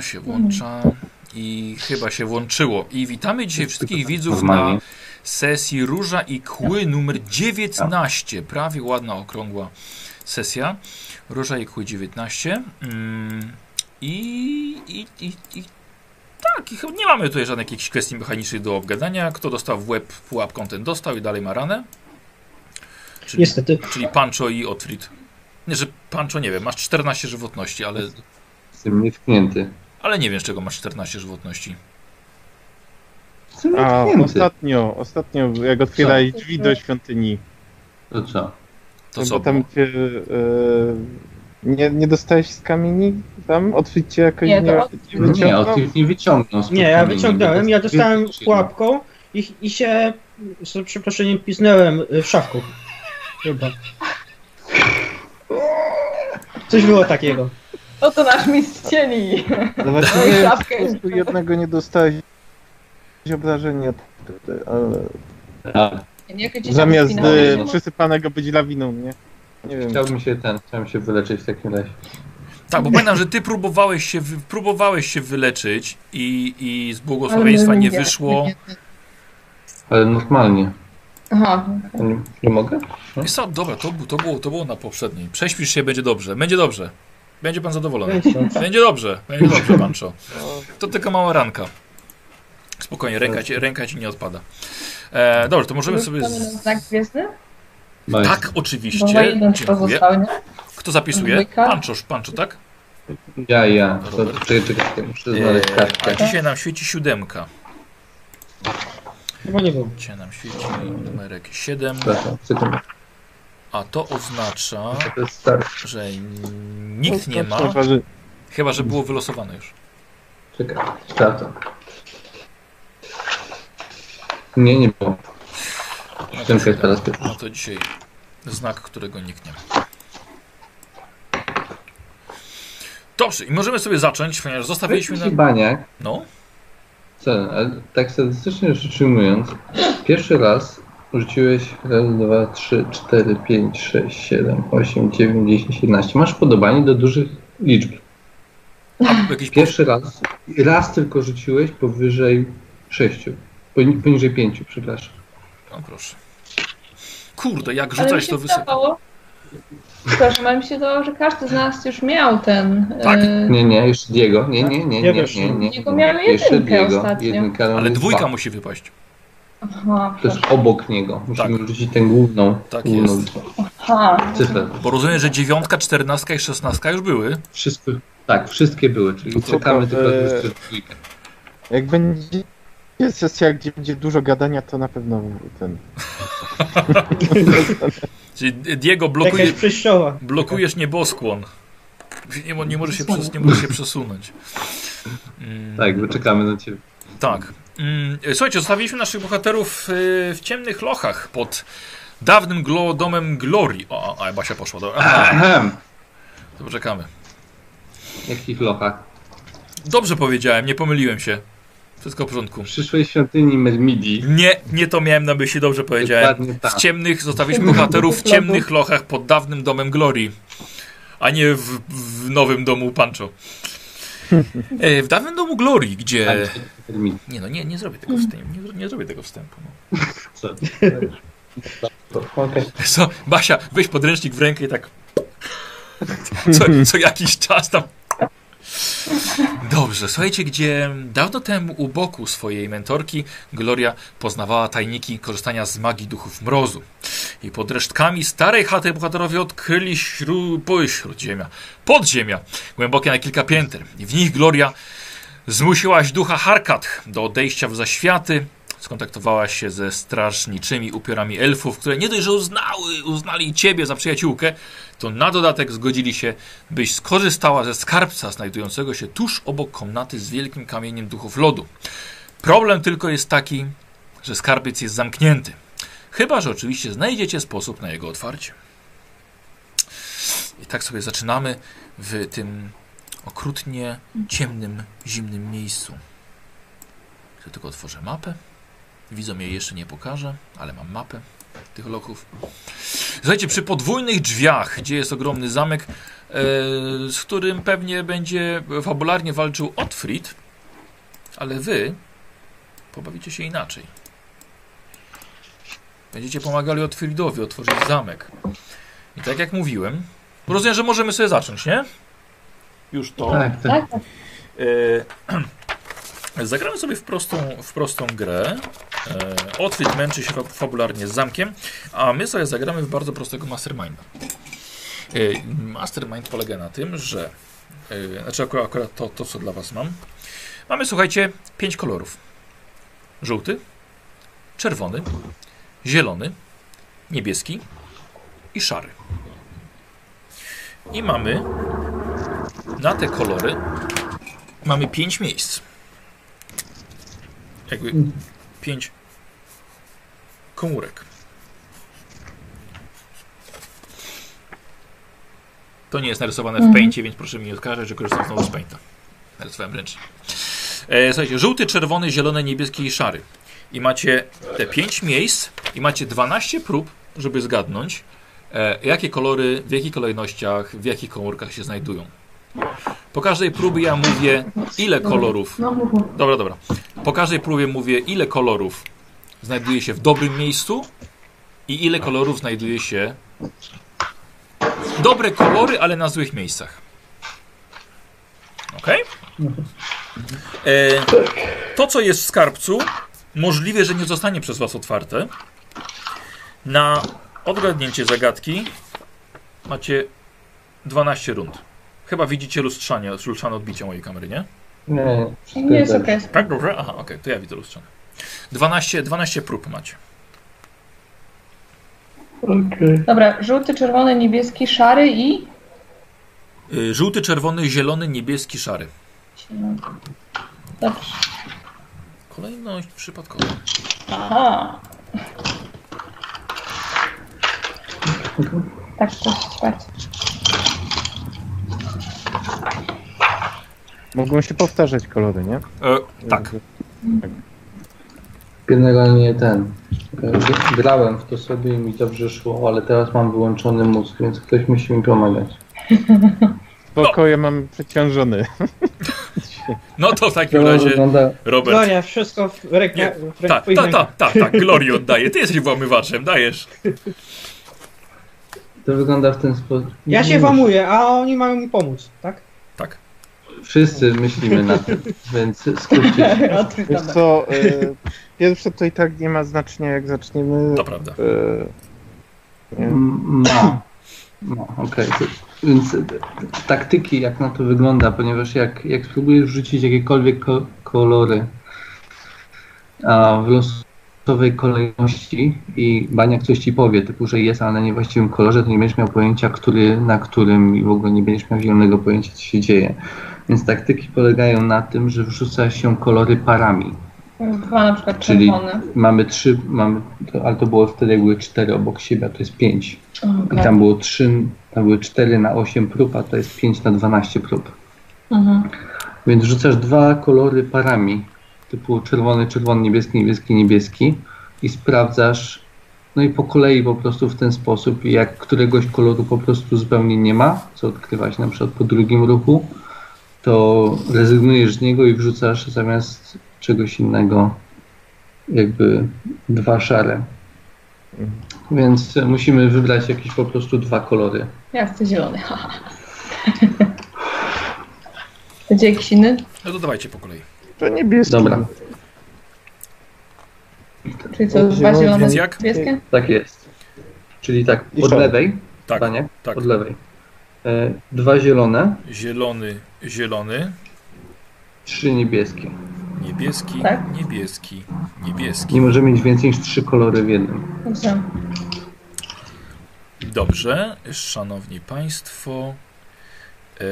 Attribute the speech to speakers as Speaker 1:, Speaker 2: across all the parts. Speaker 1: się włącza i chyba się włączyło. I witamy dzisiaj wszystkich widzów na sesji Róża i Kły numer 19. Prawie ładna, okrągła sesja. Róża i Kły 19. Mm, I, i, i, i tak, i chyba nie mamy tutaj żadnych jakichś kwestii mechanicznych do obgadania. Kto dostał w łeb pułapką, ten dostał i dalej ma ranę. Czyli,
Speaker 2: Niestety.
Speaker 1: czyli Pancho i Otfrid. Nie, że Pancho, nie wiem, masz 14 żywotności, ale
Speaker 3: Jestem nietknięty.
Speaker 1: Ale nie wiem, z czego masz 14 żywotności.
Speaker 4: No
Speaker 3: Jestem
Speaker 5: A,
Speaker 3: nietknięty.
Speaker 5: ostatnio, ostatnio jak otwierałeś drzwi do świątyni,
Speaker 3: To co?
Speaker 1: To
Speaker 5: to
Speaker 1: co?
Speaker 5: No bo tam cię... e, nie, nie dostałeś z kamieni tam? Otwór cię jakoś
Speaker 4: Nie,
Speaker 5: nie,
Speaker 4: to
Speaker 5: nie,
Speaker 4: od-
Speaker 3: Nie,
Speaker 5: wyciągnął?
Speaker 3: od tych nie wyciągnął.
Speaker 2: Nie, ja wyciągnąłem, ja dostałem pułapką i, i się z przeproszeniem pisnąłem y, w szafku. Chyba. Coś było takiego.
Speaker 4: Oto nasz mistrz cieni.
Speaker 5: No właśnie
Speaker 4: Moją
Speaker 5: nie wiem,
Speaker 4: szafkę.
Speaker 5: po prostu jednego nie dostałeś obrażenia. Ale
Speaker 3: Tak,
Speaker 4: Jako dzieciak
Speaker 5: zamiast
Speaker 4: wspinałem
Speaker 3: y,
Speaker 5: e,
Speaker 4: się.
Speaker 5: przysypanego być lawiną, nie? Nie wiem.
Speaker 3: chciałbym się ten, chciałem się wyleczyć w takim razie.
Speaker 1: Tak, bo pamiętam, że ty próbowałeś się, wy- próbowałeś się wyleczyć i, i z błogosławieństwa nie wyszło.
Speaker 3: Ale normalnie.
Speaker 4: Aha,
Speaker 3: To Nie, nie mogę?
Speaker 1: Jest to, dobra, to, bu- to, było, to było na poprzedniej. Prześpisz się, będzie dobrze. Będzie dobrze. Będzie pan zadowolony.
Speaker 2: no,
Speaker 1: Będzie dobrze, będzie dobrze, Pancho. To tylko mała ranka. Spokojnie, ręka ci, ręka ci nie odpada. E, dobrze, to możemy sobie.
Speaker 4: Wrzucamy
Speaker 1: Z...
Speaker 4: na Znak gwiezdny?
Speaker 3: Maj.
Speaker 1: Tak,
Speaker 4: Bo ma
Speaker 1: oczywiście.
Speaker 4: jeden
Speaker 1: Dziękuję.
Speaker 4: pozostały, nie?
Speaker 1: Kto zapisuje?
Speaker 4: Dwójka.
Speaker 1: Pancho, Pancho, tak?
Speaker 3: Ja, ja. To, czekaj, czekaj, czekaj, muszę znaleźć
Speaker 1: E, a
Speaker 3: kartkę.
Speaker 1: dzisiaj nam świeci siódemka.
Speaker 2: Chyba nie było.
Speaker 1: Cię nam świeci numerek 7,
Speaker 3: Przepraszam, sekundę.
Speaker 1: a to oznacza,
Speaker 3: To jest stary.
Speaker 1: że nikt nie ma,
Speaker 5: Waży-
Speaker 1: chyba że było wylosowane już.
Speaker 3: Czekaj, starto. Nie, nie było. Siódemka jest teraz pierwsza.
Speaker 1: No to dzisiaj znak, którego nikt nie ma. Dobrze, i możemy sobie zacząć, ponieważ zostawiliśmy na...
Speaker 3: Wyjdźmy baniak.
Speaker 1: No,
Speaker 3: Co, ale tak statystycznie rzecz ujmując, pierwszy raz rzuciłeś raz, dwa, trzy, cztery, pięć, sześć, siedem, osiem, dziewięć, dziesięć, 11. Masz podobanie do dużych liczb.
Speaker 1: jakiś po...
Speaker 3: Pierwszy raz, raz tylko rzuciłeś powyżej sześciu, Poni- poniżej pięciu, przepraszam.
Speaker 1: No proszę. Kurde, jak
Speaker 4: Ale mi
Speaker 1: rzucać
Speaker 4: się
Speaker 1: to wysoko.
Speaker 4: wydawało, przepraszam, ale mi się wydawało, że każdy z nas już miał ten...
Speaker 1: Tak.
Speaker 4: e,
Speaker 3: Nie, nie, już Diego, nie, nie, nie, nie,
Speaker 2: Ja
Speaker 3: nie,
Speaker 2: też.
Speaker 3: nie, nie.
Speaker 4: Diego miał
Speaker 3: Jeszcze
Speaker 4: jedynkę
Speaker 3: Diego,
Speaker 4: ostatnio.
Speaker 3: jedynka, no
Speaker 1: Ale
Speaker 3: dwa.
Speaker 1: dwójka musi wypaść.
Speaker 4: Aha,
Speaker 3: To jest obok niego, musimy rzucić tę główną,
Speaker 1: Tak
Speaker 3: główną
Speaker 1: jest.
Speaker 4: aha.
Speaker 3: cyfrę.
Speaker 1: Bo rozumiem, że dziewiątka, czternastka i szesnastka już były.
Speaker 3: Wszystko, tak, wszystkie były, czyli
Speaker 5: Super,
Speaker 3: czekamy tylko
Speaker 5: eee.
Speaker 3: na dwójkę.
Speaker 5: Jak będzie sesja, gdzie będzie dużo gadania, to na pewno ten.
Speaker 1: Czyli Diego blokuje...
Speaker 2: Jakaś przejściowa.
Speaker 1: Blokujesz nieboskłon. Nie, mo- nie, może, się przes- nie może się przesunąć. Mm,
Speaker 3: Tak, bo czekamy na ciebie.
Speaker 1: tak. Mm, e, słuchajcie, zostawiliśmy naszych bohaterów e, w ciemnych lochach pod dawnym glo- domem Glory. O, a, a Basia poszła. Dobra. Aha,
Speaker 3: Ahem.
Speaker 1: to poczekamy.
Speaker 3: Jakich lochach?
Speaker 1: Dobrze powiedziałem, nie pomyliłem się. Wszystko w porządku.
Speaker 3: W przyszłej świątyni Melmidii.
Speaker 1: Nie, nie to miałem na myśli, dobrze powiedziałem.
Speaker 3: Dokładnie
Speaker 1: W
Speaker 3: tak.
Speaker 1: ciemnych, zostawiliśmy bohaterów w ciemnych lochach pod dawnym domem Glory, a nie w, w nowym domu Pancho. E, W dawnym domu Glory,
Speaker 3: Tak
Speaker 1: gdzie...
Speaker 3: Melmidii,
Speaker 1: Nie no, nie, nie zrobię tego wstępu. Nie, nie zrobię tego wstępu. No.
Speaker 3: co? Okej.
Speaker 1: Co, Basia, weź podręcznik w rękę i tak. Co, co jakiś czas tam. Dobrze, słuchajcie, gdzie dawno temu u boku swojej mentorki Gloria poznawała tajniki korzystania z magii duchów mrozu. I pod resztkami starej chaty bohaterowie odkryli śru... śródziemia, podziemia, głębokie na kilka pięter. I w nich Gloria zmusiłaś ducha Harkat do odejścia w zaświaty, skontaktowała się ze strażniczymi upiorami elfów, które nie dość, że uznały, uznali ciebie za przyjaciółkę, to na dodatek zgodzili się, byś skorzystała ze skarbca znajdującego się tuż obok komnaty z wielkim kamieniem duchów lodu. Problem tylko jest taki, że skarbiec jest zamknięty. Chyba, że oczywiście znajdziecie sposób na jego otwarcie. I tak sobie zaczynamy w tym okrutnie ciemnym, zimnym miejscu. Ja tylko otworzę mapę. Widzą jej jeszcze nie pokażę, ale mam mapę tych lochów. Słuchajcie, przy podwójnych drzwiach, gdzie jest ogromny zamek, e, z którym pewnie będzie fabularnie walczył Otfrid, ale wy pobawicie się inaczej. Będziecie pomagali Otfridowi otworzyć zamek. I tak jak mówiłem, rozumiem, że możemy sobie zacząć, nie? Już to.
Speaker 3: Tak, tak.
Speaker 4: Tak?
Speaker 1: E, Zagramy sobie w prostą, w prostą grę. E, Otwit męczy się fa- fabularnie z zamkiem, a my sobie zagramy w bardzo prostego masterminda. E, Mastermind polega na tym, że. e, Znaczy, akurat, akurat to, to, co dla Was mam. Mamy, słuchajcie, pięć kolorów: żółty, czerwony, zielony, niebieski i szary. I mamy na te kolory Mamy 5 miejsc. Jakby 5 komórek. To nie jest narysowane w pęcie, więc proszę mi nie odkażać, że korzystam znowu z pęta. Narysowałem ręcznie. E, słuchajcie, żółty, czerwony, zielony, niebieski i szary. I macie te 5 miejsc i macie 12 prób, żeby zgadnąć, e, jakie kolory, w jakich kolejnościach, w jakich komórkach się znajdują. Po każdej próbie ja mówię, ile kolorów
Speaker 4: No, mów, mów.
Speaker 1: Dobra, dobra. Po każdej próbie mówię, ile kolorów znajduje się w dobrym miejscu i ile kolorów znajduje się. Dobre kolory, ale na złych miejscach. Ok? E, to, co jest w skarbcu, możliwe, że nie zostanie przez Was otwarte. Na odgadnięcie zagadki macie 12 rund. Chyba widzicie lustrzanie, lustrzane odbicie mojej kamery, nie?
Speaker 3: Nie, nie, wszystko
Speaker 4: Nie jest
Speaker 3: dobrze.
Speaker 4: okej.
Speaker 1: Tak, dobrze? Aha, okej, to ja widzę lustrzane. 12, 12 prób macie.
Speaker 3: Okej.
Speaker 4: Dobra, żółty, czerwony, niebieski, szary i...
Speaker 1: Y, żółty, czerwony, zielony, niebieski, szary.
Speaker 4: zielony. Dobrze.
Speaker 1: Kolejność przypadkowa.
Speaker 4: Aha. Tak, dosyć bardzo.
Speaker 5: Mogą się powtarzać kolory, nie?
Speaker 1: E, tak.
Speaker 3: Generalnie ten. e, Grałem w to sobie i mi dobrze szło, ale teraz mam wyłączony mózg, więc ktoś musi mi pomagać.
Speaker 5: Pokoje mam przeciążony.
Speaker 1: No to w takim
Speaker 3: To
Speaker 1: razie,
Speaker 3: wygląda
Speaker 1: Robert.
Speaker 2: Gloria, No wszystko w
Speaker 1: Nie,
Speaker 2: rękach.
Speaker 1: Tak, tak, tak, tak, tak, Glorii oddaję. Ty jesteś włamywaczem, dajesz.
Speaker 3: To wygląda w ten sposób.
Speaker 2: Ja się wamuję, a oni mają mi pomóc, tak?
Speaker 1: Tak.
Speaker 3: Wszyscy myślimy na tym, więc skupcie się.
Speaker 5: Wiesz co, y, pierwsze to i tak nie ma znaczenia, jak zaczniemy.
Speaker 1: To prawda.
Speaker 5: Y,
Speaker 3: Mm, No, no okej. to- Więc e, taktyki, jak na to wygląda, ponieważ jak, jak spróbujesz rzucić jakiekolwiek ko- kolory a w losowej kolejności i baniak coś ci powie, typu, że jest, ale na niewłaściwym kolorze, to nie będziesz miał pojęcia, który na którym i w ogóle nie będziesz miał zielonego pojęcia, co się dzieje. Więc taktyki polegają na tym, że wrzuca się kolory parami.
Speaker 4: Dwa na przykład
Speaker 3: Czyli-
Speaker 4: czerwone.
Speaker 3: Mamy trzy, mamy, to, ale to było wtedy, jak były cztery obok siebie, a to jest pięć. I
Speaker 4: Okay.
Speaker 3: tam było 3, tam były 4 na 8 prób, a to jest 5 na 12 prób.
Speaker 4: Mhm.
Speaker 3: Więc rzucasz dwa kolory parami, typu czerwony, czerwony, niebieski, niebieski, niebieski i sprawdzasz, no i po kolei po prostu w ten sposób, I jak któregoś koloru po prostu zupełnie nie ma, co odkrywać na przykład po drugim ruchu, to rezygnujesz z niego i wrzucasz zamiast czegoś innego jakby dwa szare. Więc e, musimy wybrać jakieś po prostu dwa kolory.
Speaker 4: Ja chcę zielony. haha. Będzie jakiś inny?
Speaker 1: No to dawajcie po kolei.
Speaker 5: to niebieski.
Speaker 3: Dobra.
Speaker 4: Czyli co, dwa zielone,
Speaker 1: Więc jak?
Speaker 4: niebieskie?
Speaker 3: Tak jest. Czyli tak,
Speaker 5: I
Speaker 3: od
Speaker 5: szare.
Speaker 3: lewej,
Speaker 1: Tak,
Speaker 3: Baniak,
Speaker 1: tak.
Speaker 3: od lewej. E, dwa zielone,
Speaker 1: Zielony, zielony,
Speaker 3: trzy niebieskie.
Speaker 1: niebieski,
Speaker 4: Tak.
Speaker 1: niebieski, niebieski.
Speaker 3: Nie możemy mieć więcej niż trzy kolory w jednym.
Speaker 4: Dobrze.
Speaker 1: Dobrze, szanowni państwo. E,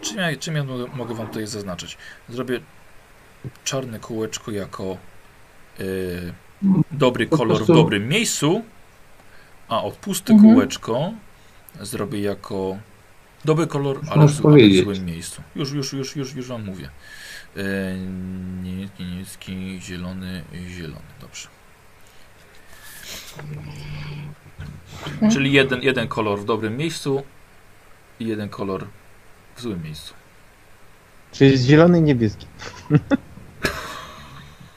Speaker 1: czym, ja, czym ja mogę- mogę wam tutaj zaznaczyć? Zrobię czarne kółeczko jako e, dobry
Speaker 3: Po
Speaker 1: kolor w
Speaker 3: prostu-
Speaker 1: dobrym miejscu, a odpuste
Speaker 4: Mhm.
Speaker 1: kółeczko zrobię jako dobry kolor, ale w,
Speaker 3: możesz
Speaker 1: złym- ale w
Speaker 3: powiedzieć.
Speaker 1: złym miejscu. Już, już, już, już, już wam mówię. E, niebieski, niebieski, zielony, zielony. Dobrze. Czyli jeden, jeden kolor w dobrym miejscu, i jeden kolor w złym miejscu.
Speaker 5: Czyli jest zielony i niebieski.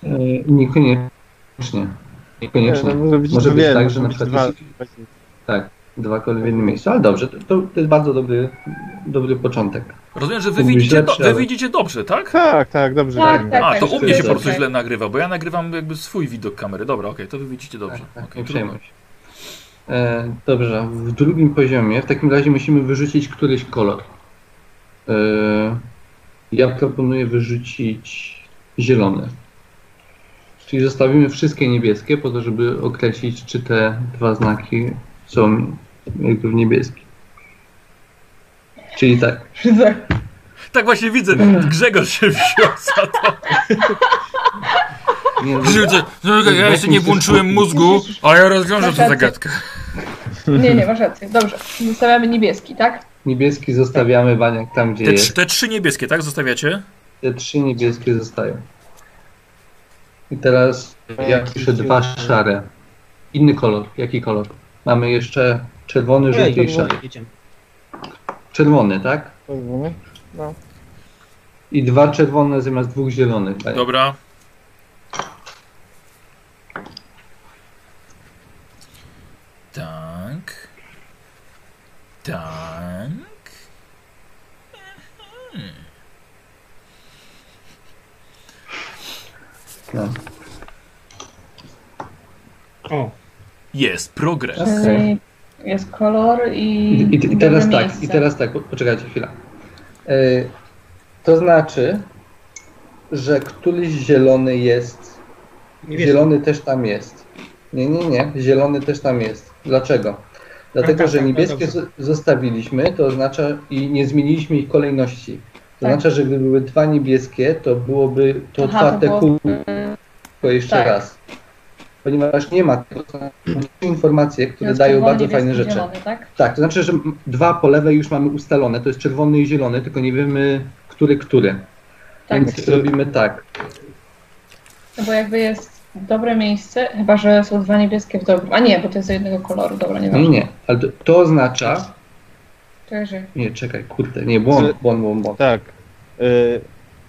Speaker 3: E, Niekoniecznie. Niekoniecznie.
Speaker 5: E, Może być,
Speaker 3: Może być
Speaker 5: wiele,
Speaker 3: tak, że na
Speaker 5: może być
Speaker 3: przykład
Speaker 5: dwa, właśnie.
Speaker 3: Tak, dwa koly w jednym miejscu, ale dobrze, to, to to jest bardzo dobry, dobry początek.
Speaker 1: Rozumiem, że wy
Speaker 3: Mówi
Speaker 1: widzicie,
Speaker 3: źle,
Speaker 1: do, wy
Speaker 3: przerwy.
Speaker 1: widzicie dobrze, tak?
Speaker 5: Tak, tak, dobrze.
Speaker 4: Tak,
Speaker 5: wiem.
Speaker 4: tak.
Speaker 1: A, to u mnie się po prostu
Speaker 3: tak.
Speaker 1: źle nagrywa, bo ja nagrywam jakby swój widok kamery. Dobra, okej, to wy widzicie dobrze.
Speaker 3: Tak, tak,
Speaker 1: Okej,
Speaker 3: nie
Speaker 1: trudno.
Speaker 3: przejmuj się. E, dobrze, w drugim poziomie w takim razie musimy wyrzucić któryś kolor. E, ja proponuję wyrzucić zielony. Czyli zostawimy wszystkie niebieskie po to, żeby określić, czy te dwa znaki są jakby w niebieskim. Czyli tak,
Speaker 1: tak właśnie widzę, Grzegorz się wziął za to.
Speaker 3: nie,
Speaker 1: Wrzucę. No, Ja jeszcze nie włączyłem mózgu, ale ja rozwiążę tę zagadkę.
Speaker 4: Nie, nie, masz rację. Dobrze. Zostawiamy niebieski, tak?
Speaker 3: niebieski zostawiamy baniak tam, gdzie
Speaker 1: Te,
Speaker 3: jest.
Speaker 1: trz- te trzy niebieskie, tak? Zostawiacie?
Speaker 3: Te trzy niebieskie zostają. I teraz ja piszę dwa szare. Inny kolor. Jaki kolor? Mamy jeszcze czerwony,
Speaker 2: Ej,
Speaker 3: żółty i szary.
Speaker 2: jedziemy.
Speaker 3: Czerwony, tak?
Speaker 5: Rozumiem.
Speaker 3: I dwa czerwone zamiast dwóch zielonych. Tak?
Speaker 1: Dobra. Tak. Tak.
Speaker 3: No.
Speaker 2: O,
Speaker 1: Jest progres.
Speaker 3: Okej.
Speaker 4: Czyli Jest kolor i.
Speaker 3: I, i, I
Speaker 4: dobre
Speaker 3: teraz tak,
Speaker 4: miejsce.
Speaker 3: i teraz tak, po- poczekajcie chwilę. Y, to znaczy, że któryś zielony jest.
Speaker 2: nie wiem.
Speaker 3: Zielony też tam jest. Nie, nie, nie. Zielony też tam jest. Dlaczego?
Speaker 2: A,
Speaker 3: Dlatego,
Speaker 2: tak,
Speaker 3: że
Speaker 2: tak,
Speaker 3: niebieskie
Speaker 2: dobrze.
Speaker 3: zo- zostawiliśmy, to oznacza i nie zmieniliśmy ich kolejności. To
Speaker 4: Tak.
Speaker 3: oznacza, że gdyby były dwa niebieskie, to byłoby to
Speaker 4: Aha,
Speaker 3: otwarte
Speaker 4: to było- e,
Speaker 3: kółko jeszcze
Speaker 4: tak.
Speaker 3: raz. Ponieważ nie ma tego, to są informacje, które
Speaker 4: Jest
Speaker 3: dają
Speaker 4: czerwony,
Speaker 3: bardzo
Speaker 4: niebieski,
Speaker 3: fajne rzeczy.
Speaker 4: Zielony, tak?
Speaker 3: Tak, to znaczy, że m- dwa po lewej już mamy ustalone, to jest czerwony i zielony, tylko nie wiemy, który, który.
Speaker 4: tak.
Speaker 3: Więc robimy tak.
Speaker 4: No bo jakby jest dobre miejsce, chyba że są dwa niebieskie w dobrym. A nie, bo to jest do jednego koloru, dobra, nie
Speaker 3: Nie,
Speaker 4: wiem.
Speaker 3: nie, ale to, to oznacza,
Speaker 4: Także
Speaker 3: Nie, czekaj, kurde, nie, błąd,
Speaker 5: Że-
Speaker 3: błąd, błąd, błąd.
Speaker 5: Tak. Y,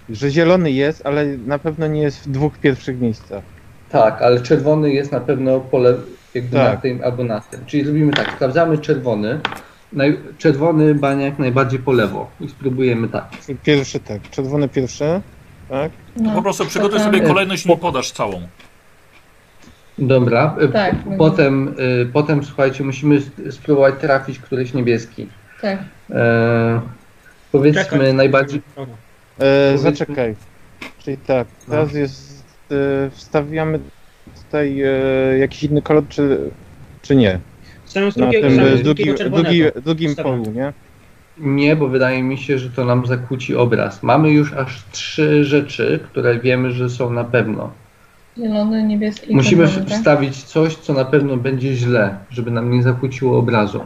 Speaker 5: że zielony jest, ale na pewno nie jest w dwóch pierwszych miejscach.
Speaker 3: Tak, ale czerwony jest na pewno pole jakby
Speaker 5: Tak.
Speaker 3: na tym albo na tym. Czyli zrobimy tak, sprawdzamy czerwony, naj, czerwony baniak najbardziej po lewo i spróbujemy tak.
Speaker 5: Pierwszy tak, czerwony pierwszy, tak?
Speaker 4: no,
Speaker 1: Po prostu przygotuj sobie
Speaker 4: potem-
Speaker 1: kolejność i nie podasz całą.
Speaker 3: Dobra, e,
Speaker 4: Tak,
Speaker 3: p- potem, e, potem słuchajcie, musimy s- spróbować trafić któryś niebieski.
Speaker 4: Tak.
Speaker 3: E, powiedzmy
Speaker 2: Czekaj.
Speaker 3: najbardziej,
Speaker 2: Dobra.
Speaker 5: E,
Speaker 3: Powiedzmy-
Speaker 5: zaczekaj. Czyli tak,
Speaker 3: No.
Speaker 5: teraz jest. E, wstawiamy tutaj e, jakiś inny kolor, czy, czy nie?
Speaker 2: Sam z
Speaker 5: Na
Speaker 2: drugiego,
Speaker 5: tym
Speaker 2: sam
Speaker 5: e,
Speaker 2: z drugiego
Speaker 5: drugi,
Speaker 2: czerwonego.
Speaker 5: drugi, drugim
Speaker 2: Wstawiam.
Speaker 5: polu, nie?
Speaker 3: nie, bo wydaje mi się, że to nam zakłóci obraz. Mamy już aż trzy rzeczy, które wiemy, że są na pewno.
Speaker 4: Zielony, niebieski. i
Speaker 3: Musimy
Speaker 4: czerwony, tak?
Speaker 3: wstawić coś, co na pewno będzie źle, żeby nam nie zakłóciło obrazu.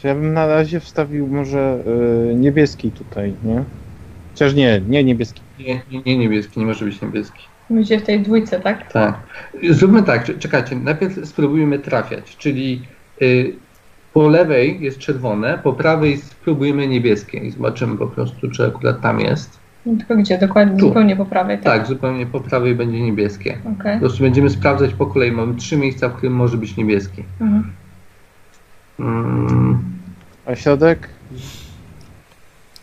Speaker 5: Czy ja bym na razie wstawił może e, niebieski tutaj, nie? Chociaż nie, nie niebieski.
Speaker 3: Nie, nie, nie niebieski, nie może być niebieski.
Speaker 4: Mówicie w tej dwójce, tak?
Speaker 3: Tak. Zróbmy tak, czy- czekajcie, najpierw spróbujmy trafiać, czyli y, po lewej jest czerwone, po prawej spróbujmy niebieskie i zobaczymy po prostu, czy akurat tam jest.
Speaker 4: No, Tylko gdzie? Dokładnie,
Speaker 3: Tu.
Speaker 4: zupełnie po prawej, tak?
Speaker 3: Tak, zupełnie po prawej będzie niebieskie.
Speaker 4: Okej.
Speaker 3: Po prostu będziemy sprawdzać po kolei, mamy trzy miejsca, w którym może być niebieski.
Speaker 4: Mhm.
Speaker 3: Mm.
Speaker 5: A środek?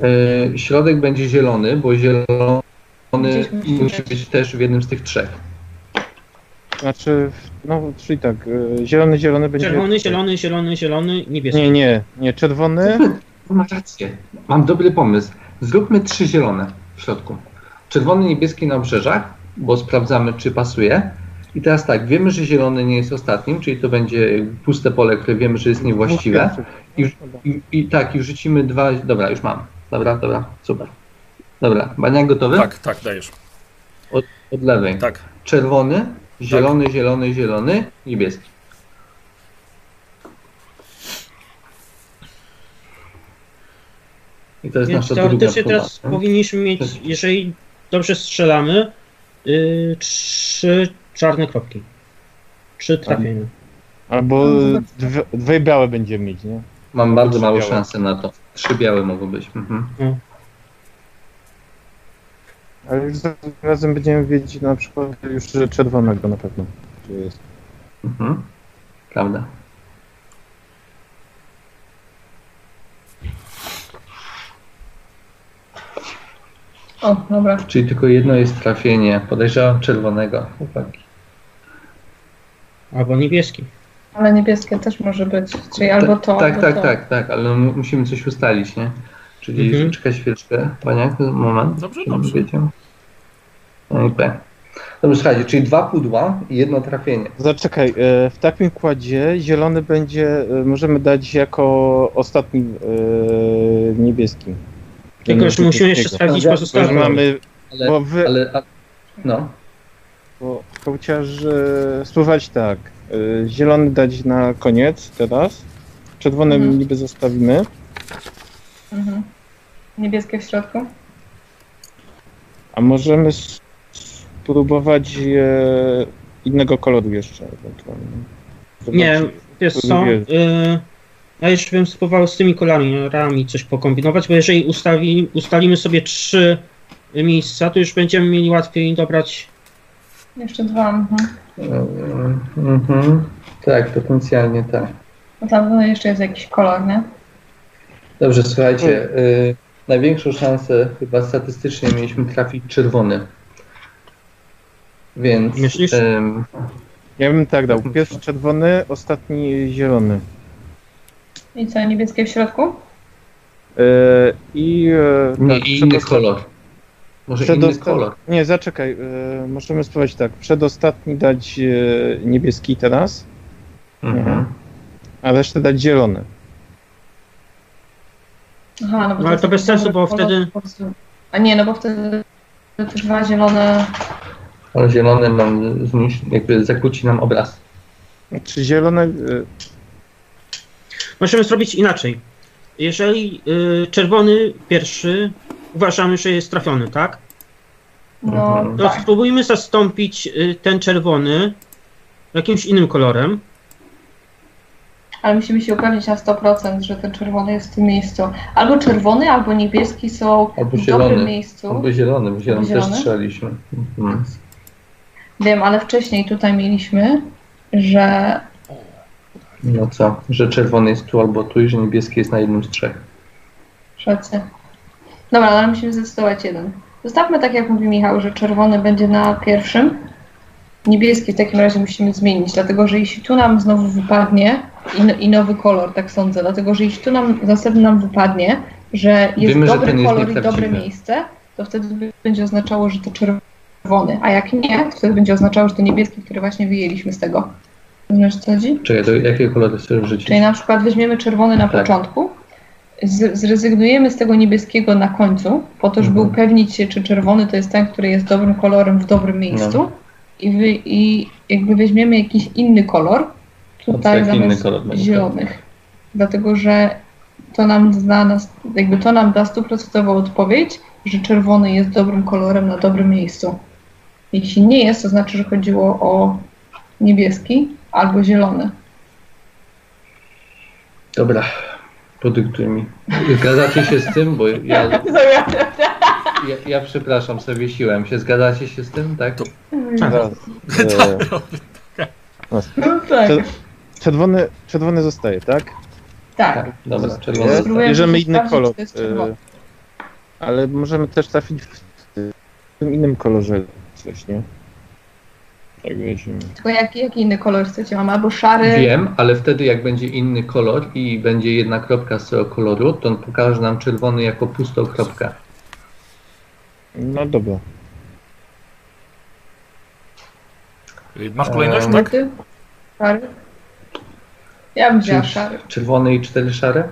Speaker 3: E, Środek będzie zielony, bo zielony
Speaker 4: Gdzieś musi
Speaker 3: musi
Speaker 4: być.
Speaker 3: być też w jednym z tych trzech.
Speaker 5: Znaczy, no czyli tak, e, zielony, zielony będzie.
Speaker 2: Czerwony, zielony, zielony, zielony, niebieski.
Speaker 5: Nie, nie, nie, czerwony.
Speaker 3: Masz rację. Mam dobry pomysł. Zróbmy trzy zielone w środku. Czerwony, niebieski na obrzeżach, bo sprawdzamy, czy pasuje. I teraz tak, wiemy, że zielony nie jest ostatnim, czyli to będzie puste pole, które wiemy, że jest niewłaściwe. Już- I, i tak, i rzucimy dwa. Dobra, już mam. Dobra, dobra, super. Dobra, baniak gotowy?
Speaker 1: Tak, tak, dajesz.
Speaker 3: Od lewej.
Speaker 1: Tak.
Speaker 3: Czerwony, zielony, zielony, zielony, niebieski. I to jest
Speaker 2: Więc
Speaker 3: nasza druga Tak.
Speaker 2: teoretycznie
Speaker 3: próba.
Speaker 2: teraz powinniśmy mieć,
Speaker 3: Cześć.
Speaker 2: jeżeli dobrze strzelamy, y,
Speaker 3: Tak.
Speaker 2: yy, trzy czarne kropki. Trzy trafienia.
Speaker 5: A Albo dwie, dwie białe będziemy mieć, nie?
Speaker 3: Mam bardzo
Speaker 5: Trzy
Speaker 3: małe
Speaker 5: białe.
Speaker 3: szanse na to. Trzy białe mogą być. Mhm.
Speaker 5: Ale już za- razem będziemy wiedzieć na przykład już że czerwonego na pewno. Czy jest.
Speaker 3: Mhm. Prawda.
Speaker 4: O, dobra.
Speaker 3: Czyli tylko jedno jest trafienie. Podejrzewam czerwonego. Chłopaki.
Speaker 2: Albo niebieski.
Speaker 4: Ale niebieskie też może być. Czyli albo to,
Speaker 3: Tak,
Speaker 4: albo
Speaker 3: tak,
Speaker 4: to.
Speaker 3: tak, tak, ale m- musimy coś ustalić, nie? Czyli
Speaker 2: Mhm.
Speaker 3: czekać chwileczkę. Paniak, moment.
Speaker 1: Dobrze,
Speaker 3: żebym
Speaker 1: dobrze.
Speaker 3: Wiedział. No i P. Dobrze, słuchajcie, czyli dwa pudła i jedno trafienie.
Speaker 5: Zaczekaj, e, w takim kładzie zielony będzie, e, możemy dać jako ostatnim e, niebieskim.
Speaker 2: Tylko, że musimy jeszcze
Speaker 5: Niebieskiego.
Speaker 2: sprawdzić
Speaker 3: Bo już
Speaker 5: Bo już
Speaker 2: pozostałe.
Speaker 5: tak, mamy,
Speaker 3: Ale,
Speaker 5: bo wy,
Speaker 3: ale a, no.
Speaker 5: Bo kołciarz e, spływać tak. e, Zielony dać na koniec teraz. Czerwony
Speaker 4: Mhm.
Speaker 5: niby zostawimy.
Speaker 4: Mhm. Niebieskie w środku?
Speaker 5: A możemy s- spróbować e, innego koloru jeszcze ewentualnie.
Speaker 2: Nie,
Speaker 5: Zobaczyć.
Speaker 2: wiesz co,
Speaker 5: Lubię.
Speaker 2: y, ja jeszcze bym spróbował z tymi kolorami coś pokombinować, bo jeżeli ustawi, ustalimy sobie trzy miejsca, to już będziemy mieli łatwiej dobrać.
Speaker 4: Jeszcze dwa. Mhm.
Speaker 3: Mm, Mhm. Tak, potencjalnie tak.
Speaker 4: Bo tam no, jeszcze jest jakiś kolor, nie?
Speaker 3: Dobrze, słuchajcie. Y, największą szansę chyba statystycznie mieliśmy trafić czerwony. Więc.
Speaker 2: Myślisz?
Speaker 3: ym,
Speaker 5: Ja bym tak dał.
Speaker 2: Mhm.
Speaker 5: Pierwszy czerwony, ostatni zielony.
Speaker 4: I co, niebieskie w środku?
Speaker 5: E, I. e,
Speaker 3: nie,
Speaker 5: tak,
Speaker 3: i no, inny
Speaker 5: przedosta-
Speaker 3: kolor. Może inny
Speaker 5: przedosta-
Speaker 3: kolor.
Speaker 5: Nie, zaczekaj. e, Możemy spróbować tak. Przedostatni dać e, niebieski teraz,
Speaker 3: Mhm.
Speaker 5: a resztę dać zielony.
Speaker 4: Aha, no, bo
Speaker 2: No, ale to bez sensu, bo
Speaker 4: kolor
Speaker 2: wtedy-
Speaker 4: po prostu- A nie, no bo wtedy te dwa zielone...
Speaker 3: Ale zielony nam zniszczy, jakby zakłóci nam obraz.
Speaker 5: Czy Znaczy zielone. e,
Speaker 2: Możemy zrobić inaczej. Jeżeli y, czerwony pierwszy uważamy, że jest trafiony, tak?
Speaker 4: No,
Speaker 3: Mhm.
Speaker 2: To
Speaker 4: tak.
Speaker 2: spróbujmy zastąpić y, ten czerwony jakimś innym kolorem.
Speaker 4: Ale musimy się upewnić na 100%, że ten czerwony jest w tym miejscu. Albo czerwony, albo niebieski są
Speaker 3: Albo
Speaker 4: w dobrym
Speaker 3: zielony.
Speaker 4: miejscu.
Speaker 3: Albo zielony, bo zielony też
Speaker 4: Zielony?
Speaker 3: strzelaliśmy. Mhm.
Speaker 4: Wiem, ale wcześniej tutaj mieliśmy, że
Speaker 3: No co, że czerwony jest tu albo tu i że niebieski jest na jednym z trzech.
Speaker 4: Szacy. Dobra, ale musimy zdecydować jeden. Zostawmy tak, jak mówi Michał, że czerwony będzie na pierwszym. Niebieski w takim razie musimy zmienić, dlatego że jeśli tu nam znowu wypadnie i, no, i nowy kolor, tak sądzę, dlatego że jeśli tu nam następny nam wypadnie, że jest
Speaker 3: Wiemy, że
Speaker 4: dobry
Speaker 3: ten jest
Speaker 4: kolor i dobre
Speaker 3: nieprawdziwy.
Speaker 4: miejsce, to wtedy będzie oznaczało, że to czerwony, a jak nie, to wtedy będzie oznaczało, że to niebieski, który właśnie wyjęliśmy z tego. Rozumiesz, o co chodzi?
Speaker 3: Czekaj, to jakie kolory chcesz wrzucić?
Speaker 4: Czyli na przykład weźmiemy czerwony na
Speaker 3: Tak.
Speaker 4: początku, z, zrezygnujemy z tego niebieskiego na końcu, po to, żeby
Speaker 3: Mhm.
Speaker 4: upewnić się, czy czerwony to jest ten, który jest dobrym kolorem w dobrym miejscu.
Speaker 3: No.
Speaker 4: I, wy, I jakby weźmiemy jakiś inny kolor, tutaj
Speaker 3: Jaki No, inny
Speaker 4: zamiast
Speaker 3: kolor będzie? tak.
Speaker 4: zielonych. Dlatego, że to nam zna nas, jakby to nam da stuprocentową odpowiedź, że czerwony jest dobrym kolorem na dobrym miejscu. Jeśli nie jest, to znaczy, że chodziło o niebieski albo zielony.
Speaker 3: Dobra, podyktuj mi. Zgadzacie się z tym? Bo ja, ja, ja przepraszam, zawiesiłem się. Zgadzacie się z tym, tak?
Speaker 1: To-
Speaker 5: Zaraz. E,
Speaker 4: Tak. No tak.
Speaker 5: Czy- czerwony, czerwony zostaje, tak?
Speaker 4: Tak.
Speaker 3: tak dobra,
Speaker 5: E,
Speaker 3: czerwony.
Speaker 4: Spróbuję- Próbujemy
Speaker 5: Bierzemy
Speaker 4: się
Speaker 5: inny
Speaker 4: sprawdzić,
Speaker 5: kolor.
Speaker 4: czy to jest czerwony.
Speaker 5: e, Ale możemy też trafić w tym innym kolorze coś, nie? Tak wiecie.
Speaker 4: Tylko jaki, jaki inny kolor chcecie? Mam albo szary.
Speaker 3: Wiem, ale wtedy jak będzie inny kolor i będzie jedna kropka z tego koloru, to on pokaże nam czerwony jako pustą kropkę.
Speaker 5: No dobra.
Speaker 1: Masz kolejność,
Speaker 3: Ehm,
Speaker 4: No
Speaker 1: tak?
Speaker 4: ty? Szary. Ja bym wzięła
Speaker 3: Czy-
Speaker 4: szary.
Speaker 3: Czerwony i cztery szare?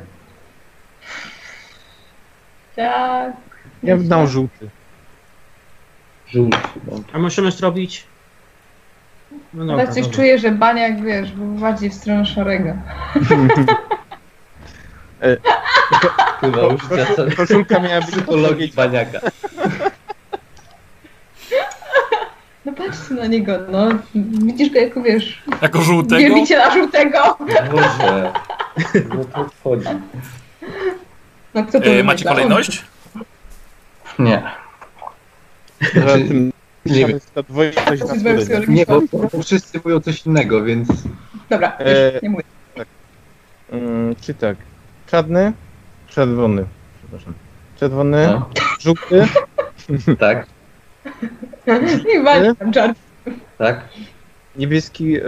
Speaker 4: Tak.
Speaker 5: Ja bym dał żółty.
Speaker 3: Żółty. No.
Speaker 2: A możemy zrobić. No
Speaker 4: Ale coś
Speaker 2: dobra.
Speaker 4: czuję, że Baniak, wiesz, był bardziej w stronę szarego.
Speaker 3: Chyba już zasad
Speaker 5: Koszulka miała być
Speaker 3: psychologii baniaka.
Speaker 4: No No patrzcie na niego, no. Widzisz go jako, wiesz,
Speaker 1: Jako żółtego?
Speaker 4: wielbicie na żółtego.
Speaker 3: Boże. No to wchodzi.
Speaker 4: No kto to
Speaker 1: E,
Speaker 4: wymyśla?
Speaker 1: macie
Speaker 4: On.
Speaker 1: kolejność?
Speaker 3: Nie.
Speaker 5: Za
Speaker 3: Znaczy,
Speaker 5: tym
Speaker 3: nie wiem.
Speaker 5: jest ta dwoistość
Speaker 4: To
Speaker 5: na
Speaker 4: jest
Speaker 5: studiach.
Speaker 4: wersja
Speaker 3: Nie,
Speaker 4: oryginalna.
Speaker 3: bo wszyscy mówią coś innego, więc
Speaker 4: Dobra,
Speaker 5: E,
Speaker 4: już nie mówię.
Speaker 5: Mm, Czyli tak. Czarny, czerwony. Przepraszam. Czerwony,
Speaker 3: no,
Speaker 5: żółty,
Speaker 3: tak,
Speaker 4: Nie
Speaker 3: e?
Speaker 4: wali tam czarny.
Speaker 3: tak.
Speaker 5: niebieski e,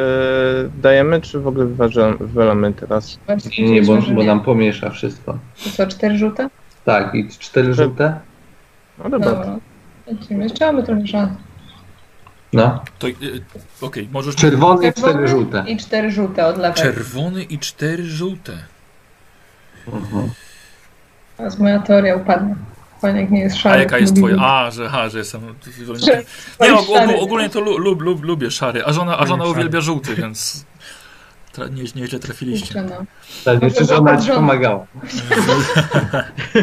Speaker 5: dajemy, czy w ogóle wyważa- wywalamy teraz?
Speaker 3: Nie, nie bo, bo nam pomiesza wszystko.
Speaker 4: To co, cztery żółte?
Speaker 3: Tak, i cztery żółte?
Speaker 5: No dobra.
Speaker 3: tak.
Speaker 4: Dobra. Lecimy. Jeszcze mamy trochę szans.
Speaker 3: No.
Speaker 1: To, e, Okej, możesz...
Speaker 3: Czerwone i cztery żółte.
Speaker 4: I cztery żółte od lewego.
Speaker 1: Czerwony i cztery żółte.
Speaker 3: Mhm.
Speaker 4: Teraz moja teoria upadła. Paniek nie jest szary.
Speaker 1: A jaka jest
Speaker 4: Lubi-
Speaker 1: twoja? A, że, ha, że jestem...
Speaker 4: Tak, Że-
Speaker 1: Nie,
Speaker 4: Oj,
Speaker 1: og, og,
Speaker 4: szary.
Speaker 1: ogólnie to lu, lub, lub, lubię szary, a żona, a żona
Speaker 2: Szary.
Speaker 1: uwielbia żółty, więc tra, nie, nieźle trafiliście.
Speaker 4: Kurczę, no.
Speaker 3: Tak, jeszcze żona ci pomagała.
Speaker 4: Chcę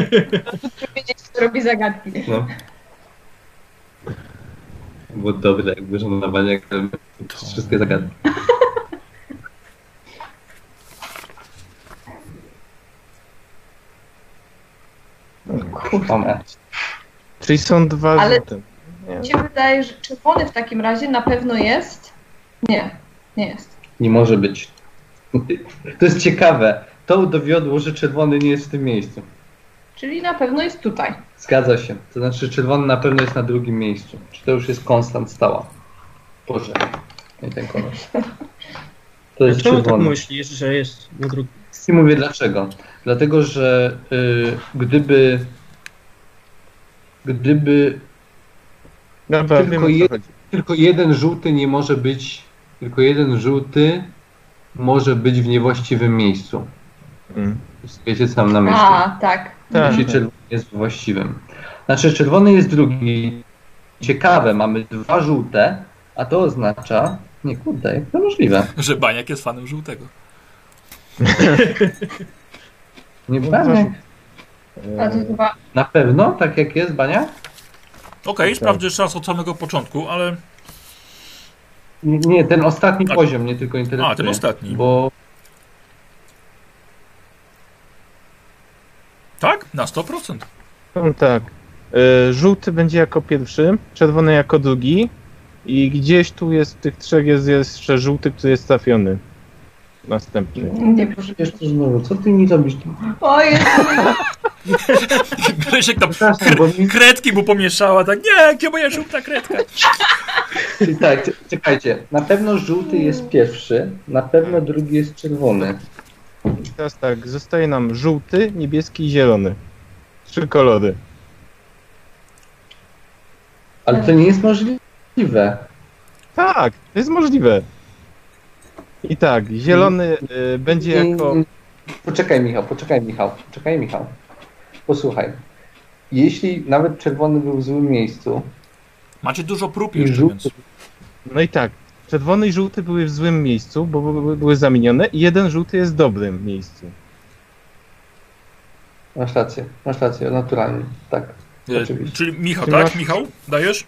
Speaker 4: wiedzieć, kto robi zagadki.
Speaker 3: No. Było dobre, jakby żona Baniak wszystkie zagadki.
Speaker 4: Kurde.
Speaker 3: O, mać.
Speaker 5: Czyli są dwa
Speaker 4: Ale-
Speaker 5: żółte. Nie.
Speaker 4: Mi się wydaje, że czerwony w takim razie na pewno jest. Nie, nie jest.
Speaker 3: Nie może być. To jest ciekawe. To udowiodło, że czerwony nie jest w tym miejscu.
Speaker 4: Czyli na pewno jest tutaj.
Speaker 3: Zgadza się. To znaczy czerwony na pewno jest na drugim miejscu. Czy to już jest konstant stała? Boże. Nie ten kolor. To jest
Speaker 2: Czemu tak
Speaker 3: czerwony.
Speaker 2: myślisz, że jest na drugim?
Speaker 3: I mówię dlaczego. Dlatego, że y, gdyby gdyby
Speaker 5: Dobra,
Speaker 3: Tylko
Speaker 5: wiem o co
Speaker 3: jeden-
Speaker 5: chodzi.
Speaker 3: tylko jeden żółty nie może być, tylko jeden żółty może być w niewłaściwym miejscu.
Speaker 5: Mm.
Speaker 3: Wiecie co mam na myśli.
Speaker 4: A, tak.
Speaker 5: Tak.
Speaker 3: Jeśli czerwony jest właściwym. Znaczy czerwony jest drugi. Ciekawe, mamy dwa żółte, a to oznacza... Nie kurde, jak to możliwe?
Speaker 1: Że Baniak jest fanem żółtego.
Speaker 3: Nie
Speaker 5: Dwa
Speaker 3: baniak.
Speaker 4: A to
Speaker 5: E,
Speaker 4: chyba
Speaker 3: Na pewno? Tak jak jest baniak?
Speaker 1: Okej,
Speaker 3: Tak,
Speaker 1: sprawdzę jeszcze raz od samego początku, ale...
Speaker 3: Nie, nie, ten ostatni
Speaker 1: Tak.
Speaker 3: poziom mnie tylko interesuje.
Speaker 1: A, ten ostatni.
Speaker 3: Bo
Speaker 1: Tak? Na 100%.
Speaker 5: No tak. E, Żółty będzie jako pierwszy, czerwony jako drugi i gdzieś tu jest w tych trzech jest jeszcze żółty, który jest trafiony. Następny.
Speaker 4: nie proszę.
Speaker 3: jeszcze znowu, co ty mi robisz? No
Speaker 4: O jest.
Speaker 1: Grysiek tam
Speaker 3: Przepraszam, bo mi...
Speaker 1: kredki mu pomieszała, tak nie, jakie moja żółta kredka.
Speaker 3: Czyli tak, cie- czekajcie. Na pewno żółty jest pierwszy, na pewno drugi jest czerwony.
Speaker 5: I teraz tak, zostaje nam żółty, niebieski i zielony. Trzy kolory.
Speaker 3: Ale to nie jest możliwe.
Speaker 5: Tak, to jest możliwe. I tak, zielony e, będzie jako...
Speaker 3: Mm, Poczekaj Michał, poczekaj Michał, poczekaj Michał. Posłuchaj. Jeśli nawet czerwony był w złym miejscu
Speaker 1: Macie dużo prób
Speaker 3: i
Speaker 1: jeszcze, więc...
Speaker 3: żółty...
Speaker 5: No i tak, czerwony i żółty były w złym miejscu, bo były, były zamienione i jeden żółty jest w dobrym miejscu.
Speaker 3: Masz rację, masz rację, naturalnie, tak.
Speaker 1: E,
Speaker 3: Oczywiście.
Speaker 1: Czyli Michał,
Speaker 5: Ty
Speaker 1: tak?
Speaker 5: masz-
Speaker 1: Michał, dajesz?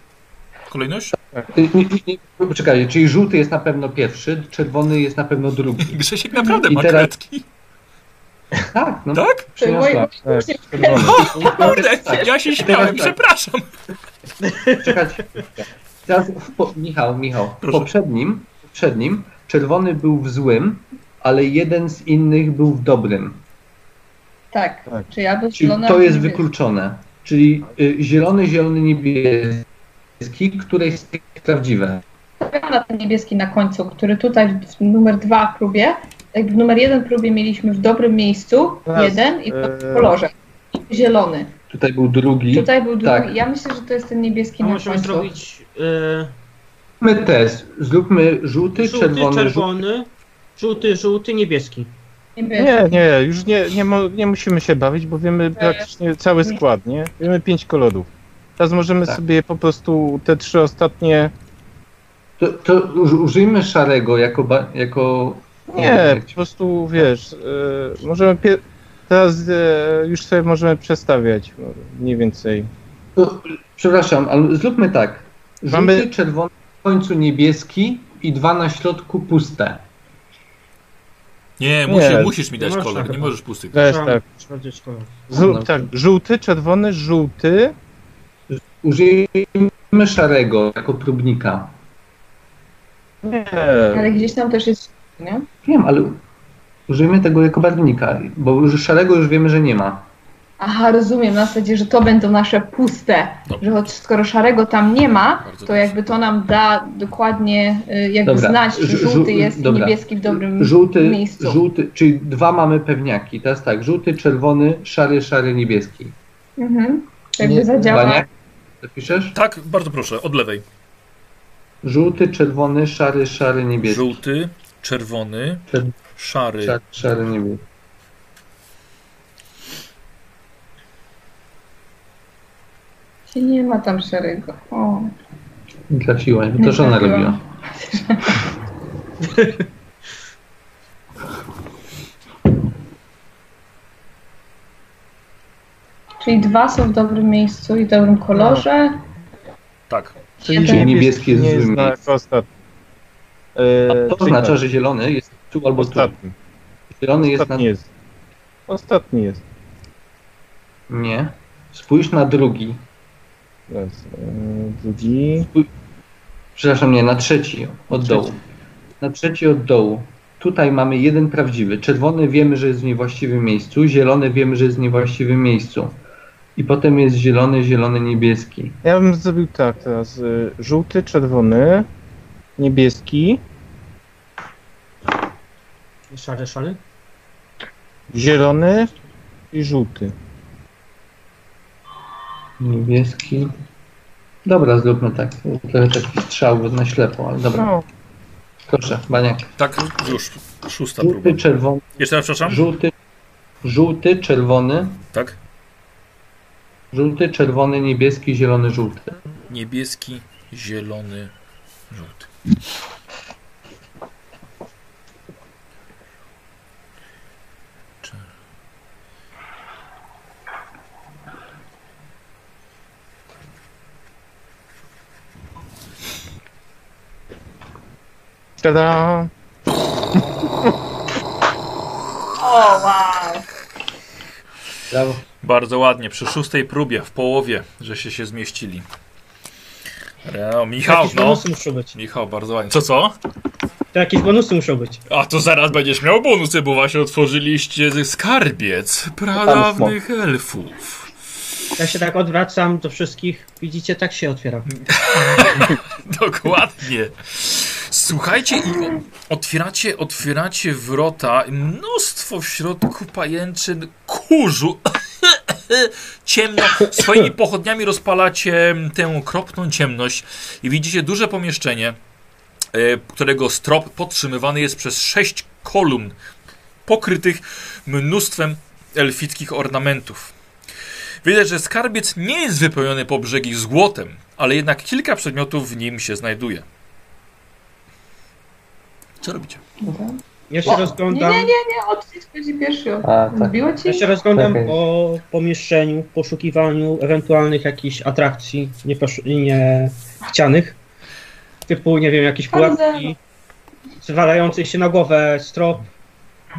Speaker 1: Kolejność?
Speaker 3: Y, nie, nie, nie, Poczekaj, czyli żółty jest na pewno pierwszy, czerwony jest na pewno drugi.
Speaker 1: Grzesiek naprawdę
Speaker 3: I
Speaker 1: ma
Speaker 3: teraz-
Speaker 1: kredki.
Speaker 3: Tak, no.
Speaker 1: Tak?
Speaker 3: przyniosła.
Speaker 5: Tak, czerwony.
Speaker 1: Kurde, ja się śmiałem,
Speaker 3: No, tak.
Speaker 1: przepraszam.
Speaker 3: Czekajcie. Teraz w po, Michał, Michał. W
Speaker 1: Proszę.
Speaker 3: poprzednim, poprzednim czerwony był w złym, ale jeden z innych był w dobrym.
Speaker 4: Tak.
Speaker 5: Tak.
Speaker 4: Czy ja bym
Speaker 3: Czyli
Speaker 4: zielona?
Speaker 3: to
Speaker 4: czy
Speaker 3: jest
Speaker 4: nie wiem?
Speaker 3: wykluczone. Czyli y, zielony, zielony, niebieski, które jest prawdziwe.
Speaker 4: Stawiam na ten niebieski na końcu, który tutaj w numer dwa próbie. Jakby w numer jeden próbie mieliśmy w dobrym miejscu
Speaker 5: Teraz,
Speaker 4: jeden i w
Speaker 5: e,
Speaker 4: dobrym kolorze. Zielony.
Speaker 3: Tutaj był drugi.
Speaker 4: Tutaj był drugi.
Speaker 3: tak.
Speaker 4: Ja myślę, że to jest ten niebieski
Speaker 2: To
Speaker 4: na
Speaker 2: możemy
Speaker 4: końcu.
Speaker 2: zrobić e,
Speaker 3: Zróbmy test. Zróbmy żółty,
Speaker 2: żółty,
Speaker 3: czerwony,
Speaker 2: czerwony,
Speaker 3: żółty.
Speaker 2: żółty, żółty, niebieski.
Speaker 4: Niebieski.
Speaker 5: Nie, nie, już nie, nie, mo, nie musimy się bawić, bo wiemy praktycznie cały skład, nie? Wiemy pięć kolorów. Teraz możemy
Speaker 3: Tak.
Speaker 5: sobie po prostu te trzy ostatnie.
Speaker 3: To, to uż- użyjmy szarego jako... Ba, jako
Speaker 5: Nie, po prostu wiesz, e, możemy. Pie, teraz e, już sobie możemy przestawiać no, mniej więcej.
Speaker 3: To, przepraszam, ale zróbmy tak. Żółty,
Speaker 5: Mamy-
Speaker 3: czerwony, końcu niebieski i dwa na środku puste.
Speaker 1: Nie, musi,
Speaker 5: Nie,
Speaker 1: musisz mi dać
Speaker 2: nie
Speaker 1: kolor,
Speaker 2: można
Speaker 1: nie
Speaker 2: chyba.
Speaker 1: możesz pustych.
Speaker 5: To jest
Speaker 2: Trzeba
Speaker 5: tak.
Speaker 2: sprawdzić kolor.
Speaker 5: Żół,
Speaker 3: No.
Speaker 5: tak, żółty, czerwony, żółty.
Speaker 3: Użyjemy szarego jako próbnika.
Speaker 5: Nie.
Speaker 4: Ale gdzieś tam też jest, nie?
Speaker 3: Wiem, ale użyjmy tego jako barwnika, bo już szarego już wiemy, że nie ma.
Speaker 4: Aha, rozumiem, na zasadzie, że to będą nasze puste,
Speaker 1: Dobrze.
Speaker 4: że choć skoro szarego tam nie ma,
Speaker 1: Bardzo
Speaker 4: to
Speaker 1: dobrze.
Speaker 4: jakby to nam da dokładnie y, jakby
Speaker 3: Dobra.
Speaker 4: znać, czy
Speaker 3: Żu- żu-
Speaker 4: żółty jest i
Speaker 3: dobra.
Speaker 4: niebieski w dobrym
Speaker 3: Żółty,
Speaker 4: miejscu.
Speaker 3: żółty, czyli dwa mamy pewniaki. Teraz tak, żółty, czerwony, szary, szary, niebieski.
Speaker 4: Mhm. Jakby
Speaker 3: Nie-
Speaker 4: zadziała.
Speaker 3: Baniak? Zapiszesz?
Speaker 1: Tak, bardzo proszę, od lewej.
Speaker 3: Żółty, czerwony, szary, szary, niebieski.
Speaker 1: Żółty, czerwony,
Speaker 3: Czerw-
Speaker 1: szary.
Speaker 3: Szary, szary, niebieski.
Speaker 4: Nie ma tam szarego. O.
Speaker 3: Trafiłaś, bo
Speaker 4: Nie
Speaker 3: to żona
Speaker 4: trafiłam.
Speaker 3: robiła.
Speaker 4: Czyli dwa są w dobrym miejscu i dobrym kolorze.
Speaker 1: Tak.
Speaker 4: Jeden-
Speaker 3: czyli niebieski jest
Speaker 5: nie
Speaker 3: w
Speaker 5: jest
Speaker 3: złym
Speaker 5: na
Speaker 3: miejscu.
Speaker 5: ostatni.
Speaker 3: A
Speaker 5: E,
Speaker 3: to
Speaker 5: czyli
Speaker 3: oznacza,
Speaker 5: tak,
Speaker 3: że zielony jest tu albo tu.
Speaker 5: ostatni.
Speaker 3: Zielony jest na...
Speaker 5: Ostatni jest. Ostatni jest.
Speaker 3: Nie. Spójrz na drugi.
Speaker 5: Teraz, e, drugi.
Speaker 3: Przepraszam, nie, na trzeci od dołu. Na trzeci od dołu. Tutaj mamy jeden prawdziwy. Czerwony wiemy, że jest w niewłaściwym miejscu. Zielony wiemy, że jest w niewłaściwym miejscu. I potem jest zielony, zielony, niebieski.
Speaker 5: Ja bym zrobił tak teraz. e, Żółty, czerwony, niebieski,
Speaker 2: Szary, szary?
Speaker 5: zielony i żółty.
Speaker 3: Niebieski. Dobra, zróbmy tak. Trochę taki strzał bo na ślepo, ale dobra.
Speaker 5: No,
Speaker 3: Proszę, Baniak.
Speaker 1: Tak, już. Szósta próba.
Speaker 3: Żółty, czerwony,
Speaker 1: Jeszcze raz, przepraszam?
Speaker 3: żółty, żółty, czerwony,
Speaker 1: Tak.
Speaker 3: żółty, czerwony, niebieski, zielony, żółty.
Speaker 1: Niebieski, zielony, żółty. Czy-
Speaker 5: tada!
Speaker 4: O, wow.
Speaker 3: Brawo.
Speaker 1: Bardzo ładnie, przy szóstej próbie, w połowie, że się się zmieścili. Reo, Michał,
Speaker 2: Jakieś
Speaker 1: no.
Speaker 2: bonusy muszą być.
Speaker 1: Michał, bardzo ładnie. Co, co?
Speaker 2: To jakieś bonusy muszą być.
Speaker 1: A to zaraz będziesz miał bonusy, bo właśnie otworzyliście ze- skarbiec pradawnych elfów.
Speaker 2: Ja się tak odwracam do wszystkich. Widzicie, tak się otwiera.
Speaker 1: Dokładnie. Słuchajcie i o- otwieracie, otwieracie wrota, mnóstwo w środku pajęczyn, kurzu, ciemno. Swoimi pochodniami rozpalacie tę okropną ciemność i widzicie duże pomieszczenie, e, którego strop podtrzymywany jest przez sześć kolumn pokrytych mnóstwem elfickich ornamentów. Widać, że skarbiec nie jest wypełniony po brzegi złotem, ale jednak kilka przedmiotów w nim się znajduje. Co robicie?
Speaker 2: Ja się
Speaker 3: O,
Speaker 4: Nie,
Speaker 2: rozglądam.
Speaker 4: nie, nie, nie, odsyć będzie pierwszy.
Speaker 3: A, tak.
Speaker 4: Zbiło ci?
Speaker 2: Ja się rozglądam
Speaker 3: Okej.
Speaker 2: po pomieszczeniu, poszukiwaniu ewentualnych jakichś atrakcji niepos- niechcianych. Typu, nie wiem, jakieś
Speaker 4: Bardzo.
Speaker 2: pułapki zwalających się na głowę strop.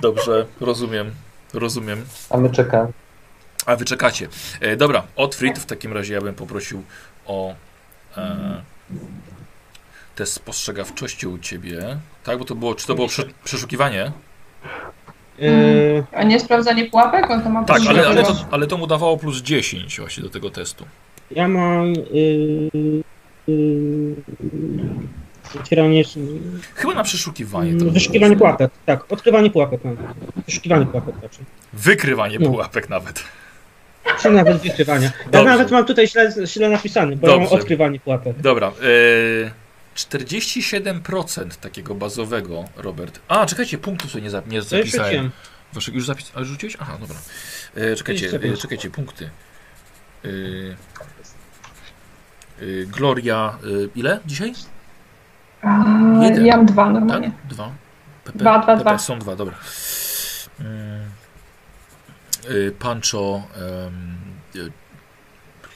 Speaker 1: Dobrze, rozumiem, rozumiem.
Speaker 3: A my czekamy.
Speaker 1: A wy czekacie. E, dobra, Otfrid, w takim razie ja bym poprosił o e, test spostrzegawczości u ciebie. Tak, bo to było, czy to było prze, przeszukiwanie?
Speaker 2: Yy,
Speaker 4: A nie sprawdzanie pułapek? On tam ma
Speaker 1: Tak, ale, ale,
Speaker 4: potrzebę.
Speaker 1: to, ale to mu dawało plus 10 właśnie do tego testu.
Speaker 2: ja mam. Yy, yy, otwieranie.
Speaker 1: Chyba na przeszukiwanie. to
Speaker 2: Yy,
Speaker 1: było.
Speaker 2: wyszukiwanie pułapek. Tak, odkrywanie pułapek. mam. Wyszukiwanie pułapek raczej.
Speaker 1: Wykrywanie
Speaker 2: No.
Speaker 1: pułapek nawet.
Speaker 2: Czy nawet wykrywania. Ja
Speaker 1: Dobrze.
Speaker 2: nawet mam tutaj źle, źle napisane, bo ja mam
Speaker 1: Dobrze.
Speaker 2: odkrywanie pułapek.
Speaker 1: Dobra, e, 47% takiego bazowego, Robert. A, czekajcie, punktu sobie nie, za, nie
Speaker 2: To już
Speaker 1: zapisałem.
Speaker 2: rzuciłem.
Speaker 1: Wasze, już zapis... A, rzuciłeś? Aha, dobra. E, czekajcie,
Speaker 2: Jeszcze
Speaker 1: e,
Speaker 2: raz.
Speaker 1: czekajcie, punkty. E, e, Gloria, e, ile dzisiaj?
Speaker 4: A,
Speaker 1: Jeden.
Speaker 4: Mm, Ja mam dwa
Speaker 1: Tak?
Speaker 4: normalnie.
Speaker 1: Dwa? Pepe,
Speaker 4: No Dwa, dwa,
Speaker 1: Pepe,
Speaker 4: dwa.
Speaker 1: Są dwa, dobra. Mm. E, Pancho, em, e,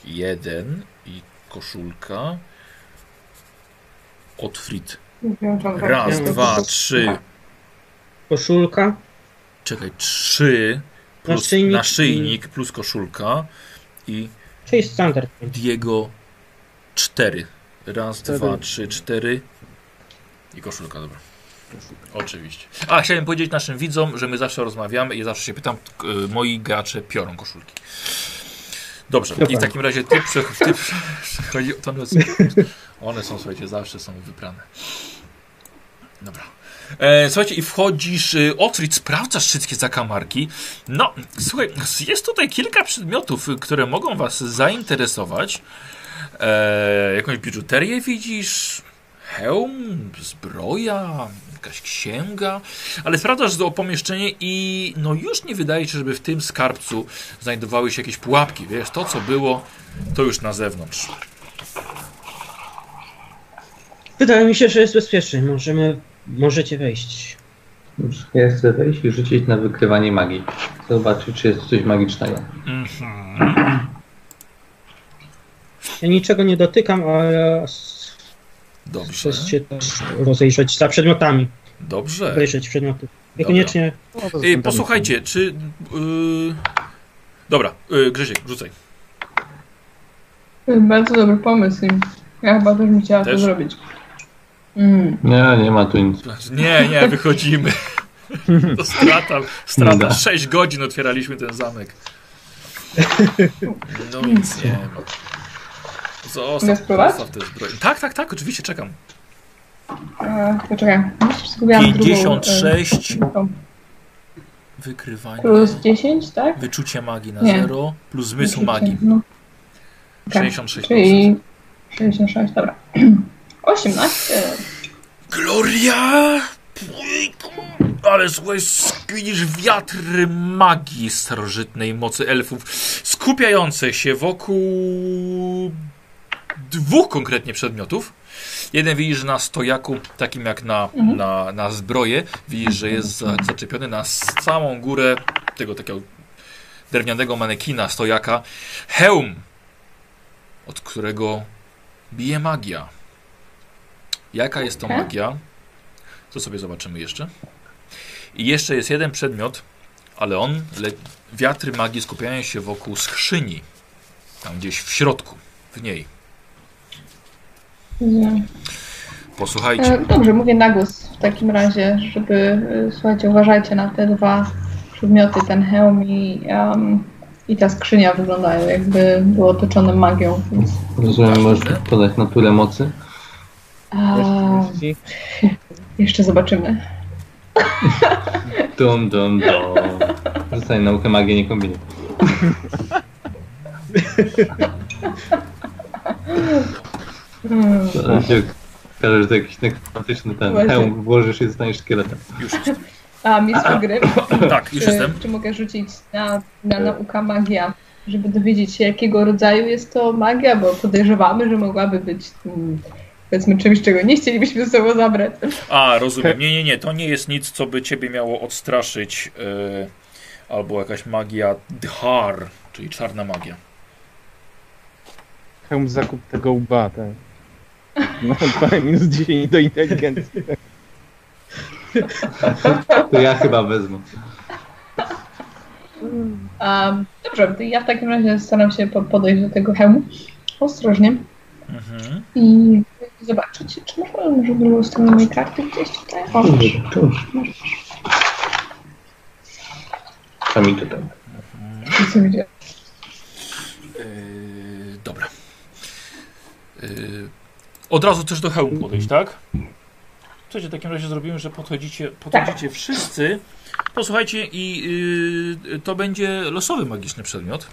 Speaker 1: jeden i koszulka. Otfrid.
Speaker 4: Mówiłam wam
Speaker 1: Tak? Raz,
Speaker 4: właśnie. no
Speaker 1: dwa, trzy.
Speaker 2: Koszulka.
Speaker 1: Czekaj, trzy plus naszyjnik,
Speaker 2: Naszyjnik.
Speaker 1: plus koszulka i
Speaker 2: Czyli standard.
Speaker 1: Diego cztery. Raz,
Speaker 5: Cztery.
Speaker 1: dwa, trzy, cztery. I koszulka, dobra. Oczywiście. A, chciałem powiedzieć naszym widzom, że my zawsze rozmawiamy i zawsze się pytam, k- y, moi gracze piorą koszulki. Dobrze, i w
Speaker 2: Dobra.
Speaker 1: takim razie ty, prze, ty prze, przechodzi, to one, są, one są, słuchajcie, zawsze są wybrane. Dobra. E, słuchajcie, i wchodzisz, y, Otrid, sprawdzasz wszystkie zakamarki. No, słuchaj, jest tutaj kilka przedmiotów, y, które mogą was zainteresować. E, jakąś biżuterię widzisz, hełm, zbroja, jakaś księga, ale sprawdzasz do pomieszczenie i no już nie wydaje się, żeby w tym skarbcu znajdowały się jakieś pułapki. Wiesz, to co było, to już na zewnątrz.
Speaker 2: Wydaje mi się, że jest bezpieczny. Możemy, możecie wejść.
Speaker 3: Dobrze, Ja chcę wejść i rzucić na wykrywanie magii. Zobaczyć, czy jest coś magicznego.
Speaker 2: Ja niczego nie dotykam, ale s-
Speaker 1: Dobrze,
Speaker 2: chcę się też rozejrzeć za przedmiotami.
Speaker 1: dobrze.
Speaker 2: Obejrzeć przedmioty.
Speaker 1: Tak. Dobra.
Speaker 2: Niekoniecznie.
Speaker 5: No, to
Speaker 1: Y,
Speaker 5: są
Speaker 1: posłuchajcie, czy... y, dobra, y, Grzesiek, rzucaj.
Speaker 4: To jest Bardzo dobry pomysł. i Ja chyba też bym chciała
Speaker 1: Też?
Speaker 4: to zrobić. Mm.
Speaker 3: Nie, nie ma tu nic.
Speaker 1: Nie, nie, wychodzimy. To strata, strata.
Speaker 3: Da.
Speaker 1: 6 godzin otwieraliśmy ten zamek. No nic nie ma.
Speaker 4: Mogę
Speaker 1: Zostaw,
Speaker 4: spróbować?
Speaker 1: zostaw te zbroje. Tak, tak, tak, oczywiście czekam.
Speaker 4: E, poczekaj. Zgubiłam drugą, e,
Speaker 1: 56
Speaker 4: tą.
Speaker 1: wykrywanie.
Speaker 4: e, Plus 10, tak?
Speaker 1: Wyczucie magii na
Speaker 4: Nie.
Speaker 1: 0 plus zmysł magii.
Speaker 4: No, tak.
Speaker 1: 66%.
Speaker 4: Czyli 66, dobra. 18.
Speaker 1: Gloria! Pujku! Ale słuchaj, widzisz wiatry magii starożytnej mocy elfów, skupiające się wokół dwóch konkretnie przedmiotów. Jeden widzisz na stojaku, takim jak na,
Speaker 4: Mhm.
Speaker 1: na, na zbroję, widzisz, że jest za- zaczepiony na samą górę tego takiego drewnianego manekina stojaka hełm, od którego bije magia. Jaka jest to
Speaker 4: Okej.
Speaker 1: magia? To sobie zobaczymy jeszcze. I jeszcze jest jeden przedmiot, ale on, le, wiatry magii skupiają się wokół skrzyni. Tam gdzieś w środku, w niej.
Speaker 4: Nie.
Speaker 1: Posłuchajcie.
Speaker 4: E, Dobrze, mówię na głos w takim razie, żeby, e, słuchajcie, uważajcie na te dwa przedmioty, ten hełm i, em, i ta skrzynia wyglądają jakby było otoczone magią, więc...
Speaker 3: Rozumiem, możesz podać naturę mocy.
Speaker 4: A,
Speaker 5: zdolności.
Speaker 4: jeszcze zobaczymy.
Speaker 3: Dum, dum, dum. Zostań naukę magii, nie kombinuj.
Speaker 4: Hmm.
Speaker 3: To się okaże, że to jakiś nekromantyczny ten
Speaker 4: Właśnie.
Speaker 3: hełm włożysz i zostaniesz szkieletem.
Speaker 1: Już,
Speaker 4: A, mistrz gry,
Speaker 1: tak, już
Speaker 4: czy,
Speaker 1: jestem.
Speaker 4: czy mogę rzucić na, na nauka magia, żeby dowiedzieć się, jakiego rodzaju jest to magia, bo podejrzewamy, że mogłaby być mm, powiedzmy czymś, czego nie chcielibyśmy ze sobą zabrać.
Speaker 1: A, rozumiem. Nie, nie, nie. To nie jest nic, co by ciebie miało odstraszyć. e, albo jakaś magia dhar, czyli czarna magia.
Speaker 5: Hełm zakup tego łba, tak. No, 2 minus 10 do inteligencji.
Speaker 3: To ja chyba wezmę.
Speaker 4: A, dobrze, to ja w takim razie staram się po- podejść do tego hełmu ostrożnie
Speaker 1: Mhm.
Speaker 4: i zobaczyć, czy może, może drugą stronę mojej karty gdzieś tutaj? O,
Speaker 3: A mi tutaj.
Speaker 4: nic nie widzę.
Speaker 1: Yy, dobra. Yy, od razu też do hełmu podejść, tak? Słuchajcie, w takim razie zrobimy, że podchodzicie, podchodzicie wszyscy. Posłuchajcie i yy, to będzie losowy magiczny przedmiot.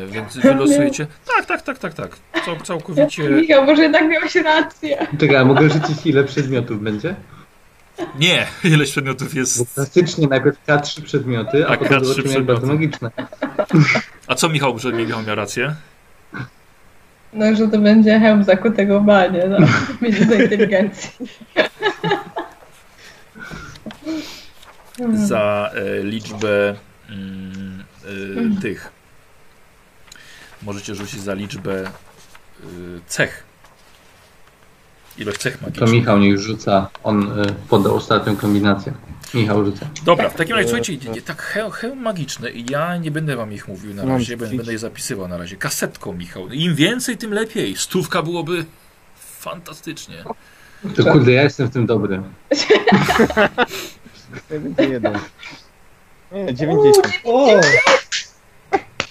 Speaker 1: Yy, więc wylosujecie. Tak, tak, tak, tak, tak. Cał, całkowicie.
Speaker 4: Michał, może jednak miałeś rację.
Speaker 3: Czekaj, a mogę rzucić ile przedmiotów będzie?
Speaker 1: Nie, ileś przedmiotów
Speaker 3: Bo
Speaker 1: jest.
Speaker 3: klasycznie najpierw K3 przedmioty, a,
Speaker 1: A, K Tak, trzy
Speaker 3: potem zobaczymy
Speaker 1: przedmioty.
Speaker 3: jak bardzo magiczne.
Speaker 1: A co Michał, że Michał miał rację?
Speaker 4: No, że to będzie hełm zakutego w banie, no. Będzie do inteligencji. Hmm.
Speaker 1: za e, liczbę mm, e, tych. Możecie rzucić za liczbę e, cech. ilość cech
Speaker 3: To
Speaker 1: magicznych.
Speaker 3: Michał niech rzuca. On y, podał ostatnią kombinację. Michał rzuca.
Speaker 1: Dobra, w takim razie słuchajcie, nie, tak hełm, hełm magiczny i ja nie będę wam ich mówił na
Speaker 5: Mam
Speaker 1: razie, będę,
Speaker 5: ćwiczyć.
Speaker 1: będę je zapisywał na razie. Kasetką, Michał. Im więcej, tym lepiej. Stówka byłoby fantastycznie.
Speaker 3: To kurde, ja jestem w tym dobry.
Speaker 5: jeden. Nie, 90.
Speaker 2: O!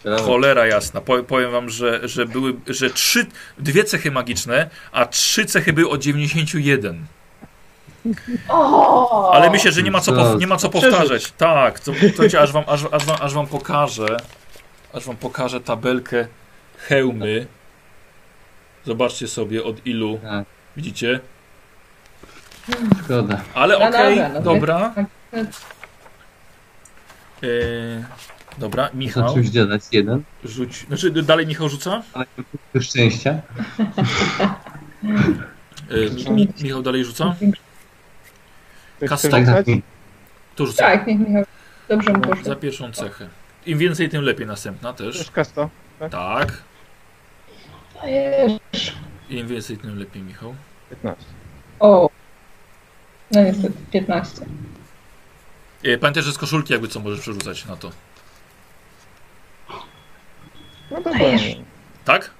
Speaker 3: Brawo.
Speaker 1: Cholera jasna. Po, powiem wam, że, że były, że trzy, dwie cechy magiczne, a trzy cechy były o 91.
Speaker 4: O!
Speaker 1: Ale myślę, że nie ma co, pow,
Speaker 3: Tak.
Speaker 1: nie ma co
Speaker 5: Przeżyć.
Speaker 1: powtarzać. Tak, to, to cię aż wam, aż, aż, wam, aż wam pokażę. Aż wam pokażę tabelkę hełmy. Zobaczcie sobie od ilu.
Speaker 3: Tak.
Speaker 1: Widzicie?
Speaker 3: Szkoda.
Speaker 1: Ale
Speaker 4: No
Speaker 1: okej,
Speaker 4: dobra, no
Speaker 1: dobra.
Speaker 4: wiesz.
Speaker 1: Yy, dobra, Michał,
Speaker 3: Zaczął dodać jeden.
Speaker 1: rzuć. Znaczy, dalej Michał rzuca?
Speaker 3: Ale nie punktu szczęścia.
Speaker 1: Yy, Mi- Mi- Michał dalej rzuca?
Speaker 5: Ktoś chce
Speaker 1: Kastek.
Speaker 3: Tak, tak.
Speaker 5: rzucać?
Speaker 1: To rzuca.
Speaker 4: Tak, niech Michał. Dobrze mu poszło.
Speaker 1: No, Za pierwszą cechę. Im więcej, tym lepiej. Następna też.
Speaker 5: Też kasta.
Speaker 1: Tak.
Speaker 4: Ojej.
Speaker 1: Im więcej, tym lepiej, Michał.
Speaker 5: 15.
Speaker 4: O! No niestety, 15.
Speaker 1: Yy, pamiętaj, że z koszulki jakby co możesz przerzucać na to.
Speaker 5: No dobra.
Speaker 4: Dajesz.
Speaker 1: Tak?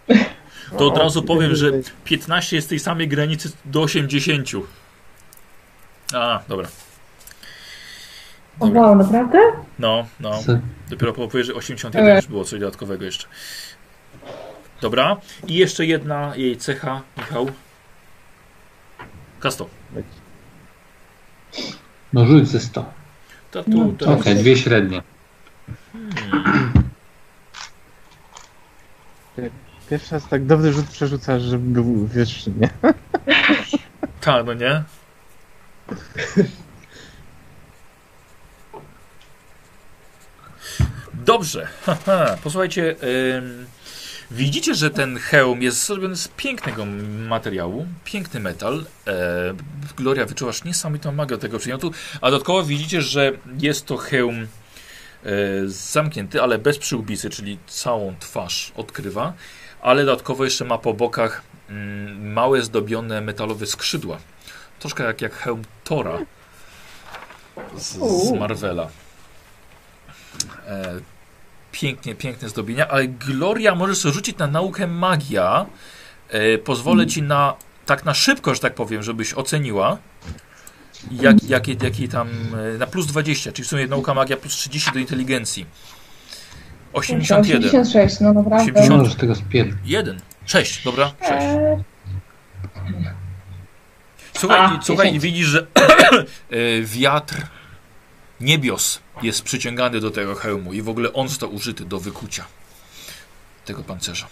Speaker 1: To od razu powiem, że
Speaker 5: Jest
Speaker 1: 15 jest tej samej granicy do 80. A, dobra.
Speaker 4: O
Speaker 1: dobra.
Speaker 4: wow, naprawdę?
Speaker 1: No, no.
Speaker 3: Co?
Speaker 1: Dopiero po powyżej 81 już było coś dodatkowego jeszcze. Dobra. I jeszcze jedna jej cecha, Michał. Kasto.
Speaker 3: No rzuć ze 100.
Speaker 1: To tu, to
Speaker 3: Okej,
Speaker 1: jest.
Speaker 3: dwie średnie.
Speaker 5: Pierwszy raz tak dobry rzut przerzucasz, żeby był wyższy, nie?
Speaker 1: Ta, no nie? Dobrze. Haha. Posłuchajcie, ym, widzicie, że ten hełm jest zrobiony z pięknego materiału, piękny metal. E, Gloria, wyczuwasz niesamowitą magię tego przedmiotu, a dodatkowo widzicie, że jest to hełm e, zamknięty, ale bez przyłbicy, czyli całą twarz odkrywa, ale dodatkowo jeszcze ma po bokach mm, małe zdobione metalowe skrzydła. Troszkę jak, jak hełm Tora z, z Marvela. E, pięknie, piękne zdobienia, ale Gloria możesz sobie rzucić na naukę magia. E, pozwolę ci na tak na szybko, że tak powiem, żebyś oceniła. Jak, jakie, jakie tam e, na plus 20, czyli w sumie nauka magia plus 30 do inteligencji. 81.
Speaker 4: 86, no naprawdę.
Speaker 1: 80.
Speaker 3: Nie możesz tego spierdolić.
Speaker 1: 1. 6, dobra? 6.
Speaker 4: Eee,
Speaker 1: Słuchaj,
Speaker 4: A,
Speaker 1: i- słuchaj i
Speaker 4: dziesięć.
Speaker 1: widzisz, że e, wiatr niebios jest przyciągany do tego hełmu i w ogóle on został użyty do wykucia tego pancerza.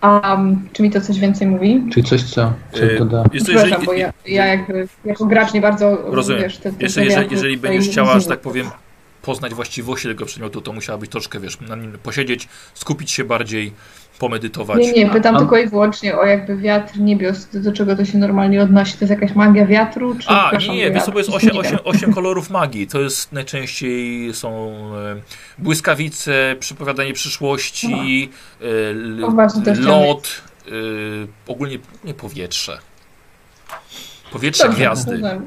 Speaker 4: A um, czy mi to coś więcej mówi?
Speaker 3: Czyli coś, co, co
Speaker 1: E,
Speaker 3: doda.
Speaker 1: Jest to,
Speaker 4: Przepraszam,
Speaker 1: jeżeli,
Speaker 4: bo ja, ja jakby jako gracz nie bardzo
Speaker 1: Rozumiem.
Speaker 4: Wiesz, te, te
Speaker 1: jeszcze, jeżeli,
Speaker 4: wiatry
Speaker 1: jeżeli
Speaker 4: tutaj
Speaker 1: będziesz chciała, że
Speaker 4: rozumiem.
Speaker 1: tak powiem, poznać właściwości tego przedmiotu, to musiałabyś troszkę, wiesz, na nim posiedzieć, skupić się bardziej, pomedytować.
Speaker 4: Nie, nie, pytam
Speaker 3: A-
Speaker 4: tylko i wyłącznie o jakby wiatr niebios, do, do czego to się normalnie odnosi. To jest jakaś magia wiatru? Czy
Speaker 1: A,
Speaker 4: przepraszam,
Speaker 1: nie, wiesz, co,
Speaker 4: wiatr?
Speaker 1: bo jest
Speaker 4: Nie
Speaker 1: 8,
Speaker 4: wiem.
Speaker 1: 8, 8 kolorów magii. To jest najczęściej są e, błyskawice, przepowiadanie przyszłości, e, l-
Speaker 4: No właśnie, to chciałam-
Speaker 1: lot, e, ogólnie nie powietrze. Powietrze
Speaker 4: Dobrze,
Speaker 1: gwiazdy.
Speaker 4: rozumiem.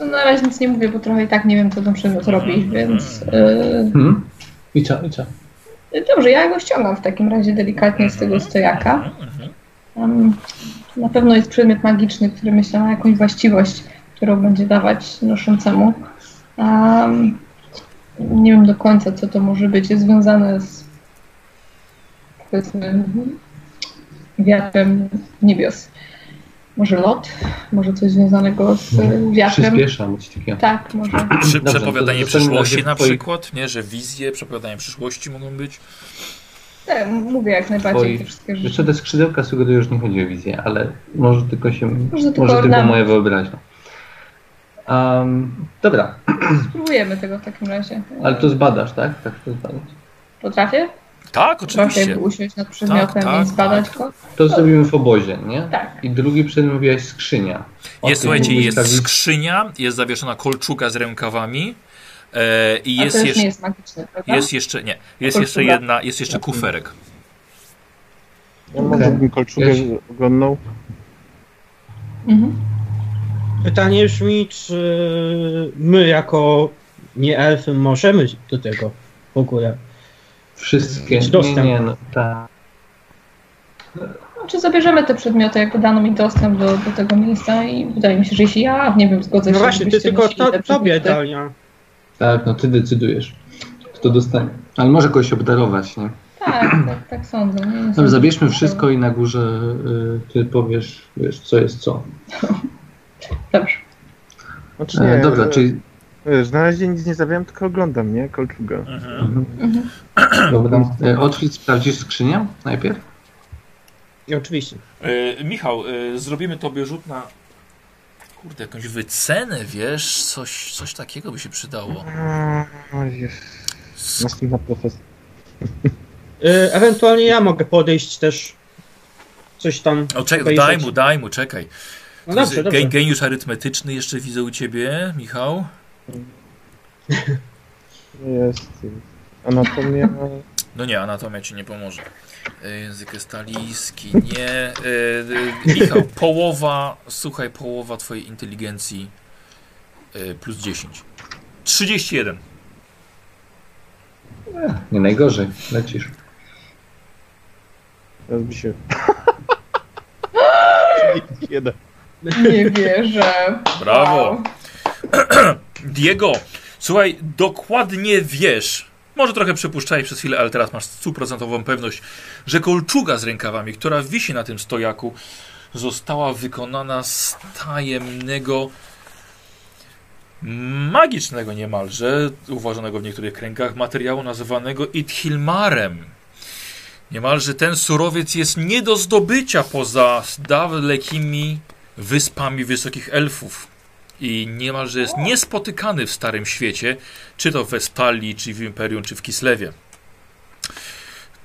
Speaker 4: No, na razie nic nie mówię, bo trochę i tak nie wiem, co ten przedmiot
Speaker 1: Mhm,
Speaker 4: robi, więc y,
Speaker 3: Hmm? I co, i co?
Speaker 4: yy, dobrze, ja go ściągam w takim razie delikatnie z tego stojaka.
Speaker 1: Mhm, mhm.
Speaker 4: Em, Na pewno jest przedmiot magiczny, który myślę ma jakąś właściwość, którą będzie dawać noszącemu. Em, nie wiem do końca, co to może być. Jest związane z powiedzmy wiatrem niebios. Może lot, może coś związanego z e, wiatrem.
Speaker 3: Przyspieszam coś takiego.
Speaker 4: Tak, może.
Speaker 1: Czy
Speaker 3: Dobrze,
Speaker 1: przepowiadanie
Speaker 3: to zostawmy na
Speaker 1: przyszłości
Speaker 3: razie
Speaker 1: na
Speaker 3: twoich-
Speaker 1: przykład, nie, że wizje, przepowiadanie przyszłości mogą być.
Speaker 4: Te, Tak, mówię jak najbardziej
Speaker 3: Twoich-
Speaker 4: te wszystkie
Speaker 3: Jeszcze
Speaker 4: rzeczy.
Speaker 3: te skrzydełka sugerują, że nie chodzi o wizję, ale może tylko się. Może
Speaker 4: tylko
Speaker 3: tylko,
Speaker 4: ornament.
Speaker 3: moja wyobraźnia. Em, dobra,
Speaker 4: Spróbujemy tego w takim razie.
Speaker 3: ale to zbadasz, tak? Tak, to zbadasz.
Speaker 4: Potrafię?
Speaker 1: Tak,
Speaker 4: Potrafię
Speaker 1: oczywiście.
Speaker 4: jakby usiąść nad przedmiotem
Speaker 1: tak,
Speaker 4: i zbadać go?
Speaker 3: To zrobimy w obozie, nie?
Speaker 4: Tak.
Speaker 3: I drugi przedmiot mówiłaś skrzynia. O
Speaker 1: Jest,
Speaker 3: tym
Speaker 1: słuchajcie,
Speaker 3: mógłbyś
Speaker 1: jest
Speaker 3: stawić-
Speaker 1: skrzynia, jest zawieszona kolczuga z rękawami e, i
Speaker 4: A
Speaker 1: jest
Speaker 4: to już
Speaker 1: jeszcze...
Speaker 4: nie jest
Speaker 2: Tak?
Speaker 4: magiczne, prawda?
Speaker 1: Jest jeszcze, nie, jest
Speaker 4: Kolczuga.
Speaker 1: jeszcze jedna, jest jeszcze kuferek.
Speaker 5: Ja
Speaker 3: Okej.
Speaker 5: może bym kolczugę
Speaker 3: Ja się-
Speaker 5: oglądnął.
Speaker 4: Mhm.
Speaker 2: Pytanie brzmi, czy my jako nie elfy możemy do tego w ogóle.
Speaker 3: Wszystkie.
Speaker 2: Jest dostęp.
Speaker 3: Nie, nie, no, tak.
Speaker 4: Znaczy zabierzemy te przedmioty, jakby dano mi dostęp do, do tego miejsca i wydaje mi się, że jeśli ja, nie wiem, zgodzę
Speaker 2: No
Speaker 4: się...
Speaker 2: właśnie, ty
Speaker 4: żebyście
Speaker 2: tylko
Speaker 4: nosili te
Speaker 2: to, tobie,
Speaker 4: przedmioty.
Speaker 2: Dalia.
Speaker 3: Tak, no ty decydujesz, kto dostanie. Ale może kogoś obdarować, nie?
Speaker 4: Tak, tak, tak sądzę. Nie, nie
Speaker 3: Dobra,
Speaker 5: Mhm.
Speaker 4: sądzę,
Speaker 3: zabierzmy
Speaker 4: że-
Speaker 3: wszystko i na górze y, ty powiesz, wiesz, co jest co.
Speaker 4: Dobrze.
Speaker 5: Znaczy
Speaker 3: E,
Speaker 5: nie,
Speaker 3: dobra,
Speaker 5: e,
Speaker 3: czyli
Speaker 5: Wiesz, na razie nic nie zawiałem, tylko oglądam, nie? Kolczuga.
Speaker 4: Mhm.
Speaker 3: dobra, e, otwórz, sprawdzisz skrzynię najpierw?
Speaker 2: I Oczywiście.
Speaker 1: E, Michał, e, zrobimy tobie rzut na. Kurde, jakąś wycenę, wiesz? Coś, coś takiego by się przydało.
Speaker 5: Oj,
Speaker 1: Sk-
Speaker 5: następna profesja.
Speaker 2: Y, Ewentualnie ja mogę podejść też coś tam.
Speaker 1: O, czekaj,
Speaker 2: obejrzeć.
Speaker 1: daj mu, daj mu, czekaj.
Speaker 2: No
Speaker 1: To jest
Speaker 2: dobrze, dobrze.
Speaker 1: ge- Geniusz arytmetyczny jeszcze widzę u ciebie, Michał.
Speaker 5: Jest. Anatomia.
Speaker 1: No nie, anatomia ci nie pomoże. E, Język estaliski, nie. E, e, Michał, połowa, słuchaj, połowa twojej inteligencji e, plus 10. 31.
Speaker 3: Nie najgorzej, lecisz.
Speaker 5: Teraz by się. Jeden.
Speaker 4: Nie wierzę.
Speaker 1: Brawo.
Speaker 4: Wow.
Speaker 1: Diego, słuchaj, dokładnie wiesz. Może trochę przypuszczałeś przez chwilę, ale teraz masz stuprocentową pewność, że kolczuga z rękawami, która wisi na tym stojaku, została wykonana z tajemnego, magicznego niemalże, uważanego w niektórych kręgach, materiału nazywanego Ithilmarem. Niemalże ten surowiec jest nie do zdobycia poza dalekimi wyspami wysokich elfów i niemalże jest niespotykany w Starym Świecie, czy to w Westpalii, czy w Imperium, czy w Kislewie.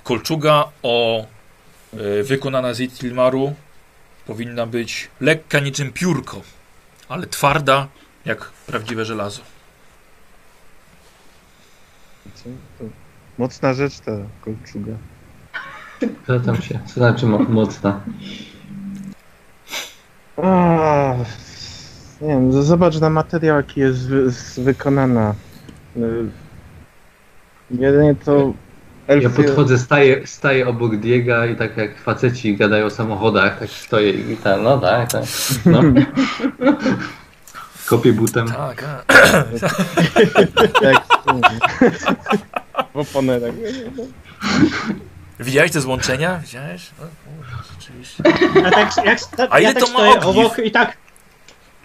Speaker 1: Kolczuga o e, wykonana z Itilmaru powinna być lekka niczym piórko, ale twarda jak prawdziwe żelazo.
Speaker 5: Co to? Mocna rzecz ta kolczuga.
Speaker 3: Zatem się, co znaczy mo- mocna.
Speaker 5: A, Ah, nie wiem, z- zobacz na materiał, jaki jest wy, z, wykonana. Y, Jedynie to
Speaker 3: Ja
Speaker 5: elfy,
Speaker 3: podchodzę, staję, staję obok Diega i tak jak faceci gadają o samochodach, tak stoję i tak, no tak, tak. No. Kopię butem.
Speaker 1: Tak, a,
Speaker 5: jak w oponerach.
Speaker 1: widziałeś te złączenia? Widziałeś? No, kurwa, rzeczywiście.
Speaker 2: A, tak, jak, ta,
Speaker 1: A ile
Speaker 2: ja tak
Speaker 1: to ma
Speaker 2: stoję
Speaker 1: ogniw?
Speaker 2: obok i tak.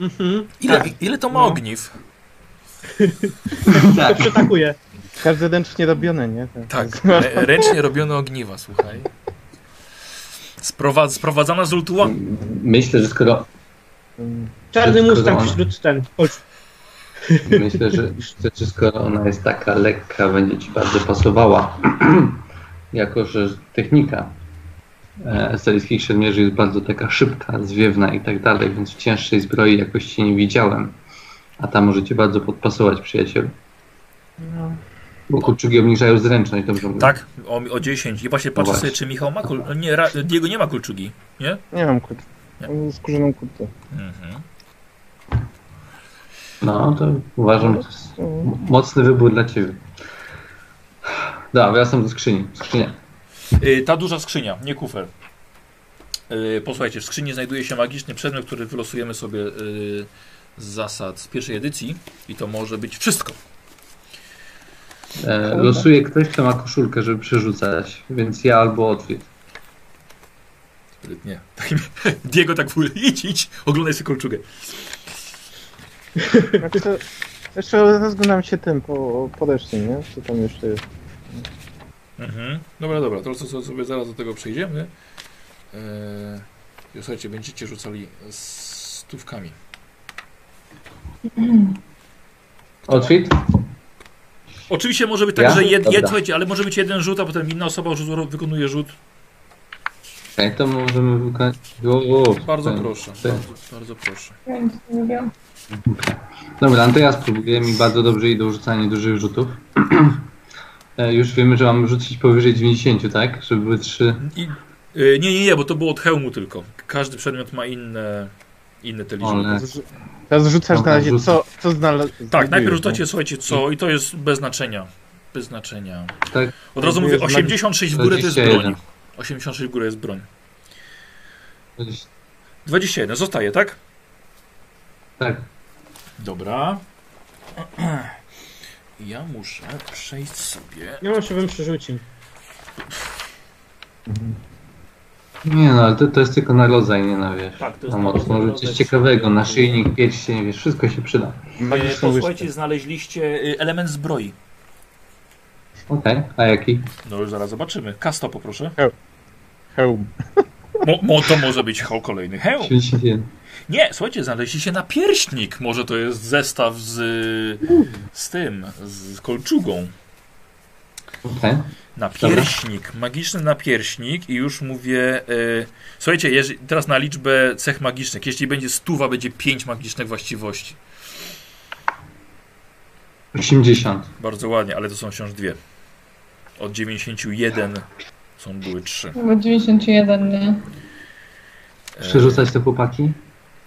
Speaker 2: Mhm,
Speaker 1: Ile, ile to ma
Speaker 2: No.
Speaker 1: ogniw?
Speaker 2: to
Speaker 3: Tak.
Speaker 2: przytakuję.
Speaker 5: Każde ręcznie robione, nie?
Speaker 1: Tak, rę- ręcznie robione ogniwa, słuchaj. Sprowadz, sprowadzana z Ultuła.
Speaker 3: Myślę, że skoro,
Speaker 2: Czarny
Speaker 3: Wszystko
Speaker 2: mustang
Speaker 3: dawaj.
Speaker 2: wśród ten. Chodź.
Speaker 3: myślę, że, że skoro ona jest taka lekka, będzie ci bardzo pasowała. jako, że technika e, esteryjskich szermierzy jest bardzo taka szybka, zwiewna i tak dalej, więc w cięższej zbroi jakoś cię nie widziałem. A ta może cię bardzo podpasować, przyjacielu. Bo kurczugi obniżają zręczność, dobrze mówię.
Speaker 1: Tak, o, o 10. I właśnie patrzę
Speaker 3: właśnie.
Speaker 1: sobie, czy Michał ma kul... Nie, Ra... Diego nie ma kulczugi.
Speaker 5: Nie mam kurtki. Mam skórzaną kurtkę.
Speaker 1: Mhm.
Speaker 3: No, to uważam, to jest mocny wybór dla ciebie. Dobra, wracam do skrzyni. Skrzynia.
Speaker 1: Y, ta duża skrzynia, nie kufer. Y, posłuchajcie, w skrzyni znajduje się magiczny przedmiot, który wylosujemy sobie y, z zasad z pierwszej edycji. I to może być wszystko.
Speaker 3: E, losuje ktoś, kto ma koszulkę, żeby przerzucać, więc ja albo Otwit.
Speaker 1: Nie. Diego tak mówi, idź, idź, oglądaj sobie kolczugę.
Speaker 5: Znaczy to, jeszcze rozglądam się tym po, po reszcie, nie? Co tam jeszcze jest?
Speaker 1: Mhm. Dobra, dobra, to co- co sobie zaraz do tego przejdziemy. Eee, i słuchajcie, będziecie rzucali stówkami.
Speaker 3: Otwit?
Speaker 1: Oczywiście może być tak,
Speaker 3: Ja?
Speaker 1: że jed,
Speaker 3: Dobra.
Speaker 1: jed, słuchajcie, ale może być jeden rzut, a potem inna osoba rzut, wykonuje rzut.
Speaker 3: Okej, to możemy wykonać. O, o,
Speaker 1: Bardzo
Speaker 3: ten.
Speaker 1: proszę,
Speaker 3: tak.
Speaker 1: bardzo, bardzo proszę.
Speaker 4: Ja nic nie lubię.
Speaker 3: Dobra, no to ja spróbuję. Mi bardzo dobrze idą rzucanie dużych rzutów. E, Już wiemy, że mamy rzucić powyżej 90, tak? Żeby były 3.
Speaker 1: I Y, nie, nie, nie, bo to było od hełmu tylko. Każdy przedmiot ma inne, inne te liczby.
Speaker 3: Ale
Speaker 5: Zrzu- Teraz rzucasz na
Speaker 3: Dobra,
Speaker 5: razie,
Speaker 3: rzucę.
Speaker 5: co, co znalazłeś.
Speaker 1: Tak, najpierw
Speaker 3: no.
Speaker 1: rzucacie, słuchajcie, co i to jest bez znaczenia. Bez znaczenia.
Speaker 3: Tak.
Speaker 1: Od razu mówię, 86 w górę to jest
Speaker 3: 21.
Speaker 1: broń. 86 w górę jest broń. 21, zostaje, tak?
Speaker 3: tak,
Speaker 1: Dobra. Ja muszę przejść sobie.
Speaker 2: Ja może bym przerzucił.
Speaker 3: nie no, ale to, to jest tylko na rodzaj, nie na wiesz.
Speaker 1: Tak, to
Speaker 3: Na mocno, może coś ciekawego, naszyjnik, pierścień, wiesz, wszystko się przyda.
Speaker 5: Magiczną
Speaker 1: Posłuchajcie,
Speaker 5: łyżkę.
Speaker 1: E, znaleźliście y, element zbroi.
Speaker 3: Okej, a jaki?
Speaker 1: No już zaraz zobaczymy. Kasta poproszę.
Speaker 5: Hełm.
Speaker 1: Mo, mo, to może być heł kolejny. Heł!
Speaker 3: 31.
Speaker 1: Nie, słuchajcie, znaleźliście napierśnik. Może to jest zestaw z, z tym, z kolczugą.
Speaker 3: Okej.
Speaker 1: Napierśnik, magiczny napierśnik i już mówię. y, słuchajcie, jeż- teraz na liczbę cech magicznych. Jeśli będzie stuwa, będzie pięć magicznych właściwości.
Speaker 3: 80.
Speaker 1: Bardzo ładnie, ale to są wciąż dwie. Od 91 są były trzy.
Speaker 4: Bo 91, nie?
Speaker 1: E,
Speaker 3: Przerzucać te chłopaki?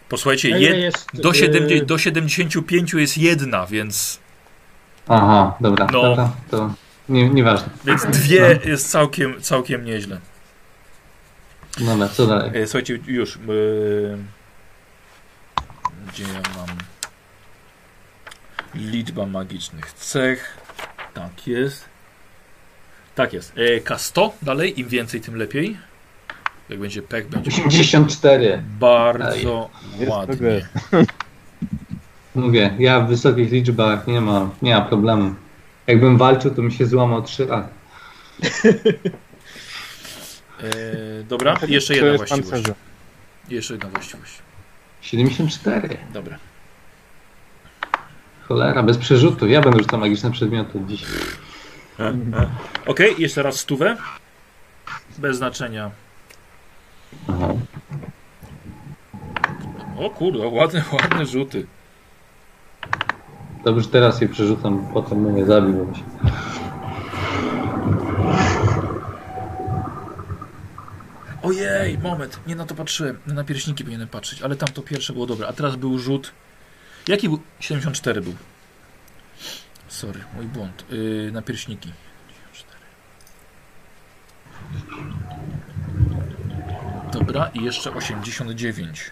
Speaker 1: Posłuchajcie,
Speaker 2: A ile
Speaker 1: jed,
Speaker 2: jest,
Speaker 1: do,
Speaker 2: y,
Speaker 1: 70, do 75 jest jedna, więc,
Speaker 3: Aha, dobra,
Speaker 1: No.
Speaker 3: dobra, to nie, nieważne.
Speaker 1: więc dwie jest całkiem, całkiem nieźle.
Speaker 3: Dobra, co dalej?
Speaker 1: E, Słuchajcie, już. e, Gdzie ja mam? Liczba magicznych cech. Tak jest. Tak jest. E, K100 dalej, im więcej, tym lepiej. Jak będzie pech, będzie
Speaker 3: 84.
Speaker 1: bardzo
Speaker 5: Jest progres.
Speaker 1: ładnie.
Speaker 3: Mówię, ja w wysokich liczbach nie ma, nie ma problemu. Jakbym walczył, to mi się złamał 3 lata.
Speaker 1: E, dobra, jeszcze jedna
Speaker 5: To jest
Speaker 1: właściwość.
Speaker 5: pancerze.
Speaker 1: Jeszcze jedna właściwość.
Speaker 3: 74.
Speaker 1: Dobra.
Speaker 3: Cholera, bez przerzutów. Ja będę rzucał magiczne przedmioty dzisiaj.
Speaker 1: Okej, jeszcze raz stówę. Bez znaczenia.
Speaker 3: Aha.
Speaker 1: O kurde, ładne, ładne rzuty.
Speaker 3: Dobrze, że teraz je przerzucam, potem mnie zabił. Się.
Speaker 1: Ojej, moment, nie na to patrzyłem. Na pierśniki powinienem patrzeć, ale tam to pierwsze było dobre. A teraz był rzut. Jaki był? 74 był. Sorry, mój błąd. Yy, na pierśniki. 74. Dobra, i jeszcze 89.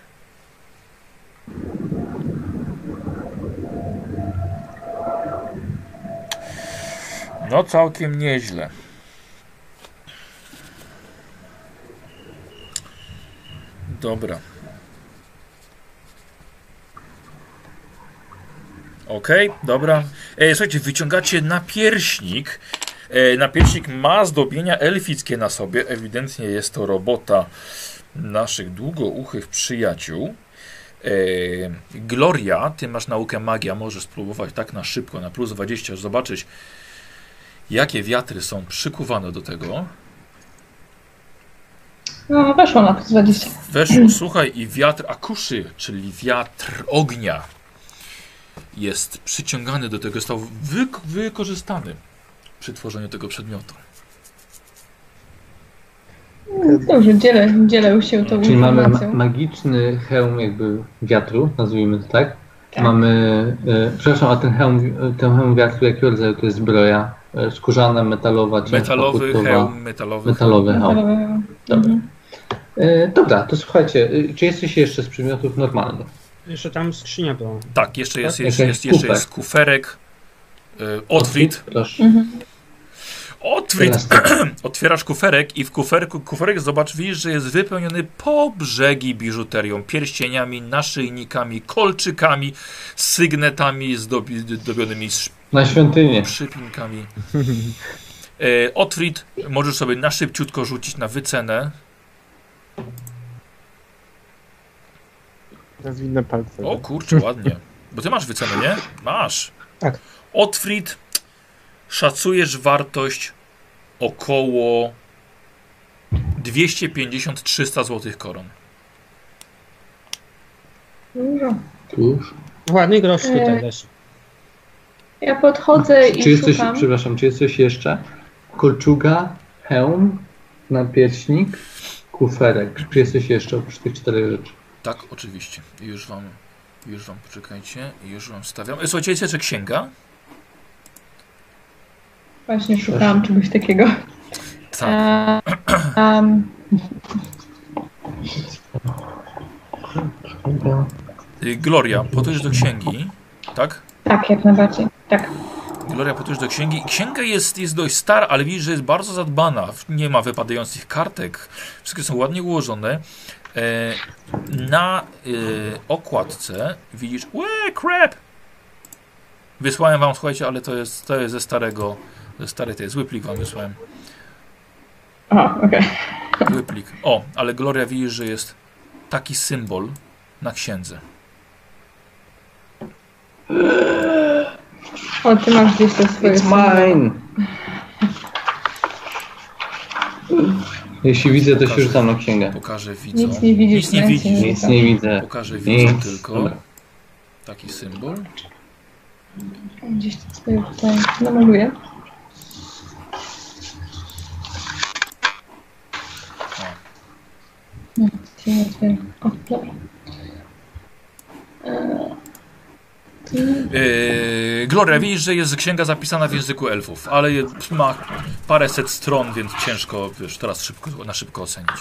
Speaker 1: No, całkiem nieźle. Dobra. Okej, dobra. E, słuchajcie, wyciągacie napierśnik. E, napierśnik ma zdobienia elfickie na sobie. Ewidentnie jest to robota naszych długouchych przyjaciół. E, Gloria, ty masz naukę magia, możesz spróbować tak na szybko, na plus 20, zobaczyć jakie wiatry są przykuwane do tego.
Speaker 4: No, weszło na plus 20.
Speaker 1: Weszło, słuchaj, i wiatr akuszy, czyli wiatr ognia, jest przyciągany do tego, został wyk- wykorzystany przy tworzeniu tego przedmiotu.
Speaker 4: No, Dobrze, dzielę, dzielę się tą
Speaker 3: Czyli mamy ma-
Speaker 4: informacją.
Speaker 3: magiczny hełm jakby wiatru, nazwijmy to tak.
Speaker 4: Tak.
Speaker 3: Mamy, e, przepraszam, a ten hełm, wi- ten hełm wiatru jakiego rodzaju to jest zbroja? E, skórzana, metalowa, ciężka,
Speaker 1: Metalowy
Speaker 3: hurtowa?
Speaker 1: hełm, metalowy.
Speaker 3: Metalowy hełm.
Speaker 4: Metalowe-
Speaker 3: Dobra.
Speaker 4: Mhm.
Speaker 3: E, dobra, to słuchajcie, e, czy jesteś jeszcze z przedmiotów normalnych?
Speaker 2: Jeszcze tam skrzynia była.
Speaker 1: Tak, jeszcze jest,
Speaker 3: Tak,
Speaker 1: jeszcze
Speaker 3: jakiś
Speaker 1: jest, jeszcze
Speaker 3: kufer.
Speaker 1: jest kuferek. y, Otwit.
Speaker 3: Proszę.
Speaker 4: Mhm.
Speaker 1: Otwit.
Speaker 3: Teraz tak.
Speaker 1: Otwierasz kuferek i w kuferku kuferek zobacz, widzisz, że jest wypełniony po brzegi biżuterią, pierścieniami, naszyjnikami, kolczykami, sygnetami zdobi- zdobionymi z
Speaker 3: Na świątynię.
Speaker 1: przypinkami. E, Otwit, możesz sobie na szybciutko rzucić na wycenę.
Speaker 5: Teraz widne palce.
Speaker 1: O kurczę, ładnie. Bo ty masz wycenę, nie? Masz.
Speaker 2: Tak.
Speaker 1: Otwit, szacujesz wartość około 250-300 złotych koron.
Speaker 4: Dużo.
Speaker 3: Tuż.
Speaker 2: Ładny grosz tutaj
Speaker 4: E,
Speaker 2: też.
Speaker 4: Ja podchodzę
Speaker 3: Czy
Speaker 4: i
Speaker 3: jesteś,
Speaker 4: szukam.
Speaker 3: przepraszam, czy jesteś jeszcze? Kolczuga, hełm, napierśnik, kuferek. Czy jesteś jeszcze oprócz tych czterech rzeczy?
Speaker 1: Tak, oczywiście. Już wam, już wam poczekajcie, już wam stawiam. E, Słuchajcie, wiecie, że księga?
Speaker 4: Właśnie szukałam czegoś takiego.
Speaker 1: Tak.
Speaker 4: Eee, Um,
Speaker 1: Y, Gloria, podejdziesz do księgi, tak?
Speaker 4: tak, jak najbardziej. Tak.
Speaker 1: Gloria, podejdziesz do księgi. Księga jest, jest dość stara, ale widzisz, że jest bardzo zadbana. Nie ma wypadających kartek. Wszystkie są ładnie ułożone. E, na e, okładce widzisz... Łe, crap! Wysłałem wam, słuchajcie, ale to jest, to jest ze starego... Ze starej, to jest zły plik wam wysłałem.
Speaker 4: Aha, okej.
Speaker 1: Zły plik. O, ale Gloria widzisz, że jest taki symbol na księdze.
Speaker 4: O, ty masz gdzieś te swoje...
Speaker 3: It's mine! Jeśli widzę, to się rzucam na księgę.
Speaker 1: Pokażę widzom.
Speaker 4: Nic nie widzisz.
Speaker 1: Nic nie
Speaker 4: nic
Speaker 1: widzisz.
Speaker 3: Nic nie widzę.
Speaker 1: Pokażę widzom
Speaker 3: Nic.
Speaker 1: tylko
Speaker 3: Dobra.
Speaker 1: taki symbol.
Speaker 4: Gdzieś te swoje No, tutaj namaluję. Nie, gdzie nie otwieram. O, dobra. Eee, tu-
Speaker 1: Yy, Gloria, widzisz, że jest księga zapisana w języku elfów, ale je- ma paręset stron, więc ciężko wiesz, teraz szybko, na szybko ocenić.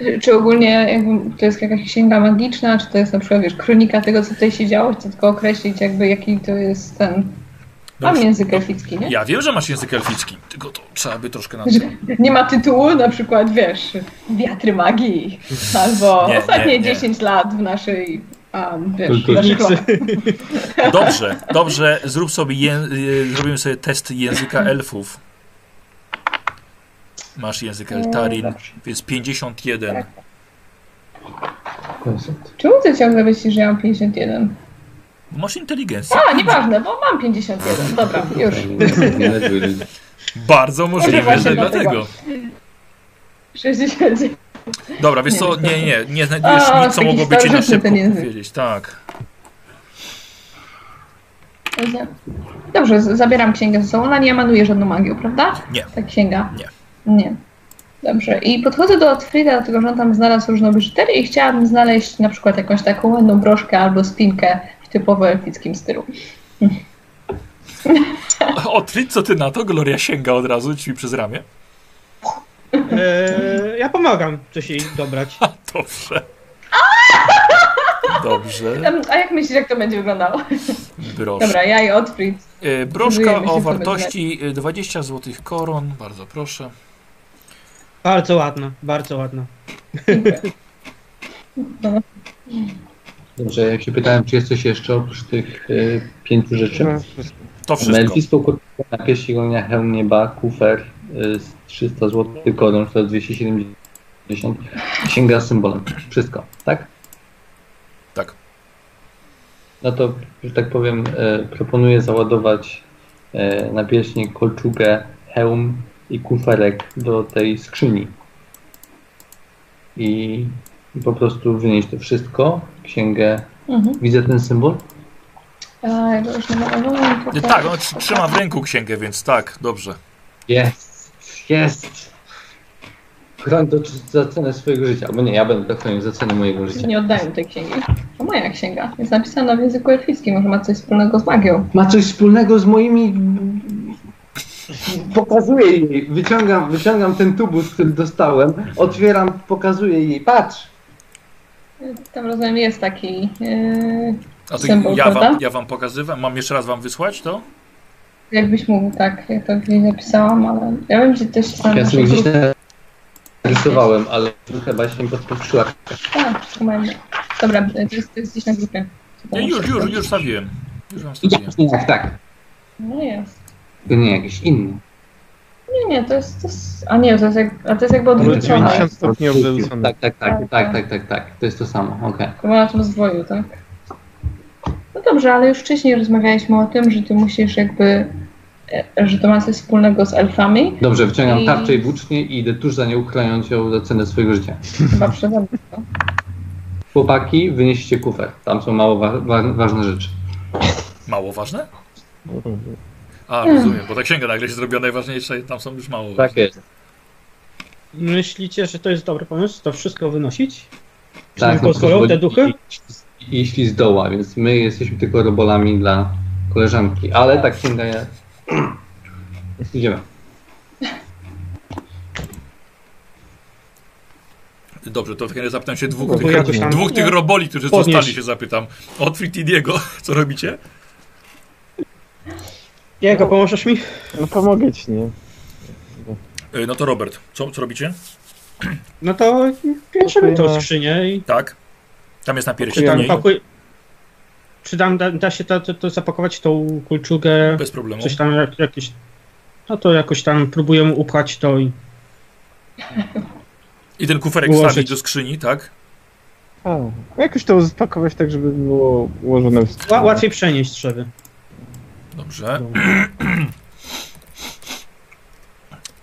Speaker 4: Eee, Czy ogólnie jakby to jest jakaś księga magiczna, czy to jest na przykład wiesz, kronika tego, co tutaj się działo, chcę tylko określić jakby jaki to jest ten... Mam
Speaker 1: Dobrze.
Speaker 4: język elficki, nie?
Speaker 1: Ja wiem, że masz język elficki, tylko to trzeba by troszkę na
Speaker 4: Że nie ma tytułu, na przykład wiesz, wiatry magii, albo
Speaker 1: Nie,
Speaker 4: ostatnie
Speaker 1: nie, nie.
Speaker 4: 10 lat w naszej, um, wiesz,
Speaker 3: Kulturze.
Speaker 4: w naszych latach.
Speaker 1: Dobrze, dobrze, zrób sobie ję... y, zrobimy sobie test języka elfów. Masz język eltarin, więc
Speaker 4: Tak.
Speaker 1: 51.
Speaker 4: Czemu ty ciągle myślisz, że ja mam 51?
Speaker 1: Masz inteligencję.
Speaker 4: A, nieważne, bo mam 51, dobra, już.
Speaker 1: Bardzo możliwe,
Speaker 4: właśnie
Speaker 1: że
Speaker 4: dlatego.
Speaker 1: dlatego.
Speaker 4: 69.
Speaker 1: Dobra, wiesz
Speaker 4: Nie,
Speaker 1: co,
Speaker 4: myślę,
Speaker 1: nie,
Speaker 4: że-
Speaker 1: nie, nie znajdujesz
Speaker 4: A,
Speaker 1: nic, co
Speaker 4: taki
Speaker 1: mogłoby ci na
Speaker 4: starożytny
Speaker 1: szybko
Speaker 4: ten język.
Speaker 1: powiedzieć. Tak.
Speaker 4: Dobrze, z- zabieram księgę ze sobą, ona nie emanuje żadną magią, prawda?
Speaker 1: Nie.
Speaker 4: Ta księga?
Speaker 1: Nie.
Speaker 4: Nie. Dobrze, i podchodzę do Otfrida, dlatego że on tam znalazł różne biżuterię i chciałabym znaleźć na przykład jakąś taką ładną broszkę albo spinkę w typowo elfickim stylu.
Speaker 1: Otryć, co ty na to? Gloria sięga od razu ci przez ramię.
Speaker 2: Eee, ja pomagam coś jej dobrać.
Speaker 1: Dobrze. Dobrze.
Speaker 4: Em, A jak myślisz, jak to będzie wyglądało?
Speaker 1: Broszka.
Speaker 4: Dobra, ja i Otfrid.
Speaker 1: E, Broszka
Speaker 4: Próbujemy się
Speaker 1: o
Speaker 4: w to
Speaker 1: wartości e, 20 zł koron. Bardzo proszę.
Speaker 2: Bardzo ładna, bardzo ładna.
Speaker 3: Dobrze, jak się pytałem, czy jest coś jeszcze oprócz tych y, pięciu rzeczy?
Speaker 5: No, wszystko.
Speaker 1: To wszystko.
Speaker 3: Melfis pokupił na piersi gołnia hełnieba, kufer y, z 300 zł, koron to 270, księga z symbolem. Wszystko, tak?
Speaker 1: Tak.
Speaker 3: No to, że tak powiem, y, proponuję załadować y, na pierśni kolczugę, hełm i kuferek do tej skrzyni. I, i po prostu wynieść to wszystko, księgę.
Speaker 4: Mhm.
Speaker 3: Widzę ten symbol?
Speaker 4: A, ja go już no, namalowałam,
Speaker 1: E,
Speaker 4: tylko-
Speaker 1: Tak, on tr- trzyma w ręku księgę, więc tak, dobrze.
Speaker 3: Jest, jest. Chroń to czy- za cenę swojego życia. Albo nie, ja będę to chronił za cenę mojego życia.
Speaker 4: Nie oddaję tej księgi. To moja księga. Jest napisana w języku elfickim, może ma coś wspólnego z magią.
Speaker 3: Ma coś wspólnego z moimi... Pokazuję jej, wyciągam, wyciągam ten tubus, który dostałem, otwieram, pokazuję jej, patrz!
Speaker 4: Tam rozumiem jest taki. Yy,
Speaker 1: A to
Speaker 4: Symbol,
Speaker 1: ja wam,
Speaker 4: prawda?
Speaker 1: ja wam pokazywam. Mam jeszcze raz wam wysłać to?
Speaker 4: jakbyś mógł, tak, ja to gdzieś napisałam, ale ja wiem, że też jest na
Speaker 3: Ja
Speaker 4: naszej
Speaker 3: sobie gdzieś
Speaker 4: grupie.
Speaker 3: narysowałem, ale chyba się nie podpatrzyła.
Speaker 4: Tak, tylko mam- Dobra, to jest, to jest gdzieś na grupie.
Speaker 1: Nie, już, już, już stawiłem. Już wam stawiłem.
Speaker 3: Jak nie, jak tak?
Speaker 4: No jest.
Speaker 3: To nie, jakiś inny.
Speaker 4: Nie, nie, to jest. To jest a nie, to jest, jak, a to jest jakby
Speaker 5: Może
Speaker 4: odwrócone.
Speaker 5: 90 stopni odwrócone.
Speaker 3: Tak, tak, tak, tak, tak, tak, tak, to jest to samo, okej.
Speaker 4: Chyba na tym zdwoju, tak? No dobrze, ale już wcześniej rozmawialiśmy o tym, że ty musisz jakby, e, że to ma coś wspólnego z elfami,
Speaker 3: Dobrze, wyciągam
Speaker 4: I-
Speaker 3: tarczę i włócznie i idę tuż za nią, chroniąc ją za cenę swojego życia.
Speaker 4: chyba No przede mną.
Speaker 3: Chłopaki, wynieście kufer. Tam są mało wa- wa- ważne rzeczy.
Speaker 1: Mało ważne? A, rozumiem, bo ta księga nagle się zrobiła najważniejsza i tam są już mało.
Speaker 3: Tak jest.
Speaker 2: Myślicie, że to jest dobry pomysł, to wszystko wynosić? Czy
Speaker 3: Tak,
Speaker 2: tak,
Speaker 3: no,
Speaker 2: pozwolą
Speaker 3: pozwoli-
Speaker 2: te duchy?
Speaker 3: Jeśli zdoła, więc my jesteśmy tylko robolami dla koleżanki, ale tak się daje. Idziemy.
Speaker 1: Dobrze, to w takim razie zapytam się
Speaker 2: No,
Speaker 1: dwóch
Speaker 2: bo
Speaker 1: tych,
Speaker 2: jakoś tam-
Speaker 1: dwóch tych roboli, którzy
Speaker 2: Podnieś.
Speaker 1: zostali się zapytam. Otwit i Diego, co robicie?
Speaker 2: Jego, pomożesz mi?
Speaker 5: No pomogę ci, nie?
Speaker 1: Y, No to Robert, co, co robicie?
Speaker 2: No to bierzemy tą
Speaker 5: Pakujemy.
Speaker 2: skrzynię i
Speaker 1: Tak? Tam jest na
Speaker 2: czy tam
Speaker 1: pierścienie.
Speaker 2: pakuj... Czy tam da, da się to, to, to zapakować tą kulczugę,
Speaker 1: Bez problemu.
Speaker 2: coś tam jak, jakieś... No to jakoś tam próbuję upchać to i...
Speaker 1: I ten kuferek
Speaker 2: Ułożyć.
Speaker 1: wstawić do skrzyni, tak?
Speaker 5: A, jakoś to spakować tak, żeby było ułożone w
Speaker 3: No.
Speaker 2: Ła, łatwiej przenieść żeby.
Speaker 1: Dobrze.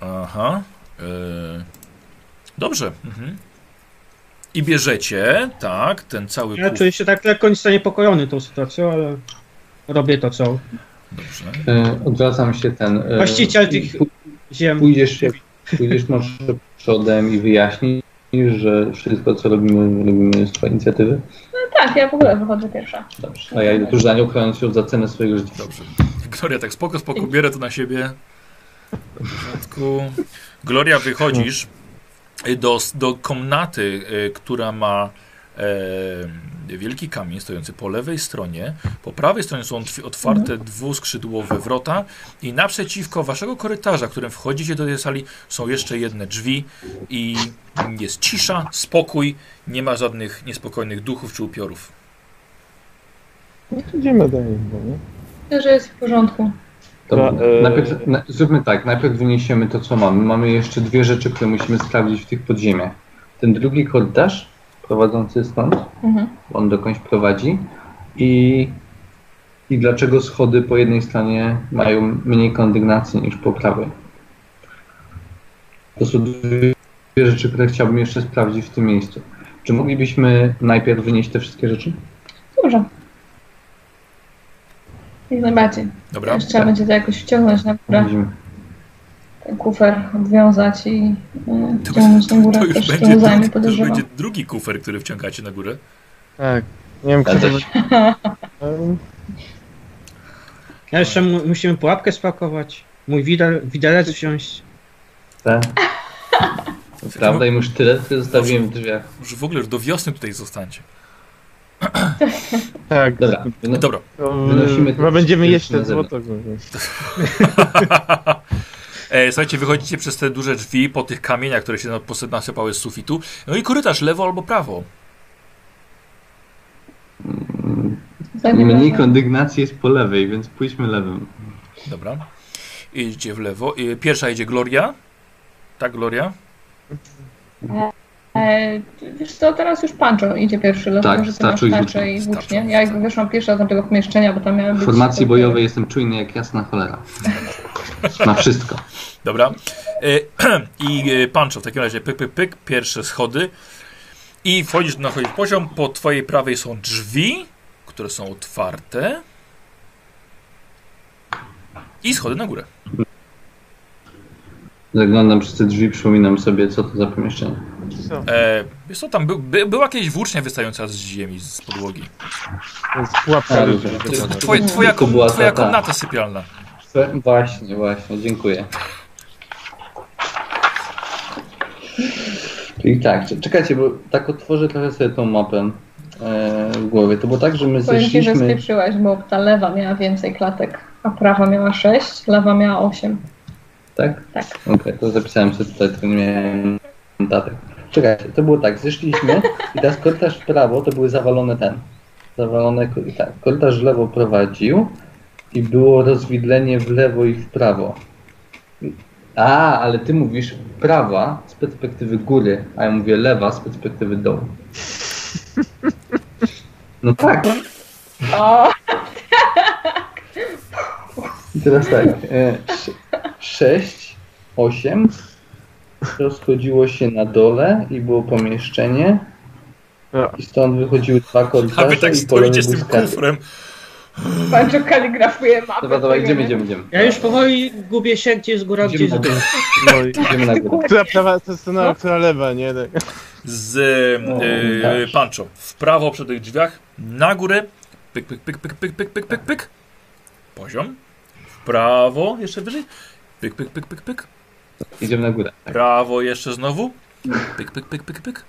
Speaker 1: Aha. y, Dobrze. Mhm. I bierzecie, tak, ten cały
Speaker 2: Ja
Speaker 1: kuf-
Speaker 2: czuję się tak lekko nic zaniepokojony tą sytuacją, ale robię to co.
Speaker 1: Dobrze.
Speaker 3: E, Odwracam się ten. e,
Speaker 2: Właściciel tych- Ziem.
Speaker 3: Pójdziesz, pójdziesz może przodem i wyjaśnisz, że wszystko co robimy, robimy z twojej inicjatywy.
Speaker 4: No tak, ja w ogóle wychodzę pierwsza.
Speaker 3: Dobrze. A ja idę tuż za nią, chroniąc ją za cenę swojego życia.
Speaker 1: Dobrze. Gloria tak spoko, spoko, bierę to na siebie. W porządku. Gloria, wychodzisz y, do, do komnaty, y, która ma e, wielki kamień stojący po lewej stronie. Po prawej stronie są otw- otwarte dwuskrzydłowe wrota i naprzeciwko waszego korytarza, którym wchodzicie do tej sali, są jeszcze jedne drzwi i jest cisza, spokój, nie ma żadnych niespokojnych duchów czy upiorów.
Speaker 5: No to idziemy dalej, no, nie?
Speaker 4: Myślę, że jest w porządku.
Speaker 3: Dobra.
Speaker 5: Dobra, e,
Speaker 3: Najpierw, na, zróbmy tak, najpierw wyniesiemy to, co mamy. Mamy jeszcze dwie rzeczy, które musimy sprawdzić w tych podziemiach. Ten drugi korytarz prowadzący stąd,
Speaker 4: Mhm.
Speaker 3: bo on dokądś prowadzi i, i dlaczego schody po jednej stronie mają mniej kondygnacji niż po prawej. To są dwie dwie rzeczy, które chciałbym jeszcze sprawdzić w tym miejscu. Czy moglibyśmy najpierw wynieść te wszystkie rzeczy?
Speaker 4: Dobrze. Jak najbardziej.
Speaker 1: Dobra?
Speaker 4: Jeszcze trzeba
Speaker 3: Tak.
Speaker 4: będzie to jakoś wciągnąć na górę,
Speaker 3: Będziemy-
Speaker 4: ten kufer odwiązać i y, wciągnąć na górę.
Speaker 1: To już,
Speaker 4: Też
Speaker 1: będzie,
Speaker 4: to zajmie,
Speaker 1: drugi, to już
Speaker 4: podejrzewam.
Speaker 1: będzie drugi kufer, który wciągacie na górę.
Speaker 5: Tak. Nie wiem, kto to
Speaker 3: Zgadza
Speaker 5: będzie. Em,
Speaker 2: Ja jeszcze mu, musimy pułapkę spakować, mój widel, widelec wziąć.
Speaker 3: Tak. To Prawda, im już tyle, które zostawiłem w drzwiach.
Speaker 1: Znaczy, Może w ogóle już do wiosny tutaj zostańcie.
Speaker 5: Tak.
Speaker 3: Dobra,
Speaker 1: No
Speaker 3: wyno-
Speaker 1: dobra.
Speaker 5: To, e,
Speaker 3: Wynosimy
Speaker 5: chyba będziemy
Speaker 3: to
Speaker 5: jeść
Speaker 3: na
Speaker 5: te
Speaker 3: zewnątrz.
Speaker 5: złoto. głównie.
Speaker 1: e, słuchajcie, wychodzicie przez te duże drzwi po tych kamieniach, które się na- posy- nasypały z sufitu. No i korytarz lewo albo prawo.
Speaker 3: Mm,
Speaker 4: Zajmie
Speaker 3: mniej
Speaker 4: trochę.
Speaker 3: kondygnacji jest po lewej, więc pójdźmy lewym.
Speaker 1: Dobra. Idzie w lewo. E, Pierwsza idzie Gloria. Tak, Gloria?
Speaker 4: E, Wiesz co, teraz już Pancho idzie pierwszy, dlatego
Speaker 3: Tak,
Speaker 4: że ty masz
Speaker 3: starczy i
Speaker 4: tarczę i
Speaker 1: włócznie.
Speaker 4: włócznie. Ja jakby weszłam pierwsza do tego pomieszczenia, bo tam miałem
Speaker 3: W
Speaker 4: być...
Speaker 3: formacji bojowej jestem czujny jak jasna cholera. Na wszystko.
Speaker 1: Dobra. E, I e, Pancho, w takim razie pyk, pyk, pyk, pierwsze schody. I wchodzisz na chodzisz poziom. Po twojej prawej są drzwi, które są otwarte. I schody na górę.
Speaker 3: Zaglądam przez te drzwi, przypominam sobie, co to za pomieszczenie.
Speaker 5: Co?
Speaker 1: E, wiesz co, tam by, by, była kiedyś włócznia wystająca z ziemi, z podłogi.
Speaker 5: To jest pułapka.
Speaker 3: Ale-
Speaker 5: ludzie.
Speaker 3: to jest
Speaker 1: Twoje, twoja
Speaker 3: To
Speaker 1: kom,
Speaker 3: była
Speaker 1: twoja
Speaker 3: ta- ta.
Speaker 1: komnata sypialna.
Speaker 3: Właśnie, właśnie, dziękuję. Czyli tak, c- czekajcie, bo tak otworzę trochę sobie tą mapę e, w głowie. To było tak, że my
Speaker 4: Powiem ci, że
Speaker 3: zeszliśmy...
Speaker 4: spieprzyłaś, bo ta lewa miała więcej klatek, a prawa miała 6, lewa miała 8.
Speaker 3: Tak?
Speaker 4: Tak.
Speaker 3: Okej, to zapisałem sobie tutaj, to nie miałem notatek. Czekajcie, to było tak, zeszliśmy i teraz korytarz w prawo to były zawalone ten. Zawalone, ko- tak, korytarz w lewo prowadził i było rozwidlenie w lewo i w prawo. A, ale ty mówisz prawa z perspektywy góry, a ja mówię lewa z perspektywy dołu. No tak.
Speaker 4: O,
Speaker 3: I teraz tak. 6, 8. Rozchodziło się na dole i było pomieszczenie.
Speaker 5: Ja.
Speaker 3: I stąd wychodziły dwa
Speaker 1: A wy
Speaker 3: korytarze
Speaker 1: tak
Speaker 3: i polony
Speaker 1: stoicie z tym
Speaker 3: błyskawic.
Speaker 1: kufrem.
Speaker 4: Pancho kaligrafuje mapę.
Speaker 3: Dobra, dobra, idziemy, idziemy, idziemy. Tak.
Speaker 2: Ja już powoli gubię się, gdzie jest góra, gdzie
Speaker 3: Idziemy
Speaker 2: jest
Speaker 3: na
Speaker 2: dół.
Speaker 3: górę.
Speaker 5: No i
Speaker 3: Idziemy na górę.
Speaker 5: która prawa, to jest no, która lewa, nie? Tak.
Speaker 1: z
Speaker 3: O,
Speaker 1: e,
Speaker 3: dobrze.
Speaker 1: Pancho. W prawo przy tych drzwiach, na górę, pyk, pyk, pyk, pyk, pyk, pyk, pyk, pyk, pyk. Poziom. W prawo, jeszcze wyżej. Pyk, pyk, pyk, pyk, pyk.
Speaker 3: Idziemy na górę. Tak.
Speaker 1: Prawo jeszcze znowu. Pyk, pyk, pyk, pyk, pyk.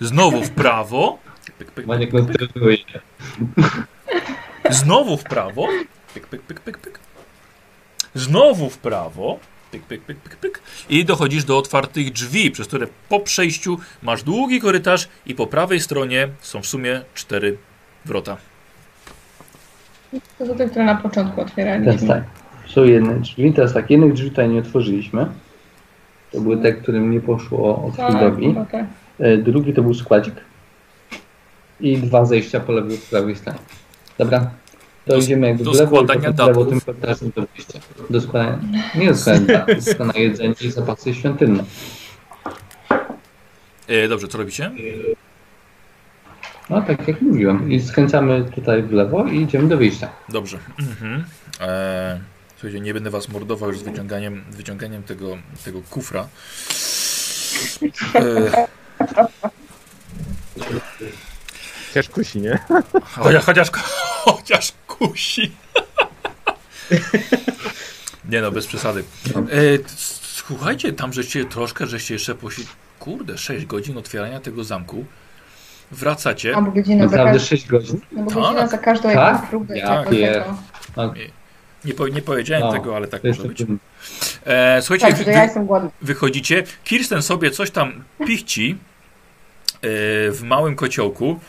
Speaker 1: Znowu w prawo. Pyk, pyk, pyk,
Speaker 3: Maniek nas
Speaker 1: pyk.
Speaker 3: denerwuje.
Speaker 1: Znowu w prawo. Pyk, pyk, pyk, pyk, pyk. Znowu w prawo. Pyk, pyk, pyk, pyk, pyk. I dochodzisz do otwartych drzwi, przez które po przejściu masz długi korytarz i po prawej stronie są w sumie cztery wrota.
Speaker 4: To są te, które na początku
Speaker 3: Teraz
Speaker 4: otwieraliśmy.
Speaker 3: tak. Są jedne drzwi, teraz tak, jednych drzwi tutaj nie otworzyliśmy. To były te, którym nie poszło od Hildowi.
Speaker 4: chyba tak.
Speaker 3: E, Drugi to był składzik. I dwa zejścia po lewej, po lewej stronie. Dobra. To
Speaker 1: Do-
Speaker 3: idziemy jakby
Speaker 1: do
Speaker 3: w lewo,
Speaker 1: składania
Speaker 3: tylko w lewo
Speaker 1: datów.
Speaker 3: tym korytarzem do wyjścia. Do składania, nie do składania datów, tylko na jedzenie i zapasy świątynne.
Speaker 1: E, dobrze, co robicie?
Speaker 3: No tak jak mówiłem. I skręcamy tutaj w lewo i idziemy do wyjścia.
Speaker 1: Dobrze. Mhm. E, słuchajcie, nie będę was mordował już z wyciąganiem, wyciąganiem tego, tego kufra. E,
Speaker 5: Chociaż kusi, nie?
Speaker 1: chociaż, chociaż, chociaż kusi. Nie no, bez przesady. E, t- s- słuchajcie, tam żeście troszkę, żeście jeszcze posi... Kurde, 6 godzin otwierania tego zamku. Wracacie.
Speaker 4: Albo godzina za,
Speaker 3: Naprawdę
Speaker 4: każ...
Speaker 3: 6 godzin.
Speaker 4: Albo godzina
Speaker 1: Tak.
Speaker 4: za każdą
Speaker 3: No Tak?
Speaker 4: jakąś próbę. tak,
Speaker 3: Ja
Speaker 4: czegoś
Speaker 3: pier-
Speaker 4: takiego.
Speaker 1: Nie, po, nie powiedziałem
Speaker 3: No,
Speaker 1: tego, ale tak
Speaker 3: To
Speaker 1: może
Speaker 3: jeszcze
Speaker 1: być.
Speaker 3: tym-
Speaker 1: E, słuchajcie,
Speaker 4: Tak,
Speaker 1: wy-
Speaker 4: że ja jestem głodna.
Speaker 1: wychodzicie. Kirsten sobie coś tam pichci e, w małym kociołku.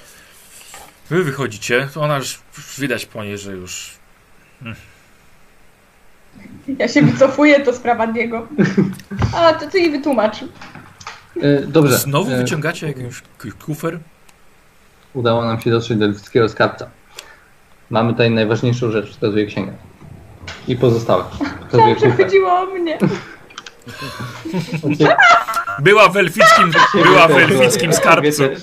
Speaker 1: Wy wychodzicie. Ona już widać po niej, że już.
Speaker 4: Ja się wycofuję, to sprawa Diego. A, to ty jej wytłumacz.
Speaker 3: E, Dobrze.
Speaker 1: Znowu
Speaker 3: E,
Speaker 1: wyciągacie jakiś k- kufer.
Speaker 3: Udało nam się dotrzeć do ludzkiego skarbca. Mamy tutaj najważniejszą rzecz, wskazuje księga. I pozostałe. Wskazuje
Speaker 4: Tam, że
Speaker 3: kufer.
Speaker 4: chodziło o mnie.
Speaker 1: Była w elfickim, była w elfickim skarbcu.
Speaker 3: Wiecie?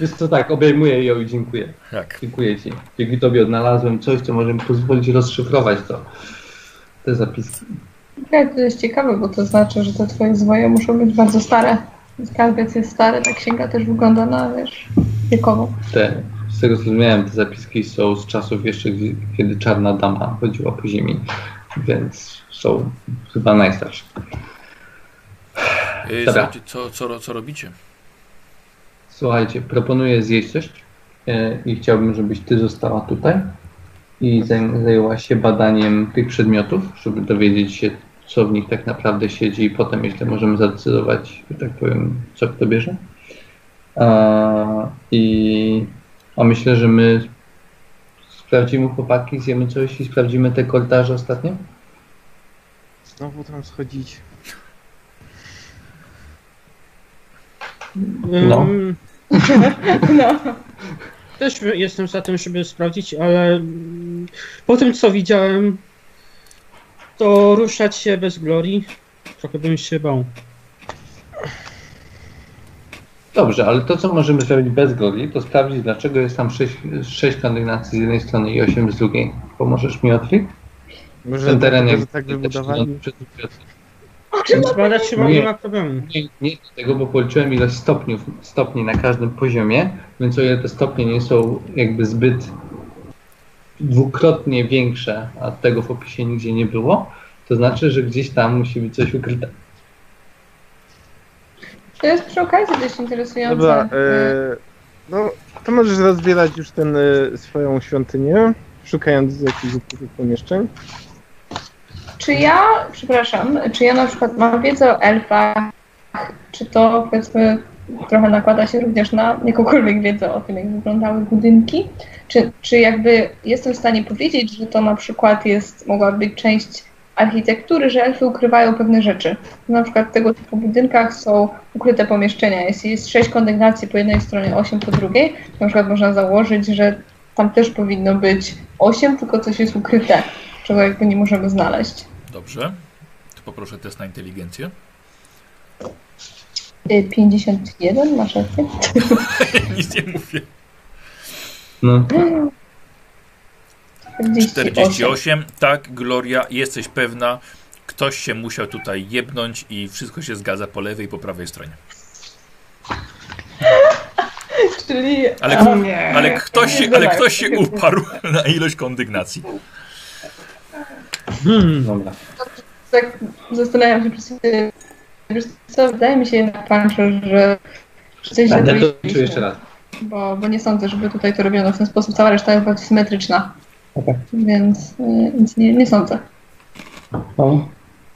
Speaker 3: Wiesz co, tak, obejmuję ją i dziękuję.
Speaker 1: Tak.
Speaker 3: Dziękuję ci. Dzięki tobie odnalazłem coś, co może mi pozwolić rozszyfrować to. Te zapiski.
Speaker 4: Okej, To jest ciekawe, bo to znaczy, że te twoje zwoje muszą być bardzo stare. Skarbiec jest stary, ta księga też wygląda na, wiesz, wiekową.
Speaker 3: Te, z tego co zrozumiałem, te zapiski są z czasów jeszcze, gdy- kiedy czarna dama chodziła po ziemi. Więc są chyba najstarsze.
Speaker 1: E,
Speaker 3: Dobra.
Speaker 1: słuchajcie, co, co, ro- co robicie?
Speaker 3: Słuchajcie, proponuję zjeść coś e, i chciałbym, żebyś ty została tutaj i zaj- zajęła się badaniem tych przedmiotów, żeby dowiedzieć się, co w nich tak naprawdę siedzi i potem jeszcze możemy zadecydować, że tak powiem, co kto bierze. A, I a myślę, że my sprawdzimy chłopaki, zjemy coś i sprawdzimy te korytarze ostatnio.
Speaker 5: Znowu tam schodzić.
Speaker 3: No.
Speaker 2: Ym,
Speaker 4: No.
Speaker 2: Też jestem za tym, żeby sprawdzić, ale mm, po tym co widziałem, to ruszać się bez glorii. Trochę bym się bał.
Speaker 3: Dobrze, ale to, co możemy zrobić bez goli, to sprawdzić, dlaczego jest tam sześć sześć kondygnacji z jednej strony i osiem z drugiej. Pomożesz mi, Otwik?
Speaker 5: Może
Speaker 3: ten teren
Speaker 5: dlatego,
Speaker 3: jak
Speaker 5: że tak wybudowali.
Speaker 2: Zbadać się ma, nie
Speaker 3: Nie.
Speaker 2: ma problemu.
Speaker 3: Nie, nie do tego, bo policzyłem ilość stopniów, stopni na każdym poziomie, więc o ile te stopnie nie są jakby zbyt dwukrotnie większe, a tego w opisie nigdzie nie było, to znaczy, że gdzieś tam musi być coś ukryte.
Speaker 4: To jest przy okazji dość interesujące.
Speaker 5: Dobra, e, no to możesz rozbierać już ten e, swoją świątynię, szukając jakichś ukrytych pomieszczeń.
Speaker 4: Czy ja, przepraszam, czy ja na przykład mam wiedzę o elfach, czy to powiedzmy trochę nakłada się również na jakąkolwiek wiedzę o tym, jak wyglądały budynki? Czy, czy jakby jestem w stanie powiedzieć, że to na przykład jest, mogłaby być część architektury, że elfy ukrywają pewne rzeczy? Na przykład w tego typu budynkach są ukryte pomieszczenia. Jeśli jest sześć kondygnacji po jednej stronie, osiem po drugiej, to na przykład można założyć, że tam też powinno być osiem, tylko coś jest ukryte, czego jakby nie możemy znaleźć.
Speaker 1: Dobrze. To poproszę test na inteligencję.
Speaker 4: Y, 51, masz rację?
Speaker 1: Nic nie mówię.
Speaker 3: No,
Speaker 4: 48.
Speaker 1: 48. Tak, Gloria, jesteś pewna. Ktoś się musiał tutaj jebnąć i wszystko się zgadza po lewej i po prawej stronie.
Speaker 4: Czyli... e,
Speaker 1: Ale,
Speaker 4: a,
Speaker 1: ale, ktoś, się, ale ktoś się uparł na ilość kondygnacji.
Speaker 5: Hmm.
Speaker 3: dobra.
Speaker 4: Tak zastanawiam się przez chwilę. Wiesz co, wydaje mi się jednak, Pancho, że coś źle
Speaker 3: Będę to liczył
Speaker 4: policzyliśmy,
Speaker 3: jeszcze raz.
Speaker 4: bo, bo nie sądzę, żeby tutaj to robiono w ten sposób. Cała reszta jest bardziej symetryczna.
Speaker 3: Okej.
Speaker 4: Więc, y, więc nie, nie sądzę.
Speaker 3: No.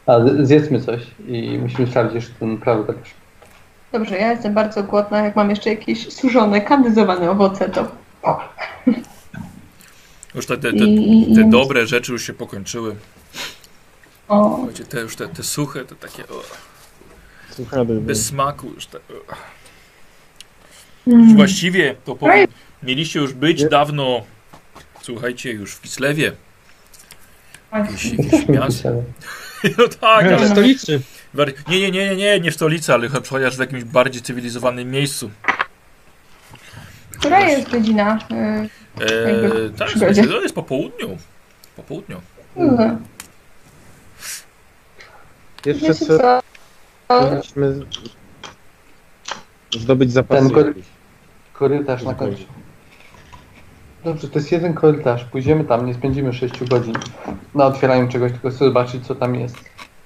Speaker 3: A z- zjedzmy coś i musimy sprawdzić, czy ten tak prawda też.
Speaker 4: Dobrze, ja jestem bardzo głodna. Jak mam jeszcze jakieś suszone, kandyzowane owoce, to...
Speaker 1: Już te, te,
Speaker 4: I,
Speaker 1: te,
Speaker 4: i, i-
Speaker 1: te dobre rzeczy już się pokończyły.
Speaker 4: O,
Speaker 1: Słuchajcie, te już te, te suche, te takie o,
Speaker 5: Słuchaj,
Speaker 1: bez smaku już te. o.
Speaker 4: mm,
Speaker 1: Właściwie to powiem, mieliście już być dawno. Słuchajcie, już w Kislewie. Jakieś, jakieś miasto.
Speaker 3: Pisałem.
Speaker 1: No tak,
Speaker 2: Ale w
Speaker 1: ale.
Speaker 2: stolicy.
Speaker 1: Bar- Nie, nie, nie, nie, nie, nie w stolicy, ale chyba chociaż w jakimś bardziej cywilizowanym miejscu.
Speaker 4: która jest godzina? Y,
Speaker 1: Eee, tak,
Speaker 4: przygodzie.
Speaker 1: słuchajcie, to jest po południu. Po południu.
Speaker 4: no,
Speaker 5: Jeszcze
Speaker 4: wiecie
Speaker 5: co?
Speaker 4: co?
Speaker 5: Powinniśmy zdobyć zapasy.
Speaker 3: Ten ko-
Speaker 5: jakieś.
Speaker 3: Korytarz na końcu. Dobrze, to jest jeden korytarz. Pójdziemy tam, nie spędzimy 6 godzin na otwieraniu czegoś, tylko chcę zobaczyć, co tam jest.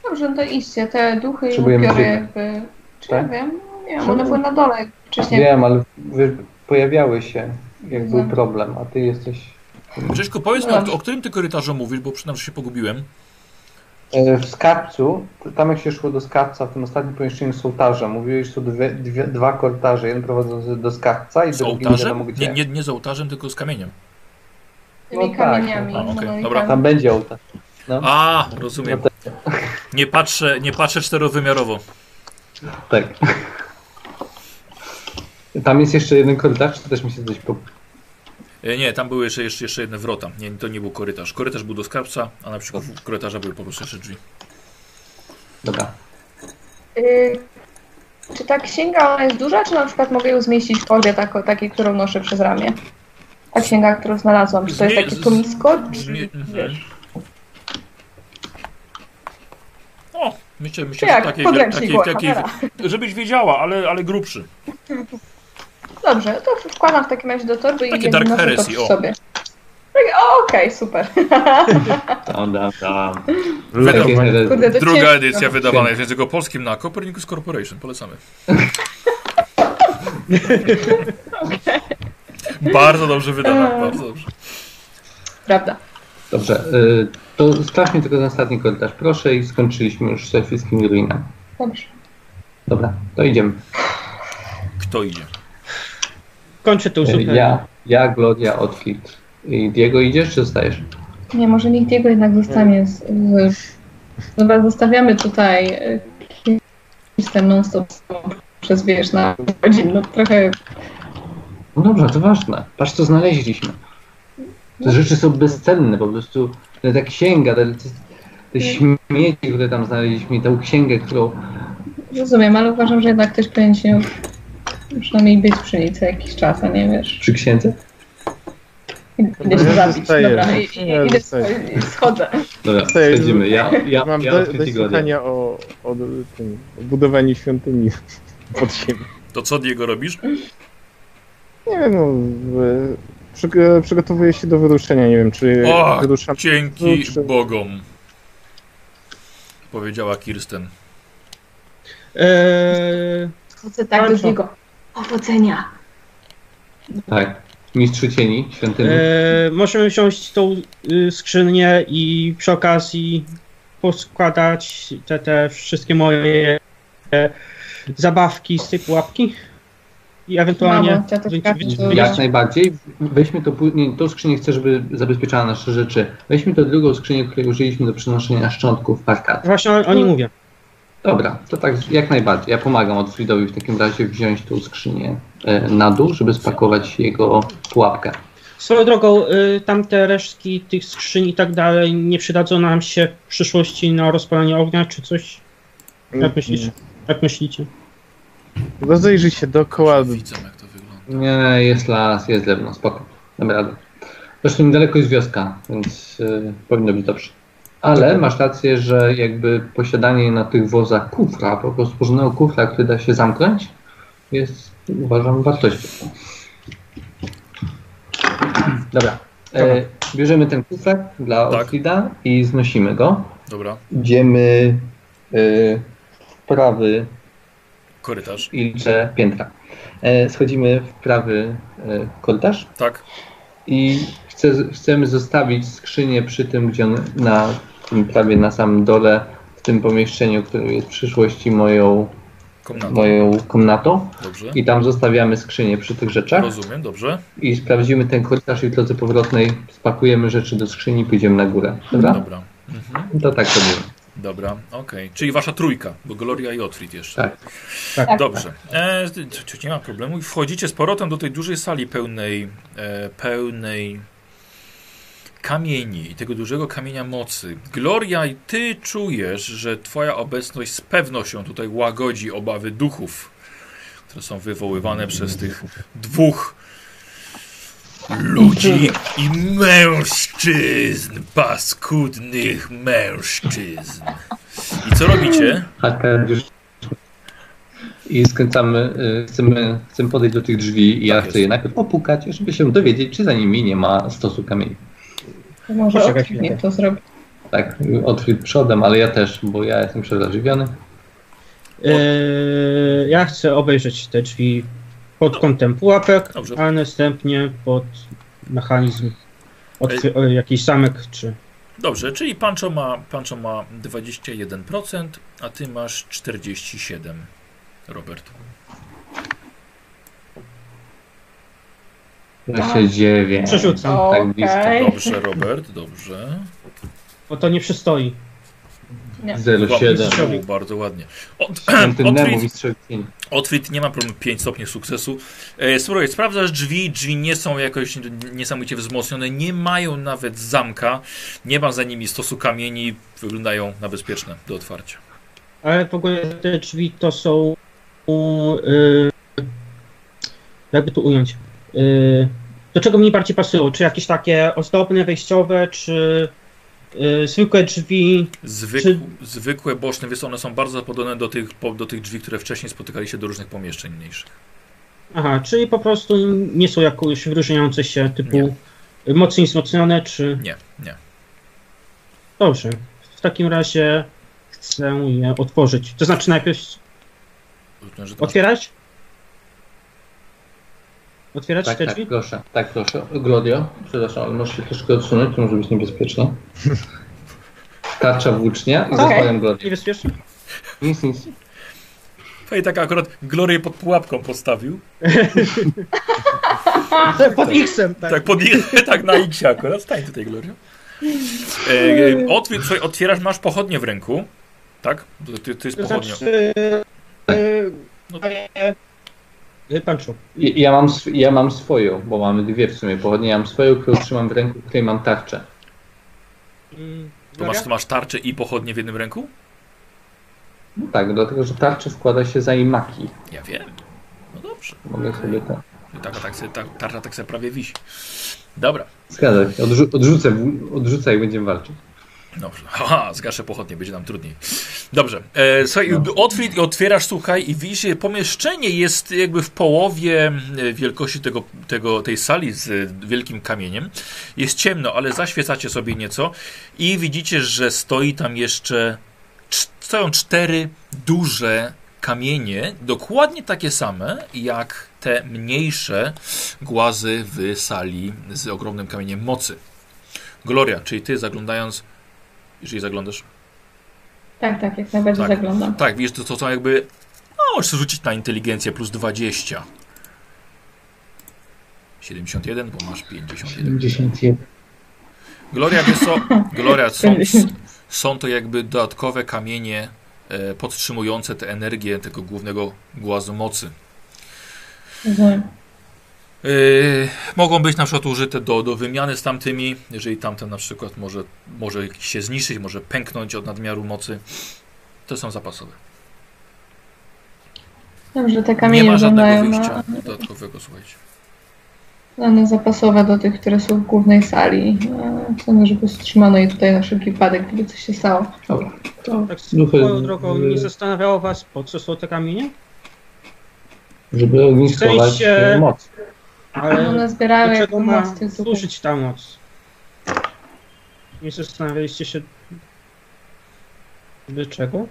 Speaker 4: Dobrze, no to iście, te duchy i
Speaker 3: Potrzebujemy
Speaker 4: upiory
Speaker 3: ciebie.
Speaker 4: jakby... Czy ja
Speaker 3: Tak?
Speaker 4: wiem? Nie wiem, one były na dole jak wcześniej.
Speaker 3: Wiem, ale wy, pojawiały się, jak był
Speaker 4: Wiem.
Speaker 3: problem, a ty jesteś
Speaker 1: Grześku, powiedz mi,
Speaker 4: No.
Speaker 1: o, o którym ty korytarzu mówisz, bo przynajmniej się pogubiłem.
Speaker 3: E, W skarbcu, to tam jak się szło do skarbca, w tym ostatnim pomieszczeniu z ołtarzem, mówiłeś, że są dwie, dwie, dwa korytarze, jeden prowadzący do skarbca i
Speaker 1: Z
Speaker 3: drugi nie wiadomo
Speaker 1: ołtarzem?
Speaker 3: gdzie.
Speaker 1: Nie, nie, nie z ołtarzem, tylko z kamieniem.
Speaker 4: tymi
Speaker 3: No tak,
Speaker 4: kamieniami,
Speaker 3: no
Speaker 1: tak, okej,
Speaker 4: monolitami.
Speaker 1: dobra.
Speaker 3: Tam będzie ołtarz. No,
Speaker 1: A, rozumiem.
Speaker 3: No
Speaker 1: Nie patrzę, nie patrzę czterowymiarowo.
Speaker 3: tak. Tam jest jeszcze jeden korytarz, czy też mi się coś po...
Speaker 1: E, Nie, tam były jeszcze, jeszcze, jeszcze jedne wrota. Nie, to nie był korytarz. Korytarz był do skarbca, a na przykład w korytarza były po prostu jeszcze drzwi.
Speaker 3: Dobra.
Speaker 4: Y, Czy ta księga ona jest duża, czy na przykład mogę ją zmieścić w torbie tako- takiej, którą noszę przez ramię? Ta księga, którą znalazłam, czy to jest
Speaker 1: Zmie-
Speaker 4: takie
Speaker 1: z-
Speaker 4: komisko? Czy,
Speaker 1: Drzwi, mhm.
Speaker 4: wiesz,
Speaker 1: O, myślę,
Speaker 4: czy
Speaker 1: myślę że
Speaker 4: jak?
Speaker 1: takiej,
Speaker 4: Tak, Podręcznik
Speaker 1: takiej,
Speaker 4: była
Speaker 1: takiej,
Speaker 4: kamera.
Speaker 1: żebyś wiedziała, ale, ale grubszy.
Speaker 4: Dobrze, to wkładam w takim razie do torby i
Speaker 1: Takie
Speaker 4: jakby
Speaker 1: Dark
Speaker 4: noszę to
Speaker 1: Heresy,
Speaker 4: przy
Speaker 1: o.
Speaker 4: sobie. Takie, o, okej, super.
Speaker 3: Tam, tam, tam.
Speaker 1: Wiadomo.
Speaker 3: Takie
Speaker 4: Kurde, to
Speaker 1: Druga
Speaker 4: ciężko.
Speaker 1: edycja wydawana jest w języku polskim na Copernicus Corporation. Polecamy. bardzo dobrze wydana,
Speaker 4: Eee.
Speaker 1: bardzo dobrze.
Speaker 4: Prawda.
Speaker 3: Dobrze, y, to sprawdźmy tylko ten ostatni korytarz, proszę, i skończyliśmy już z elfickim ruinem.
Speaker 4: Dobrze.
Speaker 3: Dobra, to idziemy.
Speaker 1: Kto idzie?
Speaker 2: Kończę tą
Speaker 3: Y,
Speaker 2: sukę.
Speaker 3: Ja, ja, Gloria, Otwit. I Diego, idziesz czy zostajesz?
Speaker 4: Nie, może nikt jego jednak zostanie. Z, z... Dobra, zostawiamy tutaj y, Kirsten non-stop przez wiesz na godzin. No trochę
Speaker 3: No dobrze, to ważne. Patrz, co znaleźliśmy. Te rzeczy są bezcenne, po prostu te- ta księga, te, te, te śmieci, które tam znaleźliśmy, i tę księgę, którą...
Speaker 4: rozumiem, ale uważam, że jednak ktoś powinien się już przynajmniej być przy niej co jakiś czas, a nie wiesz.
Speaker 3: Przy księdze?
Speaker 4: Idę się
Speaker 5: No Ja
Speaker 4: zabić.
Speaker 5: zostaję.
Speaker 4: Dobra, i, i,
Speaker 5: Ja
Speaker 4: idę
Speaker 5: zostaję.
Speaker 4: i schodzę.
Speaker 3: Dobra,
Speaker 5: Stoję,
Speaker 3: wchodzimy. Ja, ja,
Speaker 5: Mam
Speaker 3: ja
Speaker 5: do,
Speaker 3: Otwit
Speaker 5: dość
Speaker 3: i Gloria.
Speaker 5: słuchania o, o, tym, o budowaniu świątyni pod siebie.
Speaker 1: To co Diego robisz?
Speaker 5: Nie wiem, no, w- przyg- e, przygotowuję się do wyruszenia, nie wiem, czy
Speaker 1: Och,
Speaker 5: wyruszam...
Speaker 1: Dzięki
Speaker 5: Kurczę.
Speaker 1: Bogom. Powiedziała Kirsten.
Speaker 2: Eee,
Speaker 4: Schodzę tak do
Speaker 2: Kończą.
Speaker 4: niego. Powodzenia.
Speaker 3: Tak. Mistrzu cieni, świątyni.
Speaker 2: eee, możemy wziąć tą y, skrzynię i przy okazji poskładać te, te wszystkie moje e, zabawki z tej pułapki i ewentualnie
Speaker 4: Mamo, ja też
Speaker 2: wy-
Speaker 4: tak
Speaker 2: wy-
Speaker 4: to-
Speaker 2: wy-
Speaker 3: Jak najbardziej. Weźmy to później, tą skrzynię chcę, żeby zabezpieczała nasze rzeczy. Weźmy to drugą skrzynię, której użyliśmy do przenoszenia szczątków parkatu.
Speaker 2: Właśnie o, o nim mówię.
Speaker 3: Dobra, to tak jak najbardziej. Ja pomagam Otfridowi w takim razie wziąć tą skrzynię e, na dół, żeby spakować jego pułapkę.
Speaker 2: Swoją drogą, y, tamte resztki tych skrzyń i tak dalej nie przydadzą nam się w przyszłości na rozpalanie ognia czy coś?
Speaker 5: Mm,
Speaker 2: Jak myślicie? Jak myślicie?
Speaker 5: Rozejrzyj się dookoła,
Speaker 1: Widzę jak to wygląda.
Speaker 3: Nie, jest las, jest drewno, spoko. Damy radę. Zresztą niedaleko jest wioska, więc y, powinno być dobrze. Ale masz rację, że jakby posiadanie na tych wozach kufra, po prostu porządnego kufra, który da się zamknąć, jest uważam wartością. Dobra. E, bierzemy ten kufrak dla
Speaker 1: Tak.
Speaker 3: Orchida i znosimy go.
Speaker 1: Dobra,
Speaker 3: Idziemy e, w prawy
Speaker 1: korytarz.
Speaker 3: i liczę piętra. E, schodzimy w prawy e, korytarz
Speaker 1: Tak,
Speaker 3: i chce, chcemy zostawić skrzynię przy tym, gdzie on na tym prawie na samym dole, w tym pomieszczeniu, które jest w przyszłości moją,
Speaker 1: komnata.
Speaker 3: moją komnatą.
Speaker 1: Dobrze.
Speaker 3: I tam zostawiamy skrzynię przy tych rzeczach
Speaker 1: Rozumiem, dobrze.
Speaker 3: i sprawdzimy ten korytarz i w drodze powrotnej spakujemy rzeczy do skrzyni i pójdziemy na górę. Dobra?
Speaker 1: Dobra. Mhm.
Speaker 3: To tak to było.
Speaker 1: Dobra, okej. Czyli wasza trójka, bo Gloria i Otfrid jeszcze.
Speaker 3: Tak.
Speaker 4: Tak.
Speaker 1: Dobrze. E, ty- ty- ty- nie ma problemu. I wchodzicie z powrotem do tej dużej sali pełnej, e, pełnej kamieni i tego dużego kamienia mocy. Gloria, i ty czujesz, że twoja obecność z pewnością tutaj łagodzi obawy duchów, które są wywoływane przez tych dwóch ludzi i mężczyzn, paskudnych mężczyzn. I co robicie?
Speaker 3: A teraz już... I skręcamy, y, chcemy, chcemy podejść do tych drzwi i ja
Speaker 1: Tak
Speaker 3: chcę
Speaker 1: jest.
Speaker 3: je najpierw opukać, żeby się dowiedzieć, czy za nimi nie ma stosu kamieni.
Speaker 4: Może
Speaker 2: Poczekaj
Speaker 4: odcinek
Speaker 2: chwilkę.
Speaker 4: to zrobić.
Speaker 3: Tak, otwórz przodem, ale ja też, bo ja jestem przewrażliwiony.
Speaker 2: Eee, ja chcę obejrzeć te drzwi pod kątem pułapek,
Speaker 1: Dobrze.
Speaker 2: a następnie pod mechanizm otw- o, jakiś zamek czy...
Speaker 1: Dobrze, czyli Pancho ma, Pancho ma 21%, a ty masz 47%, Robert.
Speaker 3: 29.
Speaker 2: Przerzucam,
Speaker 3: Tak blisko,
Speaker 4: Okej.
Speaker 1: Dobrze, Robert, dobrze.
Speaker 2: bo to nie przystoi.
Speaker 4: Nie.
Speaker 3: 07.
Speaker 1: Ładnie, o, bardzo ładnie. Od,
Speaker 3: Piątynemu
Speaker 1: otwit,
Speaker 3: mistrzowi. kini.
Speaker 1: otwit nie ma problemu, 5 stopni sukcesu. E, słuchaj, sprawdzasz drzwi, drzwi nie są jakoś niesamowicie wzmocnione, nie mają nawet zamka, nie ma za nimi stosu kamieni, wyglądają na bezpieczne do otwarcia.
Speaker 2: Ale w ogóle te drzwi to są. Yy, jakby tu ująć. Yy, do czego mi bardziej pasują? Czy jakieś takie ozdobne, wejściowe, czy yy, zwykłe drzwi?
Speaker 1: Zwyk,
Speaker 2: Czy-
Speaker 1: Zwykłe boczne, wiesz, one są bardzo podobne do tych, po- do tych drzwi, które wcześniej spotykali się do różnych pomieszczeń mniejszych.
Speaker 2: Aha, czyli po prostu nie są jakoś wyróżniające się, typu
Speaker 1: Nie.
Speaker 2: nie. mocniej wzmocnione, czy.
Speaker 1: Nie, nie.
Speaker 2: Dobrze. W takim razie chcę je otworzyć. To znaczy najpierw
Speaker 1: Rozumiem, że to masz-
Speaker 2: otwierać? Otwierać
Speaker 3: Tak,
Speaker 2: te
Speaker 3: tak,
Speaker 2: drzwi?
Speaker 3: proszę. Tak, proszę. Glodio, przepraszam, ale możesz się troszkę odsunąć, to może być niebezpieczne. Tarcza włócznia i
Speaker 4: Okej.
Speaker 3: zezwalam Glodio.
Speaker 2: Niebezpieczne?
Speaker 3: Nic, nic.
Speaker 1: Fej tak akurat Glorię pod pułapką postawił.
Speaker 2: Pod X-em, tak.
Speaker 1: Tak, pod, tak na X akurat. Stań tutaj, Gloria. E, e, otwier, słuchaj, otwierasz, masz pochodnie w ręku. Tak? To, to, to jest
Speaker 2: To
Speaker 1: pochodnia.
Speaker 2: znaczy.
Speaker 3: Tak.
Speaker 2: y,
Speaker 1: No.
Speaker 2: y, Panczu.
Speaker 3: I- Ja mam, sw- ja mam swoją, bo mamy dwie w sumie pochodnie. Ja mam swoją, którą trzymam w ręku, w której mam tarczę.
Speaker 2: Mm,
Speaker 1: To masz, to masz tarczę i pochodnie w jednym ręku?
Speaker 3: No tak, dlatego że tarczę wkłada się za imaki.
Speaker 1: Ja wiem. No dobrze.
Speaker 3: Mogę sobie tak.
Speaker 1: Tak, tak, se- tak, tarcza tak sobie prawie wisi. Dobra.
Speaker 3: Zgadza się. Odrzu- odrzucę, wł- odrzucę i będziemy walczyć.
Speaker 1: Dobrze. Haha, zgaszę pochodnie, będzie nam trudniej. Dobrze. E, słuchaj,
Speaker 3: No.
Speaker 1: otwórz- otwierasz, słuchaj, i widzisz, że pomieszczenie jest jakby w połowie e, wielkości tego, tego, tej sali z e, wielkim kamieniem. Jest ciemno, ale zaświecacie sobie nieco i widzicie, że stoi tam jeszcze cz- stoją cztery duże kamienie, dokładnie takie same jak te mniejsze głazy w sali z ogromnym kamieniem mocy. Gloria, czyli ty zaglądając, jeżeli zaglądasz,
Speaker 4: Tak, tak, jak najbardziej
Speaker 1: Tak.
Speaker 4: zaglądam.
Speaker 1: tak, wiesz, to, to są jakby, no, możesz rzucić na inteligencję plus 20. 71, bo masz 51.
Speaker 3: 51.
Speaker 1: Gloria, wiesz co? Gloria, są,
Speaker 4: 50.
Speaker 1: są to jakby dodatkowe kamienie e, podtrzymujące tę energię tego głównego głazu mocy.
Speaker 4: Rozumiem.
Speaker 1: Yy, mogą być na przykład użyte do, do wymiany z tamtymi, jeżeli tamten na przykład może, może się zniszczyć, może pęknąć od nadmiaru mocy. To są zapasowe.
Speaker 4: Dobrym, że te kamienie
Speaker 1: Nie ma żadnego
Speaker 4: wyglądają na-
Speaker 1: wyjścia dodatkowego, słuchajcie.
Speaker 4: One zapasowe do tych, które są w głównej sali. E, Sądzę, że po prostu trzymano je tutaj na wszelki wypadek, gdyby coś się stało.
Speaker 3: Dobra.
Speaker 4: To
Speaker 2: Tak
Speaker 3: Duchy-
Speaker 2: swoją drogą nie zastanawiało was, po co są te kamienie?
Speaker 3: Żeby ogniskować
Speaker 2: Szczęście.
Speaker 3: e, moc.
Speaker 2: Ale no,
Speaker 4: one zbierały
Speaker 2: do
Speaker 4: jako
Speaker 2: czego E, ma
Speaker 4: moc tych zupeł.
Speaker 2: służyć ta moc? Nie zastanawialiście się do czego?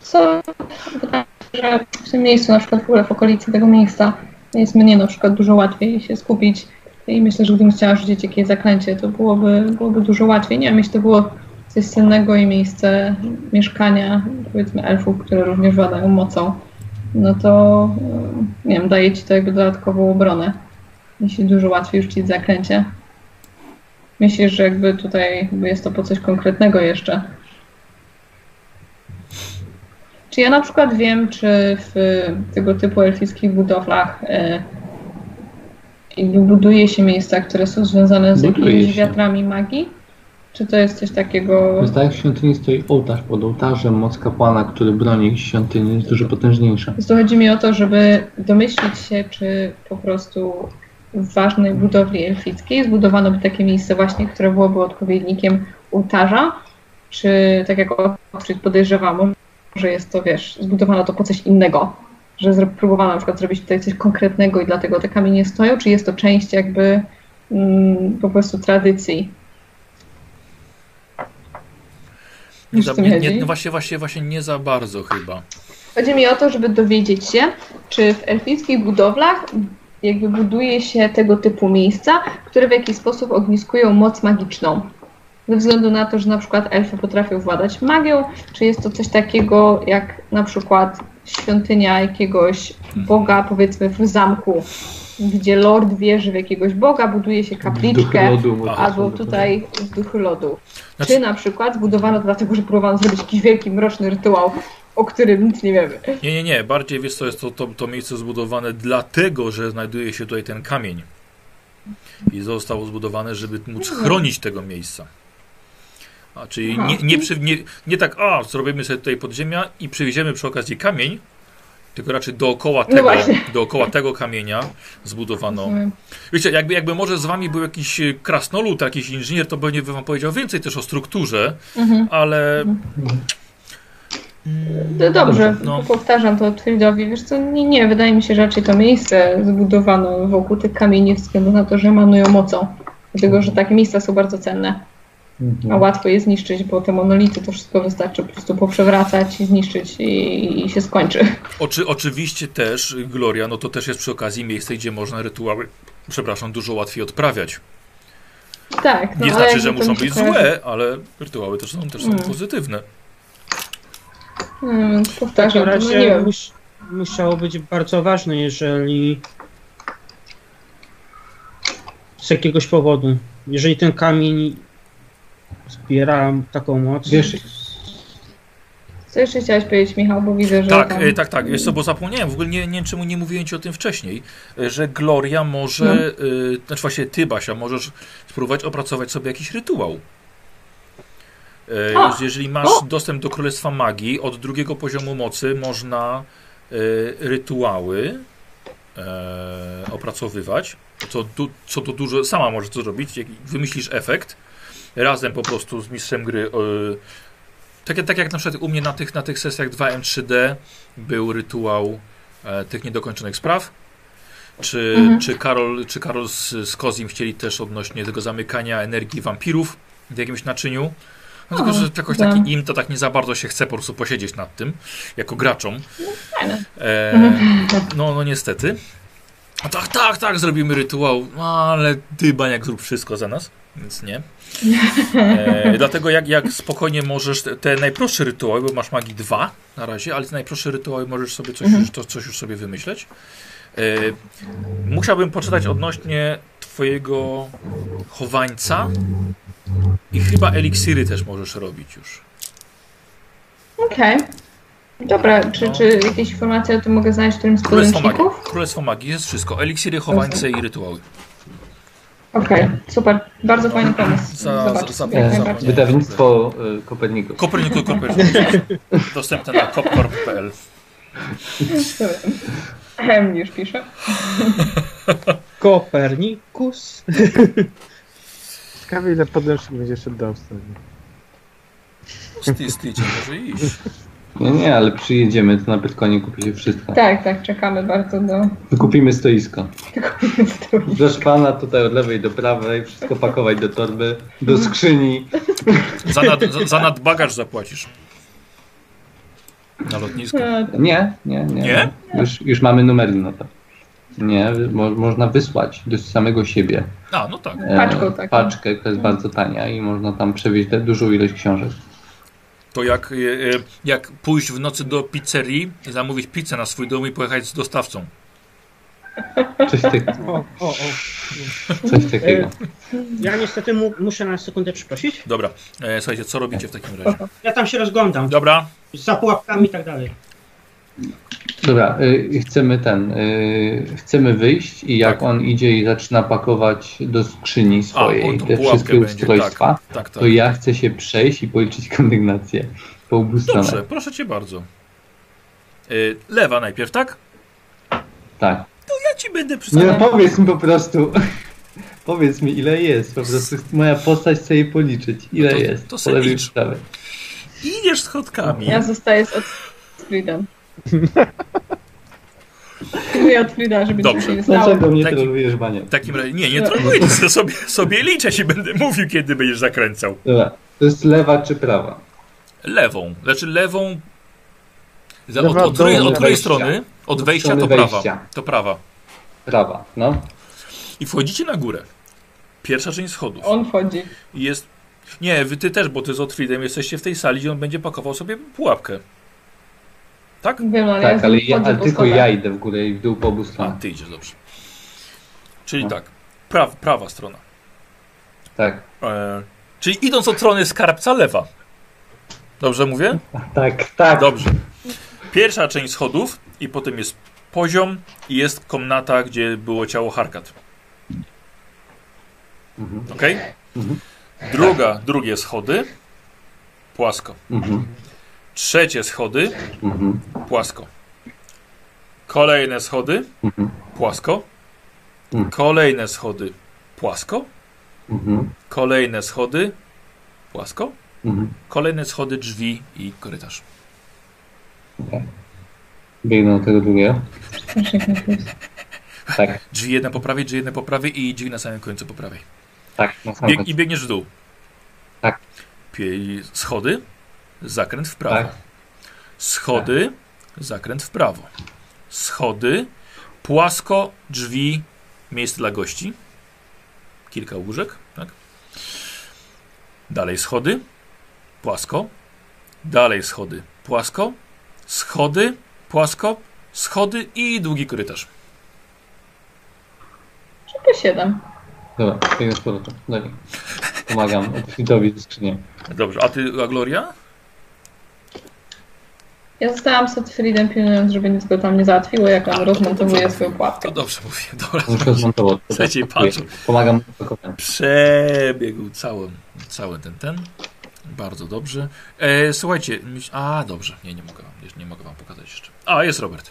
Speaker 4: Co wydaje mi się, że w tym miejscu, na przykład w ogóle w okolicy tego miejsca, jest mnie na przykład dużo łatwiej się skupić. I myślę, że gdybym chciała rzucić jakieś zaklęcie, to byłoby, byłoby dużo łatwiej. Nie wiem, jeśli to było coś cennego i miejsce mieszkania, powiedzmy elfów, które również władają mocą, no to mm, nie wiem, daje ci to jakby dodatkową obronę. Jeśli dużo łatwiej rzucić zaklęcie. Myślisz, że jakby tutaj jakby jest to po coś konkretnego jeszcze? Czy ja na przykład wiem, czy w y, tego typu elfickich budowlach y, i buduje się miejsca, które są związane z
Speaker 3: Buduje
Speaker 4: jakimiś
Speaker 3: się.
Speaker 4: wiatrami magii? Czy to jest coś takiego...
Speaker 3: Jest tak jak w świątyni stoi ołtarz. Pod ołtarzem moc kapłana, który broni świątyni jest dużo potężniejsza.
Speaker 4: Więc tu chodzi mi o to, żeby domyślić się, czy po prostu w ważnej budowli elfickiej zbudowano by takie miejsce właśnie, które byłoby odpowiednikiem ołtarza, czy tak jak Ostrzyc podejrzewa, może jest to, wiesz, zbudowano to po coś innego, że zro- próbowano na przykład zrobić tutaj coś konkretnego i dlatego te kamienie stoją, czy jest to część jakby mm, po prostu tradycji?
Speaker 1: Nie
Speaker 4: Wiesz,
Speaker 1: za,
Speaker 4: co mi
Speaker 1: nie,
Speaker 4: chodzi?
Speaker 1: nie, no właśnie, właśnie, właśnie nie za bardzo chyba.
Speaker 4: Chodzi mi o to, żeby dowiedzieć się, czy w elfickich budowlach jakby buduje się tego typu miejsca, które w jakiś sposób ogniskują moc magiczną. Ze względu na to, że na przykład elfy potrafią władać magią, czy jest to coś takiego jak na przykład świątynia jakiegoś boga, powiedzmy w zamku, gdzie lord wierzy w jakiegoś boga, buduje się kapliczkę,
Speaker 3: Duchy lodu.
Speaker 4: albo tutaj duchy lodu.
Speaker 1: no, Znaczy-
Speaker 4: Czy na przykład zbudowano to dlatego, że próbowano zrobić jakiś wielki, mroczny rytuał, o którym nic nie wiemy.
Speaker 1: Nie, nie, nie. Bardziej wiesz co, jest to, to, to miejsce zbudowane dlatego, że znajduje się tutaj ten kamień. I zostało zbudowane, żeby móc chronić tego miejsca. A czyli
Speaker 4: Mhm. Aha.
Speaker 1: nie, nie, przy, nie, nie tak, a zrobimy sobie tutaj podziemia i przywieziemy przy okazji kamień, tylko raczej dookoła
Speaker 4: No
Speaker 1: tego,
Speaker 4: właśnie. Mhm.
Speaker 1: dookoła tego kamienia zbudowano.
Speaker 4: Rozumiem.
Speaker 1: Wiecie, jakby, jakby może z wami był jakiś e, krasnolud, jakiś inżynier, to pewnie by wam powiedział więcej też o strukturze,
Speaker 4: Mhm.
Speaker 1: ale
Speaker 4: No dobrze,
Speaker 1: No.
Speaker 4: powtarzam to Twildowi. Wiesz co, nie, nie, wydaje mi się, że raczej to miejsce zbudowano wokół tych kamieni ze względu na to, że emanują mocą. Dlatego, że takie miejsca są bardzo cenne,
Speaker 1: No.
Speaker 4: a
Speaker 3: Mhm.
Speaker 4: łatwo je zniszczyć, bo te monolity to wszystko wystarczy po prostu poprzewracać i zniszczyć i, i się skończy.
Speaker 1: Oczy, oczywiście też, y, Gloria, no to też jest przy okazji miejsce, gdzie można rytuały, przepraszam, dużo łatwiej odprawiać.
Speaker 4: Tak, no
Speaker 1: Nie
Speaker 4: ale
Speaker 1: znaczy, że
Speaker 4: jakby
Speaker 1: muszą
Speaker 4: to mi się
Speaker 1: być
Speaker 4: kojarzy-
Speaker 1: złe, ale rytuały też są, też są
Speaker 4: Mm.
Speaker 1: pozytywne.
Speaker 4: Hmm,
Speaker 2: W takim
Speaker 4: powtarzam to, no nie
Speaker 2: razie
Speaker 4: wiem.
Speaker 2: mus, musiało być bardzo ważne, jeżeli z jakiegoś powodu, jeżeli ten kamień zbiera taką moc,
Speaker 3: Wiesz,
Speaker 4: Co jeszcze chciałeś powiedzieć, Michał, bo widzę, że
Speaker 1: Tak,
Speaker 4: tam...
Speaker 1: y, tak, tak, wiesz co, bo zapomniałem, w ogóle nie, nie wiem czemu nie mówiłem ci o tym wcześniej, y, że Gloria może,
Speaker 4: No.
Speaker 1: y, znaczy właśnie ty, Basia, możesz spróbować opracować sobie jakiś rytuał. Y,
Speaker 4: A!
Speaker 1: jeż- Jeżeli masz
Speaker 4: O!
Speaker 1: dostęp do Królestwa Magii, od drugiego poziomu mocy można y, rytuały e, opracowywać, co, du, co to dużo, sama możesz to zrobić, jak wymyślisz efekt, razem po prostu z mistrzem gry, e, tak, jak- tak jak na przykład u mnie na tych, na tych sesjach 2M3D był rytuał e, tych niedokończonych spraw, czy,
Speaker 4: Mhm.
Speaker 1: czy Karol, czy Karol z, z Kozim chcieli też odnośnie tego zamykania energii wampirów w jakimś naczyniu, no, tylko,
Speaker 4: O,
Speaker 1: że jakoś
Speaker 4: tak.
Speaker 1: taki im to tak nie za bardzo się chce po prostu posiedzieć nad tym, jako graczom.
Speaker 4: No, Fajne. Mhm.
Speaker 1: E, no, no niestety. A tak, tak, tak, zrobimy rytuał, no, ale ty, Baniak, zrób wszystko za nas, więc nie. E, dlatego jak, jak spokojnie możesz te, te najprostsze rytuały, bo masz magii dwa na razie, ale te najprostsze rytuały możesz sobie coś,
Speaker 4: Mhm.
Speaker 1: już, to, coś już sobie wymyśleć. E, musiałbym poczytać odnośnie twojego chowańca i chyba eliksiry też możesz robić już.
Speaker 4: Okej. Dobra, czy,
Speaker 1: No.
Speaker 4: czy jakieś informacje o tym mogę znaleźć w którymś z
Speaker 1: Królestwo magii.
Speaker 4: podręczników?
Speaker 1: Królestwo magii jest wszystko. Eliksiry, chowańce i rytuały.
Speaker 4: Okej, super. Bardzo
Speaker 1: No.
Speaker 4: fajny pomysł.
Speaker 1: Za-
Speaker 4: Zobacz,
Speaker 1: za- za-
Speaker 4: jak
Speaker 1: za-
Speaker 4: najbardziej.
Speaker 3: E, Wydawnictwo y, Kopernikus.
Speaker 1: Koperniku Koperniku. Dostępne na kopkorp.pl.
Speaker 4: Dobra. Ehem, Już piszę.
Speaker 2: Kopernikus.
Speaker 5: Ciekawe ile podręcznik będzie szedł do Australii.
Speaker 1: Pusty jest tydzień, może iść.
Speaker 3: Nie, nie, ale przyjedziemy, to na Pytkonie kupi się wszystko.
Speaker 4: Tak, tak, czekamy bardzo do...
Speaker 3: Kupimy stoisko.
Speaker 4: do...
Speaker 3: Do szpana tutaj od lewej do prawej, wszystko pakować do torby, do
Speaker 4: Mhm.
Speaker 3: skrzyni.
Speaker 1: Za, nad, za, za nadbagaż zapłacisz. Na lotnisku.
Speaker 4: E,
Speaker 3: Nie, nie, nie.
Speaker 1: Nie?
Speaker 3: Już, już mamy numery na to. Nie, mo można wysłać do samego siebie
Speaker 1: A, no tak.
Speaker 3: e,
Speaker 4: Paczką taką. Mhm.
Speaker 3: paczkę, która jest bardzo tania i można tam przewieźć te- dużą ilość książek.
Speaker 1: To jak, e, e, jak pójść w nocy do pizzerii, zamówić pizzę na swój dom i pojechać z dostawcą.
Speaker 3: Coś, tak,
Speaker 2: O, o, o.
Speaker 3: coś takiego.
Speaker 2: Ja niestety mu, muszę na sekundę przeprosić.
Speaker 1: Dobra, e, słuchajcie, co robicie w takim razie?
Speaker 2: Ja tam się rozglądam.
Speaker 1: Dobra,
Speaker 2: Za pułapkami i tak dalej.
Speaker 3: Dobra, y, chcemy ten, y, chcemy wyjść i jak
Speaker 1: Tak.
Speaker 3: on idzie i zaczyna pakować do skrzyni swojej
Speaker 1: tą
Speaker 3: te
Speaker 1: pułapkę
Speaker 3: wszystkie
Speaker 1: będzie,
Speaker 3: ustrojstwa,
Speaker 1: tak, tak.
Speaker 3: to ja chcę się przejść i policzyć kondygnację po obu
Speaker 1: Dobrze,
Speaker 3: stronach.
Speaker 1: proszę cię bardzo. E, lewa najpierw, tak?
Speaker 3: Tak.
Speaker 1: Ja ci będę
Speaker 3: Nie,
Speaker 1: przystawiał.
Speaker 3: no, powiedz mi po prostu, powiedz mi ile jest, po prostu moja postać chce jej policzyć, ile
Speaker 1: No to-
Speaker 3: jest.
Speaker 1: to
Speaker 3: po
Speaker 1: sobie
Speaker 3: lewej
Speaker 1: licz. No,
Speaker 3: i prawej.
Speaker 1: Idziesz schodkami.
Speaker 4: Ja zostaję z od Frida. Dziękuję od Frida, żeby
Speaker 1: Dobrze.
Speaker 4: nic się nie stało.
Speaker 3: Dlaczego mnie
Speaker 1: Taki-
Speaker 3: trolujesz, Bania?
Speaker 1: W takim razie, nie, nie troluję cię, sobie, sobie liczę i będę mówił, kiedy będziesz zakręcał.
Speaker 3: Dobra, to jest lewa czy prawa?
Speaker 1: Lewą, znaczy lewą... Za, od,
Speaker 5: Lewa
Speaker 1: od, której,
Speaker 3: dolna
Speaker 1: od której
Speaker 3: wejścia.
Speaker 1: strony? Od
Speaker 3: Od
Speaker 1: wejścia
Speaker 3: strony
Speaker 1: to prawa.
Speaker 3: wejścia.
Speaker 1: To prawa.
Speaker 3: Prawa, no.
Speaker 1: I wchodzicie na górę. Pierwsza część schodów.
Speaker 4: On wchodzi.
Speaker 1: I Jest... Nie, wy ty też, bo ty z Otfriedem jesteście w tej sali, gdzie on będzie pakował sobie pułapkę. Tak?
Speaker 4: Wiem, ale ja
Speaker 3: tak,
Speaker 4: z nim
Speaker 3: ale, ja,
Speaker 4: wchodzę
Speaker 3: ale
Speaker 4: po
Speaker 3: tylko
Speaker 4: schodach.
Speaker 3: ja idę w górę i w dół po obu
Speaker 1: A,
Speaker 3: stronach.
Speaker 1: ty idziesz, dobrze. Czyli
Speaker 3: Tak. No.
Speaker 1: tak, praw, prawa strona.
Speaker 3: Tak,
Speaker 1: E, czyli idąc od strony skarbca lewa. Dobrze mówię?
Speaker 3: tak, tak.
Speaker 1: Dobrze. Pierwsza część schodów i potem jest poziom i jest komnata, gdzie było ciało Harkat.
Speaker 3: Mhm.
Speaker 1: Ok?
Speaker 3: Mhm.
Speaker 1: Druga, drugie schody. Płasko.
Speaker 3: Mhm.
Speaker 1: Trzecie schody.
Speaker 3: Mhm.
Speaker 1: Płasko. Kolejne schody.
Speaker 3: Mhm.
Speaker 1: Płasko.
Speaker 3: Mhm.
Speaker 1: Kolejne schody. Płasko.
Speaker 3: Mhm.
Speaker 1: Kolejne schody. Płasko.
Speaker 3: Mhm.
Speaker 1: Kolejne schody, drzwi i korytarz.
Speaker 3: Biegnę do tego drugiego.
Speaker 4: Proszę, jak to jest.
Speaker 3: Tak,
Speaker 1: Drzwi jedne po prawej, drzwi jedne po prawej i drzwi na samym końcu po prawej.
Speaker 3: tak, na sam
Speaker 1: Bieg,
Speaker 3: końcu.
Speaker 1: I biegniesz w dół.
Speaker 3: Tak.
Speaker 1: Pie- Schody, zakręt w prawo.
Speaker 3: Tak.
Speaker 1: Schody, zakręt w prawo. Schody, płasko, drzwi, miejsce dla gości. Kilka łóżek, tak. Dalej schody, płasko. Dalej schody, płasko. Schody, płasko. Schody i długi korytarz.
Speaker 4: Tylko siedem.
Speaker 3: Dobra, biegnę z powrotem. Dalej. Pomagam Otwidowi ze skrzynią.
Speaker 1: Dobrze, a ty, a Gloria?
Speaker 4: Ja zostałam z Otfriedem pilnując, żeby nic go tam nie załatwiło, jak on rozmontowuje swoją pułapkę.
Speaker 1: To dobrze mówię, dobra.
Speaker 3: Muszę zmontować.
Speaker 1: Trzeciej patrzę.
Speaker 3: Pomagam mu z pakowaniem.
Speaker 1: Przebiegł cały, cały ten, ten. Bardzo dobrze. E, słuchajcie, myśl... a dobrze, nie, nie mogę wam, nie mogę wam pokazać jeszcze. A, jest Robert.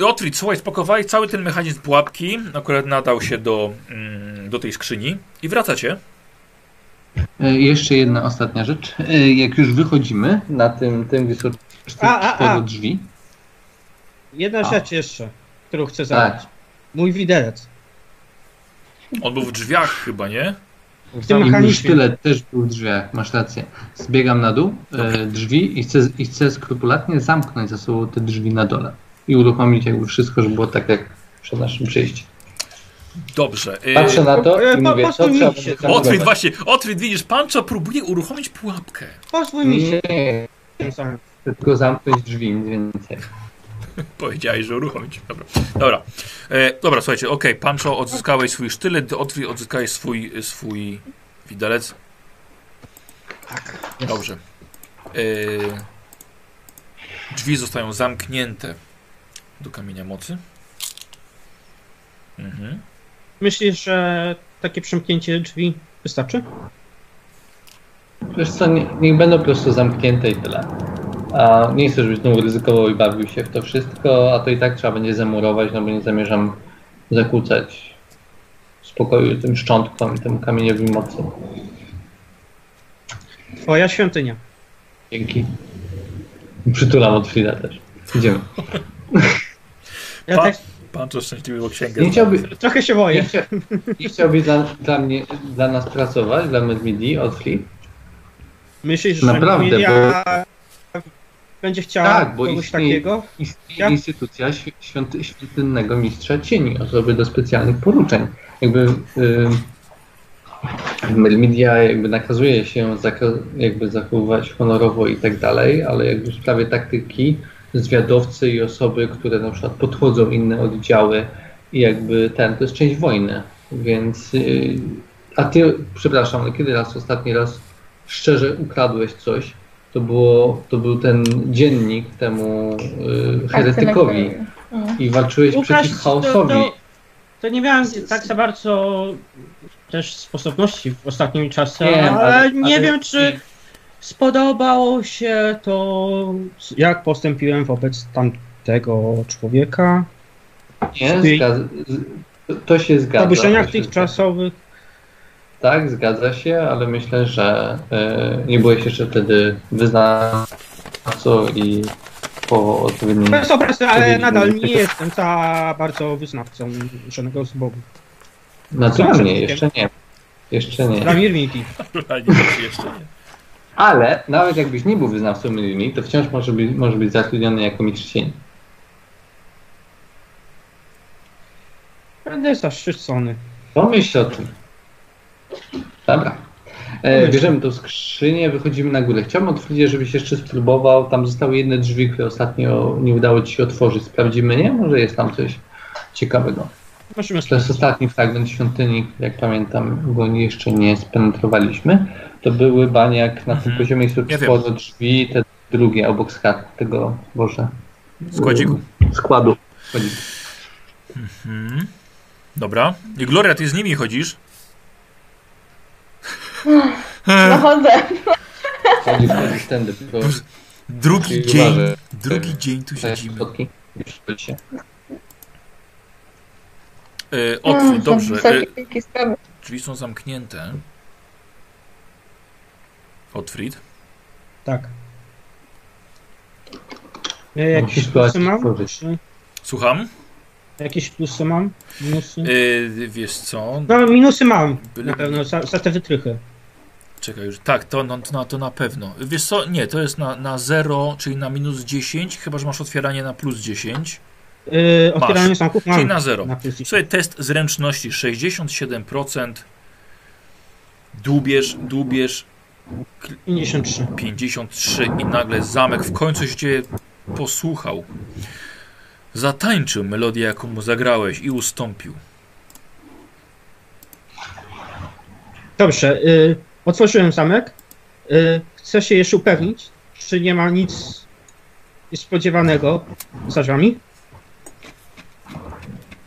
Speaker 1: E, Otwit, słuchaj, spakowałeś cały ten mechanizm pułapki, akurat nadał się do, mm, do tej skrzyni i wracacie.
Speaker 3: E, Jeszcze jedna ostatnia rzecz. E, Jak już wychodzimy na tym, tym wysokości
Speaker 2: A, a, a.
Speaker 3: cztery drzwi.
Speaker 2: Jedna
Speaker 3: A.
Speaker 2: rzecz jeszcze, którą chcę zabrać.
Speaker 3: Tak.
Speaker 2: Mój widelec.
Speaker 1: On był w drzwiach chyba, nie?
Speaker 2: W tym
Speaker 3: I mój
Speaker 2: mechanizmie.
Speaker 3: sztylet też był w drzwiach, masz rację. Zbiegam na dół e, drzwi i chcę, i chcę skrupulatnie zamknąć za sobą te drzwi na dole. I uruchomić jakby wszystko, żeby było tak jak przed naszym przyjściem.
Speaker 1: Dobrze.
Speaker 3: Patrzę
Speaker 1: E,
Speaker 3: na to
Speaker 2: e,
Speaker 3: i
Speaker 2: po-
Speaker 3: mówię, to
Speaker 2: posunij
Speaker 3: trzeba
Speaker 2: się.
Speaker 3: będzie
Speaker 1: Otwit,
Speaker 3: zamknąć.
Speaker 1: właśnie, Otwit, widzisz, Pancho próbuje uruchomić pułapkę.
Speaker 2: Pozwól mi się
Speaker 3: Nie, nie,
Speaker 2: tym samym.
Speaker 3: chcę tylko zamknąć drzwi, nic więcej.
Speaker 1: Powiedziałeś, że uruchomić. Dobra. Dobra, e, dobra słuchajcie, okej, Pancho, odzyskałeś swój sztylet, Otwi odzyskałeś swój, e, swój widelec. Tak. Dobrze. E, drzwi zostają zamknięte do kamienia mocy. Mhm.
Speaker 2: Myślisz, że takie przymknięcie drzwi wystarczy?
Speaker 3: Wiesz co, nie- niech będą po prostu zamknięte i tyle. A nie chcę, żebyś znowu ryzykował i bawił się w to wszystko, a to i tak trzeba będzie zamurować, no bo nie zamierzam zakłócać spokoju tym szczątkom i tym kamieniowi mocy.
Speaker 2: Twoja świątynia.
Speaker 3: Dzięki. Przytulam od Frida też. Idziemy.
Speaker 2: Ja
Speaker 1: Pa-
Speaker 2: tak
Speaker 1: Pan to szczęśliwy bo księgę.
Speaker 3: Nie chciałby,
Speaker 2: trochę się
Speaker 3: nie
Speaker 2: boję.
Speaker 3: chcia, nie chciałby dla, dla, mnie, dla nas pracować, dla Medmidi od Frida?
Speaker 2: Myślisz, że
Speaker 3: Naprawdę,
Speaker 2: Emilia będzie chciała
Speaker 3: Tak, bo
Speaker 2: kogoś
Speaker 3: istnieje-
Speaker 2: takiego?
Speaker 3: Istnieje
Speaker 2: Ja-
Speaker 3: instytucja świ- świąty, świątynnego mistrza cieni, osoby do specjalnych poruczeń. Jakby yy, Melmedia jakby nakazuje się zaka- jakby zachowywać honorowo i tak dalej, ale jakby w sprawie taktyki zwiadowcy i osoby, które na przykład podchodzą inne oddziały i jakby ten, to jest część wojny, więc yy, a ty, przepraszam, ale kiedy raz ostatni raz szczerze ukradłeś coś, to, było, to był ten dziennik temu
Speaker 4: Tak,
Speaker 3: y, heretykowi
Speaker 4: Arcylektorowi. Mm.
Speaker 3: i walczyłeś
Speaker 2: Łukasz,
Speaker 3: przeciw
Speaker 2: to-
Speaker 3: chaosowi.
Speaker 2: to- To nie miałem z- tak za bardzo też sposobności w ostatnim czasie,
Speaker 3: Nie,
Speaker 2: ale,
Speaker 3: ale-
Speaker 2: nie
Speaker 3: ale-
Speaker 2: wiem, czy spodobało się to, jak postąpiłem wobec tamtego człowieka.
Speaker 3: Nie, zgadza, z- to się
Speaker 2: W
Speaker 3: zgadza.
Speaker 2: oburzeniach
Speaker 3: To się
Speaker 2: tychczasowych
Speaker 3: zgadza. Tak, zgadza się, ale myślę, że y, nie byłeś jeszcze wtedy wyznawcą i po odpowiednim...
Speaker 2: To jest obecne, ale
Speaker 3: Powiedzieć,
Speaker 2: nadal
Speaker 3: że-
Speaker 2: nie jestem za bardzo wyznawcą żadnego z bogów.
Speaker 3: Naturalnie, jeszcze nie. Jeszcze nie.
Speaker 2: Dla Mirmiki.
Speaker 1: jeszcze nie.
Speaker 3: Ale nawet jakbyś nie był wyznawcą religii, to wciąż może być, może być zatrudniony jako mistrz cieni.
Speaker 2: Będę zaszczycony.
Speaker 3: Pomyśl o tym. Dobra. E, bierzemy tą skrzynię, wychodzimy na górę. Chciałbym otworzyć, żebyś jeszcze spróbował. Tam zostały jedne drzwi, które ostatnio nie udało ci się otworzyć. Sprawdzimy, nie? Może jest tam coś ciekawego.
Speaker 2: Możemy
Speaker 3: To jest ostatni fragment świątyni, jak pamiętam, go jeszcze nie spenetrowaliśmy. To były baniak na tym
Speaker 1: Mhm.
Speaker 3: poziomie, który
Speaker 1: Ja wiem.
Speaker 3: przychodzą drzwi, te drugie obok skat tego, Boże,
Speaker 1: Składziku.
Speaker 3: składu. Składziku.
Speaker 1: Mhm. Dobra. I Gloria, ty z nimi chodzisz?
Speaker 4: No chodzę.
Speaker 3: Składziku, składziku, tędy, bo
Speaker 1: Drugi
Speaker 3: Czyli
Speaker 1: dzień.
Speaker 3: uważaj.
Speaker 1: Drugi dzień tu
Speaker 3: to jest
Speaker 1: siedzimy.
Speaker 3: środki. Już się.
Speaker 1: E, Otwórz,
Speaker 4: Mm,
Speaker 1: dobrze.
Speaker 4: Są
Speaker 1: E,
Speaker 4: wysokie, wielkie sprawy.
Speaker 1: Drzwi są zamknięte. Otfrid?
Speaker 2: Tak. Ja jakieś
Speaker 3: Musisz to
Speaker 2: plusy mam?
Speaker 3: otworzyć.
Speaker 2: Czy
Speaker 1: Słucham?
Speaker 2: Jakiees plusy mam? Minusy?
Speaker 1: E, wiesz co?
Speaker 2: No, minusy mam.
Speaker 1: Byle-
Speaker 2: Na pewno, za, za te wytrychy.
Speaker 1: Czekaj już. Tak, to, no, to, na, to na pewno. Wiesz co? Nie, to jest na, na 0, czyli na minus 10, chyba że masz otwieranie na plus 10,
Speaker 2: Yy, otwieranie
Speaker 1: Masz.
Speaker 2: sanków
Speaker 1: czyli
Speaker 2: mam.
Speaker 1: na 0.
Speaker 2: No. Na plus
Speaker 1: Słuchaj, test zręczności 67%. Dłubiesz, dłubiesz
Speaker 2: 53.
Speaker 1: 53 i nagle zamek w końcu się cię posłuchał. Zatańczył melodię, jaką mu zagrałeś i ustąpił.
Speaker 2: Dobrze, y, otworzyłem zamek. Y, chcę się jeszcze upewnić, czy nie ma nic niespodziewanego za drzwiami.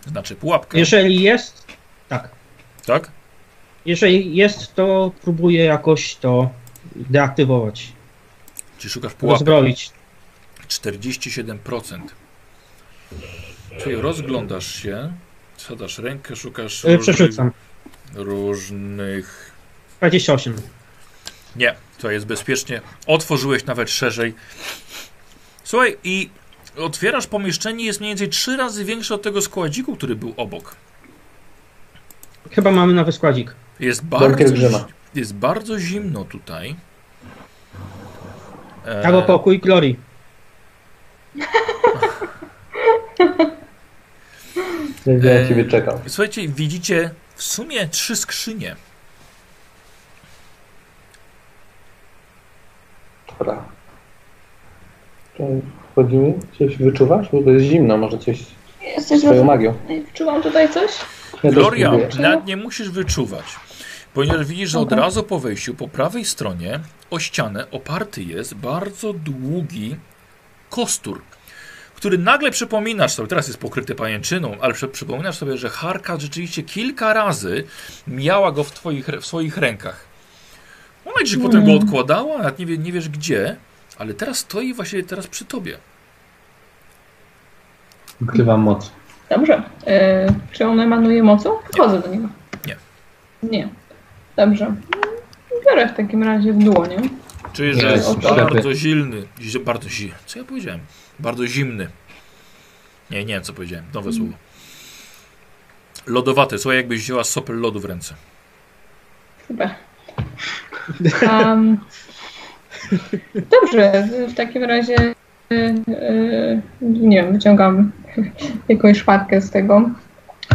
Speaker 1: Znaczy pułapkę,
Speaker 2: Jeżeli jest, tak.
Speaker 1: tak?
Speaker 2: Jeżeli jest, to próbuję jakoś to deaktywować,
Speaker 1: Czy szukasz pułapki?
Speaker 2: rozbroić.
Speaker 1: 47%. Czyli rozglądasz się, sadasz rękę, szukasz
Speaker 2: Y, Przerzucam.
Speaker 1: różnych...
Speaker 2: 28.
Speaker 1: Nie, to jest bezpiecznie. Otworzyłeś nawet szerzej. Słuchaj, i otwierasz pomieszczenie, jest mniej więcej trzy razy większe od tego składziku, który był obok.
Speaker 2: Chyba mamy nowy składzik.
Speaker 1: Jest
Speaker 3: Bunkier
Speaker 1: bardzo,
Speaker 3: grzewa.
Speaker 1: jest bardzo zimno tutaj. E,
Speaker 2: Albo pokój Glory.
Speaker 3: Będzie
Speaker 1: Eee.
Speaker 3: na ciebie czekał.
Speaker 1: Słuchajcie, widzicie w sumie trzy skrzynie.
Speaker 3: Dobra. Czy Wchodzimy? Coś wyczuwasz? Bo to jest zimno, może coś z
Speaker 4: Jesteś
Speaker 3: twoją
Speaker 4: może...
Speaker 3: magią.
Speaker 4: Czułam tutaj coś?
Speaker 3: Ja
Speaker 1: Gloria,
Speaker 3: też próbuję.
Speaker 1: nawet nie musisz wyczuwać, ponieważ widzisz, że od
Speaker 4: Dobra.
Speaker 1: razu po wejściu po prawej stronie o ścianę oparty jest bardzo długi kostur, który nagle przypominasz sobie, teraz jest pokryty pajęczyną, ale przy- przypominasz sobie, że Harka rzeczywiście kilka razy miała go w, twoich, w swoich rękach. Ona gdzieś potem go
Speaker 4: Mm.
Speaker 1: odkładała, nawet nie, wie, nie wiesz gdzie, Ale teraz stoi właśnie teraz przy tobie.
Speaker 3: Ukrywam moc.
Speaker 4: Dobrze. E, czy on emanuje mocą? Wchodzę do niego.
Speaker 1: Nie.
Speaker 4: Nie. Dobrze. Mm, Biorę w takim razie w dłonie.
Speaker 1: Czuję,
Speaker 3: Nie,
Speaker 1: że jest
Speaker 4: jestem
Speaker 1: bardzo
Speaker 3: ślepy.
Speaker 1: zimny. zi- Bardzo zimny. Co ja powiedziałem? Bardzo zimny. Nie, nie wiem co powiedziałem. Nowe słowo. Lodowaty. Słuchaj, jakbyś wzięła sopel lodu w ręce.
Speaker 4: Chyba. Em, dobrze, w takim razie e, e, nie wiem, wyciągam jakąś szmatkę z tego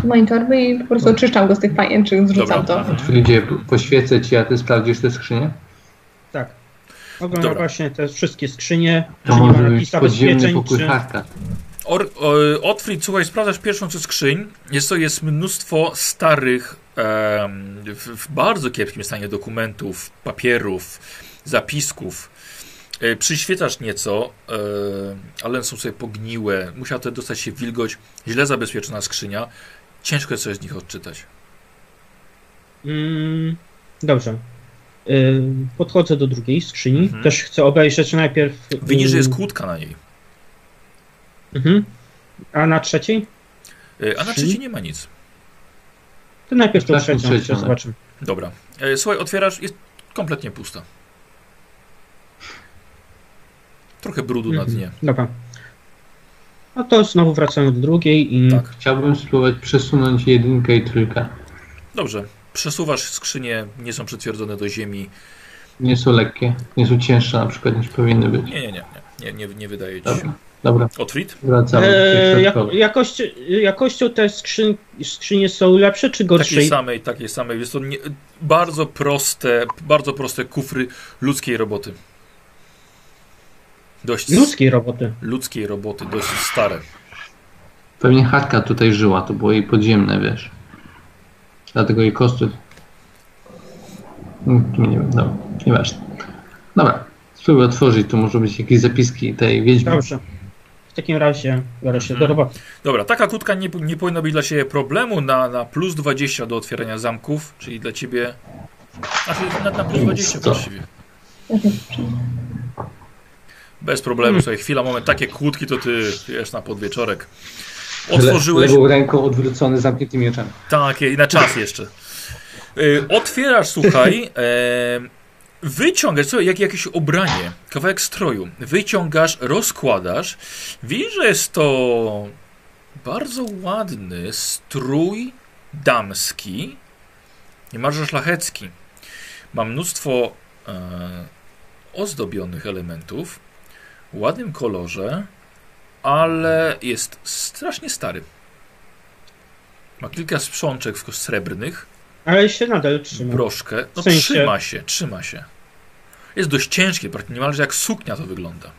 Speaker 4: mojej torby i po prostu oczyszczam go z tych pajęczych, zrzucam
Speaker 1: Dobra.
Speaker 4: to.
Speaker 3: Czyli gdzie poświecę ci, a ty sprawdzisz te skrzynie?
Speaker 2: Tak. Ogląda
Speaker 1: Dobra.
Speaker 2: właśnie te wszystkie skrzynie.
Speaker 3: To
Speaker 2: czy nie ma
Speaker 3: może być
Speaker 2: napisów
Speaker 3: podziemny
Speaker 2: zabezpieczeń,
Speaker 3: pokój
Speaker 2: czy-
Speaker 3: Harka.
Speaker 1: Or, o, Otfrid, słuchaj, sprawdzasz pierwszą ze skrzyń. Jest to jest mnóstwo starych, em, w, w bardzo kiepskim stanie dokumentów, papierów, zapisków. E, przyświecasz nieco, e, ale są sobie pogniłe. Musiała to dostać się wilgoć. Źle zabezpieczona skrzynia. Ciężko jest coś z nich odczytać.
Speaker 2: Mm, dobrze. Y, podchodzę do drugiej skrzyni.
Speaker 1: Mhm.
Speaker 2: Też chcę obejrzeć najpierw. y,
Speaker 1: Widzisz, że jest kłódka na niej.
Speaker 2: Mhm. A na trzeciej?
Speaker 1: E, a na
Speaker 2: Skrzyni?
Speaker 1: trzeciej nie ma nic.
Speaker 2: To najpierw tą
Speaker 3: Tak, tą
Speaker 2: trzecią,
Speaker 3: trzecią,
Speaker 2: trzecią
Speaker 3: tak.
Speaker 2: zobaczymy.
Speaker 1: Dobra. E, słuchaj, otwierasz, jest kompletnie pusta. Trochę brudu na
Speaker 2: Mhm.
Speaker 1: dnie.
Speaker 2: Dobra. No to znowu wracamy do drugiej i.
Speaker 1: Tak.
Speaker 3: Chciałbym spróbować przesunąć jedynkę i trójkę.
Speaker 1: Dobrze. Przesuwasz skrzynie, nie są przytwierdzone do ziemi.
Speaker 3: Nie są lekkie, nie są cięższe na przykład niż powinny być.
Speaker 1: Nie, nie, nie, nie, nie, nie, nie wydaje ci się.
Speaker 3: Dobra, dobra
Speaker 1: Otwrit?
Speaker 3: wracamy. do
Speaker 2: E,
Speaker 3: tej
Speaker 2: jak,
Speaker 3: środkowej.
Speaker 2: jakość, jakością te skrzyn, skrzynie są lepsze czy
Speaker 1: Takiej
Speaker 2: gorsze?
Speaker 1: samej, takiej samej. Jest to nie, bardzo proste, bardzo proste kufry ludzkiej roboty. Dość s-
Speaker 2: Ludzkiej roboty.
Speaker 1: ludzkiej roboty, dość stare.
Speaker 3: Pewnie chatka tutaj żyła, to było jej podziemne, wiesz. Dlatego jej kosty. Mm, Nie wiem, dobra, nieważne. Dobra, spróbuj otworzyć, tu może być jakieś zapiski tej wiedźmy.
Speaker 2: Dobrze. W takim razie biorę się
Speaker 1: Mhm.
Speaker 2: do roboty.
Speaker 1: Dobra, taka kłódka nie, nie powinna być dla Ciebie problemu na, na plus 20 do otwierania zamków, czyli dla Ciebie... Znaczy na, na plus 20
Speaker 3: Co?
Speaker 1: właściwie. Bez problemu, sobie chwila, moment, takie kłódki to Ty, wiesz, na podwieczorek. Otworzyłeś...
Speaker 3: Le- lewą ręką odwrócony, zamkniętymi oczami.
Speaker 1: Tak, i na czas jeszcze. Y, Otwierasz, słuchaj, e, wyciągasz, co, jak, jakieś ubranie, kawałek stroju. Wyciągasz, rozkładasz. Widzisz, że jest to bardzo ładny strój damski, niemalże szlachecki. Ma mnóstwo e, ozdobionych elementów, w ładnym kolorze, ale jest strasznie stary. Ma kilka sprzączek w- srebrnych,
Speaker 2: Ale się nadal trzyma.
Speaker 1: broszkę. No
Speaker 2: W sensie-
Speaker 1: trzyma się, trzyma się. Jest dość ciężkie, praktycznie niemalże jak suknia to wygląda.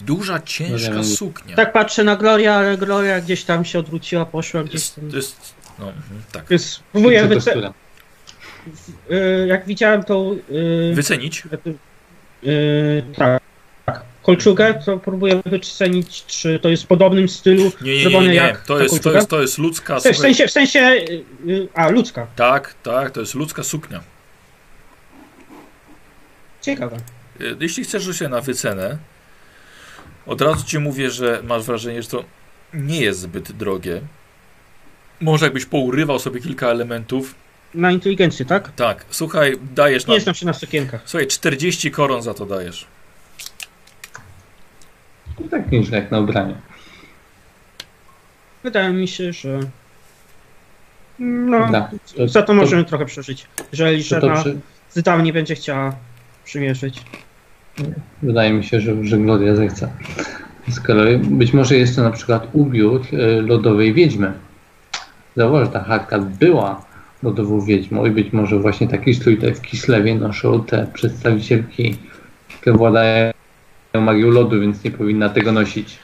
Speaker 1: Duża, ciężka
Speaker 3: wiem.
Speaker 1: suknia.
Speaker 2: Tak patrzę na Gloria, ale Gloria gdzieś tam się odwróciła, poszła gdzieś
Speaker 1: Jest,
Speaker 2: tam.
Speaker 1: to jest, no, mhm, tak.
Speaker 2: Więc spróbuję
Speaker 3: Widzę
Speaker 2: wyce-
Speaker 3: teksturę.
Speaker 2: y, jak widziałem tą y,
Speaker 1: Wycenić?
Speaker 2: y, tak, tak, kolczugę, to próbuję wycenić, czy to jest w podobnym stylu
Speaker 1: Nie, nie, nie,
Speaker 2: zrobione
Speaker 1: nie, nie.
Speaker 2: jak
Speaker 1: To,
Speaker 2: ta
Speaker 1: jest, to,
Speaker 2: kolczuga?
Speaker 1: jest, to jest ludzka
Speaker 2: W
Speaker 1: słuchaj,
Speaker 2: sensie, w sensie, y, y, a ludzka,
Speaker 1: Tak, tak, to jest ludzka suknia.
Speaker 2: ciekawe.
Speaker 1: Y, Jeśli chcesz rzucić się na wycenę, od razu ci mówię, że masz wrażenie, że to nie jest zbyt drogie. Może jakbyś pourywał sobie kilka elementów.
Speaker 2: Na inteligencję, tak?
Speaker 1: Tak, słuchaj, dajesz na
Speaker 2: Nie znam się na sukienkach.
Speaker 1: Słuchaj, 40 koron za to dajesz.
Speaker 3: No Tak nieźle jak na ubranie.
Speaker 2: Wydaje mi się, że no,
Speaker 3: Da. To-
Speaker 2: za to możemy trochę przeżyć, jeżeli
Speaker 3: To, to,
Speaker 2: żadna
Speaker 3: przy-
Speaker 2: zdał nie będzie chciała przymierzyć.
Speaker 3: Wydaje mi się, że, że Gloria zechce. Z kolei być może jest to na przykład ubiór e, lodowej wiedźmy. Zauważ, że ta chatka była lodową wiedźmą i być może właśnie taki strój tutaj w Kislewie noszą te przedstawicielki, które władają magią lodu, więc nie powinna tego nosić.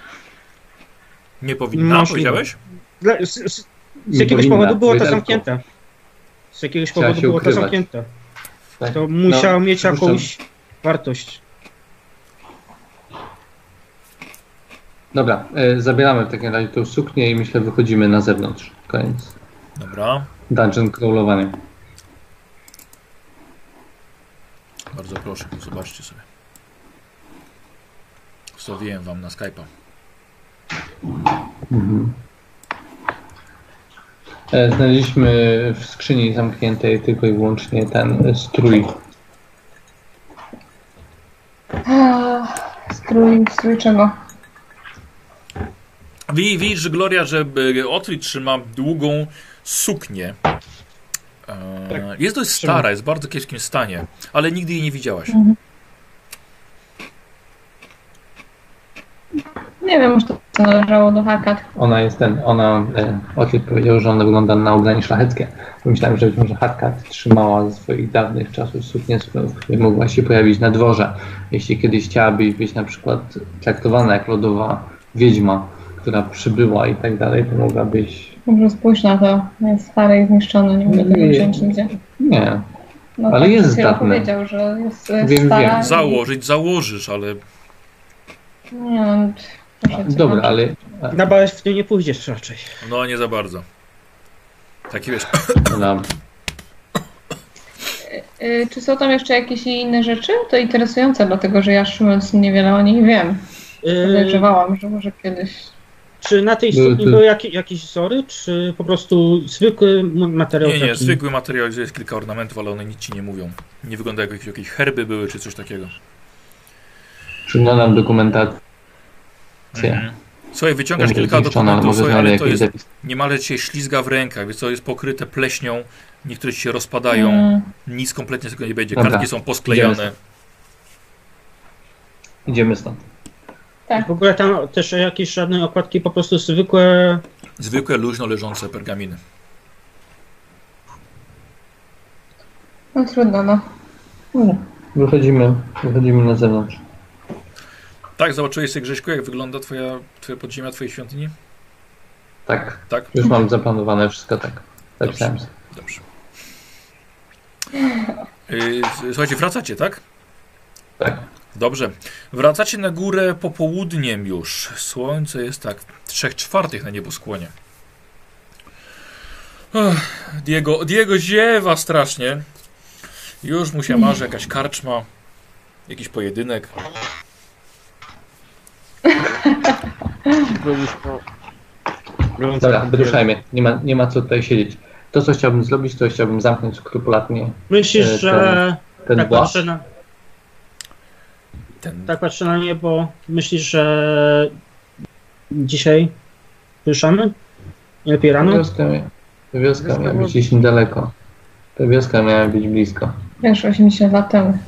Speaker 1: Nie powinna,
Speaker 2: Masz
Speaker 1: powiedziałeś?
Speaker 2: Dla, z, z, z
Speaker 3: Nie
Speaker 2: jakiegoś
Speaker 3: powinna,
Speaker 2: powodu było
Speaker 3: bo
Speaker 2: to
Speaker 3: jest
Speaker 2: zamknięte. Z jakiegoś
Speaker 3: Trzeba
Speaker 2: powodu
Speaker 3: się
Speaker 2: było to
Speaker 3: ukrywać.
Speaker 2: zamknięte.
Speaker 3: elfką, tak?
Speaker 2: To musiał
Speaker 3: No,
Speaker 2: mieć
Speaker 3: przypuszczam.
Speaker 2: jakąś wartość.
Speaker 3: Dobra, e, zabieramy w takim razie tą suknię i myślę wychodzimy na zewnątrz. Koniec.
Speaker 1: Dobra,
Speaker 3: Dungeon crawlowania.
Speaker 1: bardzo proszę, zobaczcie sobie. Wstawiłem wam na Skype'a.
Speaker 3: Mhm. E, Znaleźliśmy w skrzyni zamkniętej tylko i wyłącznie ten e, strój.
Speaker 4: Ah, Strój, strój czego?
Speaker 1: Wi- Widzisz, że Gloria, że e, Otri trzyma długą suknię. E, Jest dość
Speaker 5: trzymam.
Speaker 1: stara, jest w bardzo kiepskim stanie, ale nigdy jej nie widziałaś.
Speaker 4: Nie wiem, może to należało do hakat.
Speaker 3: Ona jest ten, ona, e, ojciec powiedział, że ona wygląda na ubranie szlacheckie. Myślałem, że być może Hatka trzymała ze swoich dawnych czasów suknię, z której mogła się pojawić na dworze. Jeśli kiedyś chciałabyś być na przykład traktowana jak lodowa wiedźma, która przybyła i tak dalej, to mogłabyś...
Speaker 4: Może spójrz na to. Jest stare i zniszczone, nie mogę tego
Speaker 3: Nie.
Speaker 4: wziąć nigdzie.
Speaker 3: Nie,
Speaker 4: No,
Speaker 3: Ale
Speaker 4: tak
Speaker 3: jest
Speaker 4: przed chwilą
Speaker 3: zdatne.
Speaker 4: powiedział, że jest e,
Speaker 3: Wiem,
Speaker 4: stara.
Speaker 3: wiem.
Speaker 4: i-
Speaker 1: Założyć, założysz, ale
Speaker 4: Nie no, pff, proszę cię,
Speaker 3: dobra,
Speaker 4: no.
Speaker 3: ale
Speaker 2: Na bal w tym nie pójdziesz raczej.
Speaker 1: no nie za bardzo. Taki wiesz,
Speaker 3: ona
Speaker 4: Y, Czy są tam jeszcze jakieś inne rzeczy? To interesujące, dlatego że ja szumiąc niewiele o nich
Speaker 3: Y,
Speaker 4: wiem.
Speaker 2: Yy,
Speaker 4: Podejrzewałam, że może kiedyś.
Speaker 2: czy na tej
Speaker 3: Były
Speaker 2: sukni
Speaker 3: tu-
Speaker 2: były jakie, jakieś wzory, czy po prostu zwykły m- materiał?
Speaker 1: nie, nie,
Speaker 2: taki?
Speaker 1: zwykły materiał, gdzie jest kilka ornamentów, ale one nic ci nie mówią. Nie wygląda jak jakieś, jakieś herby były, czy coś takiego.
Speaker 3: przyglądam dokumentację.
Speaker 1: Mhm. Słuchaj, wyciągasz
Speaker 3: Będzie
Speaker 1: kilka
Speaker 3: zniszczona,
Speaker 1: dokumentów,
Speaker 3: może
Speaker 1: słuchaj,
Speaker 3: znajdę
Speaker 1: ale to
Speaker 3: jakiś
Speaker 1: jest
Speaker 3: zapis.
Speaker 1: niemalże cię ślizga w rękach, więc to jest pokryte pleśnią, niektóre ci się rozpadają.
Speaker 4: Mm,
Speaker 1: Nic kompletnie z tego nie będzie.
Speaker 3: Dobra.
Speaker 1: Kartki są posklejane.
Speaker 3: Idziemy Idziemy stąd.
Speaker 4: tak.
Speaker 2: W ogóle tam też jakieś żadne okładki, po prostu zwykłe.
Speaker 1: Zwykłe, luźno leżące pergaminy.
Speaker 4: No trudno, no. Mm.
Speaker 3: Wychodzimy, wychodzimy na zewnątrz.
Speaker 1: Tak, zobaczyłeś sobie Grześku, jak wygląda twoja, twoje podziemia twojej świątyni?
Speaker 3: Tak,
Speaker 1: Tak?
Speaker 3: już mam zaplanowane wszystko tak. Zapisałem sobie.
Speaker 1: Dobrze. Yy, słuchajcie, wracacie, tak?
Speaker 3: Tak.
Speaker 1: Dobrze. Wracacie na górę popołudniem już. Słońce jest tak, trzech czwartych na nieboskłonie. Ech, Diego, Diego ziewa strasznie. Już mu się marzy jakaś karczma, jakiś pojedynek.
Speaker 5: Tylko już no, po...
Speaker 2: Tak,
Speaker 5: Gorąca
Speaker 3: Dobra,
Speaker 5: kąpiel.
Speaker 3: wyruszajmy. Nie ma, nie ma co tutaj siedzieć. To, co chciałbym zrobić, to chciałbym zamknąć skrupulatnie
Speaker 2: Myślisz,
Speaker 3: E,
Speaker 2: że.
Speaker 3: ten
Speaker 2: Tak
Speaker 3: włas.
Speaker 2: patrzę, na,
Speaker 1: Ten
Speaker 2: tak patrzę na niebo. Myślisz, że. Dzisiaj. Wyruszamy? Nie lepiej
Speaker 3: Ta
Speaker 2: rano?
Speaker 3: wioska, mia- ta wioska
Speaker 5: Wioska
Speaker 3: miała
Speaker 5: była-
Speaker 3: być gdzieś niedaleko. Ta wioska miała być blisko.
Speaker 4: Wiesz, 80 lat temu.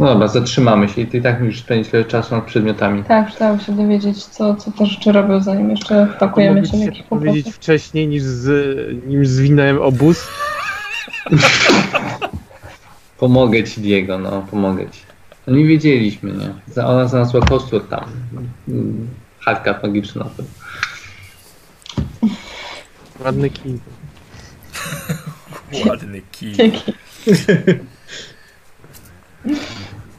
Speaker 3: No dobra, zatrzymamy się i ty i tak musisz spędzić tyle czasu nad przedmiotami.
Speaker 4: Tak, przydałoby się dowiedzieć, co, co te rzeczy robią, zanim jeszcze wpakujemy
Speaker 5: Mogłeś
Speaker 4: się w
Speaker 5: się
Speaker 4: jakiś kłopot.
Speaker 5: powiedzieć wcześniej niż, z, nim zwinąłem obóz.
Speaker 3: Pomogę ci, Diego, no, pomogę ci. No nie wiedzieliśmy, nie? Za- Ona znalazła kostur tam. Mm, Chatka magiczna.
Speaker 5: Ładny kij.
Speaker 1: ładny kij.
Speaker 4: Dzięki.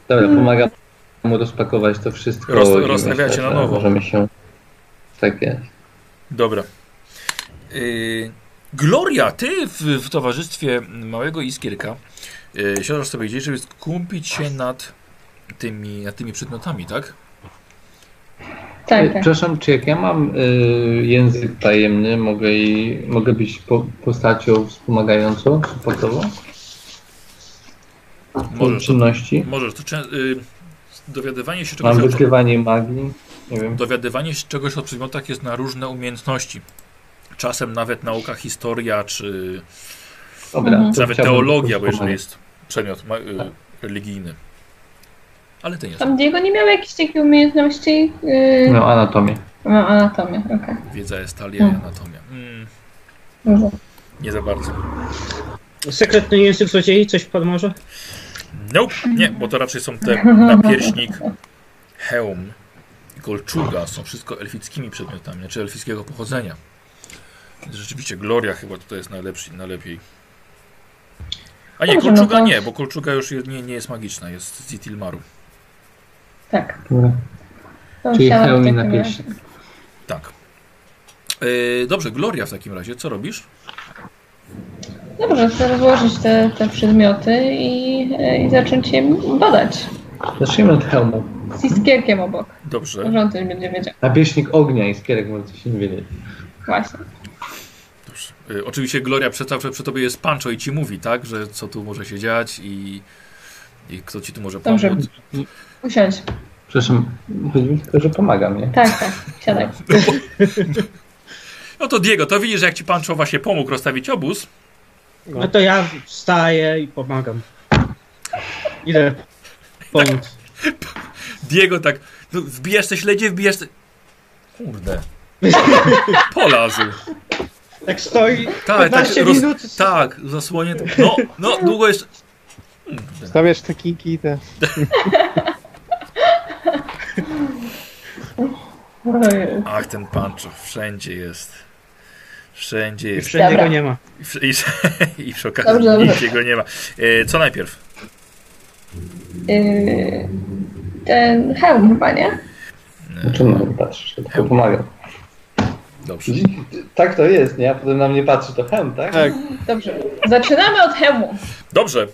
Speaker 3: Dobra,
Speaker 2: Hmm.
Speaker 3: pomagam mu rozpakować to wszystko.
Speaker 1: Roz-
Speaker 3: i myślę,
Speaker 1: rozstawiacie na
Speaker 3: że
Speaker 1: nowo.
Speaker 3: Możemy się... Tak jest.
Speaker 1: Dobra. Y, Gloria, ty w, w towarzystwie małego iskierka yy, siadasz sobie gdzieś, żeby skupić się nad tymi, nad tymi przedmiotami, tak?
Speaker 4: Tak,
Speaker 3: E,
Speaker 4: tak.
Speaker 3: Przepraszam, czy jak ja mam y, język tajemny, mogę, jej- mogę być po, postacią wspomagającą, supportową w
Speaker 1: Możesz to,
Speaker 3: czynności?
Speaker 1: możesz to czę- y, dowiadywanie się czegoś
Speaker 3: Mam
Speaker 1: od,
Speaker 3: wykrywanie magii? Nie wiem.
Speaker 1: dowiadywanie się czegoś o przedmiotach jest na różne umiejętności. Czasem nawet nauka historia, czy
Speaker 3: Dobra,
Speaker 4: Mhm.
Speaker 3: to
Speaker 1: nawet
Speaker 3: chciałbym
Speaker 1: teologia, bo jeżeli
Speaker 3: wspomagać.
Speaker 1: jest przedmiot ma- y, religijny. Ale ty nie jest.
Speaker 4: Tam Diego nie miał jakichś takich umiejętności? Yy...
Speaker 3: No, anatomię.
Speaker 4: No, anatomię, okej.
Speaker 1: Wiedza jest talia i anatomia. Mm,
Speaker 4: Dobrze.
Speaker 1: nie za bardzo.
Speaker 2: Sekretny język złodziei coś pomoże?
Speaker 1: Nope, nie, bo to raczej są te napierśnik, hełm i kolczuga. Są wszystko elfickimi przedmiotami, znaczy elfickiego pochodzenia. Więc Rzeczywiście Gloria chyba tutaj jest najlepszy, najlepiej. A nie,
Speaker 4: Dobrze,
Speaker 1: kolczuga
Speaker 4: no to-
Speaker 1: nie, bo kolczuga już je- nie, nie jest magiczna, jest z Itilmaru.
Speaker 4: Tak.
Speaker 3: Dobra.
Speaker 4: To
Speaker 3: Czyli
Speaker 4: siadam w
Speaker 3: hełm i
Speaker 4: takim
Speaker 3: napierśnik.
Speaker 4: razie.
Speaker 1: Tak. Yy, dobrze, Gloria w takim razie, co robisz?
Speaker 4: y, Dobrze, chcę rozłożyć te, te przedmioty i, i zacząć je badać.
Speaker 3: Zacznijmy od hełmu.
Speaker 4: Z iskierkiem obok.
Speaker 1: Dobrze,
Speaker 4: Może on też będzie wiedział.
Speaker 3: Napieśnik ognia i skierek może coś nie wiedzieć.
Speaker 4: Właśnie.
Speaker 1: dobrze. Y, oczywiście Gloria przed, zawsze przy tobie jest Pancho i ci mówi, tak, że co tu może się dziać i, i kto ci tu może pomóc.
Speaker 4: Dobrze. Usiądź.
Speaker 3: Przepraszam, chodzi mi tylko, że pomagam, nie?
Speaker 4: Tak, tak. Siadaj.
Speaker 1: No to Diego, to widzisz, że jak ci Pancho właśnie pomógł rozstawić obóz,
Speaker 2: No to ja wstaję i pomagam. Idę pomóc.
Speaker 1: Diego tak, no, wbijasz te śledzie, wbijasz te... Kurde. Polazł.
Speaker 2: Tak stoi
Speaker 1: Tak, tak,
Speaker 2: 15
Speaker 1: roz...
Speaker 2: minut.
Speaker 1: tak, zasłonię. No, no, długo jeszcze... Kurde.
Speaker 5: Stawiasz te kiki te.
Speaker 4: Ojej.
Speaker 1: Ach, ten Pancho, wszędzie jest. Wszędzie
Speaker 2: I
Speaker 1: jest.
Speaker 2: wszędzie
Speaker 4: Dobra.
Speaker 2: go nie ma.
Speaker 1: I przy, i, i przy okazji
Speaker 4: Dobrze, dobrze.
Speaker 1: nigdzie go nie ma. E, co najpierw?
Speaker 4: Yy, ten hełm chyba, nie? Tak.
Speaker 3: Czy na mnie Znaczy, no, patrzysz? Ja tylko pomagam.
Speaker 1: Dobrze.
Speaker 3: Czyli Tak to jest, nie? A potem na mnie patrzy to hełm, tak?
Speaker 5: Tak.
Speaker 4: Dobrze. Zaczynamy od hełmu.
Speaker 1: Dobrze.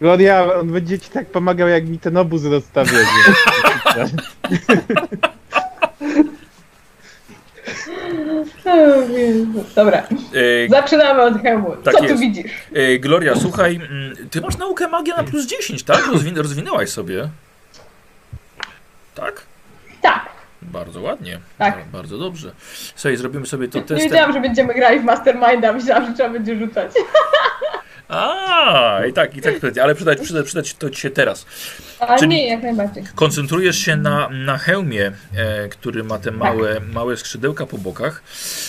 Speaker 5: Gloria, on będzie ci tak pomagał, jak mi ten obóz rozstawiał.
Speaker 4: O Jezu. Dobra.
Speaker 1: E,
Speaker 4: Zaczynamy od hełmu.
Speaker 1: Tak
Speaker 4: Co tu
Speaker 1: jest.
Speaker 4: widzisz?
Speaker 1: e, Gloria, słuchaj, mm, ty masz naukę magia na plus 10, tak? Rozwin rozwinęłaś sobie. Tak?
Speaker 4: Tak.
Speaker 1: Bardzo ładnie.
Speaker 4: Tak.
Speaker 1: Ba- Bardzo dobrze. Słuchaj, zrobimy sobie to
Speaker 4: Nie
Speaker 1: testem.
Speaker 4: wiedziałam, że będziemy grali w Masterminda. Myślałam, że trzeba będzie rzucać.
Speaker 1: A, i tak, i tak, będzie, ale przydać, przydać, przydać to ci się teraz.
Speaker 4: A
Speaker 1: Czyli-
Speaker 4: nie, jak najbardziej.
Speaker 1: Koncentrujesz się na, na hełmie, e, który ma te małe, małe skrzydełka po bokach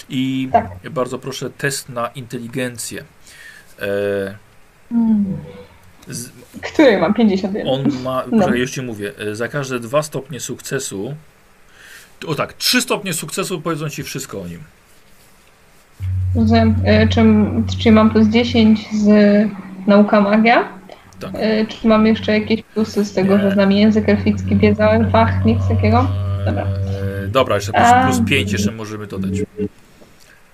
Speaker 1: i
Speaker 4: Tak.
Speaker 1: bardzo proszę test na inteligencję. E, z,
Speaker 4: Który mam? 51.
Speaker 1: on ma,
Speaker 4: No.
Speaker 1: proszę, już ci mówię, e, za każde dwa stopnie sukcesu, o tak, trzy stopnie sukcesu powiedzą ci wszystko o nim.
Speaker 4: Rozumiem, e, czym, czy mam plus 10 z nauka magia?
Speaker 1: Tak.
Speaker 4: E, Czy mam jeszcze jakieś plusy z tego,
Speaker 1: Nie.
Speaker 4: że znam język elficki, wiedzę o elfach, nic takiego? Dobra.
Speaker 1: E, dobra, jeszcze plus,
Speaker 4: A.
Speaker 1: plus 5 jeszcze możemy dodać.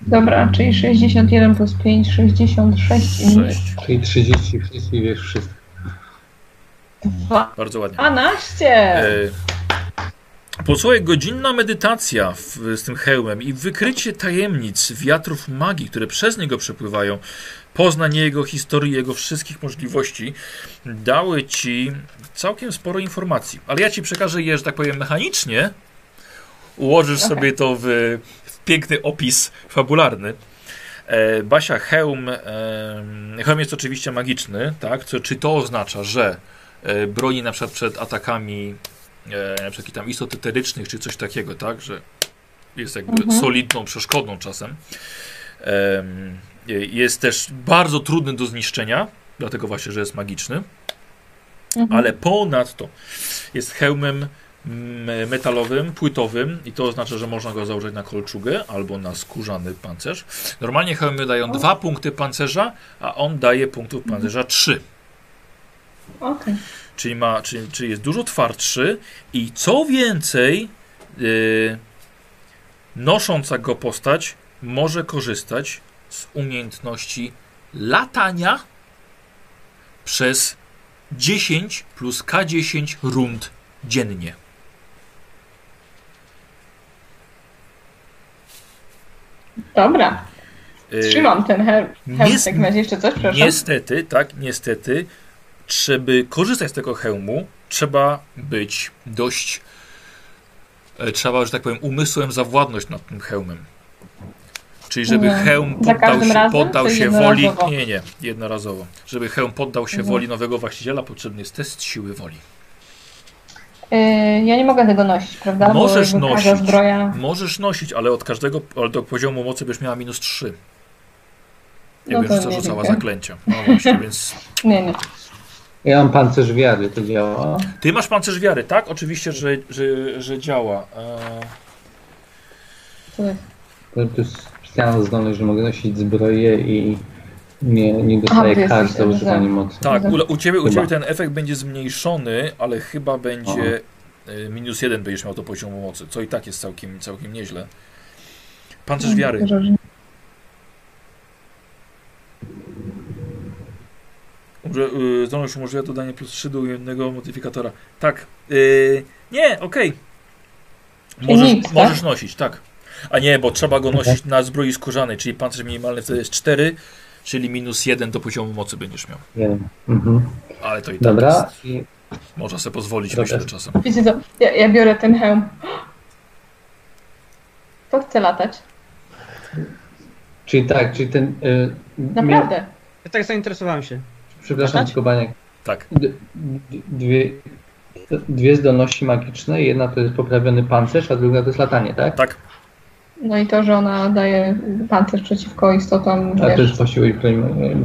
Speaker 4: Dobra, czyli 61 plus 5, 66 i minus
Speaker 1: 6.
Speaker 3: Czyli 30 wszystkich wiesz wszystko.
Speaker 1: Bardzo ładnie.
Speaker 4: 12!
Speaker 1: E, Posłuchaj, godzinna medytacja w, z tym hełmem i wykrycie tajemnic wiatrów magii, które przez niego przepływają, poznanie jego historii, jego wszystkich możliwości, dały ci całkiem sporo informacji. Ale ja ci przekażę je, że tak powiem, mechanicznie. Ułożysz
Speaker 4: Okej.
Speaker 1: sobie to w, w piękny opis fabularny. E, Basia, hełm, e, hełm jest oczywiście magiczny, tak? Co, czy to oznacza, że e, broni na przykład przed atakami e, na przykład jakichś tam istot eterycznych, czy coś takiego, tak? Że jest jakby
Speaker 4: Mhm.
Speaker 1: solidną przeszkodą czasem. Em, e, jest też bardzo trudny do zniszczenia, dlatego właśnie, że jest magiczny.
Speaker 4: Mhm.
Speaker 1: Ale ponadto jest hełmem mm, metalowym, płytowym i to oznacza, że można go założyć na kolczugę albo na skórzany pancerz. Normalnie hełmy dają dwa punkty pancerza, a on daje punktów pancerza trzy.
Speaker 4: Okej.
Speaker 1: Czyli, ma, czyli, czyli jest dużo twardszy i co więcej, yy, nosząca go postać może korzystać z umiejętności latania przez 10 plus K10 rund dziennie.
Speaker 4: Dobra,
Speaker 1: Yy,
Speaker 4: trzymam ten hełm.
Speaker 1: nie
Speaker 4: Hełm
Speaker 1: s-
Speaker 4: w takim razie jeszcze coś, przepraszam.
Speaker 1: Niestety, tak, niestety, żeby korzystać z tego hełmu, trzeba być dość. e, Trzeba, że tak powiem, umysłem zawładność nad tym hełmem. Czyli żeby
Speaker 4: Nie.
Speaker 1: hełm
Speaker 4: Za
Speaker 1: poddał
Speaker 4: każdym
Speaker 1: się,
Speaker 4: razem?
Speaker 1: poddał
Speaker 4: Czy
Speaker 1: się woli.
Speaker 4: jednorazowo?
Speaker 1: Nie, nie, jednorazowo. Żeby hełm poddał się
Speaker 4: Mhm.
Speaker 1: woli nowego właściciela, potrzebny jest test siły woli.
Speaker 4: Y, ja nie mogę tego nosić, prawda?
Speaker 1: Możesz
Speaker 4: jakby każda
Speaker 1: nosić.
Speaker 4: zbroja...
Speaker 1: Możesz nosić, ale od każdego ale do poziomu mocy byś miała minus 3.
Speaker 4: No
Speaker 1: Jakby
Speaker 4: to
Speaker 1: rzuca-
Speaker 4: nie
Speaker 1: rzucała
Speaker 4: wiem.
Speaker 1: zaklęcia. No właśnie, więc
Speaker 4: Nie, nie.
Speaker 3: Ja mam pancerz wiary, to działa.
Speaker 1: Ty masz pancerz wiary, tak? Oczywiście, że, że, że działa. Eee,
Speaker 4: To jest...
Speaker 3: To to jest specjalna zdolność, że mogę nosić zbroję i nie, nie
Speaker 4: A, ty
Speaker 3: dostaję
Speaker 4: jesteś
Speaker 3: kar za używanie
Speaker 4: za-
Speaker 3: mocy.
Speaker 1: tak, u, u, ciebie, u
Speaker 3: Chyba.
Speaker 1: ciebie ten efekt będzie zmniejszony, ale chyba będzie y, minus jeden będziesz miał do poziomu mocy, co i tak jest całkiem, całkiem nieźle. Pancerz
Speaker 4: Mhm.
Speaker 1: wiary. Może, y, zdolność umożliwia dodanie plus 3 do jednego modyfikatora. Tak. Y, nie, okej.
Speaker 4: Czyli
Speaker 1: Możesz,
Speaker 4: nic, tak? Mhm.
Speaker 1: możesz nosić, tak. A nie, bo trzeba go nosić na zbroi skórzanej, czyli pancerz minimalny wtedy jest 4, czyli minus 1 do poziomu mocy będziesz miał.
Speaker 3: Wiem. Mhm.
Speaker 1: Ale to i tak
Speaker 3: Dobra.
Speaker 1: jest,
Speaker 3: I
Speaker 1: można sobie pozwolić,
Speaker 3: Dobra.
Speaker 1: myślę, czasem.
Speaker 4: Wiecie co, ja, ja biorę ten hełm. To chcę latać.
Speaker 3: Czyli tak, czyli ten. Y, mia-
Speaker 4: Naprawdę.
Speaker 2: Ja tak zainteresowałem się.
Speaker 3: przepraszam,
Speaker 2: Latać?
Speaker 3: tylko Baniak.
Speaker 1: Tak.
Speaker 3: D- d- Dwie, dwie zdolności magiczne. Jedna to jest poprawiony pancerz, a druga to jest latanie, tak?
Speaker 1: Tak.
Speaker 4: No i to, że ona daje pancerz przeciwko istotom,
Speaker 3: A to
Speaker 4: wiesz,
Speaker 3: jest właściwie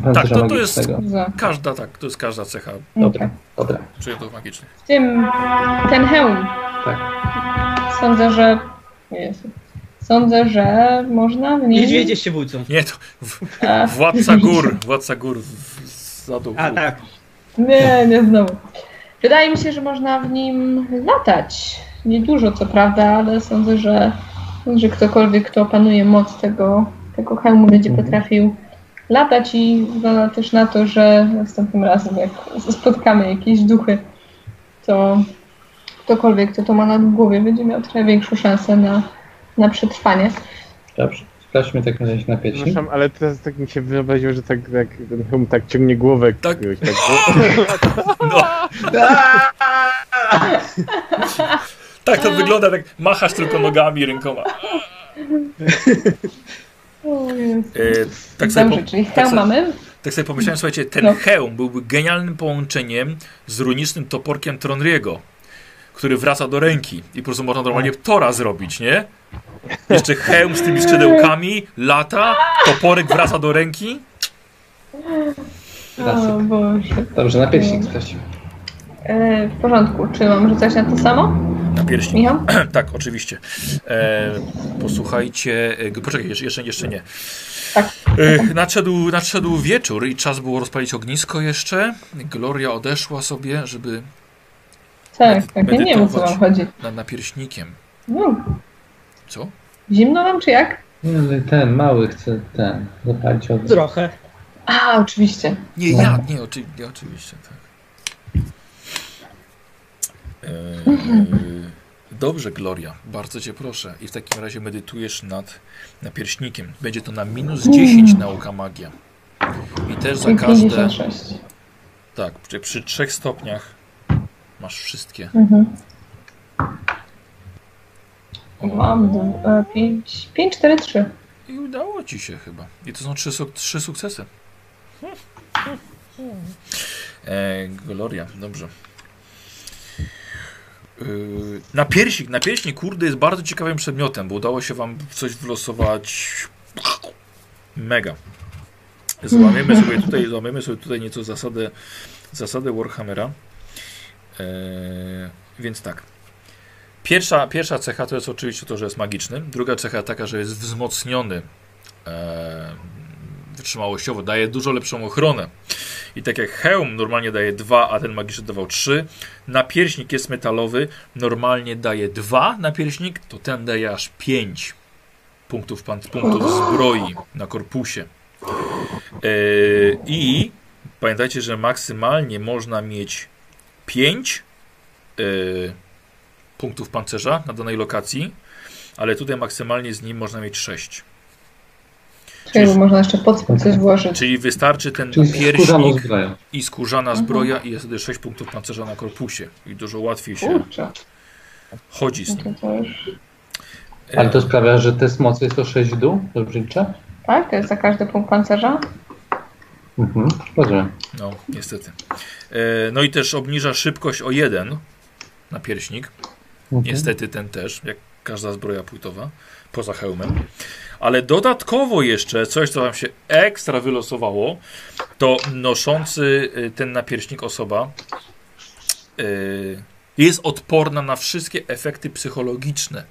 Speaker 3: pancerza
Speaker 1: Tak, to- to jest-
Speaker 3: magicznego.
Speaker 4: za...
Speaker 1: Każda, tak, to jest każda cecha
Speaker 3: Dobra, dobra.
Speaker 1: przedmiotów magicznych.
Speaker 4: W tym ten hełm.
Speaker 3: Tak.
Speaker 4: Sądzę, że. Jezu. Sądzę, że można w nim.
Speaker 2: Niedźwiedzie się budzą.
Speaker 1: Nie, to w,
Speaker 4: A,
Speaker 1: władca gór, władca gór w, w, za dół.
Speaker 2: A tak,
Speaker 4: Nie, nie znowu. No. Wydaje mi się, że można w nim latać. Niedużo co prawda, ale sądzę, że, że ktokolwiek, kto opanuje moc tego, tego hełmu, będzie
Speaker 3: Mhm.
Speaker 4: potrafił latać i wygląda też na to, że następnym razem, jak spotkamy jakieś duchy, to ktokolwiek, kto to ma na głowie, będzie miał trochę większą szansę na, na przetrwanie.
Speaker 3: Dobrze. Sprawdźmy tak na razie na pieci.
Speaker 5: Przepraszam, ale teraz tak mi się wyobraził, że tak, tak ten hełm tak ciągnie głowę
Speaker 1: Tak.
Speaker 5: kogoś, tak.
Speaker 1: Tak to wygląda, tak machasz tylko nogami, rękoma.
Speaker 4: O, Jezu.
Speaker 1: E, tak, sobie
Speaker 4: Dobrze,
Speaker 1: po,
Speaker 4: czyli
Speaker 1: tak
Speaker 4: hełm
Speaker 1: sobie-
Speaker 4: mamy.
Speaker 1: tak sobie pomyślałem, słuchajcie, ten
Speaker 4: No.
Speaker 1: hełm byłby genialnym połączeniem z runicznym toporkiem Tronriego, który wraca do ręki i po prostu można normalnie tora zrobić, nie? Jeszcze hełm z tymi skrzydełkami, lata, toporek wraca do ręki.
Speaker 4: O Boże.
Speaker 3: Dobrze, na
Speaker 4: Mm.
Speaker 3: pierśnik sprawdźmy.
Speaker 4: E, w porządku, czy mam rzucać na to samo?
Speaker 1: Na pierśni.
Speaker 4: Michał?
Speaker 1: Tak, oczywiście. E, posłuchajcie. E, poczekaj, jeszcze- jeszcze, jeszcze nie.
Speaker 4: Tak.
Speaker 1: E, nadszedł, nadszedł wieczór i czas było rozpalić ognisko jeszcze. Gloria odeszła sobie, żeby
Speaker 4: Tak, tak. Ja nie wiem o co
Speaker 1: Medytować.
Speaker 4: wam chodzi.
Speaker 1: na, na pierśnikiem.
Speaker 4: No,
Speaker 1: Co?
Speaker 4: zimno wam czy jak?
Speaker 3: Nie, ale ten mały chce ten zapalić od.
Speaker 2: trochę.
Speaker 4: A, oczywiście.
Speaker 1: Nie, ja, nie, oczy, nie oczywiście, tak. E, dobrze, Gloria, bardzo cię proszę. I w takim razie medytujesz nad napierśnikiem. Będzie to na minus 10 nauka magia. I też za
Speaker 4: I
Speaker 1: każde.
Speaker 4: 56.
Speaker 1: Tak, przy, przy trzech stopniach masz wszystkie.
Speaker 4: Mhm. Mam 5, 5, 4, 3.
Speaker 1: I udało ci się chyba. I to są trzy, suk- trzy sukcesy. E, Gloria, dobrze. Yy, na pierśnik, na pierśnik, kurde, jest bardzo ciekawym przedmiotem, bo udało się wam coś wylosować. Mega. Złamiemy sobie tutaj, złamiemy sobie tutaj nieco zasadę, zasadę Warhammera. E, więc tak. Pierwsza, pierwsza cecha to jest oczywiście to, że jest magiczny. Druga cecha taka, że jest wzmocniony e, wytrzymałościowo, daje dużo lepszą ochronę. I tak jak hełm normalnie daje 2, a ten magiczny dawał 3, napierśnik jest metalowy, normalnie daje 2 napierśnik, to ten daje aż 5 punktów, pan- punktów zbroi na korpusie. E, I pamiętajcie, że maksymalnie można mieć e, 5 punktów pancerza na danej lokacji, ale tutaj maksymalnie z nim można mieć 6.
Speaker 4: Czyli można jeszcze pod spód coś włożyć.
Speaker 1: Czyli wystarczy ten
Speaker 3: Czyli skórzaną
Speaker 1: pierśnik
Speaker 3: zbroję.
Speaker 1: i skórzana
Speaker 4: Mhm.
Speaker 1: zbroja i jest wtedy 6 punktów pancerza na korpusie i dużo łatwiej się
Speaker 4: Kurczę,
Speaker 1: chodzi z
Speaker 4: no
Speaker 1: nim.
Speaker 4: to, to już...
Speaker 3: Ale to
Speaker 1: E,
Speaker 3: sprawia, że test mocy jest o 6 w dół? Dobrze liczę?
Speaker 4: Tak, to jest za każdy punkt pancerza?
Speaker 3: Mhm. Dobrze.
Speaker 1: No, niestety. E, No i też obniża szybkość o 1 na pierśnik.
Speaker 3: Mhm.
Speaker 1: Niestety ten też, jak każda zbroja płytowa, poza hełmem. Ale dodatkowo jeszcze coś, co wam się ekstra wylosowało, to noszący y, ten napierśnik osoba y, jest odporna na wszystkie efekty psychologiczne,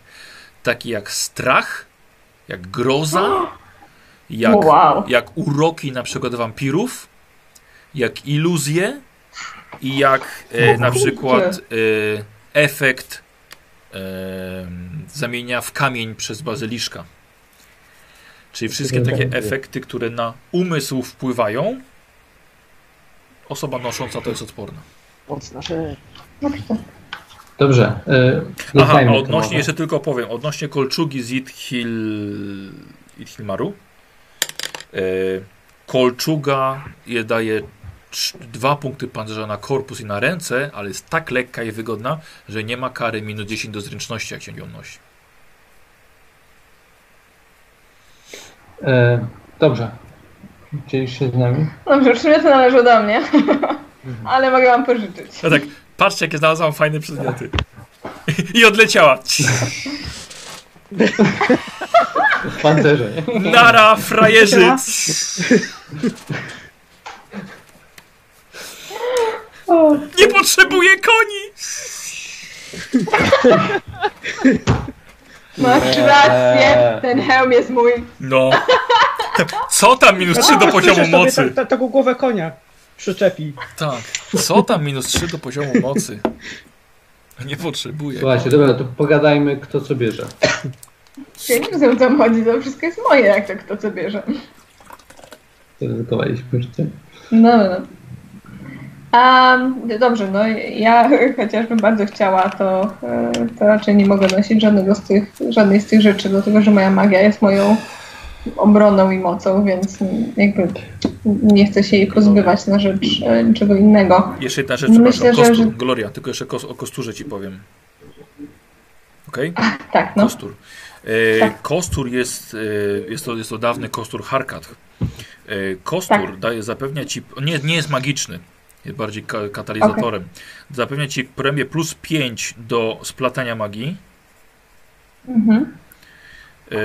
Speaker 1: takie jak strach, jak groza, jak,
Speaker 4: O, wow.
Speaker 1: jak uroki na przykład wampirów, jak iluzje i jak e, na
Speaker 4: kurczę.
Speaker 1: przykład e, efekt e, zamienia w kamień przez bazyliszka. Czyli wszystkie takie efekty, które na umysł wpływają, Osoba nosząca to jest odporna.
Speaker 6: Mocna rzecz.
Speaker 3: Dobrze. Y,
Speaker 1: Aha,
Speaker 3: zostańmy
Speaker 1: a
Speaker 3: tu
Speaker 1: odnośnie,
Speaker 3: może.
Speaker 1: jeszcze tylko powiem, odnośnie kolczugi z Idhil... Idhilmaru, e, kolczuga je daje trz- dwa punkty pancerza na korpus i na ręce, ale jest tak lekka i wygodna, że nie ma kary minus 10 do zręczności, jak się ją nosi.
Speaker 3: E, dobrze. Dzielisz się z nami?
Speaker 4: No Dobrze, w sumie to należy do mnie.
Speaker 1: Mhm.
Speaker 4: Ale mogę wam pożyczyć.
Speaker 1: No tak, patrzcie, jakie znalazłam fajne przedmioty. I odleciała.
Speaker 3: W pancerze.
Speaker 1: Nara, frajerzy.
Speaker 4: O,
Speaker 1: Nie potrzebuję koni.
Speaker 4: masz rację, ten hełm jest mój.
Speaker 1: No. Co tam minus 3 do poziomu
Speaker 2: Przecież sobie tak,
Speaker 1: mocy?
Speaker 2: ta- ta- Taką głowę konia przyczepi.
Speaker 1: Tak. Co tam minus 3 do poziomu mocy? Nie potrzebuję.
Speaker 3: Słuchajcie, dobra, to pogadajmy, kto co bierze.
Speaker 4: Ja nie wiem, co tam chodzi, to wszystko jest moje, jak to kto co bierze.
Speaker 3: Zaryzykowaliśmy życie.
Speaker 4: No, no, no. A, no dobrze, no ja chociażbym bardzo chciała, to, e, to raczej nie mogę nosić żadnego z tych, żadnej z tych rzeczy, dlatego że moja magia jest moją obroną i mocą, więc mm, jakby nie chcę się jej pozbywać na rzecz e, niczego innego.
Speaker 1: Jeszcze jedna rzecz,
Speaker 4: Myślę,
Speaker 1: przepraszam.
Speaker 4: że-
Speaker 1: Kostur.
Speaker 4: że-
Speaker 1: Gloria, tylko jeszcze kos o kosturze ci powiem. Okej?
Speaker 4: Tak, no.
Speaker 1: Kostur. E,
Speaker 4: Tak.
Speaker 1: Kostur jest, e, jest, to, jest to dawny kostur Harkat. E, kostur
Speaker 4: Tak.
Speaker 1: daje, zapewnia ci, nie, nie jest magiczny, jest bardziej ka katalizatorem. Zapewnia ci premię plus 5 do splatania magii,
Speaker 4: Mhm.
Speaker 1: e,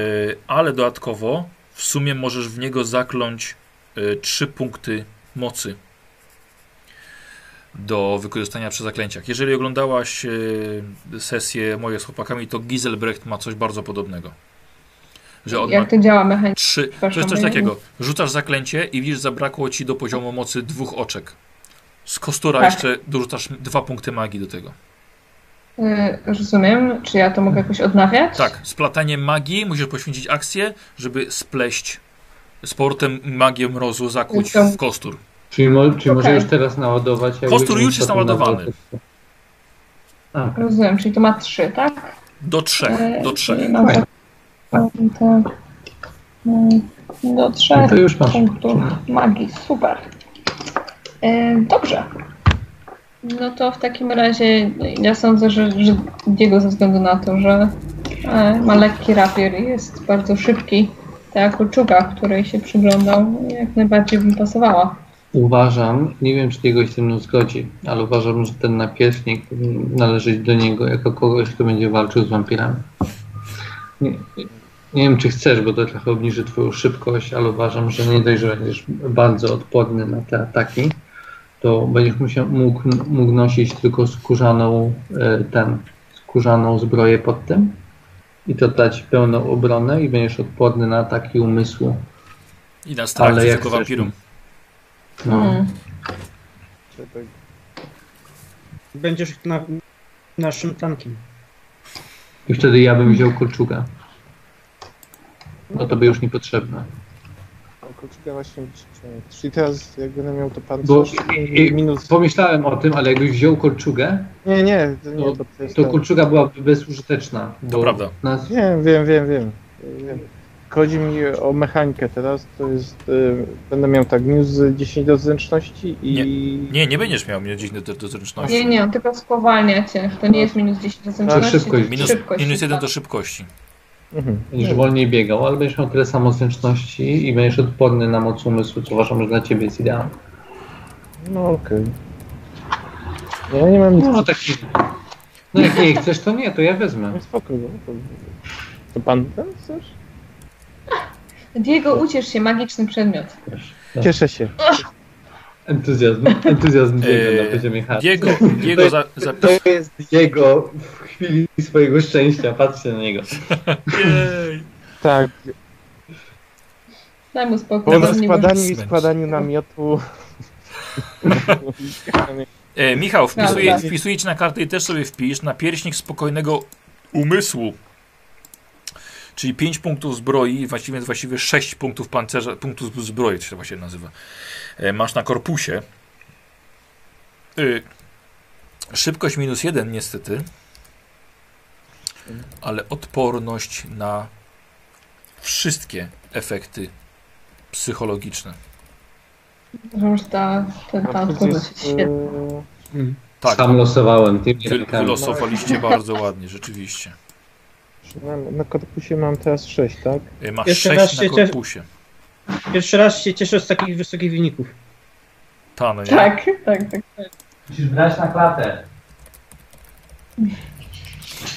Speaker 1: ale dodatkowo w sumie możesz w niego zakląć e, 3 punkty mocy do wykorzystania przy zaklęciach. Jeżeli oglądałaś e, sesję moje z chłopakami, to Giselbrecht ma coś bardzo podobnego. Że on ma
Speaker 4: Jak to działa mechanicznie?
Speaker 1: Trzy. To
Speaker 4: Przepraszam,
Speaker 1: jest coś
Speaker 4: bo ja
Speaker 1: takiego. Rzucasz zaklęcie i widzisz, zabrakło ci do poziomu mocy dwóch oczek. Z kostura
Speaker 4: Tak.
Speaker 1: jeszcze dorzucasz dwa punkty magii do tego.
Speaker 4: Y, Rozumiem. Czy ja to mogę jakoś odnawiać?
Speaker 1: Tak, splatanie magii musisz poświęcić akcję, żeby spleść z portem magię mrozu zakłuć w kostur.
Speaker 3: Czyli, mo, czyli może
Speaker 4: Okej.
Speaker 3: już teraz naładować? jakby
Speaker 1: Kostur już jest
Speaker 3: potem
Speaker 1: naładowany.
Speaker 3: naładować. A,
Speaker 4: Rozumiem, czyli to ma trzy, tak?
Speaker 1: Do trzech, do trzech.
Speaker 4: No,
Speaker 3: Fajnie.
Speaker 4: tak. tak. Mm, Do
Speaker 3: no
Speaker 4: trzech
Speaker 3: to już masz.
Speaker 4: punktów magii, super. E, Dobrze. No to w takim razie ja sądzę, że, że Diego ze względu na to, że e, ma lekki rapier i jest bardzo szybki, ta kulczuga, której się przyglądał, jak najbardziej bym pasowała.
Speaker 3: Uważam, nie wiem czy Diego się ze mną zgodzi, ale uważam, że ten napierzchnik należy do niego jako kogoś, kto będzie walczył z wampirami. Nie, nie wiem czy chcesz, bo to trochę obniży twoją szybkość, ale uważam, że nie dość, że będziesz bardzo odporny na te ataki, to będziesz musiał, mógł, mógł nosić tylko skórzaną e, ten, skórzaną zbroję pod tym i to da ci pełną obronę i będziesz odporny na ataki umysłu.
Speaker 1: I na strach
Speaker 3: Ale jak
Speaker 1: przeciwko
Speaker 3: chcesz.
Speaker 1: wampirom.
Speaker 3: No.
Speaker 1: Hmm.
Speaker 4: Mm.
Speaker 5: tak,
Speaker 2: Będziesz na, naszym tankiem.
Speaker 3: I wtedy ja bym wziął kolczuga. Bo to by już niepotrzebne.
Speaker 5: Kolczyka właśnie wyciągnąłem. Czyli teraz jak będę miał to
Speaker 3: Bo
Speaker 5: pancerz
Speaker 3: i, i,
Speaker 5: minus...
Speaker 3: pomyślałem o tym, ale jakbyś wziął kolczugę,
Speaker 5: Nie, nie, to nie,
Speaker 3: To-
Speaker 5: bo to jest...
Speaker 3: to
Speaker 5: ten-
Speaker 3: kolczuga byłaby bezużyteczna.
Speaker 1: To
Speaker 3: Bo
Speaker 1: prawda.
Speaker 3: Nas,
Speaker 5: Wiem, wiem, wiem, wiem. wiem. Chodzi mi o mechanikę teraz, to jest... y, będę miał tak, minus 10 do zręczności i...
Speaker 1: Nie, nie będziesz miał mnie dziś do, do zręczności.
Speaker 4: Nie, nie, on tylko spowalnia cię. To nie jest minus 10 do zręczności.
Speaker 3: szybkość.
Speaker 4: tylko
Speaker 1: Minus,
Speaker 4: szybkość.
Speaker 1: minus jeden do szybkości.
Speaker 5: Mhm.
Speaker 3: będziesz wolniej biegał, ale będziesz miał tyle samo zręczności i będziesz odporny na moc umysłu, co uważam, że dla ciebie jest idealne.
Speaker 5: No okej. Nie, Ja nie mam nic
Speaker 3: No, no taki. No jak nie chcesz, to nie, to ja wezmę.
Speaker 5: No spokojnie. To pan ten chcesz?
Speaker 4: Diego, uciesz się, magiczny przedmiot.
Speaker 5: Cieszę się.
Speaker 3: Entuzjazm, entuzjazm biega na
Speaker 1: Eee,
Speaker 3: poziomie hard.
Speaker 1: Diego, Diego za, za,
Speaker 3: To jest jego w chwili swojego szczęścia, patrzcie na niego.
Speaker 1: Jej.
Speaker 5: Tak,
Speaker 4: Daj mu
Speaker 5: po
Speaker 4: spokój. on nie może-
Speaker 5: rozkładaniu i
Speaker 1: zmęczyć.
Speaker 5: składaniu namiotu.
Speaker 1: E, Michał, wpisuję,
Speaker 4: Dobra.
Speaker 1: wpisuję ci na kartę i też sobie wpisz na pierśnik spokojnego umysłu. Czyli 5 punktów zbroi, właściwie, właściwie 6 punktów pancerza, punktów zbroi, to się to właśnie nazywa. E, Masz na korpusie. Y, szybkość minus jeden niestety, ale odporność na wszystkie efekty psychologiczne.
Speaker 4: Uważam, że ta, ten
Speaker 5: A
Speaker 4: pan
Speaker 5: plus
Speaker 4: kurwa
Speaker 5: jest,
Speaker 4: jest świetny.
Speaker 5: e,
Speaker 1: Tak,
Speaker 3: Sam losowałem tym
Speaker 1: wy,
Speaker 3: rękami.
Speaker 1: wylosowaliście bardzo ładnie, rzeczywiście.
Speaker 5: na- Na korpusie mam teraz 6, tak?
Speaker 1: Y, Masz
Speaker 2: Jeszcze raz
Speaker 1: sześć na
Speaker 2: się cies-
Speaker 1: korpusie.
Speaker 2: Pierwszy raz się cieszę z takich wysokich wyników.
Speaker 1: Ta, no nie?
Speaker 4: Tak, tak, tak.
Speaker 6: Musisz grać na klatę.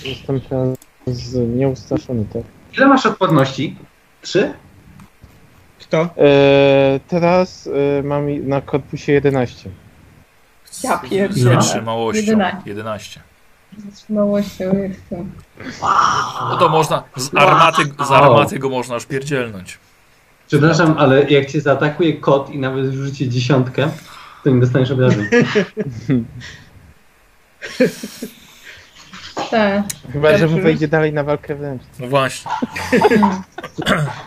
Speaker 5: Jestem teraz z- nieustraszony, tak?
Speaker 3: Ile masz odporności? Trzy?
Speaker 2: Kto?
Speaker 5: E, teraz e, mam i- na korpusie 11.
Speaker 1: Z-
Speaker 4: Ja
Speaker 1: Z
Speaker 4: pierdolę.
Speaker 1: wytrzymałością.
Speaker 4: 11.
Speaker 1: 11.
Speaker 4: Zatrzymałością jestem.
Speaker 1: No to można, z armaty, z armaty go można aż pierdzielnąć.
Speaker 3: Przepraszam, ale jak cię zaatakuje kot i nawet wrzuci dziesiątkę, to nie dostaniesz obrażeń.
Speaker 4: Tak.
Speaker 5: Chyba, że mu
Speaker 4: Dobrze.
Speaker 5: wejdzie dalej na walkę wręcz.
Speaker 1: No właśnie.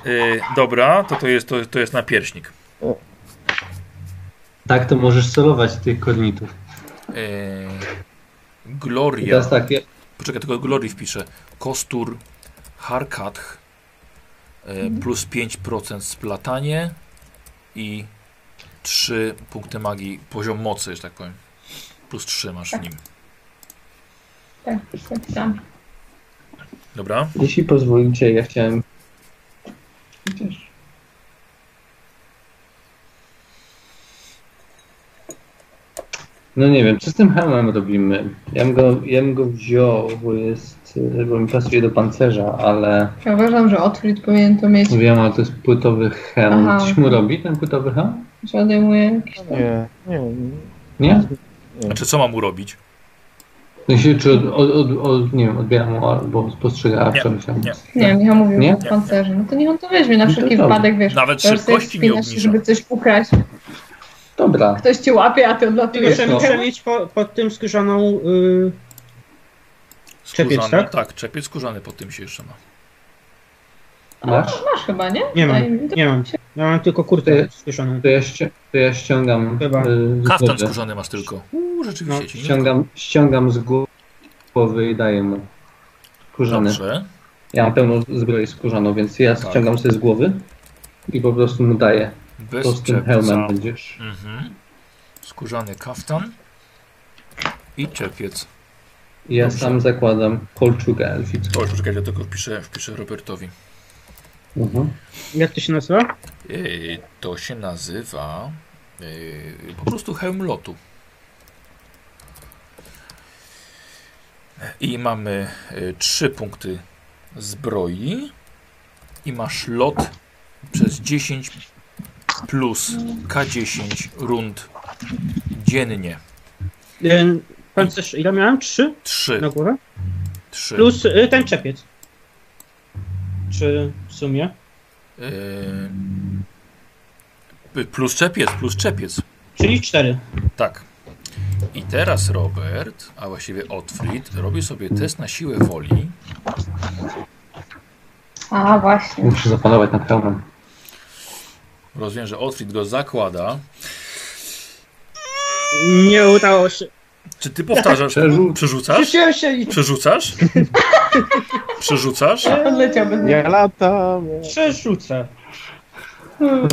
Speaker 1: Y, dobra, to to jest, to, to jest napierśnik.
Speaker 3: Tak, to możesz celować tych kornitów.
Speaker 1: Y,
Speaker 3: I
Speaker 1: Gloria.
Speaker 3: teraz tak, ja-
Speaker 1: Poczekaj, tylko Glory wpiszę. Kostur, Harkath, e,
Speaker 4: Mhm.
Speaker 1: plus 5% splatanie i 3 punkty magii, poziom mocy, że tak powiem. Plus 3 masz w nim.
Speaker 4: Tak, już napisałam.
Speaker 1: Dobra?
Speaker 3: jeśli pozwolicie, ja chciałem... Chociaż- No nie wiem, co z tym hełmem robimy? Ja bym go, ja bym go wziął, bo jest, y, bo mi pasuje do pancerza, ale
Speaker 4: Ja uważam, że Otfrid powinien to mieć,
Speaker 3: wiem, ale to jest płytowy hełm.
Speaker 4: Aha.
Speaker 3: Coś mu robi ten płytowy hełm?
Speaker 4: że odejmuje jakiś tam...
Speaker 5: Nie, nie, nie.
Speaker 3: Nie?
Speaker 1: Znaczy, co mam urobić?
Speaker 3: W sensie, czy od, od, od, od, nie wiem, odbiera mu albo spostrzegawcza,
Speaker 1: Nie,
Speaker 3: myślałem.
Speaker 1: nie.
Speaker 4: Nie, Michał mówił
Speaker 3: Tak. Nie?
Speaker 4: o pancerzu. No to niech on to weźmie, na
Speaker 3: No to
Speaker 4: wszelki
Speaker 3: dobra.
Speaker 4: wypadek, wiesz.
Speaker 1: Nawet
Speaker 4: to już sobie
Speaker 1: szybkości nie
Speaker 4: wspinasz się,
Speaker 1: obniża.
Speaker 4: Żeby coś ukraść,
Speaker 3: Dobra.
Speaker 4: ktoś cię łapie, a ty
Speaker 2: Tylko
Speaker 4: odlatujesz.
Speaker 3: Wiesz,
Speaker 2: trzeba
Speaker 3: no.
Speaker 2: trzeba mieć po, pod tym skórzaną... y, Czepiec,
Speaker 1: Skórzany,
Speaker 2: tak?
Speaker 1: tak, czepiec skórzany pod tym się jeszcze ma.
Speaker 3: Masz?
Speaker 4: Masz chyba, nie?
Speaker 2: Nie mam,
Speaker 4: Daj mi to-
Speaker 2: nie mam. Ja mam tylko kurtę skórzaną.
Speaker 3: To ja, ści- to ja ściągam.
Speaker 2: Chyba.
Speaker 3: y, z
Speaker 1: Kaftan
Speaker 3: głowy.
Speaker 1: skórzany masz tylko. Uuu, rzeczywiście.
Speaker 2: No,
Speaker 1: ci nie
Speaker 3: ściągam, ściągam z głowy i daję mu. Skórzany.
Speaker 1: Dobrze.
Speaker 3: Ja mam pełną zbroję skórzaną, więc ja
Speaker 1: Tak.
Speaker 3: ściągam sobie z głowy i po prostu mu daję. To
Speaker 1: Bez
Speaker 3: z tym
Speaker 1: czepca.
Speaker 3: hełmem będziesz.
Speaker 1: Mhm. Skórzany kaftan i czepiec.
Speaker 3: I Ja
Speaker 1: Dobrze.
Speaker 3: sam zakładam kolczugę elficką.
Speaker 1: O, poczekaj, ja tylko wpiszę, wpiszę Robertowi.
Speaker 3: Mhm.
Speaker 2: Jak to się nazywa?
Speaker 1: Yy, To się nazywa yy, po prostu hełm lotu. I mamy yy, trzy punkty zbroi. I masz lot przez 10 plus K10 rund dziennie.
Speaker 2: Y, Pancerz, ile miałem? Trzy
Speaker 1: 3.
Speaker 2: na głowę?
Speaker 1: trzy.
Speaker 2: No, Plus y, ten czepiec. Czy w sumie?
Speaker 1: Yy, Plus czepiec, plus czepiec.
Speaker 2: Czyli cztery.
Speaker 1: Tak. I teraz Robert, a właściwie Otfrid, robi sobie test na siłę woli.
Speaker 4: A, właśnie.
Speaker 3: Muszę zapanować nad hełmem.
Speaker 1: Rozumiem, że Otfrid go zakłada.
Speaker 2: Nie udało się.
Speaker 1: Czy ty powtarzasz?
Speaker 3: Przerzut.
Speaker 1: Przerzucasz?
Speaker 2: Rzuciłem się i
Speaker 1: Przerzucasz? Przerzucasz?
Speaker 4: Odleciał bez niego.
Speaker 5: Ja latam. ja-
Speaker 2: przerzucę.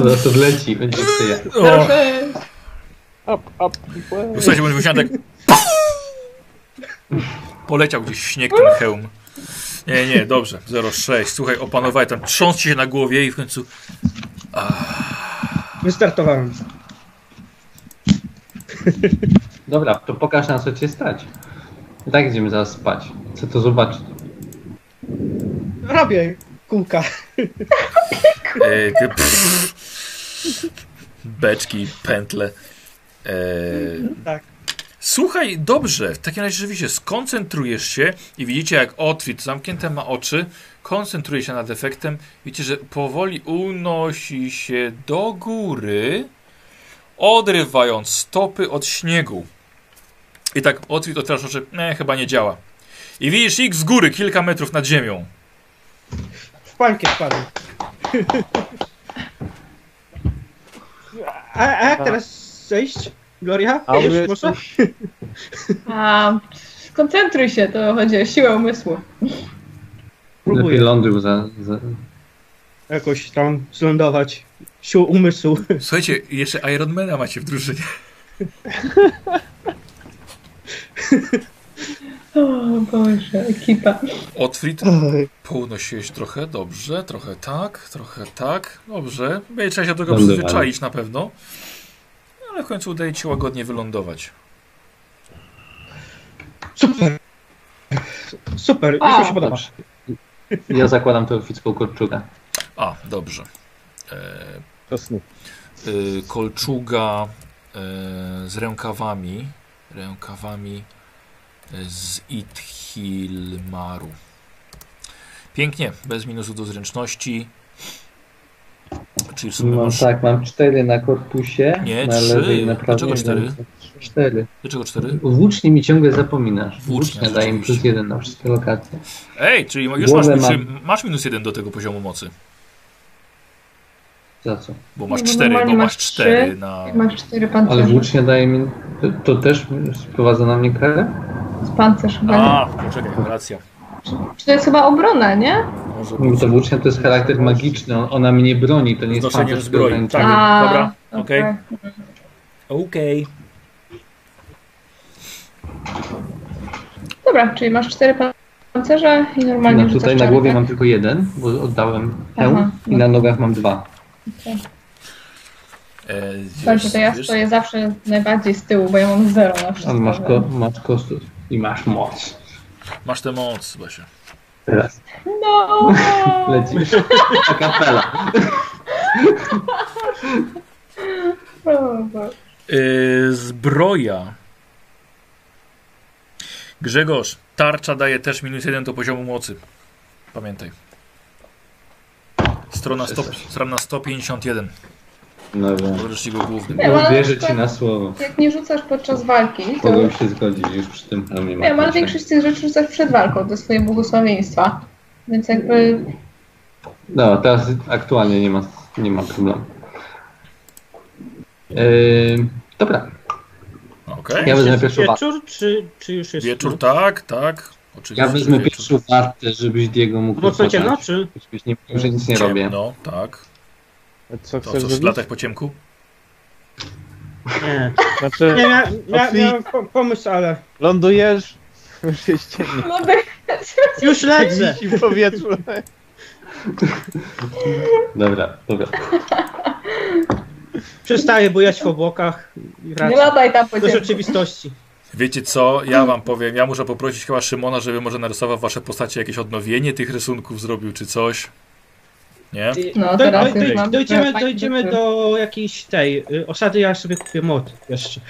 Speaker 3: Zaraz to wleci, będzie to ja.
Speaker 4: No,
Speaker 1: O,
Speaker 5: Up, up, i way.
Speaker 1: słuchajcie, będzie musiał tak... Poleciał gdzieś w śnieg ten hełm. Nie, nie, dobrze. 0,6. Słuchaj, opanowaj tam. Trząsł się na głowie i w końcu...
Speaker 2: Wystartowałem.
Speaker 3: Dobra, to pokaż na co cię stać. I tak idziemy zaraz spać. Chcę to zobaczyć.
Speaker 2: Robię kółka.
Speaker 1: E, ty, pff, beczki, pętle. E,
Speaker 2: Tak.
Speaker 1: Słuchaj, dobrze, w takim razie rzeczywiście skoncentrujesz się i widzicie jak Otwit zamknięte ma oczy, koncentruje się nad efektem, widzicie, że powoli unosi się do góry, odrywając stopy od śniegu. I tak Otwit otwiera oczy, nie, chyba nie działa. I widzisz ich z góry, kilka metrów nad ziemią.
Speaker 2: W panikę wpadłem. A, a jak teraz zejść? Gloria?
Speaker 5: A
Speaker 2: już
Speaker 5: wiesz-
Speaker 2: można?
Speaker 4: A, skoncentruj się, to chodzi o siłę umysłu.
Speaker 3: Lepiej
Speaker 2: Próbuję
Speaker 3: lądy za, za...
Speaker 2: jakoś tam zlądować sił umysłu.
Speaker 1: Słuchajcie, jeszcze Ironmana macie w drużynie.
Speaker 4: O Boże, ekipa.
Speaker 1: Otfrid, pounosiłeś trochę, dobrze, trochę tak, trochę tak, dobrze. Będzie trzeba się do tego
Speaker 3: Lądowałem.
Speaker 1: przyzwyczaić na pewno. Ale w końcu udaje ci się łagodnie wylądować.
Speaker 2: Super. Super,
Speaker 4: A,
Speaker 2: już mi się podoba.
Speaker 3: Dobrze. Ja zakładam tę oficką korczuga.
Speaker 1: A, dobrze. E,
Speaker 5: To snu.
Speaker 1: y, kolczuga y, z rękawami, rękawami e, z Ithilmaru. Pięknie, bez minusu do zręczności. Czyli w sumie
Speaker 3: Mam,
Speaker 1: masz...
Speaker 3: tak, mam cztery na korpusie.
Speaker 1: Nie,
Speaker 3: na
Speaker 1: trzy.
Speaker 3: lewej i na prawej.
Speaker 1: Dlaczego cztery?
Speaker 3: Cztery.
Speaker 1: Dlaczego cztery?
Speaker 3: Włócznie mi ciągle zapominasz.
Speaker 1: Włócznia,
Speaker 3: Włócznia daje mi plus
Speaker 1: rzeczywiście.
Speaker 3: jeden na wszystkie lokacje.
Speaker 1: Ej, czyli już masz,
Speaker 3: Głowę
Speaker 1: minus,
Speaker 3: mam.
Speaker 1: masz minus jeden do tego poziomu mocy,
Speaker 3: Za co?
Speaker 1: bo masz
Speaker 4: No, bo
Speaker 1: cztery, bo
Speaker 4: normalnie
Speaker 1: masz
Speaker 4: masz
Speaker 1: cztery
Speaker 4: trzy.
Speaker 1: na...
Speaker 4: Jak Masz cztery
Speaker 3: Ale
Speaker 4: pancerze.
Speaker 3: włócznia daje mi... To, to też sprowadza na mnie karę?
Speaker 4: Z pancerz chyba.
Speaker 1: A, poczekaj, racja.
Speaker 4: Czy to jest chyba obrona, nie?
Speaker 1: Może
Speaker 3: No, To włócznia to jest charakter magiczny, on- ona mnie broni, to nie jest
Speaker 1: Znoszenie
Speaker 3: pancerz
Speaker 1: zbroi,
Speaker 3: ograniczony.
Speaker 1: tak.
Speaker 4: A,
Speaker 1: dobra, okej. Okej.
Speaker 4: Dobra, czyli masz cztery pan- pancerze i normalnie
Speaker 3: No,
Speaker 4: rzucasz
Speaker 3: tutaj na głowie
Speaker 4: czarne.
Speaker 3: mam tylko jeden, bo oddałem hełm
Speaker 4: tak? Aha,
Speaker 3: i na nogach mam dwa.
Speaker 1: E,
Speaker 4: Słuchajcie, to ja
Speaker 1: wiesz-
Speaker 4: stoję zawsze najbardziej z tyłu, bo ja mam zero na wszystko.
Speaker 3: Ale masz, ko, masz kostus i masz moc.
Speaker 1: Masz tę moc, Basia.
Speaker 3: Teraz
Speaker 4: No!
Speaker 3: lecisz. A kapela.
Speaker 4: O Boże.
Speaker 1: Yy, zbroja. Grzegorz, tarcza daje też minus jeden do poziomu mocy. Pamiętaj. Strona, sto, strona 151.
Speaker 3: No wiem.
Speaker 1: Podręczniku głównym.
Speaker 4: Nie, ale na
Speaker 3: Wierzę ci
Speaker 4: przykład-
Speaker 3: na słowo.
Speaker 4: Jak nie rzucasz podczas walki, to...
Speaker 3: Mogłem się zgodzić już przy tym hełmie.
Speaker 4: Nie, ale
Speaker 3: Mateusza.
Speaker 4: większość tych rzeczy rzucasz przed walką, do swojego błogosławieństwa. Więc jakby...
Speaker 3: No, teraz aktualnie nie ma, nie ma problemu. Yy, dobra,
Speaker 1: Okej.
Speaker 3: ja wezmę
Speaker 2: Jest
Speaker 3: pierwszą wartę.
Speaker 2: Wieczór, czy, czy już jest?
Speaker 1: Wieczór, tak, tak. Oczywiście.
Speaker 3: Ja wezmę
Speaker 1: wieczór.
Speaker 3: pierwszą wartę, żebyś Diego mógł
Speaker 2: Mocno
Speaker 3: rozpocząć.
Speaker 2: ciemno, czy?
Speaker 3: Żebyś nie mówił, że nic nie robię.
Speaker 1: Ciemno, tak.
Speaker 5: A Co
Speaker 1: To
Speaker 5: chcesz
Speaker 1: co, w
Speaker 5: zrobić?
Speaker 1: latach po ciemku?
Speaker 2: Nie.
Speaker 5: Znaczy,
Speaker 2: Nie, ja, ja,
Speaker 5: Otwi-
Speaker 2: miałem po- pomysł, ale
Speaker 5: lądujesz, już jest ciemno.
Speaker 4: No by...
Speaker 2: już lecę!
Speaker 5: Widzisz i w powietrzu.
Speaker 3: Dobra, dobra.
Speaker 2: Przestaję bujać w obłokach i
Speaker 4: Nie
Speaker 2: wracam
Speaker 4: lataj tam po
Speaker 2: do
Speaker 4: ciemku.
Speaker 2: rzeczywistości.
Speaker 1: Wiecie co,
Speaker 5: Mm.
Speaker 1: ja wam powiem, ja muszę poprosić chyba Szymona, żeby może narysował wasze postacie, jakieś odnowienie tych rysunków zrobił, czy coś. Nie?
Speaker 4: No,
Speaker 2: Doj-
Speaker 4: teraz
Speaker 2: doj-
Speaker 4: już mam-
Speaker 2: dojdziemy,
Speaker 4: fajny
Speaker 2: dojdziemy
Speaker 4: wieczór.
Speaker 2: do jakiejś tej y, osady, ja sobie kupię mod jeszcze.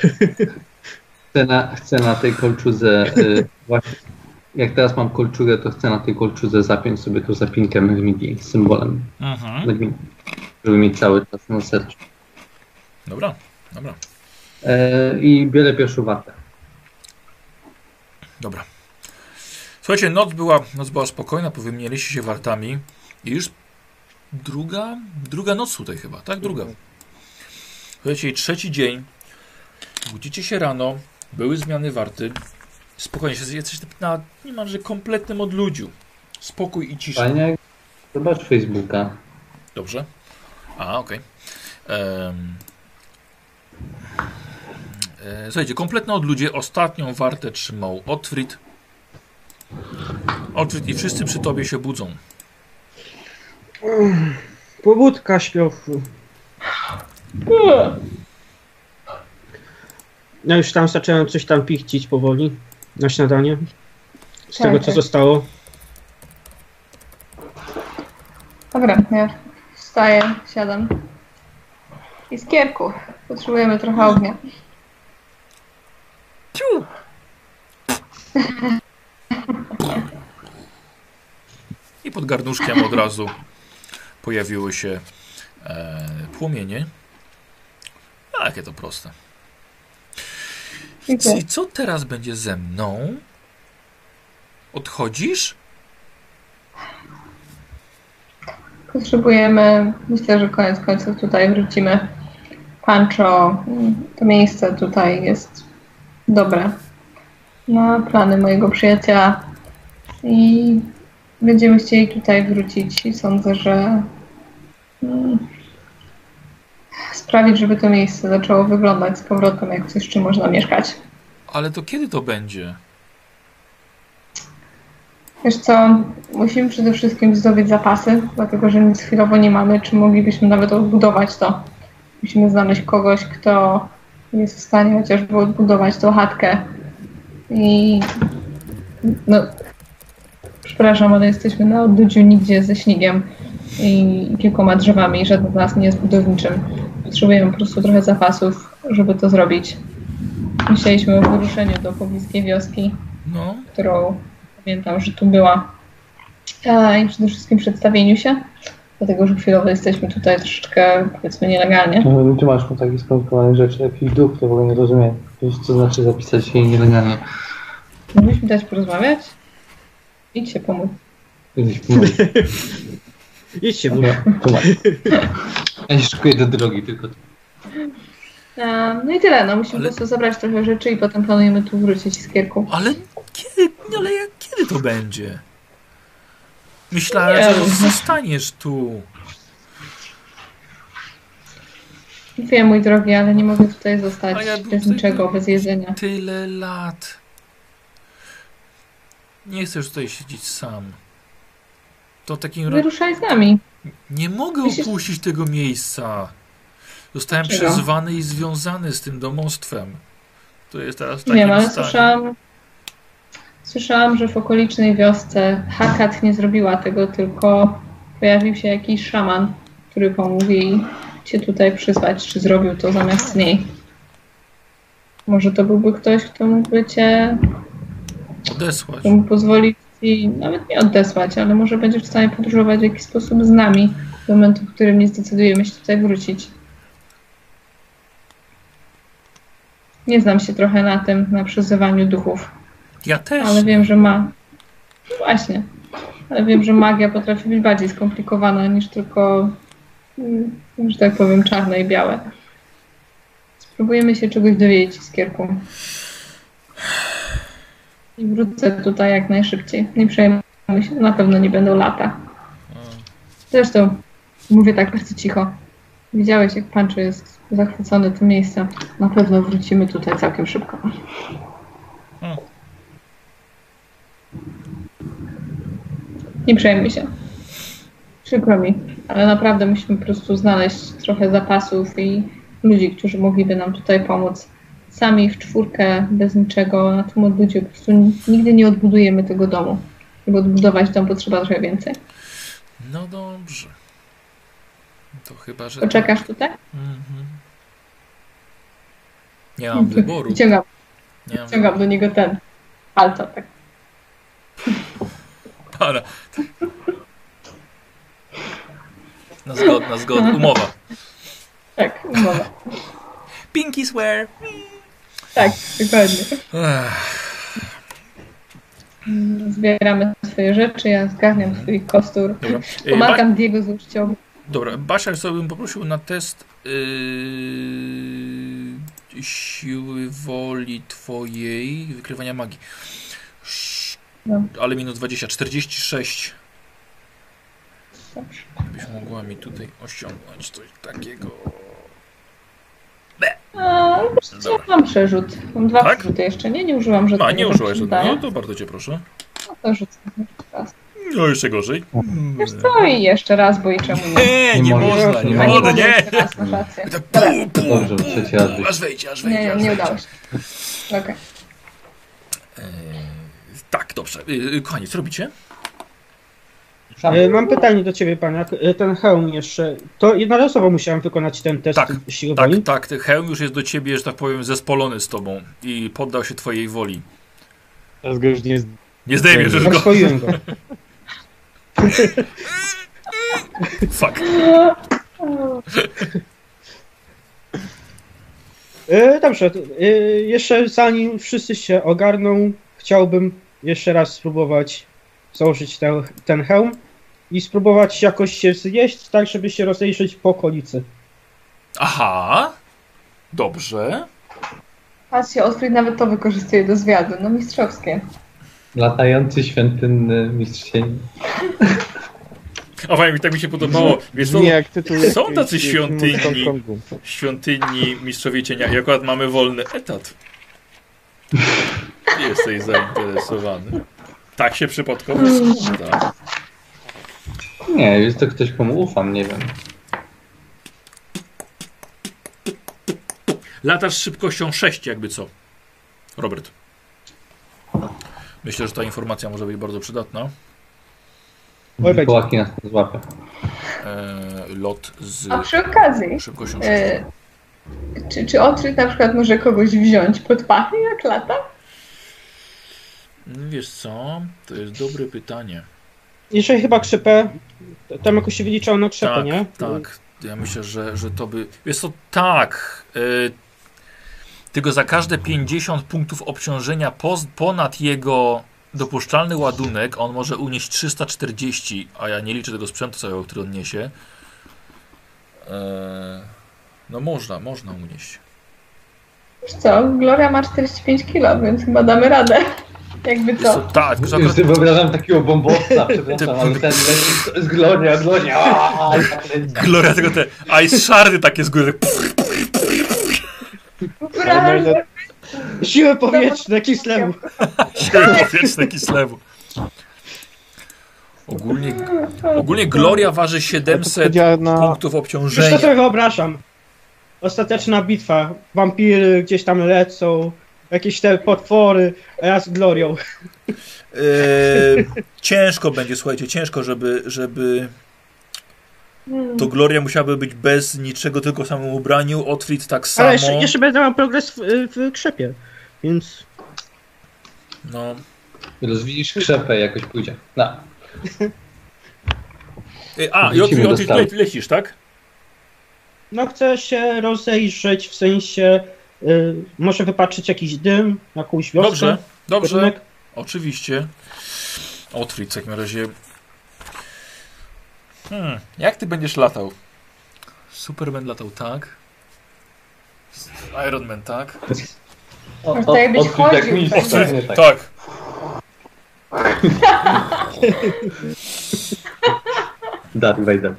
Speaker 3: Chcę na, chcę na tej kolczuze, y, właśnie, jak teraz mam kolczugę, to chcę na tej kolczuze zapiąć sobie tą zapinkę Medmigi z symbolem
Speaker 1: Mhm.
Speaker 3: Medmigi, żeby mieć cały czas na sercu.
Speaker 1: Dobra, dobra,
Speaker 3: E, I biorę pierwszą wartę.
Speaker 1: dobra. Słuchajcie, noc była, noc była spokojna, powymienialiście się wartami i już druga, druga noc tutaj chyba, tak? Druga. Słuchajcie, i trzeci dzień, budzicie się rano, były zmiany warty, spokojnie, się- jesteś na niemalże kompletnym odludziu. Spokój i cisza.
Speaker 3: Fajnie, zobacz Facebooka.
Speaker 1: Dobrze. A, okej. Em, e, Słuchajcie, kompletne odludzie. Ostatnią wartę trzymał Otfrid. Otfrid i wszyscy przy tobie się budzą.
Speaker 2: Pobudka śpiochu. Ja No już tam zacząłem coś tam pichcić powoli na śniadanie. Z tego co
Speaker 4: Tak.
Speaker 2: zostało.
Speaker 4: Dobra, ja wstaję, siadam. I z kierków. Potrzebujemy trochę ognia.
Speaker 1: I pod garnuszkiem od razu pojawiły się e, płomienie. A, jakie to proste.
Speaker 4: I
Speaker 1: I co teraz będzie ze mną? Odchodzisz?
Speaker 4: Potrzebujemy, myślę, że koniec końców tutaj wrócimy Pancho, mm, to miejsce tutaj jest dobre na plany mojego przyjaciela i będziemy chcieli tutaj wrócić i sądzę, że mm, sprawić, żeby to miejsce zaczęło wyglądać z powrotem jak coś, z czym można mieszkać.
Speaker 1: Ale to kiedy to będzie?
Speaker 4: Wiesz co, musimy przede wszystkim zdobyć zapasy, dlatego że nic chwilowo nie mamy, czy moglibyśmy nawet odbudować to. Musimy znaleźć kogoś, kto jest w stanie chociażby odbudować tą chatkę. I no, przepraszam, ale jesteśmy na odludziu nigdzie ze śniegiem i kilkoma drzewami, żaden z nas nie jest budowniczym. Potrzebujemy po prostu trochę zapasów, żeby to zrobić. Myśleliśmy o wyruszeniu do pobliskiej wioski,
Speaker 1: No,
Speaker 4: którą pamiętam, że tu była. A, I przede wszystkim przedstawieniu się, dlatego że chwilowo jesteśmy tutaj troszeczkę, powiedzmy, nielegalnie.
Speaker 3: No, ludzie masz mu takie skomplikowane rzeczy, jakiś duch, to w ogóle nie rozumiem. Wiesz, co znaczy zapisać się nielegalnie.
Speaker 4: Mogliśmy dać porozmawiać? Idź się pomóc.
Speaker 3: Kiedyś mówię,
Speaker 2: Idźcie, bo
Speaker 3: dobra, tu masz. Ja się szykuję do drogi, tylko
Speaker 4: E, No i tyle, no musimy
Speaker 1: Ale-
Speaker 4: po prostu zabrać trochę rzeczy i potem planujemy tu wrócić z kierku.
Speaker 1: ale kiedy, ale jak, kiedy to będzie? Myślałem,
Speaker 4: Nie
Speaker 1: że
Speaker 4: wiem.
Speaker 1: zostaniesz tu.
Speaker 4: Wiem, mój drogi, ale nie mogę tutaj zostać
Speaker 1: A ja bym
Speaker 4: bez
Speaker 1: tutaj-
Speaker 4: niczego, bez jedzenia.
Speaker 1: Tyle lat. Nie chcesz tutaj siedzieć sam. To w takim razie
Speaker 4: Wyruszaj z nami.
Speaker 1: nie mogę
Speaker 4: Myślisz-
Speaker 1: opuścić tego miejsca. Zostałem
Speaker 4: Dlaczego?
Speaker 1: przezwany i związany z tym domostwem. To jest teraz w takim
Speaker 4: Wiem, ale
Speaker 1: stanie.
Speaker 4: słyszałam, słyszałam, że w okolicznej wiosce Hakat nie zrobiła tego, tylko pojawił się jakiś szaman, który pomógł jej cię tutaj przyzwać, czy zrobił to zamiast niej. Może to byłby ktoś, kto mógłby cię
Speaker 1: Odesłać.
Speaker 4: to mu pozwoli i nawet nie odesłać, ale może będzie w stanie podróżować w jakiś sposób z nami w momentu, w którym nie zdecydujemy się tutaj wrócić. Nie znam się trochę na tym, na przyzywaniu duchów,
Speaker 1: Ja też.
Speaker 4: ale wiem, że ma. No właśnie. Ale wiem, że magia potrafi być bardziej skomplikowana niż tylko, mm, że tak powiem, czarne i białe. Spróbujemy się czegoś dowiedzieć z kierką. I wrócę tutaj jak najszybciej. Nie przejmuję się, na pewno nie będą lata. Zresztą mówię tak bardzo cicho. Widziałeś, jak Pancho jest zachwycony tym miejscem. Na pewno wrócimy tutaj całkiem szybko. Nie przejmuj się. Przykro mi, ale naprawdę musimy po prostu znaleźć trochę zapasów i ludzi, którzy mogliby nam tutaj pomóc. Sami w czwórkę, bez niczego, na tym odbudzie po prostu n- nigdy nie odbudujemy tego domu. Żeby odbudować dom potrzeba trochę więcej.
Speaker 1: No dobrze. To chyba, że.
Speaker 4: Poczekasz tutaj?
Speaker 1: Mhm. Nie mam wyboru.
Speaker 4: Ciągam,
Speaker 1: Nie mam
Speaker 4: ciągam do niego ten palca, tak.
Speaker 1: Dobra. Na zgodę, na zgodę. Umowa.
Speaker 4: Tak, umowa.
Speaker 1: Pinky swear.
Speaker 4: Tak, dokładnie.
Speaker 1: Ech,
Speaker 4: Zbieramy swoje rzeczy, ja zgarniam swój kostur.
Speaker 1: dobra. E, Ba-
Speaker 4: Pomagam Diego z uczcią.
Speaker 1: dobra, Basiar sobie bym poprosił na test yy, siły woli twojej wykrywania magii. Sz-
Speaker 4: No.
Speaker 1: Ale minus 20, 46. Byś mogła mi tutaj osiągnąć coś takiego.
Speaker 4: A, wiesz co,
Speaker 1: Dobra.
Speaker 4: mam przerzut. Mam dwa
Speaker 1: Tak?
Speaker 4: przerzuty jeszcze, nie? Nie użyłam żadnego.
Speaker 1: A, nie użyłeś
Speaker 4: przerzutania.
Speaker 1: żadnego? No to bardzo cię proszę.
Speaker 4: No to rzucę raz.
Speaker 1: No jeszcze gorzej.
Speaker 4: Wiesz co, i jeszcze raz, bo i czemu nie?
Speaker 1: Nie, nie,
Speaker 3: Nie możesz.
Speaker 1: można, No nie
Speaker 4: A
Speaker 3: Wody,
Speaker 1: można,
Speaker 4: mogę
Speaker 1: nie.
Speaker 4: jeszcze raz, masz rację.
Speaker 1: Tak pu, pu,
Speaker 3: Dobrze,
Speaker 1: pu,
Speaker 3: przecież
Speaker 1: pu,
Speaker 3: ja wyjdę.
Speaker 1: aż wejdzie, aż wejdzie.
Speaker 4: Nie,
Speaker 1: aż
Speaker 4: nie
Speaker 1: wejdzie.
Speaker 4: udało się. Okej.
Speaker 1: Tak, dobrze. Yy, Kochani, co robicie?
Speaker 2: E, Mam pytanie do ciebie, pan. Jak e, ten hełm jeszcze. To jednorazowo musiałem wykonać ten test
Speaker 1: Tak,
Speaker 2: siły
Speaker 1: Tak,
Speaker 2: woli.
Speaker 1: tak, ten hełm już jest do ciebie, że tak powiem, zespolony z tobą i poddał się twojej woli.
Speaker 5: Teraz go już nie z...
Speaker 1: Nie zdejmiesz już go.
Speaker 2: Rozwoiłem go.
Speaker 1: Fuck.
Speaker 2: E, Dobrze, to, e, jeszcze zanim wszyscy się ogarną, chciałbym jeszcze raz spróbować założyć ten, ten hełm i spróbować jakoś się zjeść, tak żeby się rozejrzeć po okolicy.
Speaker 1: Aha. Dobrze.
Speaker 4: Patrzcie, Otfrid nawet to wykorzystuje do zwiadu. No mistrzowskie.
Speaker 3: Latający świątynny mistrz cieni.
Speaker 1: A fajnie, tak mi się podobało. Wiesz, co?
Speaker 5: Brzmi jak tytuł
Speaker 1: są
Speaker 5: jakiejś-
Speaker 1: tacy
Speaker 5: jakiegoś
Speaker 1: świątyni.
Speaker 5: Mustang Kongu.
Speaker 1: świątyni Mistrzowie Cienia i akurat mamy wolny etat. Jesteś zainteresowany. Tak się przypadkowo składa.
Speaker 3: Nie, jest to ktoś, komu ufam, nie wiem.
Speaker 1: Latasz z szybkością 6, jakby co. Robert. Myślę, że ta informacja może być bardzo przydatna.
Speaker 2: Oj, będzie.
Speaker 3: Połaki nas nie złapią.
Speaker 1: Eee, lot z
Speaker 4: A przy okazji,
Speaker 1: szybkością 6.
Speaker 4: e, czy, czy Otfrid na przykład może kogoś wziąć pod pachy jak lata?
Speaker 1: Wiesz co? To jest dobre pytanie.
Speaker 2: Jeżeli chyba krzepę, to tam jakoś się wyliczało na krzepę,
Speaker 1: tak,
Speaker 2: nie?
Speaker 1: Tak, ja myślę, że, że to by. Jest to tak. y, tylko za każde 50 punktów obciążenia poz, ponad jego dopuszczalny ładunek, on może unieść 340, a ja nie liczę tego sprzętu całego, który on niesie. E, no można, można unieść.
Speaker 4: Wiesz co, Gloria ma 45 kg, więc chyba damy radę. Jakby
Speaker 1: Jest to,
Speaker 4: co.
Speaker 1: tak, tylko że
Speaker 3: Już
Speaker 1: akurat,
Speaker 3: sobie wyobrażam takiego bombowca, przepraszam,
Speaker 1: Ty-
Speaker 3: ale ten leci z gloria, gloria. aaa, tak leci.
Speaker 1: Gloria tego te ice shardy takie z góry.
Speaker 4: Góra,
Speaker 5: Ale może-
Speaker 2: Siły powietrzne, Kislewu.
Speaker 1: Siły powietrzne Kislewu. Ogólnie, ogólnie Gloria waży
Speaker 5: ale to
Speaker 1: 700
Speaker 5: powiedziała na...
Speaker 1: punktów
Speaker 2: Już to
Speaker 1: obciążenia.
Speaker 2: sobie wyobrażam. Ostateczna bitwa. Wampiry gdzieś tam lecą, jakieś te potwory, a ja z Glorią.
Speaker 1: Eee, ciężko będzie, słuchajcie, ciężko, żeby, żeby
Speaker 4: Hmm.
Speaker 1: to Gloria musiałaby być bez niczego, tylko w samym ubraniu, Otfrid tak samo.
Speaker 2: Ale jeszcze, jeszcze będę miał progres w, w krzepie, więc...
Speaker 1: No.
Speaker 3: Rozwidzisz krzepę jakoś pójdzie. No.
Speaker 1: E, A, i
Speaker 3: Wrócimy
Speaker 1: Otfrid,
Speaker 3: do
Speaker 1: Otfrid
Speaker 3: stawu.
Speaker 1: le, lecisz, tak?
Speaker 2: No chcę się rozejrzeć, w sensie... Y, może wypatrzyć jakiś dym, jakąś wioskę.
Speaker 1: Dobrze, dobrze,
Speaker 2: budynek.
Speaker 1: oczywiście. Otfrid w takim razie... Hmm, jak ty będziesz latał? Superman latał tak. Iron Man tak.
Speaker 3: O,
Speaker 4: Może tak jakbyś
Speaker 3: odkryć jak
Speaker 4: chodził,
Speaker 3: mistrz,
Speaker 4: tak.
Speaker 3: pewnie tak.
Speaker 1: tak.
Speaker 3: Darth Vader.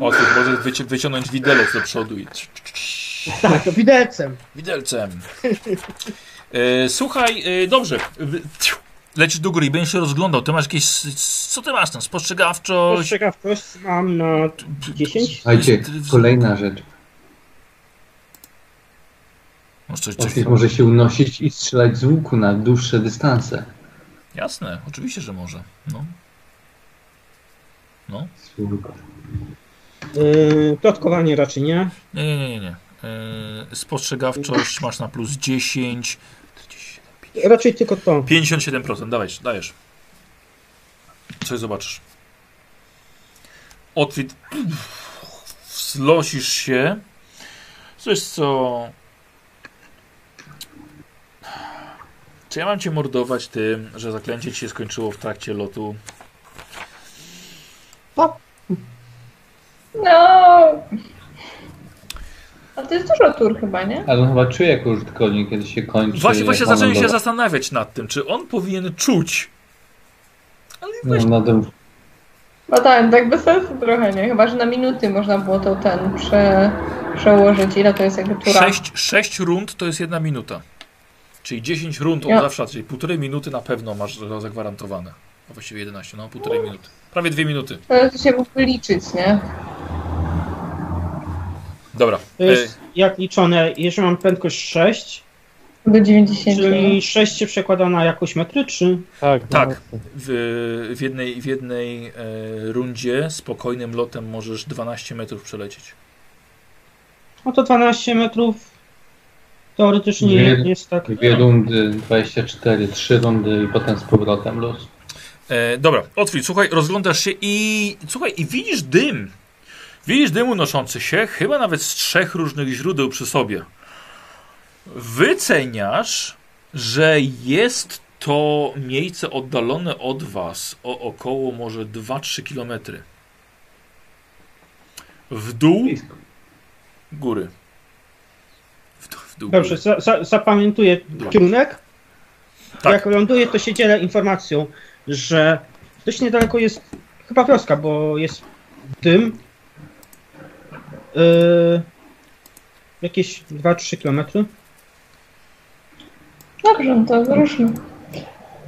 Speaker 1: Otfrid, możesz wyci- wyciągnąć widelec do przodu i...
Speaker 2: Tak, to widelcem.
Speaker 1: Widelcem. E, słuchaj, e, dobrze. W- ciu, Lecisz do góry i będziesz się rozglądał. Ty masz jakieś. s- s- Co ty masz tam? Spostrzegawczość.
Speaker 2: Ciekawkość mam na 10.
Speaker 3: Słuchajcie, kolejna rzecz.
Speaker 1: Masz coś, coś.
Speaker 3: Otwit może się unosić i strzelać z łuku na dłuższe dystanse.
Speaker 1: Jasne, oczywiście, że może. No.
Speaker 3: Z łuku.
Speaker 2: Yy, plotkowanie raczej nie.
Speaker 1: Nie, nie, nie, nie. nie. E, spostrzegawczość masz na plus 10.
Speaker 2: Raczej tylko to.
Speaker 1: 57%, dawaj, dajesz. Coś zobaczysz. Otwit. Wzlosisz się. Coś co. Czy ja mam cię mordować tym, że zaklęcie ci się skończyło w trakcie lotu?
Speaker 4: No. A to jest dużo tur chyba, nie?
Speaker 3: Ale on chyba czuje jako użytkownik, kiedy się kończy.
Speaker 1: Właśnie, właśnie
Speaker 3: jak ona
Speaker 1: zacząłem się
Speaker 3: dobra.
Speaker 1: zastanawiać nad tym, czy on powinien czuć. Ale właśnie.
Speaker 3: No, no, to-
Speaker 4: Latałem tak bez sensu trochę, nie? Chyba, że na minuty można było to ten prze, przełożyć. Ile to jest jakby tura?
Speaker 1: 6, rund to jest jedna minuta. Czyli 10 rund od
Speaker 4: Ja-
Speaker 1: zawsze, czyli półtorej minuty na pewno masz za- zagwarantowane. A właściwie 11, no półtorej minuty. Prawie dwie minuty.
Speaker 4: To się mógłby liczyć, nie?
Speaker 1: Dobra. E,
Speaker 2: To jest jak liczone, jeżeli mam prędkość 6,
Speaker 4: Do 90.
Speaker 2: czyli 6 się przekłada na jakąś metrę, czy
Speaker 5: Tak.
Speaker 1: Tak.
Speaker 5: no.
Speaker 1: W, w jednej, w jednej e, rundzie spokojnym lotem możesz 12 metrów przelecieć.
Speaker 2: no to 12 metrów teoretycznie
Speaker 3: Nie.
Speaker 2: nie jest tak.
Speaker 3: Dwie rundy, 24, trzy rundy i potem z powrotem luz.
Speaker 1: E, dobra, otwórz, słuchaj, rozglądasz się i słuchaj, i widzisz dym. Widzisz dym unoszący się, chyba nawet z trzech różnych źródeł przy sobie. Wyceniasz, że jest to miejsce oddalone od was o około może 2-3 km. W dół góry. w dół.
Speaker 2: Dobrze, za, za, zapamiętuję
Speaker 1: Dobra.
Speaker 2: kierunek.
Speaker 1: Tak.
Speaker 2: Jak ląduję, to się dzielę informacją, że dość niedaleko jest chyba wioska, bo jest dym. Yy, jakieś 2-3 km.
Speaker 4: Dobrze, no to ruszmy.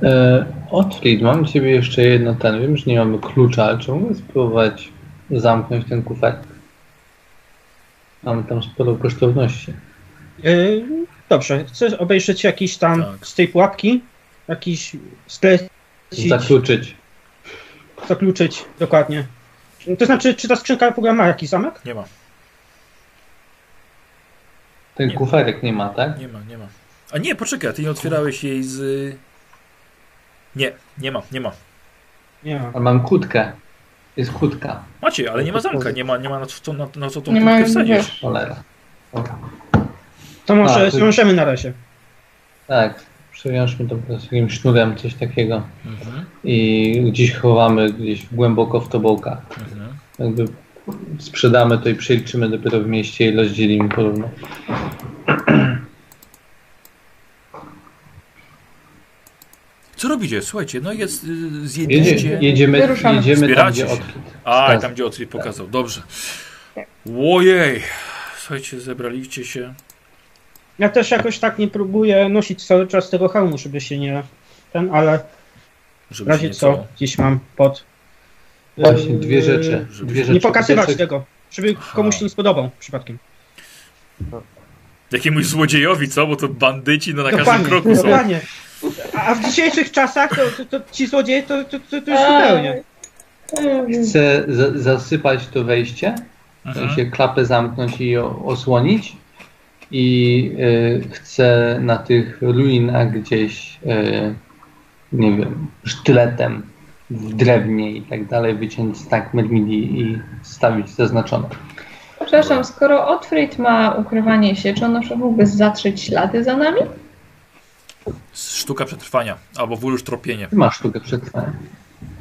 Speaker 3: E, Otfrid, mam u ciebie jeszcze jedno ten. Wiem, że nie mamy klucza, ale czy mogę spróbować zamknąć ten kufek? Mamy tam sporo kosztowności.
Speaker 2: Yy, dobrze, chcesz obejrzeć jakiś tam
Speaker 1: Tak.
Speaker 2: z tej pułapki, jakiś sklecić,
Speaker 3: Zakluczyć.
Speaker 2: zakluczyć, dokładnie. To znaczy, czy ta skrzynka w ogóle ma jakiś zamek?
Speaker 1: Nie ma,
Speaker 3: Ten
Speaker 1: Nie.
Speaker 3: kuferek nie ma, tak?
Speaker 1: nie ma, nie ma. A nie, poczekaj, ty nie otwierałeś jej z... y, Nie, nie ma, nie ma.
Speaker 2: Nie ma.
Speaker 3: A mam kłódkę. Jest kłódka.
Speaker 1: Macie, ale nie ma zamka, nie ma, nie ma na co, na, na co tą
Speaker 4: Nie ma
Speaker 1: kutkę
Speaker 4: już
Speaker 1: wsadzić.
Speaker 4: wiesz.
Speaker 3: Cholera. Dobra.
Speaker 2: To może
Speaker 3: A, ty-
Speaker 2: zwiążemy na razie.
Speaker 3: Tak, przewiążmy to po prostu jakimś sznurem, coś takiego.
Speaker 1: Mhm,
Speaker 3: I gdzieś chowamy, gdzieś głęboko w tobołkach.
Speaker 1: mhm.
Speaker 3: Jakby sprzedamy to i przeliczymy dopiero w mieście i rozdzielimy porówno.
Speaker 1: Co robicie? Słuchajcie, no jest, y,
Speaker 3: Jedzie,
Speaker 1: zjedliście...
Speaker 3: jedziemy
Speaker 4: Wyruszamy.
Speaker 3: jedziemy tam,
Speaker 1: Zbieracie
Speaker 3: gdzie
Speaker 1: się.
Speaker 3: odkryt.
Speaker 1: A,
Speaker 3: Tak.
Speaker 1: tam gdzie Otri pokazał, dobrze. Łojej, słuchajcie, zebraliście się.
Speaker 2: Ja też jakoś tak nie próbuję nosić cały czas tego hełmu, żeby się nie ten, ale w
Speaker 1: Żeby się
Speaker 2: razie
Speaker 1: nie
Speaker 2: co
Speaker 1: cało-
Speaker 2: gdzieś mam pod.
Speaker 3: Właśnie
Speaker 2: Yy,
Speaker 3: dwie rzeczy.
Speaker 1: żeby
Speaker 3: Dwie
Speaker 1: się
Speaker 3: rzeczy.
Speaker 2: Nie pokazywać
Speaker 3: Rzeczy-
Speaker 2: tego, żeby komuś się nie spodobał przypadkiem.
Speaker 1: Jakiemuś złodziejowi, co? Bo to bandyci no, na każdym
Speaker 2: Dokładnie,
Speaker 1: kroku są.
Speaker 2: dokładnie. A a w dzisiejszych czasach to, to, to ci złodzieje to, to, to, to już
Speaker 3: Eee,
Speaker 4: A,
Speaker 2: zupełnie.
Speaker 4: Mm.
Speaker 3: Chcę za- zasypać to wejście,
Speaker 1: Mhm.
Speaker 3: mhm. się klapę zamknąć i o- osłonić. I y, chcę na tych ruinach gdzieś, y, nie wiem, sztyletem w drewnie i tak dalej wyciąć stak medmidi i stawić zaznaczone.
Speaker 4: Przepraszam, skoro Otfrid ma ukrywanie się, czy on na przykład mógłby zatrzeć ślady za nami?
Speaker 1: Sztuka przetrwania, albo wórusz tropienie.
Speaker 3: Ty masz sztukę przetrwania.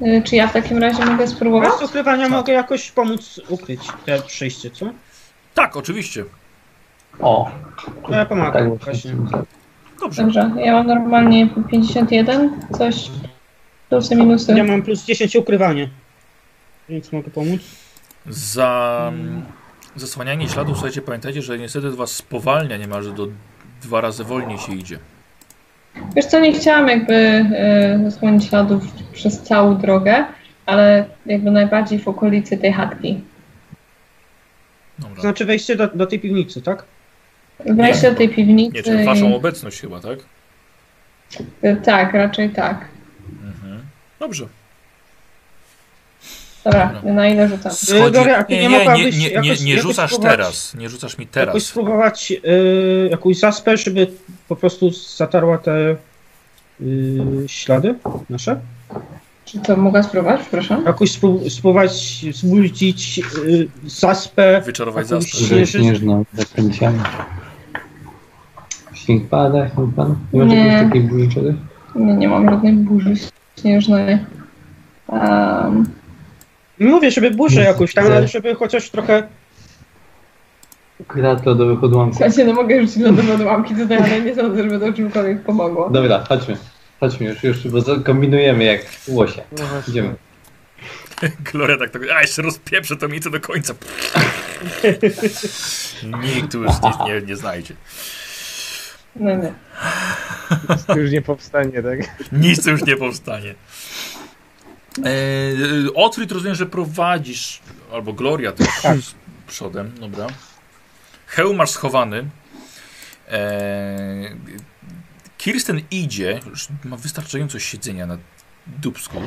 Speaker 4: Y, Czy ja w takim razie mogę spróbować?
Speaker 2: Bez ukrywania mogę jakoś pomóc ukryć te przejście, co?
Speaker 1: Tak, oczywiście.
Speaker 3: O,
Speaker 2: No ja pomagam
Speaker 3: tak
Speaker 2: właśnie.
Speaker 3: właśnie.
Speaker 1: Dobrze.
Speaker 4: Dobrze, ja mam normalnie 51, coś plusy, minusy.
Speaker 2: Ja mam plus 10 ukrywanie. Więc mogę pomóc.
Speaker 1: Za mm, zasłanianie śladów, słuchajcie, pamiętajcie, że niestety was spowalnia niemalże do dwa razy wolniej się idzie.
Speaker 4: Wiesz co, nie chciałam jakby e, zasłonić śladów przez całą drogę, ale jakby najbardziej w okolicy tej chatki.
Speaker 2: To
Speaker 1: Dobra.
Speaker 2: znaczy wejście do, do tej piwnicy, tak?
Speaker 4: Wejście do tej piwnicy.
Speaker 1: Nie, czyli waszą obecność chyba, tak?
Speaker 4: i- Tak, raczej tak.
Speaker 1: Mhm. Dobrze.
Speaker 4: Dobra,
Speaker 1: Dobra.
Speaker 4: na ile rzucam?
Speaker 1: Schodzi...
Speaker 2: Tak. Dobra, a ty
Speaker 1: Nie,
Speaker 2: nie
Speaker 1: nie, nie,
Speaker 2: mogłabyś
Speaker 1: nie, nie,
Speaker 2: jakoś-
Speaker 1: nie
Speaker 2: jakoś
Speaker 1: rzucasz
Speaker 2: spróbować-
Speaker 1: teraz. Nie rzucasz mi
Speaker 2: Jakoś
Speaker 1: teraz.
Speaker 2: spróbować y, jakąś zaspę, żeby po prostu zatarła te y, ślady nasze?
Speaker 4: Czy to mogę spróbować? Przepraszam.
Speaker 2: Jakoś spró- spróbować zbudzić y, zaspę.
Speaker 1: Wyczarować
Speaker 2: Jakoś-
Speaker 1: zaspę.
Speaker 3: Że
Speaker 2: Śnieżyc-
Speaker 3: śnieżną zakręciamy. Śnieg pada, śnieg pada. Nie ma
Speaker 4: Nie.
Speaker 3: jakiejś takiej burzy czegoś?
Speaker 4: Nie, nie mam żadnej burzy śnieżnej. Um,
Speaker 2: Mówię, żeby burzę
Speaker 3: Nie
Speaker 2: jakoś tam,
Speaker 3: widzę.
Speaker 2: ale żeby chociaż trochę.
Speaker 3: Krat lodowych odłamków.
Speaker 4: słuchajcie, no mogę rzucić lodowe odłamki tutaj, ale nie sądzę, żeby to czymkolwiek pomogło.
Speaker 3: Dobra, chodźmy. Chodźmy już, już, bo za- kombinujemy jak łosie.
Speaker 5: No właśnie.
Speaker 3: Idziemy.
Speaker 1: Gloria tak tak. A jeszcze rozpieprzę to miejsce do końca. Nikt tu już nic nie, nie znajdzie.
Speaker 4: No nie.
Speaker 5: To już nie powstanie, tak?
Speaker 1: Nic już nie powstanie. Eee, Otwit rozumiem, że prowadzisz, albo Gloria też z przodem, dobra. Hełm masz schowany. Eee, Kirsten idzie, już ma wystarczająco siedzenia na dupsku.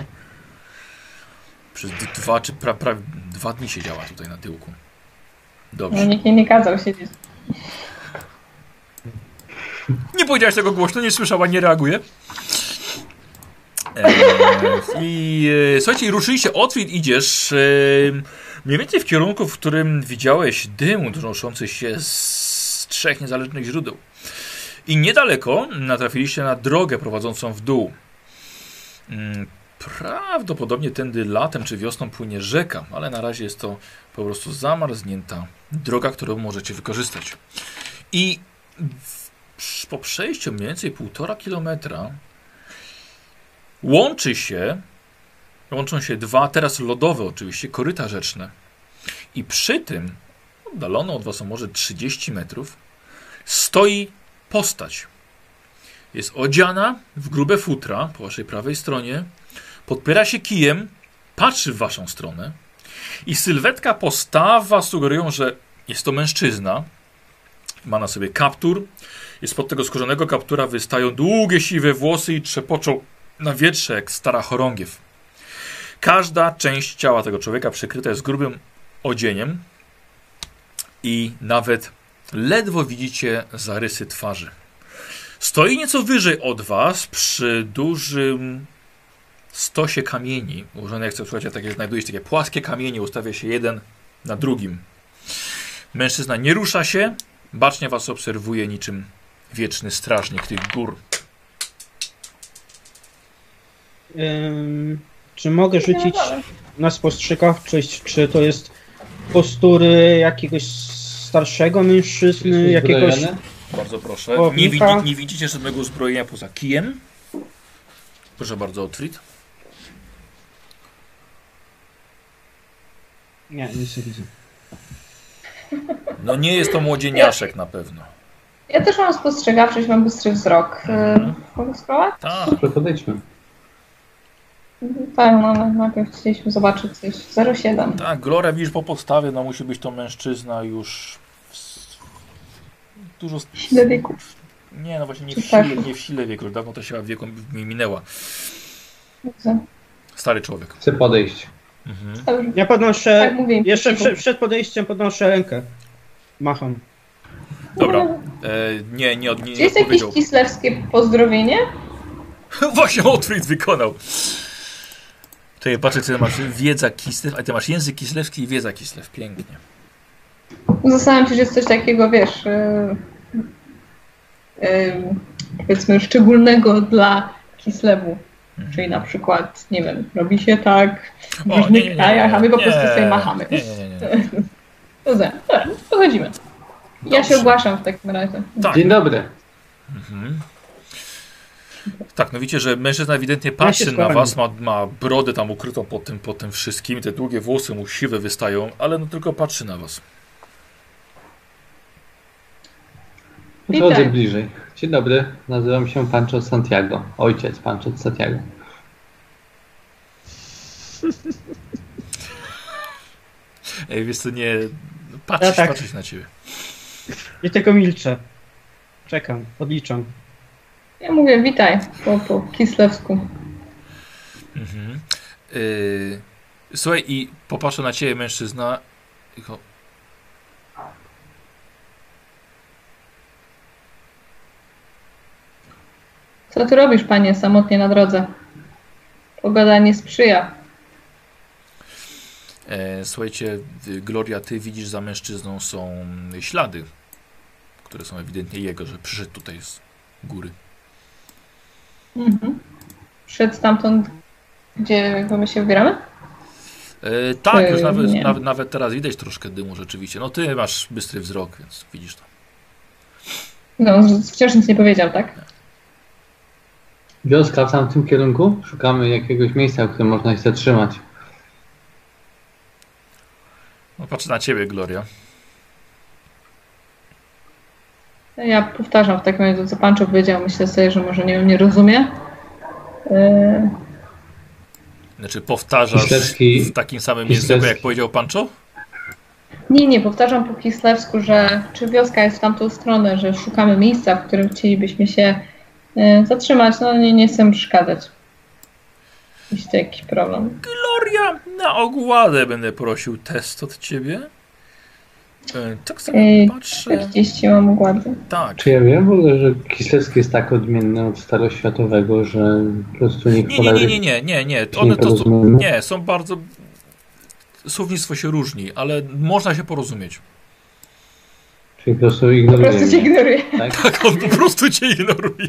Speaker 1: Przez d- dwa czy pra, pra, dwa dni siedziała tutaj na tyłku.
Speaker 4: No,
Speaker 1: Dobrze.
Speaker 4: nikt jej nie kazał siedzieć.
Speaker 1: Nie powiedziałaś tego głośno, nie słyszała, nie reaguje. Eee, I e, słuchajcie, ruszyliście, otwit idziesz e, mniej więcej w kierunku, w którym widziałeś dym drążący się z trzech niezależnych źródeł. I niedaleko natrafiliście na drogę prowadzącą w dół. Mm, Prawdopodobnie tędy latem czy wiosną płynie rzeka, ale na razie jest to po prostu zamarznięta droga, którą możecie wykorzystać. I w- po przejściu mniej więcej półtora kilometra łączy się, łączą się dwa, teraz lodowe oczywiście, koryta rzeczne. I przy tym, oddalono od was o może 30 metrów, stoi postać. Jest odziana w grube futra po waszej prawej stronie, podpiera się kijem, patrzy w waszą stronę i sylwetka postawa sugerują, że jest to mężczyzna. Ma na sobie kaptur. I spod tego skórzanego kaptura wystają długie siwe włosy i trzepoczą na wietrze jak stara chorągiew. Każda część ciała tego człowieka przykryta jest grubym odzieniem i nawet ledwo widzicie zarysy twarzy. Stoi nieco wyżej od was przy dużym stosie kamieni, ułożone jak słuchajcie, takie znajduje się takie płaskie kamienie, ustawia się jeden na drugim. Mężczyzna nie rusza się, bacznie was obserwuje niczym wieczny strażnik tych gór.
Speaker 2: Ym, y, czy mogę rzucić
Speaker 4: No
Speaker 2: na spostrzegawczość, czy to jest postury jakiegoś starszego mężczyzny,
Speaker 3: Jesteś
Speaker 2: jakiegoś...
Speaker 3: uzbrojony?
Speaker 1: Bardzo proszę.
Speaker 2: O,
Speaker 1: Nie,
Speaker 2: Micha.
Speaker 1: widzi, nie widzicie żadnego uzbrojenia poza kijem. Proszę bardzo, Otfrid.
Speaker 2: Nie, nic nie widzę.
Speaker 1: No nie jest to młodzieniaszek na pewno.
Speaker 4: Ja też mam spostrzegawczość, mam bystry wzrok.
Speaker 1: Mhm.
Speaker 4: Mhm. Mogę spróbować?
Speaker 1: Tak.
Speaker 3: Dobrze, podejdźmy.
Speaker 4: Tak, no, najpierw chcieliśmy zobaczyć coś. 07.
Speaker 1: Tak, Gloria widzisz po podstawie, no musi być to mężczyzna już w... s- dużo... s-
Speaker 4: Sile wieku.
Speaker 1: Nie, no właśnie nie w
Speaker 4: Czy
Speaker 1: sile,
Speaker 4: tak?
Speaker 1: nie w sile wieku, już dawno ta siła wieku mi minęła.
Speaker 4: Dobrze.
Speaker 1: Stary człowiek.
Speaker 3: Chcę podejść.
Speaker 1: Mhm.
Speaker 4: Dobrze.
Speaker 2: Ja podnoszę,
Speaker 4: Tak mówię.
Speaker 2: E, jeszcze przed, przed podejściem podnoszę rękę. Macham.
Speaker 1: Dobra, e, nie, nie, od, nie,
Speaker 4: Czy
Speaker 1: nie
Speaker 4: No, jest jakieś
Speaker 1: odpowiedział.
Speaker 4: cislewskie pozdrowienie?
Speaker 1: Właśnie Otfrid wykonał. Tutaj patrzę, ty masz wiedza kislew, a ty masz język kislewski i wiedza kislew. Pięknie.
Speaker 4: Zastanawiam się, czy jest coś takiego, wiesz, yy, yy, powiedzmy szczególnego dla Kislewu. Czyli na przykład, nie wiem, robi się tak w
Speaker 1: O, nie, nie, nie,
Speaker 4: różnych krajach, tak, a my po
Speaker 1: nie,
Speaker 4: prostu sobie machamy.
Speaker 1: Nie, nie, nie. nie.
Speaker 4: Rozumiem. Dobra, pochodzimy. Ja się
Speaker 1: Dobrze.
Speaker 4: ogłaszam w takim razie.
Speaker 1: Tak.
Speaker 3: Dzień dobry.
Speaker 1: Mhm. Tak, no widzicie, że mężczyzna ewidentnie
Speaker 2: Ja
Speaker 1: patrzy
Speaker 2: się
Speaker 1: na
Speaker 2: składam.
Speaker 1: was, ma, ma brodę tam ukrytą pod tym, pod tym wszystkim, te długie włosy mu siwe wystają, ale no tylko patrzy na was.
Speaker 3: Podchodzę
Speaker 4: Witaj.
Speaker 3: bliżej. Dzień dobry, nazywam się Pancho Santiago. Ojciec Pancho Santiago.
Speaker 1: Ej, wiesz co, nie... no Patrzysz,
Speaker 2: Ja tak.
Speaker 1: patrzysz na ciebie.
Speaker 2: I tylko milczę. Czekam, odliczam.
Speaker 4: Ja mówię witaj po, po kislewsku.
Speaker 1: Mhm. Yy, słuchaj, i popatrzę na ciebie mężczyzna. Tylko...
Speaker 4: Co ty robisz, panie, samotnie na drodze? Pogoda nie sprzyja.
Speaker 1: E, słuchajcie, y, Gloria, ty widzisz za mężczyzną są ślady, które są ewidentnie jego, że przyszedł tutaj z góry.
Speaker 4: Mhm. Szedł stamtąd, gdzie jakby my się wybieramy?
Speaker 1: E, tak,
Speaker 4: Czy
Speaker 1: już nawet,
Speaker 4: nie?
Speaker 1: nawet, nawet teraz widać troszkę dymu rzeczywiście. No ty masz bystry wzrok, więc widzisz to.
Speaker 4: No, wciąż nic nie powiedział, tak?
Speaker 3: Wioska w tamtym kierunku? Szukamy jakiegoś miejsca, w którym można się zatrzymać.
Speaker 1: No patrzę na ciebie, Gloria.
Speaker 4: Ja powtarzam w takim razie, to, co Pancho powiedział. Myślę sobie, że może nie wiem, nie rozumie. Yy,
Speaker 1: Znaczy powtarzasz
Speaker 3: Hiszlewski-
Speaker 1: w takim samym
Speaker 3: Hiszlewski.
Speaker 1: języku, jak powiedział Pancho?
Speaker 4: Nie, nie, powtarzam po kislewsku, że czy wioska jest w tamtą stronę, że szukamy miejsca, w którym chcielibyśmy się yy, zatrzymać. No nie, nie chcę przeszkadzać. Jeśli to jakiś problem.
Speaker 1: Gloria, na ogładę będę prosił test od ciebie. E, tak sobie
Speaker 4: Ej,
Speaker 1: patrzę.
Speaker 4: 40 mam ugłady.
Speaker 1: Tak.
Speaker 3: Czy ja wiem w ogóle, że Kislewski jest tak odmienny od staroświatowego, że po prostu nie
Speaker 1: Nie, nie, nie, nie, nie, nie, nie.
Speaker 3: Się
Speaker 1: One
Speaker 3: nie
Speaker 1: to są,
Speaker 3: porozumiemy?
Speaker 1: nie, są bardzo. Słownictwo się różni, ale można się porozumieć.
Speaker 3: Czyli po prostu
Speaker 4: Po prostu cię
Speaker 3: ignoruje mnie,
Speaker 4: ignoruję.
Speaker 3: tak?
Speaker 1: Tak, on po prostu cię ignoruje.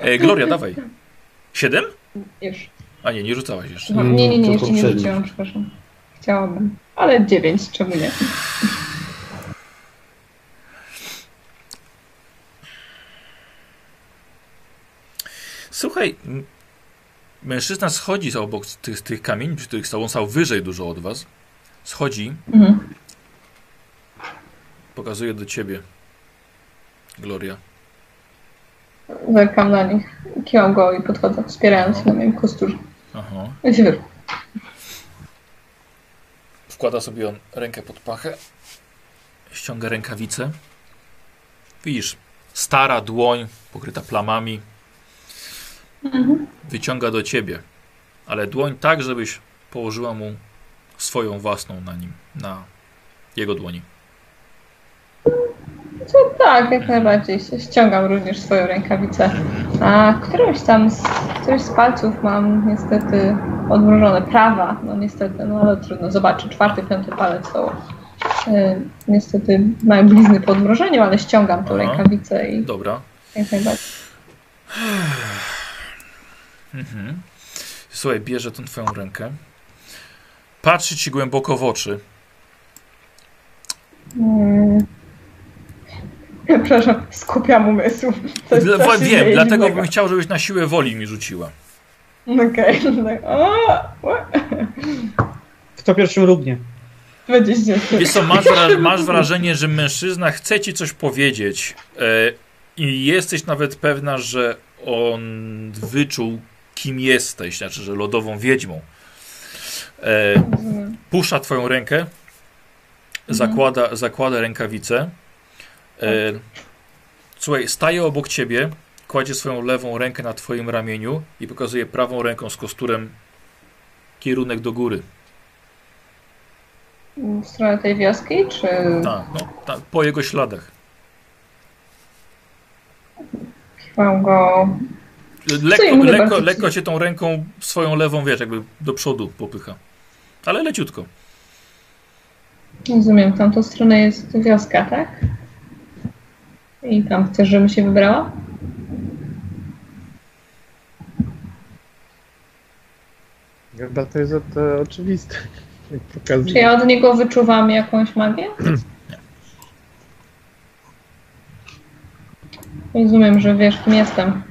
Speaker 1: E, Gloria, dawaj. Siedem?
Speaker 4: Już.
Speaker 1: A nie, nie rzucałaś jeszcze.
Speaker 4: No,
Speaker 3: Mm,
Speaker 4: nie, nie, nie,
Speaker 3: to
Speaker 4: jeszcze nie
Speaker 3: poprzednio.
Speaker 4: rzuciłam, przepraszam. Chciałabym. Ale 9, czemu nie?
Speaker 1: Słuchaj, m- mężczyzna schodzi z obok tych, tych kamieni, przy których stał, on stał wyżej dużo od was. Schodzi,
Speaker 4: Mhm.
Speaker 1: pokazuje do ciebie. Gloria.
Speaker 4: Zerkam na nich. Kiwam go i podchodzę, wspierając się na moim kosturze.
Speaker 1: Aha.
Speaker 4: I się wyrwę.
Speaker 1: Wkłada sobie on rękę pod pachę, ściąga rękawice. Widzisz, stara dłoń pokryta plamami
Speaker 4: Mhm.
Speaker 1: wyciąga do ciebie, ale dłoń tak, żebyś położyła mu swoją własną na nim, na jego dłoni.
Speaker 4: Tak, jak najbardziej. się- Ściągam również swoją rękawicę. A któryś tam, z, któryś z palców mam niestety odmrożone prawa. No niestety, no ale trudno. Zobaczę, czwarty, piąty palec to e, niestety mają blizny po odmrożeniu, ale ściągam tą
Speaker 1: Aha.
Speaker 4: rękawicę i
Speaker 1: Dobra.
Speaker 4: jak najbardziej.
Speaker 1: Mhm. Słuchaj, bierze tą twoją rękę. Patrzy ci głęboko w oczy.
Speaker 4: Mm. y, Przepraszam, skupiam umysł. To jest,
Speaker 1: Dla,
Speaker 4: coś się
Speaker 1: wiem,
Speaker 4: dzieje
Speaker 1: dlatego
Speaker 4: dziwnego.
Speaker 1: bym chciał, żebyś na siłę woli mi rzuciła.
Speaker 4: Okej, tak. O, o,
Speaker 2: Kto pierwszym równie?
Speaker 4: 20.
Speaker 1: Wiesz co, masz, wra- masz wrażenie, że mężczyzna chce ci coś powiedzieć e, i jesteś nawet pewna, że on wyczuł, kim jesteś, znaczy, że lodową wiedźmą. E,
Speaker 4: Rozumiem.
Speaker 1: pusza twoją rękę, zakłada, zakłada rękawicę. E, słuchaj, staje obok ciebie, kładzie swoją lewą rękę na twoim ramieniu i pokazuje prawą ręką z kosturem kierunek do góry.
Speaker 4: W stronę tej wioski, czy...
Speaker 1: Tak, no, tak, po jego śladach.
Speaker 4: Mam go.
Speaker 1: Lekko,
Speaker 4: innego
Speaker 1: lekko,
Speaker 4: bardziej.
Speaker 1: lekko cię tą ręką swoją lewą, wiesz, jakby do przodu popycha. Ale leciutko.
Speaker 4: Rozumiem, w tamtą stronę jest wioska, tak? I tam chcesz, żebym się wybrała?
Speaker 5: Chyba to jest o- to oczywiste. Jak
Speaker 4: Czy
Speaker 5: pokazuje.
Speaker 4: ja od niego wyczuwam jakąś magię? Rozumiem, że wiesz, kim jestem.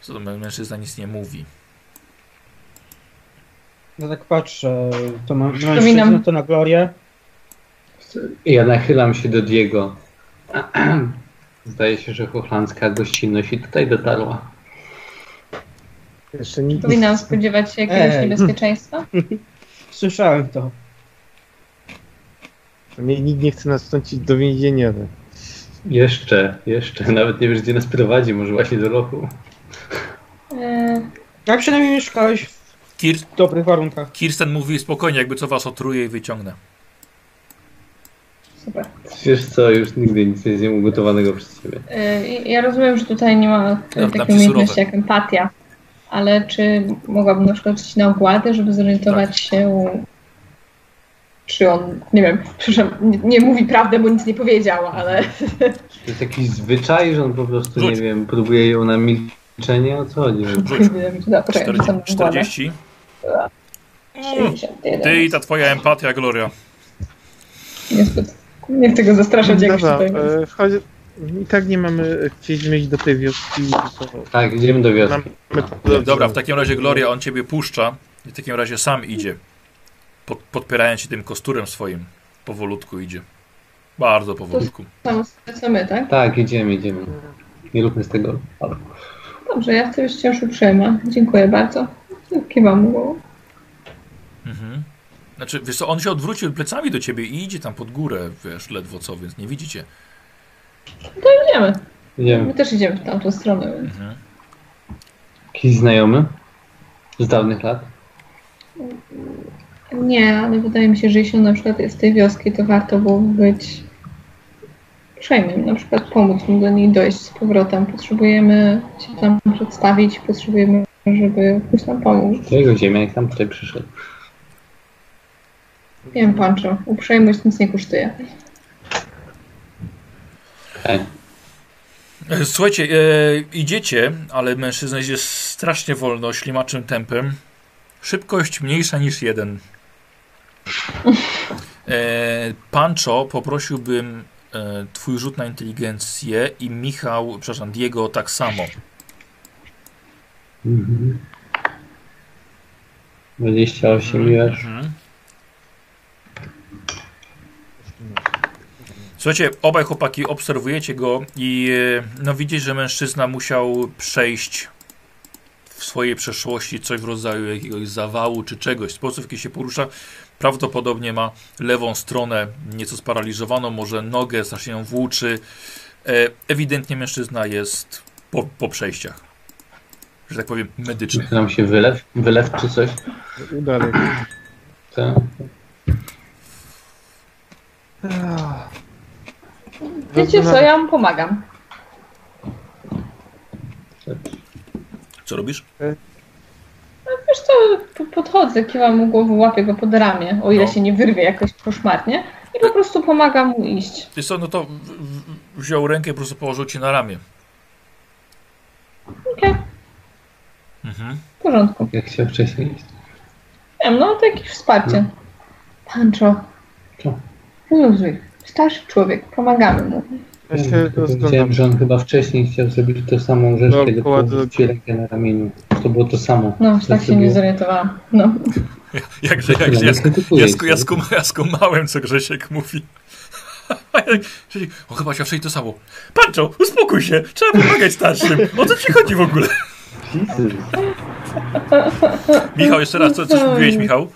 Speaker 1: Co to mę- mężczyzna nic nie mówi.
Speaker 2: Ja tak patrzę, to ma
Speaker 4: Przypominam.
Speaker 2: mężczyznę, to na Glorię.
Speaker 3: Ja nachylam się do Diego. Zdaje się, że chochlandzka gościnność i tutaj dotarła.
Speaker 5: Jeszcze nikt nie
Speaker 4: Powinnam spodziewać się jakiegoś
Speaker 2: Ej.
Speaker 4: niebezpieczeństwa?
Speaker 2: Słyszałem to.
Speaker 5: Mnie nikt nie chce nas wtrącić do więzienia. tak? ale
Speaker 3: Jeszcze, jeszcze. Nawet nie wiesz, gdzie nas prowadzi. Może właśnie do lochu.
Speaker 4: E,
Speaker 2: Jak przynajmniej mieszkałeś w
Speaker 1: Kir
Speaker 2: dobrych warunkach.
Speaker 1: Kirsten mówi spokojnie, jakby co was otruje i wyciągnę.
Speaker 4: super.
Speaker 3: Wiesz co, już nigdy nic nie zjem ugotowanego przez ciebie.
Speaker 4: E, ja rozumiem, że tutaj nie ma
Speaker 1: tam ci
Speaker 4: takiej umiejętności
Speaker 1: No, surowe.
Speaker 4: jak empatia, ale czy mogłabym na przykład iść na ogładę, żeby zorientować
Speaker 1: Tak.
Speaker 4: się, czy on, nie wiem, przepraszam, nie, nie mówi prawdę, bo nic nie powiedział, ale
Speaker 3: To jest jakiś zwyczaj, że on po prostu,
Speaker 1: Rzuć.
Speaker 3: nie wiem, próbuje ją na milczenie? O co chodzi? Że
Speaker 1: Rzuć.
Speaker 4: nie wiem, czy da- poczekaj, rzucam na
Speaker 1: 40.
Speaker 4: ogładę.
Speaker 1: 40. Mm,
Speaker 4: 61.
Speaker 1: Ty i ta twoja empatia, Gloria.
Speaker 4: Niezbyt, nie chcę go zastraszać jakoś
Speaker 5: Dobra,
Speaker 4: tutaj. więc-
Speaker 5: e, chodź, i tak nie mamy, chcieliśmy iść do tej wioski. tylko
Speaker 3: Tak, idziemy do
Speaker 5: Mamy
Speaker 3: wioski.
Speaker 5: do-
Speaker 1: Dobra, w takim razie Gloria, on ciebie puszcza i w takim razie sam idzie. Pod, podpierając się tym kosturem swoim. Powolutku idzie. Bardzo powolutku.
Speaker 4: Tam co my, tak?
Speaker 3: Tak, idziemy, idziemy. Nie róbmy z tego. Ale...
Speaker 4: Dobrze, ja chcę już wciąż utrzyma. Dziękuję bardzo. Kiwam głową.
Speaker 1: Mhm. Znaczy, wiesz co, on się odwrócił plecami do ciebie i idzie tam pod górę, wiesz, ledwo co, więc nie widzicie.
Speaker 4: Idziemy. My
Speaker 3: Idziemy.
Speaker 4: też idziemy w tamtą stronę, więc...
Speaker 1: Mhm.
Speaker 3: Jakiś znajomy? Z dawnych lat?
Speaker 4: Nie, ale wydaje mi się, że jeśli on na przykład jest z tej wioski, to warto byłoby być uprzejmym, na przykład pomóc mu do niej dojść z powrotem. Potrzebujemy się tam przedstawić, potrzebujemy, żeby ktoś nam pomógł.
Speaker 3: To jego ziemia, jak tam tutaj przyszedł.
Speaker 4: Wiem, Pancho, uprzejmość nic nie kosztuje.
Speaker 3: Ej,
Speaker 1: E, Słuchajcie, e, idziecie, ale mężczyzna idzie strasznie wolno, ślimaczym tempem. Szybkość mniejsza niż jeden. E, Pancho poprosiłbym E, Twój rzut na inteligencję i Michał, przepraszam, Diego tak samo.
Speaker 3: Mhm. 28 już.
Speaker 1: Mhm. Słuchajcie, obaj chłopaki obserwujecie go i e, no widzisz, że mężczyzna musiał przejść w swojej przeszłości coś w rodzaju jakiegoś zawału czy czegoś. Sposób, w jaki się porusza, prawdopodobnie ma lewą stronę nieco sparaliżowaną, może nogę, strasznie ją włóczy. E, Ewidentnie mężczyzna jest po, po przejściach, że tak powiem, medycznych.
Speaker 3: Czy nam się wylew, wylew czy coś?
Speaker 5: Udalej.
Speaker 3: Tak.
Speaker 4: Wiecie co, ja mu pomagam.
Speaker 1: Co robisz?
Speaker 4: Wiesz co, po- podchodzę, kiwam mu głową, łapię go pod ramię, o ile
Speaker 1: No.
Speaker 4: się nie wyrwie jakoś koszmarnie. I po prostu pomagam mu iść.
Speaker 1: Wiesz co, no to w, w, wziął rękę i po prostu położył ci na ramię.
Speaker 4: Okej,
Speaker 1: Mhm.
Speaker 4: w porządku.
Speaker 3: Jak się wcześniej iść.
Speaker 4: Wiem, no to jakieś wsparcie. Pancho.
Speaker 3: Co?
Speaker 4: Luzuj. Starszy człowiek, pomagamy mu.
Speaker 5: Ja się
Speaker 3: Wiedziałem,
Speaker 5: rozglądam.
Speaker 3: że on chyba wcześniej chciał zrobić tą samą rzecz,
Speaker 5: Dookoła
Speaker 3: kiedy
Speaker 5: drogi.
Speaker 3: położył ci rękę na ramieniu. To było to samo.
Speaker 4: No,
Speaker 3: co
Speaker 4: tak się
Speaker 3: zrobiłem.
Speaker 4: nie zorientowałam. No.
Speaker 1: Jakże,
Speaker 3: Chwila,
Speaker 1: jakże,
Speaker 3: nie
Speaker 1: ja, sku-
Speaker 3: krytykuję
Speaker 1: ja,
Speaker 3: ich,
Speaker 1: sku, ja,
Speaker 3: tak?
Speaker 1: skum, ja skumałem, co Grzesiek mówi. On chyba się wszędzie to samo. Pancho, uspokój się, trzeba pomagać starszym. O co ci chodzi w ogóle? Michał, jeszcze raz, co, coś mówiłeś, Michał?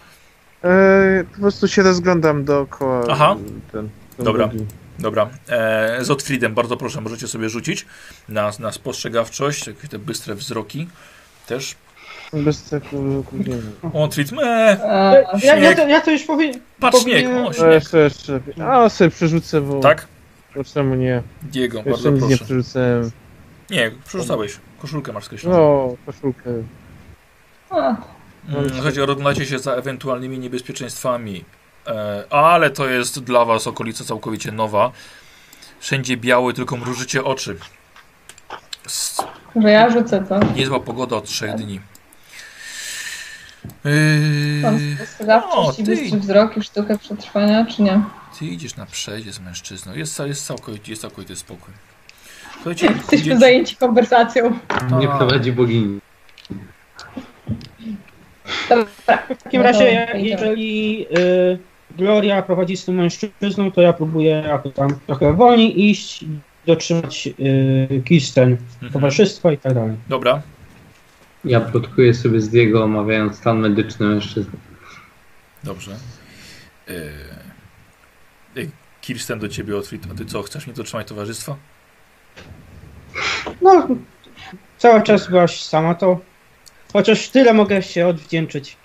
Speaker 5: E, po prostu się rozglądam dookoła.
Speaker 1: Aha.
Speaker 5: Ten, ten
Speaker 1: Dobra.
Speaker 5: drugi.
Speaker 1: Dobra, e, z Otfriedem, bardzo proszę, możecie sobie rzucić na, na spostrzegawczość, jakieś te bystre wzroki też.
Speaker 5: Bez tego kupienia.
Speaker 1: Otfried, me,
Speaker 4: E,
Speaker 2: Ja, ja, to, ja to już powiem.
Speaker 1: patrz śnieg, o
Speaker 5: A
Speaker 1: śnieg.
Speaker 5: E, jeszcze, jeszcze. A sobie przerzucę, bo.
Speaker 1: Tak?
Speaker 5: bo Czemu nie?
Speaker 1: Diego,
Speaker 5: Jeszcze
Speaker 1: bardzo
Speaker 5: nic nie
Speaker 1: proszę.
Speaker 5: przerzucałem.
Speaker 1: Nie, przerzucałeś, koszulkę masz skreśloną.
Speaker 5: No, koszulkę.
Speaker 4: a,
Speaker 1: Mm, Słuchajcie, rozglądacie się za ewentualnymi niebezpieczeństwami, e, ale to jest dla was okolica całkowicie nowa. Wszędzie biały, tylko mrużycie oczy. S-
Speaker 4: że ja rzucę to.
Speaker 1: Niezła pogoda od trzech dni. Yy,
Speaker 4: Mam
Speaker 1: E,
Speaker 4: spostrzegawczość
Speaker 1: o,
Speaker 4: i
Speaker 1: ty.
Speaker 4: bystry wzrok i sztukę przetrwania, czy nie?
Speaker 1: ty idziesz na przejeździe z mężczyzną. Jest, ca- jest, całkowity, jest całkowity spokój. Słuchajcie,
Speaker 4: Jesteśmy
Speaker 1: idziecie-
Speaker 4: zajęci konwersacją.
Speaker 3: Nie
Speaker 1: A.
Speaker 3: prowadzi bogini.
Speaker 4: Dobra.
Speaker 2: W takim razie, ja- jeżeli y, Gloria prowadzi z tym mężczyzną, to ja próbuję aby tam trochę wolniej iść i dotrzymać y, Kirsten,
Speaker 1: Mhm.
Speaker 2: towarzystwa i tak dalej.
Speaker 1: Dobra,
Speaker 3: Ja plotkuję sobie z Diego, omawiając stan medyczny mężczyzny.
Speaker 1: dobrze. Yy, Ej, Kirsten do ciebie, Otwit, a ty co, chcesz mnie dotrzymać towarzystwa?
Speaker 2: No, cały czas byłaś sama, to chociaż tyle mogę się odwdzięczyć.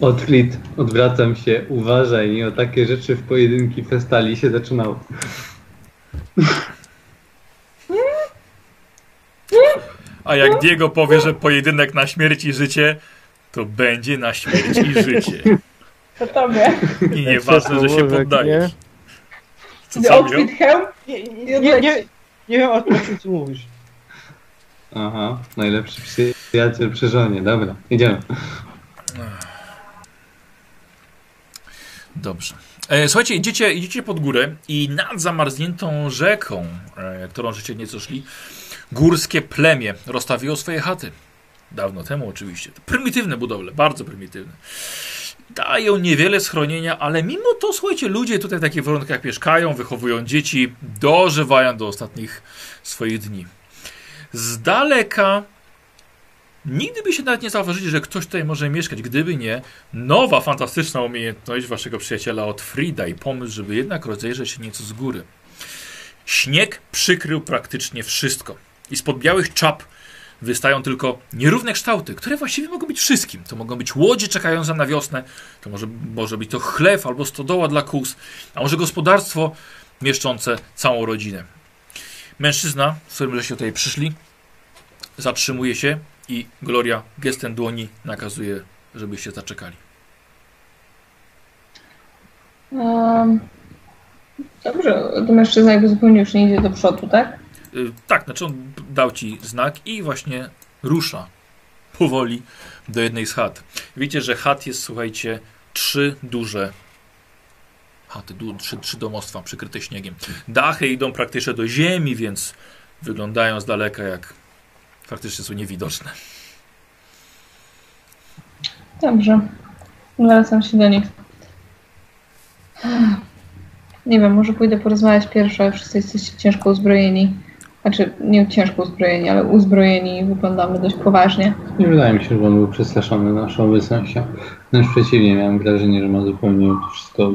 Speaker 3: Odflit, odwracam się, uważaj, nie o takie rzeczy w pojedynki festali się zaczynało.
Speaker 1: A jak Diego powie, że pojedynek na śmierć i życie, to będzie na śmierć i życie.
Speaker 4: To tobie.
Speaker 1: I nieważne, że się
Speaker 5: Przepraszam,
Speaker 1: poddajesz.
Speaker 5: nie?
Speaker 1: Co co mówią?
Speaker 4: Outfit hełm?
Speaker 2: Nie, nie, nie, nie, nie wiem o czym ty mówisz.
Speaker 3: Aha, najlepszy przyjaciel przy żonie, dobra, idziemy.
Speaker 1: Dobrze. E, słuchajcie, idziecie, idziecie pod górę i nad zamarzniętą rzeką, e, którą żeście nieco szli, górskie plemię rozstawiło swoje chaty. Dawno temu oczywiście. To prymitywne budowle, bardzo prymitywne. Dają niewiele schronienia, ale mimo to, słuchajcie, ludzie tutaj w takich warunkach mieszkają, wychowują dzieci, dożywają do ostatnich swoich dni. Z daleka nigdy by się nawet nie zauważyli, że ktoś tutaj może mieszkać, gdyby nie nowa, fantastyczna umiejętność waszego przyjaciela od Frida i pomysł, żeby jednak rozejrzeć się nieco z góry. Śnieg przykrył praktycznie wszystko i spod białych czap wystają tylko nierówne kształty, które właściwie mogą być wszystkim. To mogą być łodzie czekające na wiosnę, to może, może być to chlew albo stodoła dla kóz, a może gospodarstwo mieszczące całą rodzinę. Mężczyzna, z którym żeście tutaj przyszli, zatrzymuje się i Gloria gestem dłoni nakazuje, żebyście zaczekali.
Speaker 4: Um, dobrze, to mężczyzna jakby zupełnie już nie idzie do przodu, tak?
Speaker 1: Y, Tak, znaczy on dał ci znak i właśnie rusza powoli do jednej z chat. Widzicie, że chat jest, słuchajcie, trzy duże A, te du- trzy, trzy domostwa przykryte śniegiem. Dachy idą praktycznie do ziemi, więc wyglądają z daleka jak praktycznie są niewidoczne.
Speaker 4: Dobrze. Wracam się do nich. Nie wiem, może pójdę porozmawiać pierwsza. Wszyscy jesteście ciężko uzbrojeni. Znaczy, nie ciężko uzbrojeni, ale uzbrojeni i wyglądamy dość poważnie.
Speaker 3: Nie wydaje mi się, że on był przestraszony naszą wysokością. Wręcz przeciwnie, miałem wrażenie, że ma zupełnie wszystko.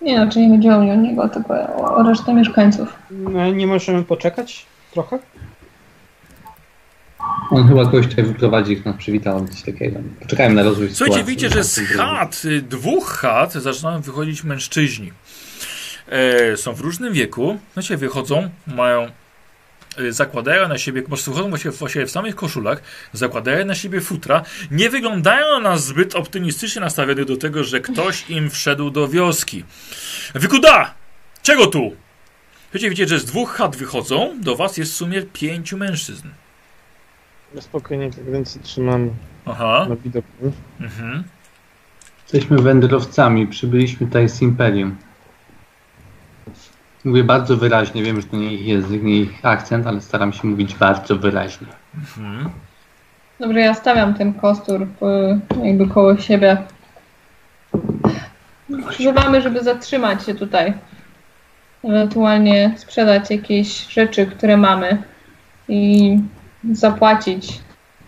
Speaker 4: Nie, znaczy nie chodziło mi o niego, tylko o, o resztę mieszkańców.
Speaker 2: No, nie możemy poczekać trochę?
Speaker 3: On chyba kogoś tutaj wyprowadzi, ich nas przywitał, albo coś takiego. Poczekałem na rozwój
Speaker 1: Słuchajcie,
Speaker 3: sytuacji.
Speaker 1: widzicie, że z chat, y, dwóch chat zaczynają wychodzić mężczyźni. E, są w różnym wieku, znaczy wychodzą, mają, y, zakładają na siebie, po prostu wychodzą właściwie, właściwie w samych koszulach, zakładają na siebie futra, nie wyglądają na zbyt optymistycznie nastawiony do tego, że ktoś im wszedł do wioski. Wykuda! Czego tu? Słuchajcie, widzicie, że z dwóch chat wychodzą, do was jest w sumie pięciu mężczyzn.
Speaker 5: No Spokojnie, tak ręce trzymam
Speaker 1: Aha,
Speaker 5: na widoku.
Speaker 1: mhm.
Speaker 3: Jesteśmy wędrowcami, przybyliśmy tutaj z Imperium. Mówię bardzo wyraźnie, wiem, że to nie ich język, nie ich akcent, ale staram się mówić bardzo wyraźnie.
Speaker 1: mhm.
Speaker 4: Dobrze, ja stawiam ten kostur y, jakby koło siebie. Używamy, żeby zatrzymać się tutaj. Ewentualnie sprzedać jakieś rzeczy, które mamy i zapłacić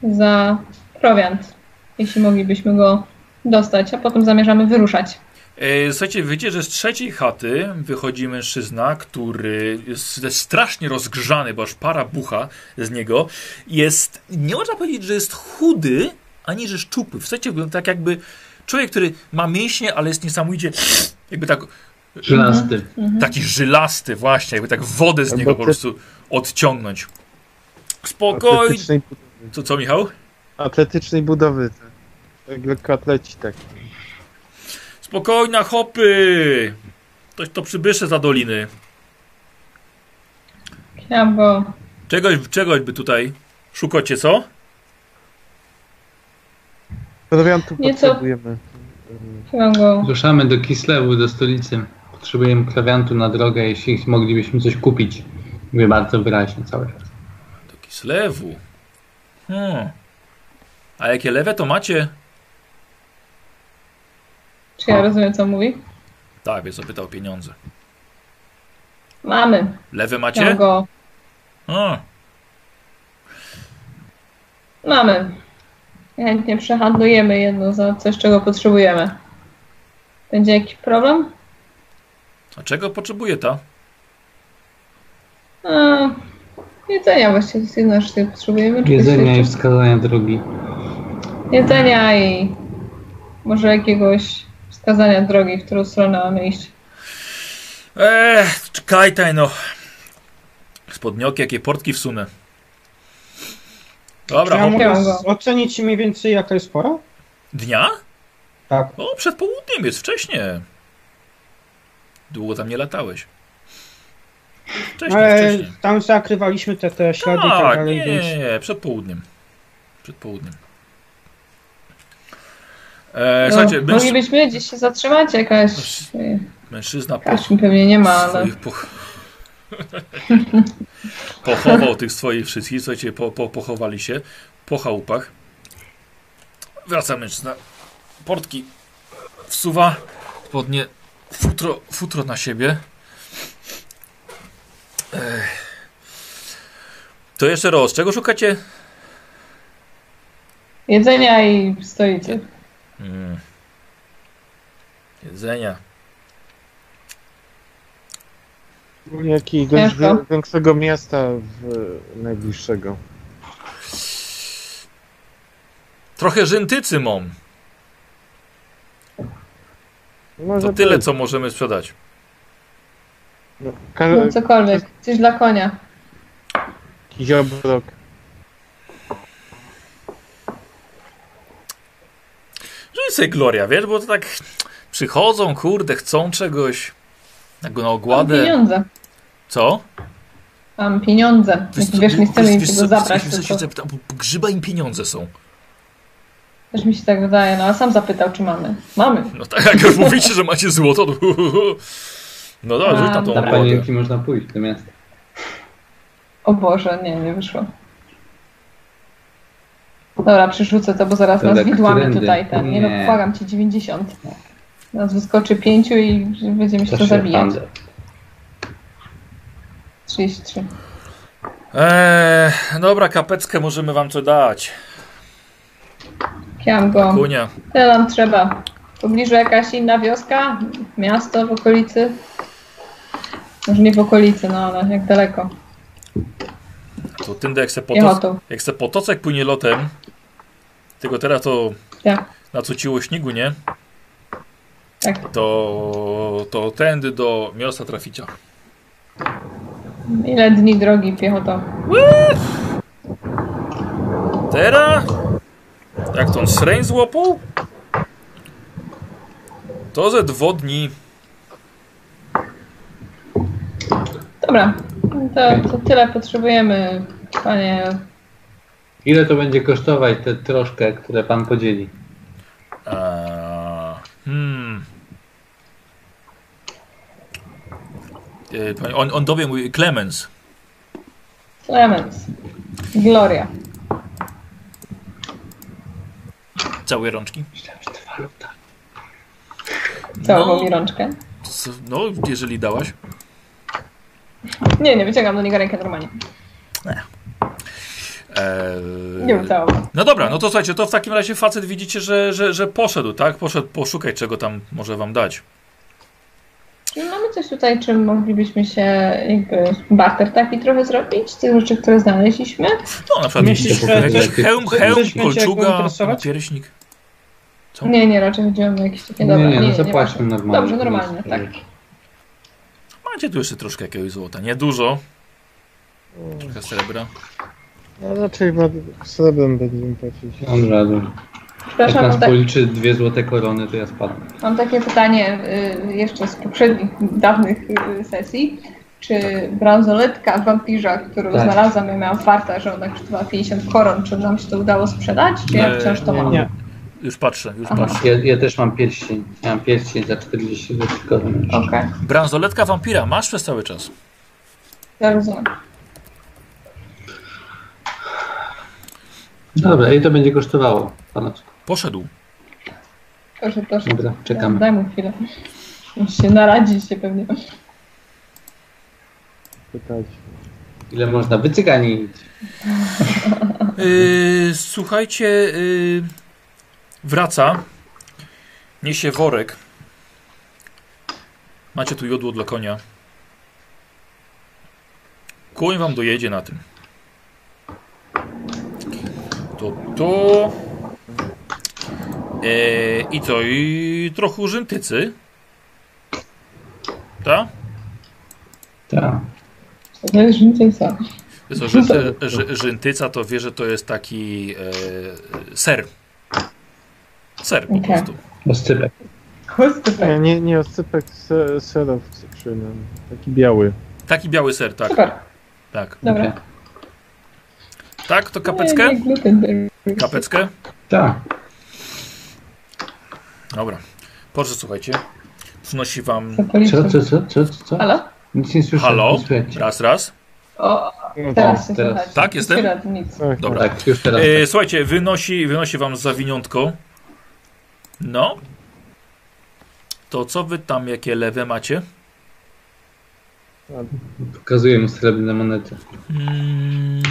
Speaker 4: za prowiant, jeśli moglibyśmy go dostać, a potem zamierzamy wyruszać.
Speaker 1: E, Słuchajcie, wiecie, że z trzeciej chaty wychodzi mężczyzna, który jest strasznie rozgrzany, bo aż para bucha z niego. Jest, nie można powiedzieć, że jest chudy, ani że szczupły. W sensie wygląda tak jakby człowiek, który ma mięśnie, ale jest niesamowicie jakby tak,
Speaker 4: Mhm.
Speaker 3: Żelasty.
Speaker 1: taki żylasty właśnie, jakby tak wodę z
Speaker 5: Albo
Speaker 1: niego po
Speaker 5: ty-
Speaker 1: prostu odciągnąć. Spokojnie.
Speaker 5: Atletycznej budowy.
Speaker 1: Co, co Michał?
Speaker 5: Atletycznej budowy. tak. Tak lekko atleci, tak.
Speaker 1: Spokojna hopy! To, to przybysze za doliny.
Speaker 4: Ja, bo
Speaker 1: Czegoś, czegoś by tutaj szukacie, co?
Speaker 5: Prowiantu
Speaker 4: Nieco-
Speaker 5: potrzebujemy. Mm,
Speaker 4: chyba go...
Speaker 3: Ruszamy do Kislewu, do stolicy. Potrzebujemy klawiantu na drogę, jeśli moglibyśmy coś kupić. Mówię bardzo wyraźnie cały czas.
Speaker 1: Do Kislewu. Hmm. A jakie lewe to macie?
Speaker 4: Czy ja rozumiem, co mówi?
Speaker 1: Tak, więc zapytał o pieniądze.
Speaker 4: Mamy.
Speaker 1: Lewe
Speaker 4: Ja
Speaker 1: macie?
Speaker 4: go...
Speaker 1: A,
Speaker 4: Mamy. Chętnie przehandlujemy jedno za coś, czego potrzebujemy. Będzie jakiś problem?
Speaker 1: a czego potrzebuje ta?
Speaker 4: A, No, jedzenia właściwie to jest jedno, że potrzebujemy. czy
Speaker 3: Jedzenia i
Speaker 4: coś
Speaker 3: wskazania drogi.
Speaker 4: jeszcze? Jedzenia i może jakiegoś wskazania drogi, w którą stronę mamy iść.
Speaker 1: Eee, czekaj taj no. Spodnioki, jakie portki wsunę.
Speaker 2: Czy
Speaker 1: Dobra,
Speaker 2: ja
Speaker 1: hop.
Speaker 2: mogę
Speaker 4: Chciałem go.
Speaker 2: z- ocenić mniej więcej jaka jest pora?
Speaker 1: Dnia?
Speaker 2: Tak.
Speaker 1: O, przed południem jest, wcześnie. Długo tam nie latałeś. Wcześniej,
Speaker 2: No, Ale
Speaker 1: wcześniej.
Speaker 2: tam zakrywaliśmy te, te ślady i tak
Speaker 1: Tak,
Speaker 2: dalej,
Speaker 1: nie,
Speaker 2: więc...
Speaker 1: nie, nie, przed południem. Przed południem. E, słuchajcie,
Speaker 4: no,
Speaker 1: męż...
Speaker 4: moglibyśmy gdzieś się zatrzymać, jakaś...
Speaker 1: mężczyzna po...
Speaker 4: Jakaś mi pewnie nie ma, no. ale...
Speaker 1: swoich poch... pochował tych swoich wszystkich, słuchajcie, po, po, pochowali się po chałupach. Wraca mężczyzna. Portki wsuwa, spodnie, futro, futro na siebie. Ech. To jeszcze raz, czego szukacie?
Speaker 4: Jedzenia i stolicy.
Speaker 1: Mm. Jedzenia.
Speaker 5: Jakiegoś
Speaker 4: Ciężko.
Speaker 5: wi- większego miasta w najbliższego.
Speaker 1: Trochę żyntycy mam.
Speaker 5: Może
Speaker 1: To tyle,
Speaker 5: być.
Speaker 1: co możemy sprzedać.
Speaker 5: No,
Speaker 4: No,
Speaker 5: ka-
Speaker 4: cokolwiek. Coś dla konia.
Speaker 5: Jakiś obrok.
Speaker 1: Żyj No sobie Gloria, wiesz, bo to tak przychodzą, kurde, chcą czegoś. Tak go na
Speaker 4: Mam
Speaker 1: ogładę.
Speaker 4: pieniądze.
Speaker 1: Co?
Speaker 4: Mam pieniądze. Wiesz, nie chcemy niczego zabrać,
Speaker 1: Wiesz,
Speaker 4: tylko...
Speaker 1: zapytał, bo grzyba im pieniądze są.
Speaker 4: Też mi się tak wydaje, no a sam zapytał, czy mamy. Mamy.
Speaker 1: No tak, jak już mówicie, że macie złoto, to... No dobra, rzuć na tą
Speaker 3: Na
Speaker 4: Dobra.
Speaker 1: obłodę.
Speaker 3: panienki można pójść do miasta.
Speaker 4: O Boże, nie, nie wyszło. Dobra, przerzucę to, bo zaraz
Speaker 3: Dobra,
Speaker 4: nas widłamy
Speaker 3: którędy?
Speaker 4: tutaj. Ten, nie,
Speaker 3: Nie.
Speaker 4: no, błagam cię, 90. Nas wyskoczy 5 i będziemy się to zabijać.
Speaker 3: handel.
Speaker 4: 33.
Speaker 1: Eee, dobra, kapeckę możemy wam co dać.
Speaker 4: Kiam go.
Speaker 1: Kunia.
Speaker 4: Tyle nam trzeba. W pobliżu jakaś inna wioska, miasto w okolicy. Może nie w okolicy, no ale jak daleko.
Speaker 1: To tyndę, jak se, potoc...
Speaker 4: Piechotą.
Speaker 1: jak se potocek płynie lotem, tylko teraz to
Speaker 4: Tak.
Speaker 1: nacuciło śniegu, nie?
Speaker 4: Tak.
Speaker 1: To, to tędy do miasta traficia.
Speaker 4: Ile dni drogi piechotą?
Speaker 1: Teraz? Jak to on sreń złapał? To ze dwodni.
Speaker 4: Dobra, to, to tyle potrzebujemy, panie.
Speaker 3: Ile to będzie kosztować te troszkę, które pan podzieli?
Speaker 1: Eee, hmm. Eee, pani- On, on dowie mój Clemens.
Speaker 4: No Clemens. Gloria.
Speaker 1: Całe rączki.
Speaker 3: Myślałem, że to waluta.
Speaker 4: Całował
Speaker 1: No.
Speaker 4: mi rączkę.
Speaker 1: Co- No, jeżeli dałaś.
Speaker 4: Nie, nie, wyciągam do niego rękę normalnie.
Speaker 1: Eee,
Speaker 3: Yy.
Speaker 4: Nie wiem, całował.
Speaker 1: No dobra, no to słuchajcie, to w takim razie facet widzicie, że, że, że poszedł, tak? Poszedł poszukać, czego tam może wam dać.
Speaker 4: Czy mamy coś tutaj, czym moglibyśmy się jakby barter taki trochę zrobić? Tych rzeczy, które znaleźliśmy?
Speaker 1: No na przykład
Speaker 2: Myślisz,
Speaker 1: widzicie,
Speaker 2: że-
Speaker 1: jakiś
Speaker 3: że- że-
Speaker 1: hełm,
Speaker 3: że-
Speaker 1: hełm,
Speaker 2: że- jak go
Speaker 1: kolczuga,
Speaker 2: interesować?
Speaker 1: pierśnik. Co?
Speaker 4: Nie, nie, raczej chodziło mi o jakieś takie
Speaker 3: Nie,
Speaker 4: dobre.
Speaker 3: nie, no zapłaćmy normalnie.
Speaker 4: Dobrze, normalnie, tak.
Speaker 1: Macie tu jeszcze troszkę jakiegoś złota, niedużo. Trochę srebra.
Speaker 5: No raczej wad- srebrem będziemy płacić.
Speaker 3: Dobrze, dobrze. Jak
Speaker 4: Przepraszam, mam,
Speaker 3: nas
Speaker 4: tak,
Speaker 3: policzy dwie złote korony, to ja spadnę.
Speaker 4: mam takie pytanie y, jeszcze z poprzednich, dawnych y, sesji. Czy bransoletka wampirza, którą
Speaker 3: Tak.
Speaker 4: znalazłam, ja miałam farta, że ona kosztowała 50 koron, czy nam się to udało sprzedać, czy ja
Speaker 3: No,
Speaker 1: Nie,
Speaker 4: wciąż to
Speaker 5: nie,
Speaker 4: mam?
Speaker 5: nie.
Speaker 1: Już patrzę, już
Speaker 4: Aha.
Speaker 1: patrzę.
Speaker 3: Ja, ja też mam pierścień. Ja mam pierścień za 40 zł koron.
Speaker 4: Okej,
Speaker 1: Bransoletka wampira, masz przez cały czas.
Speaker 4: ja rozumiem.
Speaker 3: Dobra, i to będzie kosztowało, panoczku.
Speaker 1: Poszedł.
Speaker 4: Proszę, proszę.
Speaker 3: Dobra, czekamy.
Speaker 4: Daj mu chwilę. Musi się naradzić się pewnie.
Speaker 5: Pytać.
Speaker 3: Ile można wycyganić?
Speaker 1: Yy, słuchajcie, yy, wraca. Niesie worek. Macie tu jodło dla konia. Koń wam dojedzie na tym. To to. Yy, I co? I trochę urzętycy. Tak?
Speaker 3: Tak.
Speaker 4: To jest więcej co.
Speaker 1: Wiesz, co, rzynty,
Speaker 4: no.
Speaker 1: rzy, rzyntyca to wie, że to jest taki e, ser. Ser po
Speaker 4: Okej.
Speaker 1: prostu.
Speaker 3: Oscypek.
Speaker 4: Kostkę.
Speaker 5: Nie, nie, nie osypek se- serów przynajmniej. Taki biały.
Speaker 1: Taki biały ser, tak.
Speaker 4: Super,
Speaker 1: Tak,
Speaker 4: dobra.
Speaker 3: Okej.
Speaker 1: tak to
Speaker 4: Nie,
Speaker 1: kapeckę?
Speaker 4: nie, gluten dairy.
Speaker 1: Kapeckę?
Speaker 3: Tak.
Speaker 1: Dobra. Proszę, słuchajcie. Przynosi wam
Speaker 3: Co,
Speaker 4: Zapaliłem.
Speaker 3: co, co, co, co? co?
Speaker 4: Halo?
Speaker 3: Nic nie słyszę.
Speaker 1: halo.
Speaker 3: Nie słychać.
Speaker 1: Raz, raz.
Speaker 4: O,
Speaker 5: No,
Speaker 4: teraz się
Speaker 3: teraz.
Speaker 4: słychać.
Speaker 1: Tak, jestem?
Speaker 4: Teraz nic.
Speaker 5: tak,
Speaker 1: Dobra.
Speaker 3: Tak, już teraz.
Speaker 1: E, słuchajcie, wynosi, wynosi wam zawiniątko. No. To co wy tam, jakie lewe macie?
Speaker 3: tak, Pokazuję mu srebrne monety.
Speaker 1: Mm,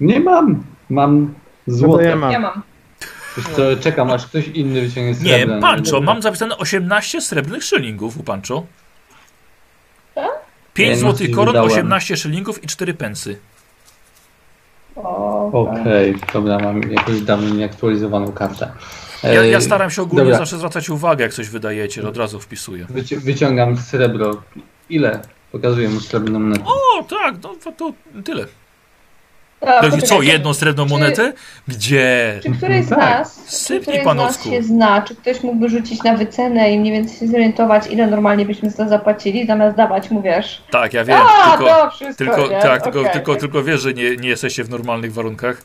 Speaker 3: Nie mam. Mam
Speaker 5: No to ja
Speaker 3: złote.
Speaker 5: mam.
Speaker 4: Ja mam.
Speaker 3: Wiesz co, czekam aż ktoś inny wyciągnie
Speaker 1: nie,
Speaker 3: srebrne.
Speaker 1: Pancho, mam zapisane 18 srebrnych szylingów u Pancho.
Speaker 4: Tak?
Speaker 3: Ja
Speaker 1: 5
Speaker 3: nic
Speaker 1: złotych
Speaker 3: nie
Speaker 1: koron,
Speaker 3: wydałem.
Speaker 1: 18 szylingów i 4 pensy.
Speaker 4: O, tak.
Speaker 3: Okej, dobra, mam jakąś dawno nieaktualizowaną kartę.
Speaker 1: Ja, ja
Speaker 3: E,
Speaker 1: staram się ogólnie
Speaker 3: dobra.
Speaker 1: zawsze zwracać uwagę, jak coś wydajecie, że od razu wpisuję.
Speaker 3: Wyci wyciągam srebro. Ile? Pokazuję mu srebrną monetę.
Speaker 1: O, tak, no to, to tyle.
Speaker 4: Dobra,
Speaker 1: To, co,
Speaker 4: poczekajcie.
Speaker 1: jedną srebrną
Speaker 4: Czy-
Speaker 1: monetę? Gdzie?
Speaker 4: Czy któryś z
Speaker 3: Tak.
Speaker 4: nas, czy
Speaker 1: Sypnij,
Speaker 4: któryś z nas
Speaker 1: panocku.
Speaker 4: się zna? Czy ktoś mógłby rzucić na wycenę i mniej więcej się zorientować, ile normalnie byśmy za to zapłacili, zamiast dawać mu, wiesz?
Speaker 1: Tak, ja wiem,
Speaker 4: A,
Speaker 1: tylko,
Speaker 4: to wszystko,
Speaker 1: tylko,
Speaker 4: nie?
Speaker 1: tak, tylko,
Speaker 4: Okej.
Speaker 1: tylko, tylko wiesz, że nie, nie jesteście w normalnych warunkach.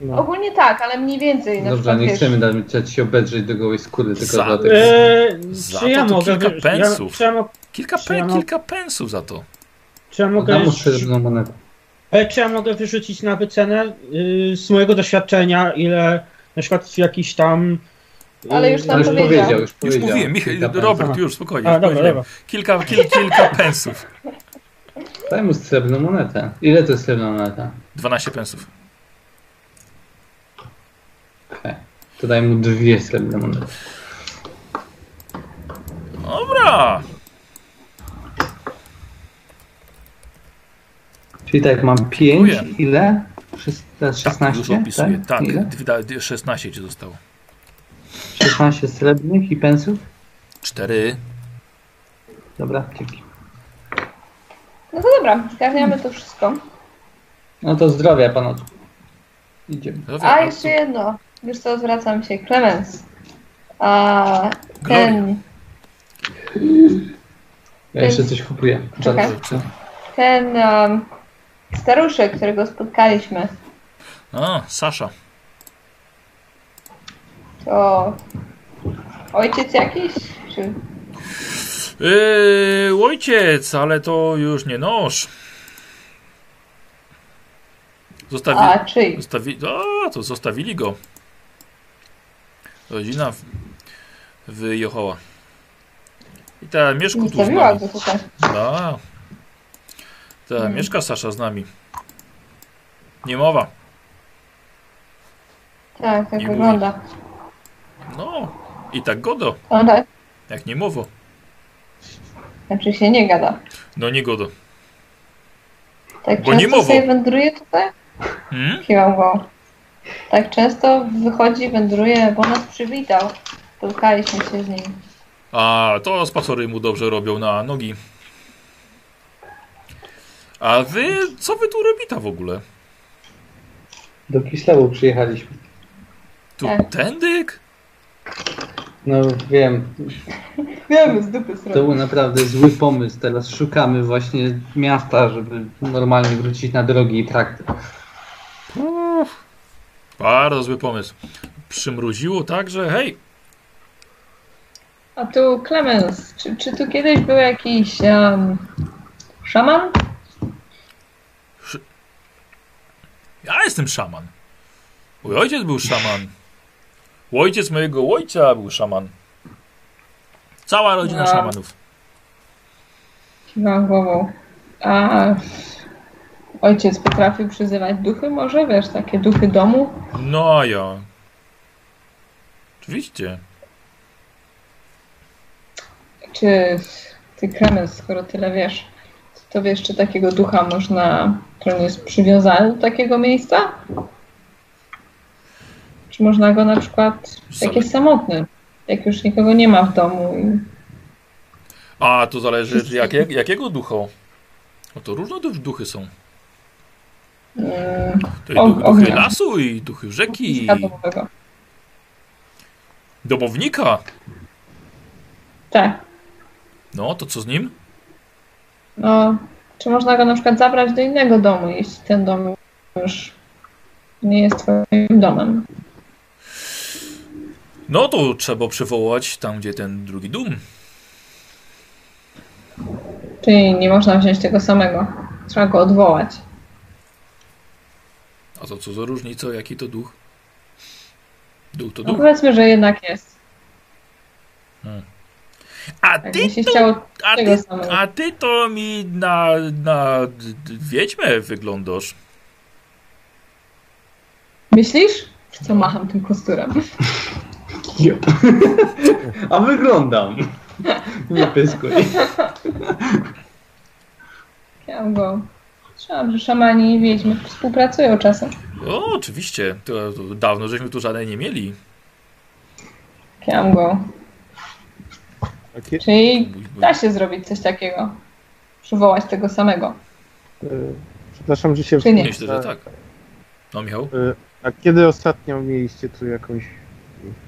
Speaker 5: No.
Speaker 4: Ogólnie tak, ale mniej więcej. Na
Speaker 3: Dobrze,
Speaker 4: przykład,
Speaker 3: nie
Speaker 4: wiesz,
Speaker 3: chcemy dać ci obedrzeć do gołej skóry, tylko
Speaker 1: Za-
Speaker 3: dlatego.
Speaker 2: Eee,
Speaker 1: Za
Speaker 2: czy ja
Speaker 1: to tu
Speaker 2: mogę.
Speaker 1: kilka
Speaker 2: wy-
Speaker 1: pensów.
Speaker 2: Ja, czy ja, mo-
Speaker 1: Kilka,
Speaker 2: Czy ja
Speaker 1: pe,
Speaker 2: mam-
Speaker 1: kilka pensów za to.
Speaker 2: czy ja mogę.
Speaker 3: Dam mu srebrną monetę.
Speaker 2: Ale czy ja mogę wyrzucić na wycenę y, z mojego doświadczenia, ile na przykład jakiś tam. y,
Speaker 4: Ale już tam
Speaker 3: Ale już
Speaker 4: powiedział.
Speaker 3: powiedział, już
Speaker 1: Już
Speaker 3: powiedział.
Speaker 1: mówiłem, Michał,
Speaker 3: Kilka
Speaker 1: Robert,
Speaker 2: pensów.
Speaker 1: już spokojnie.
Speaker 2: A, dobra,
Speaker 1: powiedziałem.
Speaker 2: dobra.
Speaker 1: Kilka, kil, kilka pensów.
Speaker 3: pensów. Daj mu srebrną monetę. Ile to jest srebrna moneta?
Speaker 1: 12 pensów.
Speaker 3: Okej. To daj mu dwie srebrne monety.
Speaker 1: Dobra.
Speaker 3: Czyli tak, mam pięć,
Speaker 1: Dziękuję.
Speaker 3: ile? Szes- teraz
Speaker 1: Tak, dużo
Speaker 3: 16?
Speaker 1: opisuję. Tak,
Speaker 3: Ile?
Speaker 1: wyda- 16 ci zostało.
Speaker 3: 16 srebrnych i pensów?
Speaker 1: 4.
Speaker 3: Dobra, dzięki.
Speaker 4: No to dobra, zgarniamy to wszystko.
Speaker 3: No to zdrowia panu. Idziemy.
Speaker 1: No
Speaker 4: A jeszcze jedno. Już co, zwracam się. Clemens. A ten,
Speaker 3: Ja jeszcze coś kupuję.
Speaker 4: Czekaj. ten um, staruszek, którego spotkaliśmy,
Speaker 1: A, Sasza.
Speaker 4: to ojciec jakiś? Czy...
Speaker 1: Yy, ojciec, ale to już nie nóż. Zostawi...
Speaker 4: A, tak. czyj?
Speaker 1: Zostawi... A, to zostawili go. Rodzina w... wyjechała. I ta mieszku tu z
Speaker 4: Zostawiła
Speaker 1: nami.
Speaker 4: go tutaj.
Speaker 1: A. Ta
Speaker 4: Hmm.
Speaker 1: mieszka Sasza z nami. Niemowa.
Speaker 4: Tak, tak
Speaker 1: Nie
Speaker 4: wygląda.
Speaker 1: No. I tak godo,
Speaker 4: Ona
Speaker 1: jak niemowo.
Speaker 4: znaczy się nie gada.
Speaker 1: No nie godo.
Speaker 4: Tak
Speaker 1: Bo
Speaker 4: często
Speaker 1: niemową.
Speaker 4: sobie wędruje tutaj?
Speaker 1: Hmm?
Speaker 4: Kiwam go. Tak często wychodzi, wędruje, bo nas przywitał. Spotkaliśmy się z nim.
Speaker 1: A to spacery mu dobrze robią na nogi. A wy, co wy tu robita w ogóle?
Speaker 3: Do Kislewu przyjechaliśmy.
Speaker 1: Tu
Speaker 4: Tak.
Speaker 1: tędyk?
Speaker 3: No wiem,
Speaker 4: Wiemy, z dupy
Speaker 3: to był naprawdę zły pomysł. Teraz szukamy właśnie miasta, żeby normalnie wrócić na drogi i trakty.
Speaker 1: Bardzo zły pomysł. Przymruziło tak, że hej,
Speaker 4: A tu Clemens, czy, czy tu kiedyś był jakiś um, szaman?
Speaker 1: ja jestem szaman. Mój ojciec był szaman. Ojciec mojego ojca był szaman. Cała rodzina
Speaker 4: No.
Speaker 1: szamanów.
Speaker 4: Kiwam głową. A ojciec potrafił przyzywać duchy może? Wiesz, takie duchy domu?
Speaker 1: No a ja. Oczywiście.
Speaker 4: Czy ty Klemens, skoro tyle wiesz, to wiesz, czy takiego ducha można, który on jest przywiązany do takiego miejsca? Czy można go na przykład, jak
Speaker 1: Zale-
Speaker 4: jest samotny, jak już nikogo nie ma w domu i
Speaker 1: A to zależy, czy jakie, jakiego ducha? No to różne du- duchy są.
Speaker 4: mm,
Speaker 1: To i
Speaker 4: O-
Speaker 1: duch, duchy
Speaker 4: ognia.
Speaker 1: lasu, i duchy rzeki, i
Speaker 4: ogniska domowego?
Speaker 1: domownika.
Speaker 4: Tak.
Speaker 1: No to co z nim?
Speaker 4: No, czy można go na przykład zabrać do innego domu, jeśli ten dom już nie jest twoim domem?
Speaker 1: No to trzeba przywołać tam, gdzie ten drugi dum.
Speaker 4: Czyli nie można wziąć tego samego. Trzeba go odwołać.
Speaker 1: A to co za różnica, jaki to duch? Duch to
Speaker 4: No
Speaker 1: duch.
Speaker 4: powiedzmy, że jednak jest.
Speaker 1: A
Speaker 4: Jakby
Speaker 1: ty
Speaker 4: się
Speaker 1: to,
Speaker 4: chciało
Speaker 1: a
Speaker 4: tego
Speaker 1: ty,
Speaker 4: samego.
Speaker 1: a ty to mi na, na d- d- wiedźmę wyglądasz.
Speaker 4: Myślisz? Co macham tym kosturem?
Speaker 3: A wyglądam. Nie pyskuj.
Speaker 4: Ja go. Trzeba, że szamani i wiedźmy współpracują czasem.
Speaker 1: O, No, oczywiście. To, to dawno żeśmy tu żadnej nie mieli.
Speaker 4: Kiam go.
Speaker 5: A kie-
Speaker 4: Czyli
Speaker 1: Mój- mój-
Speaker 4: da się zrobić coś takiego. Przywołać tego samego.
Speaker 5: y, Przepraszam, że się
Speaker 4: Czy nie?
Speaker 1: Myślę, że tak. No Michał?
Speaker 5: Y, A kiedy ostatnio mieliście tu jakąś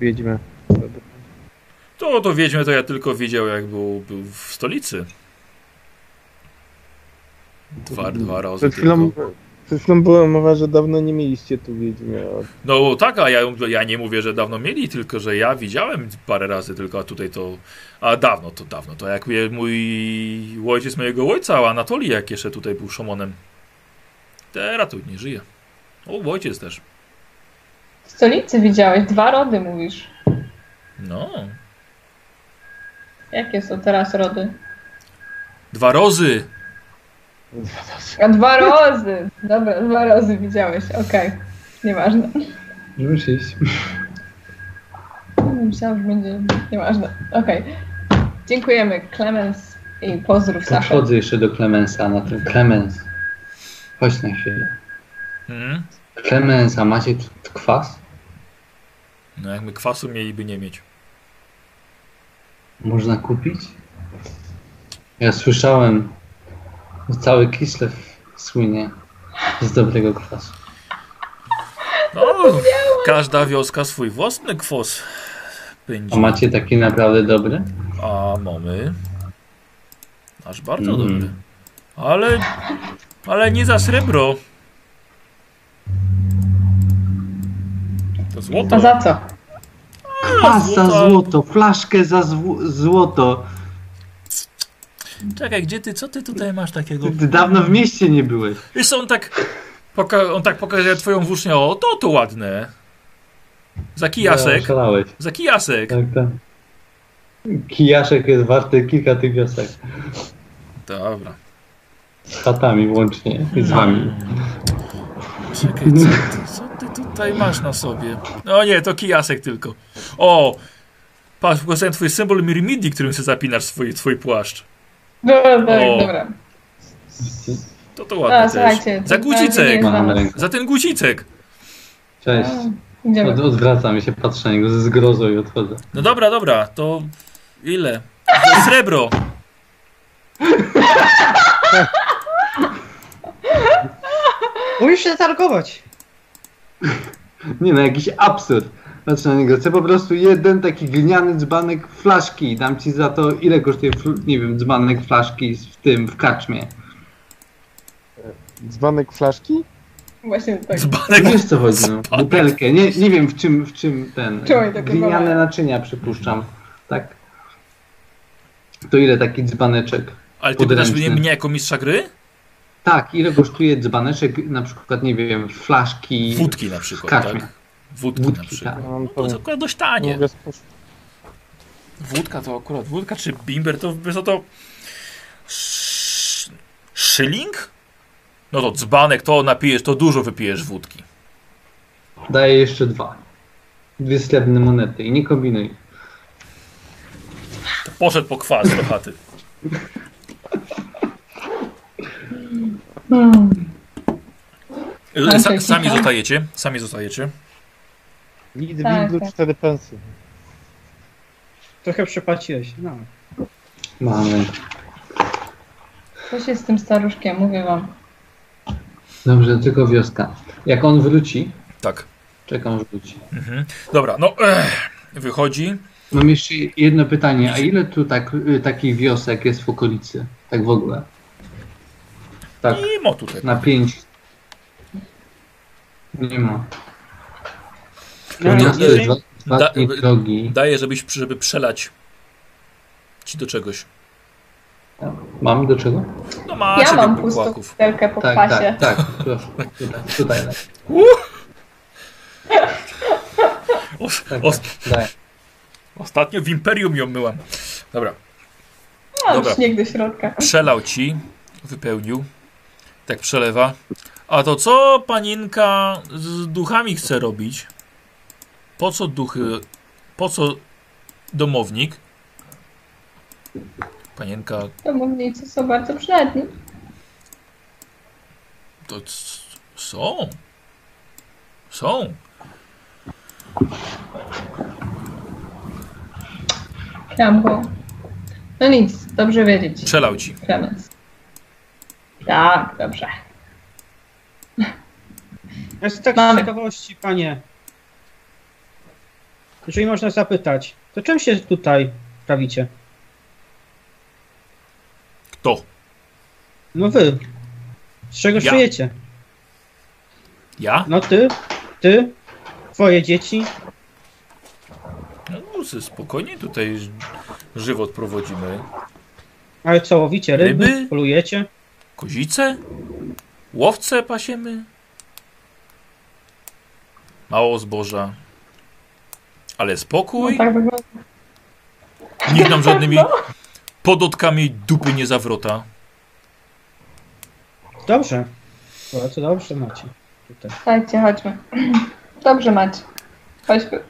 Speaker 5: wiedźmę?
Speaker 1: To, to wiedźmę to ja tylko widział, jak był, był w stolicy. Dwa, dwa razy
Speaker 5: Przed chwilą,
Speaker 1: tylko.
Speaker 5: Zresztą była mowa, że dawno nie mieliście tu wiedźmy. o-
Speaker 1: No tak, a ja, ja nie mówię, że dawno mieli, tylko że ja widziałem parę razy tylko, a tutaj to... A dawno to dawno, to jak mnie mój ojciec mojego ojca, Anatolii, jak jeszcze tutaj był szomonem. Teraz tu nie żyje. O, ojciec też.
Speaker 4: W stolicy widziałeś, dwa rody mówisz.
Speaker 1: No,
Speaker 4: Jakie są teraz rody?
Speaker 1: dwa rozy.
Speaker 4: A dwa rozy! Dobra, dwa rozy widziałeś, okej. Nieważne.
Speaker 3: Możesz iść.
Speaker 4: Myślałam, że będzie... Nieważne. Okej. Dziękujemy, Clemens i pozdrów Saszę.
Speaker 3: Podchodzę jeszcze do Clemensa na tym. Clemens, chodź na chwilę.
Speaker 1: Mhm.
Speaker 3: Clemens, a macie t- t- kwas?
Speaker 1: No jak my kwasu mieliby nie mieć.
Speaker 3: Można kupić? Ja słyszałem, że cały Kislew słynie z dobrego kwasu.
Speaker 1: No, każda wioska swój własny kwos
Speaker 3: A
Speaker 1: będzie.
Speaker 3: macie taki naprawdę dobry?
Speaker 1: A mamy. Aż bardzo
Speaker 3: Mm.
Speaker 1: dobry. Ale. Ale nie za srebro. To złoto.
Speaker 4: A za co?
Speaker 3: Kwas za
Speaker 1: złota.
Speaker 3: złoto, flaszkę za zł- złoto.
Speaker 1: Czekaj, gdzie ty, co ty tutaj masz takiego?
Speaker 3: Ty, ty dawno w mieście nie byłeś.
Speaker 1: Wiesz, co, on tak. Poka- on tak pokazuje twoją włócznię. O, to to ładne. Za kijasek.
Speaker 3: Szalałeś.
Speaker 1: Za kijasek.
Speaker 3: Tak, tak. Kijaszek jest warty kilka tych wiosek.
Speaker 1: Dobra.
Speaker 3: Z chatami łącznie i z wami.
Speaker 1: Czekaj, co ty, co ty tutaj masz na sobie? O nie, to kijasek tylko. O! Patrz, pokazałem twój symbol Mirmidi, którym się zapinasz swój, twój płaszcz.
Speaker 4: Dobra, dobra,
Speaker 1: O.
Speaker 4: No, dobra.
Speaker 1: To to ładne
Speaker 4: A,
Speaker 1: też.
Speaker 4: Tak, słuchajcie,
Speaker 1: Za
Speaker 4: to bardzo
Speaker 1: gucicek!
Speaker 4: miło.
Speaker 3: Mam rękę.
Speaker 1: Za ten gucicek!
Speaker 3: Cześć.
Speaker 4: A, Idziemy.
Speaker 3: Od, odwracam się, patrzę na niego ze zgrozą i odchodzę.
Speaker 1: No dobra, dobra, to ile? Za srebro!
Speaker 2: Musisz się zatargować.
Speaker 3: Nie no, jakiś absurd. Patrzę na niego, chcę po prostu jeden taki gliniany dzbanek flaszki i dam ci za to, ile kosztuje, fl- nie wiem, dzbanek flaszki z- w tym, w kaczmie.
Speaker 5: Dzbanek flaszki?
Speaker 4: Właśnie tak.
Speaker 1: Dzbanek!
Speaker 3: Wiesz co chodzi, no, butelkę, nie, nie wiem w czym, w czym ten,
Speaker 4: Czuję takie
Speaker 3: gliniane
Speaker 4: wolę.
Speaker 3: naczynia przypuszczam, tak? To ile taki dzbaneczek?
Speaker 1: Ale ty pytasz mnie,
Speaker 3: Podręczny.
Speaker 1: mnie jako mistrza gry?
Speaker 3: Tak, ile kosztuje dzbaneczek, na przykład, nie wiem, flaszki
Speaker 1: Wódki na
Speaker 3: w
Speaker 1: przykład,
Speaker 3: kaczmie.
Speaker 1: tak? Wódki, na
Speaker 3: Wódki,
Speaker 1: przykład.
Speaker 3: tak.
Speaker 5: Mam
Speaker 1: No To jest akurat dość tanie.
Speaker 5: Mogę spuszczać.
Speaker 1: Wódka to akurat, wódka czy bimber to wiesz co to... Sz... Szyling? No to dzbanek, to napijesz, to dużo wypijesz wódki.
Speaker 3: Daję jeszcze dwa. Dwie srebrne monety i nie kombinuj.
Speaker 1: To poszedł po kwas do chaty.
Speaker 4: Hmm.
Speaker 1: Y, Sa,
Speaker 4: tak,
Speaker 1: sami
Speaker 4: tak.
Speaker 1: zostajecie, sami zostajecie.
Speaker 5: Lid
Speaker 4: Tak,
Speaker 5: Biblu
Speaker 4: tak.
Speaker 5: 4 pensy.
Speaker 2: Trochę przepłaciłeś. No.
Speaker 3: Mamy.
Speaker 4: Co się z tym staruszkiem, mówię wam.
Speaker 3: Dobrze, tylko wioska. Jak on wróci,
Speaker 1: Tak.
Speaker 3: czekam, aż wróci.
Speaker 1: Mhm. Dobra, no ech, wychodzi.
Speaker 3: Mam jeszcze jedno pytanie. A ile tu tak, y, takich wiosek jest w okolicy? Tak w ogóle? Tak,
Speaker 1: I mo tutaj.
Speaker 3: na pięć. Nie ma.
Speaker 2: No,
Speaker 1: nie,
Speaker 3: Miasto
Speaker 1: nie,
Speaker 3: jest
Speaker 2: jeżeli,
Speaker 3: dwa, dwa
Speaker 1: Da-
Speaker 3: dni
Speaker 1: y,
Speaker 3: drogi.
Speaker 1: Daję, żebyś, żeby przelać ci do czegoś.
Speaker 3: Mam do czego?
Speaker 1: No macie
Speaker 4: Ja mam
Speaker 1: tych
Speaker 4: pustą
Speaker 1: bukłaków.
Speaker 4: butelkę po
Speaker 3: Tak,
Speaker 4: kwasie.
Speaker 3: tak, tak. Proszę. Tutaj, tutaj.
Speaker 1: Os,
Speaker 3: Tak,
Speaker 1: os,
Speaker 3: tak, daję.
Speaker 1: ostatnio w Imperium ją myłam. Dobra,
Speaker 4: A,
Speaker 1: Dobra.
Speaker 4: już nie do środka.
Speaker 1: przelał ci, wypełnił, tak przelewa. A to co paninka z duchami chce robić? Po co duchy, po co domownik? Panienka,
Speaker 4: Domownicy są bardzo przydatni.
Speaker 1: to c- są. Są.
Speaker 4: Krambo. No nic, dobrze wiedzieć.
Speaker 1: Przelał ci.
Speaker 4: Klemens. Tak, dobrze.
Speaker 2: ja z tak z
Speaker 4: Mamy.
Speaker 2: ciekawości, panie. Jeżeli można zapytać, to czym się tutaj prawicie?
Speaker 1: Kto?
Speaker 2: No wy. Z czego
Speaker 1: Ja.
Speaker 2: żyjecie?
Speaker 1: Ja?
Speaker 2: No ty, ty, twoje dzieci.
Speaker 1: No, no, spokojnie tutaj ż- żywot prowadzimy.
Speaker 2: Ale co łowicie? Ryby?
Speaker 1: Ryby?
Speaker 2: Polujecie?
Speaker 1: Kozice? Łowce pasiemy? Mało zboża. Ale spokój.
Speaker 4: Tak wygląda.
Speaker 1: Nikt nam żadnymi podotkami dupy nie zawrota.
Speaker 2: Dobrze. Bardzo dobrze macie. Tutaj.
Speaker 4: Słuchajcie, chodźmy. Dobrze, Macie. Chodźmy.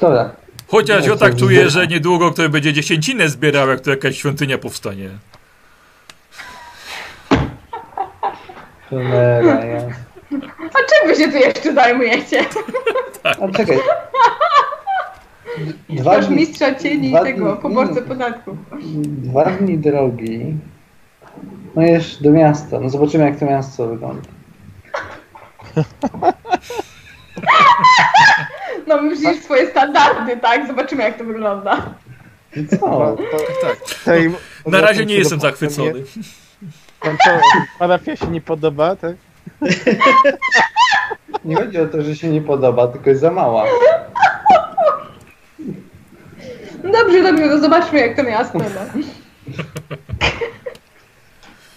Speaker 3: Dobra.
Speaker 1: Chociaż
Speaker 3: No,
Speaker 1: ja tak
Speaker 3: to
Speaker 1: czuję,
Speaker 3: widzę.
Speaker 1: że niedługo ktoś będzie dziesięcinę zbierał, jak to jakaś świątynia powstanie.
Speaker 3: Cholera, ja.
Speaker 4: A czym wy się tu jeszcze zajmujecie?
Speaker 3: A czekaj. D- Dwa
Speaker 4: Masz
Speaker 3: dni,
Speaker 4: mistrza cieni i
Speaker 3: dwa
Speaker 4: tego,
Speaker 3: dni-
Speaker 4: poborcę
Speaker 3: mm.
Speaker 4: podatków.
Speaker 3: dwa dni drogi. No jeszcze do miasta. No zobaczymy jak to miasto wygląda.
Speaker 4: No my wzięliśmy swoje standardy, tak? Zobaczymy jak to wygląda.
Speaker 3: I co?
Speaker 5: Tej,
Speaker 1: Tak, No, Na razie nie
Speaker 5: No, się
Speaker 1: jestem
Speaker 5: do-
Speaker 1: zachwycony.
Speaker 5: Tam co, parafia się nie podoba, tak?
Speaker 3: Nie chodzi o to, że się nie podoba, tylko jest za mała.
Speaker 4: No dobrze, dobrze, no zobaczmy jak to miasto. No.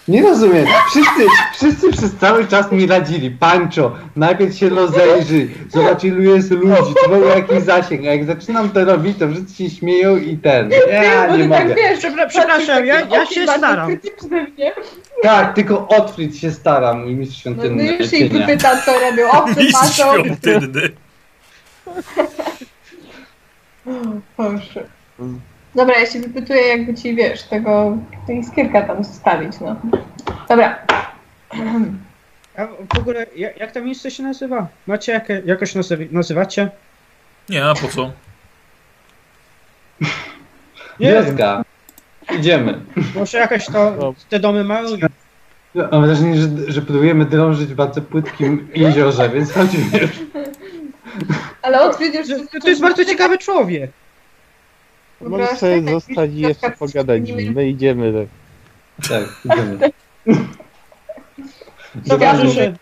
Speaker 3: Nie rozumiem. Wszyscy, wszyscy przez cały czas mi radzili. Pancho, najpierw się rozejrzy, zobacz ilu jest ludzi, czy w ogóle jakiś zasięg. A jak zaczynam to robić, to wszyscy się śmieją i ten. Ja
Speaker 4: Bo
Speaker 3: nie
Speaker 4: ty
Speaker 3: mogę.
Speaker 4: tak wiesz, że
Speaker 2: Przepra- przepraszam, ja- ja się
Speaker 4: bardzo
Speaker 2: staram.
Speaker 4: krytyczne mnie.
Speaker 3: Tak, tylko otwórz się stara, mój mistrz
Speaker 4: No, no
Speaker 3: świątynny.
Speaker 4: już
Speaker 3: Cienia.
Speaker 4: jej wypyta co robią, owce
Speaker 1: Mistrz
Speaker 4: patrzą.
Speaker 1: świątynny.
Speaker 4: Boże.
Speaker 5: Mm.
Speaker 4: Dobra, ja się wypytuję jakby ci, wiesz, tego, tej iskierka tam zostawić, no. Dobra.
Speaker 2: A w ogóle, jak, jak to miejsce się nazywa? Macie jakie, jakoś nazyw, nazywacie?
Speaker 1: Nie, a po co?
Speaker 2: Nie,
Speaker 3: Wioska. Idziemy.
Speaker 2: może jakaś to, te domy mają
Speaker 3: No, Mam wrażenie, że, że próbujemy drążyć w bardzo płytkim jeziorze, więc chodźmy już.
Speaker 4: Ale odwiedziesz...
Speaker 2: Że- To, to jest bardzo ciekawy człowiek.
Speaker 5: Możesz sobie zostać i jeszcze pogadać z nim. My idziemy. Tak.
Speaker 3: Tak, idziemy.
Speaker 2: Zobaczy
Speaker 4: Zobacz,
Speaker 2: się,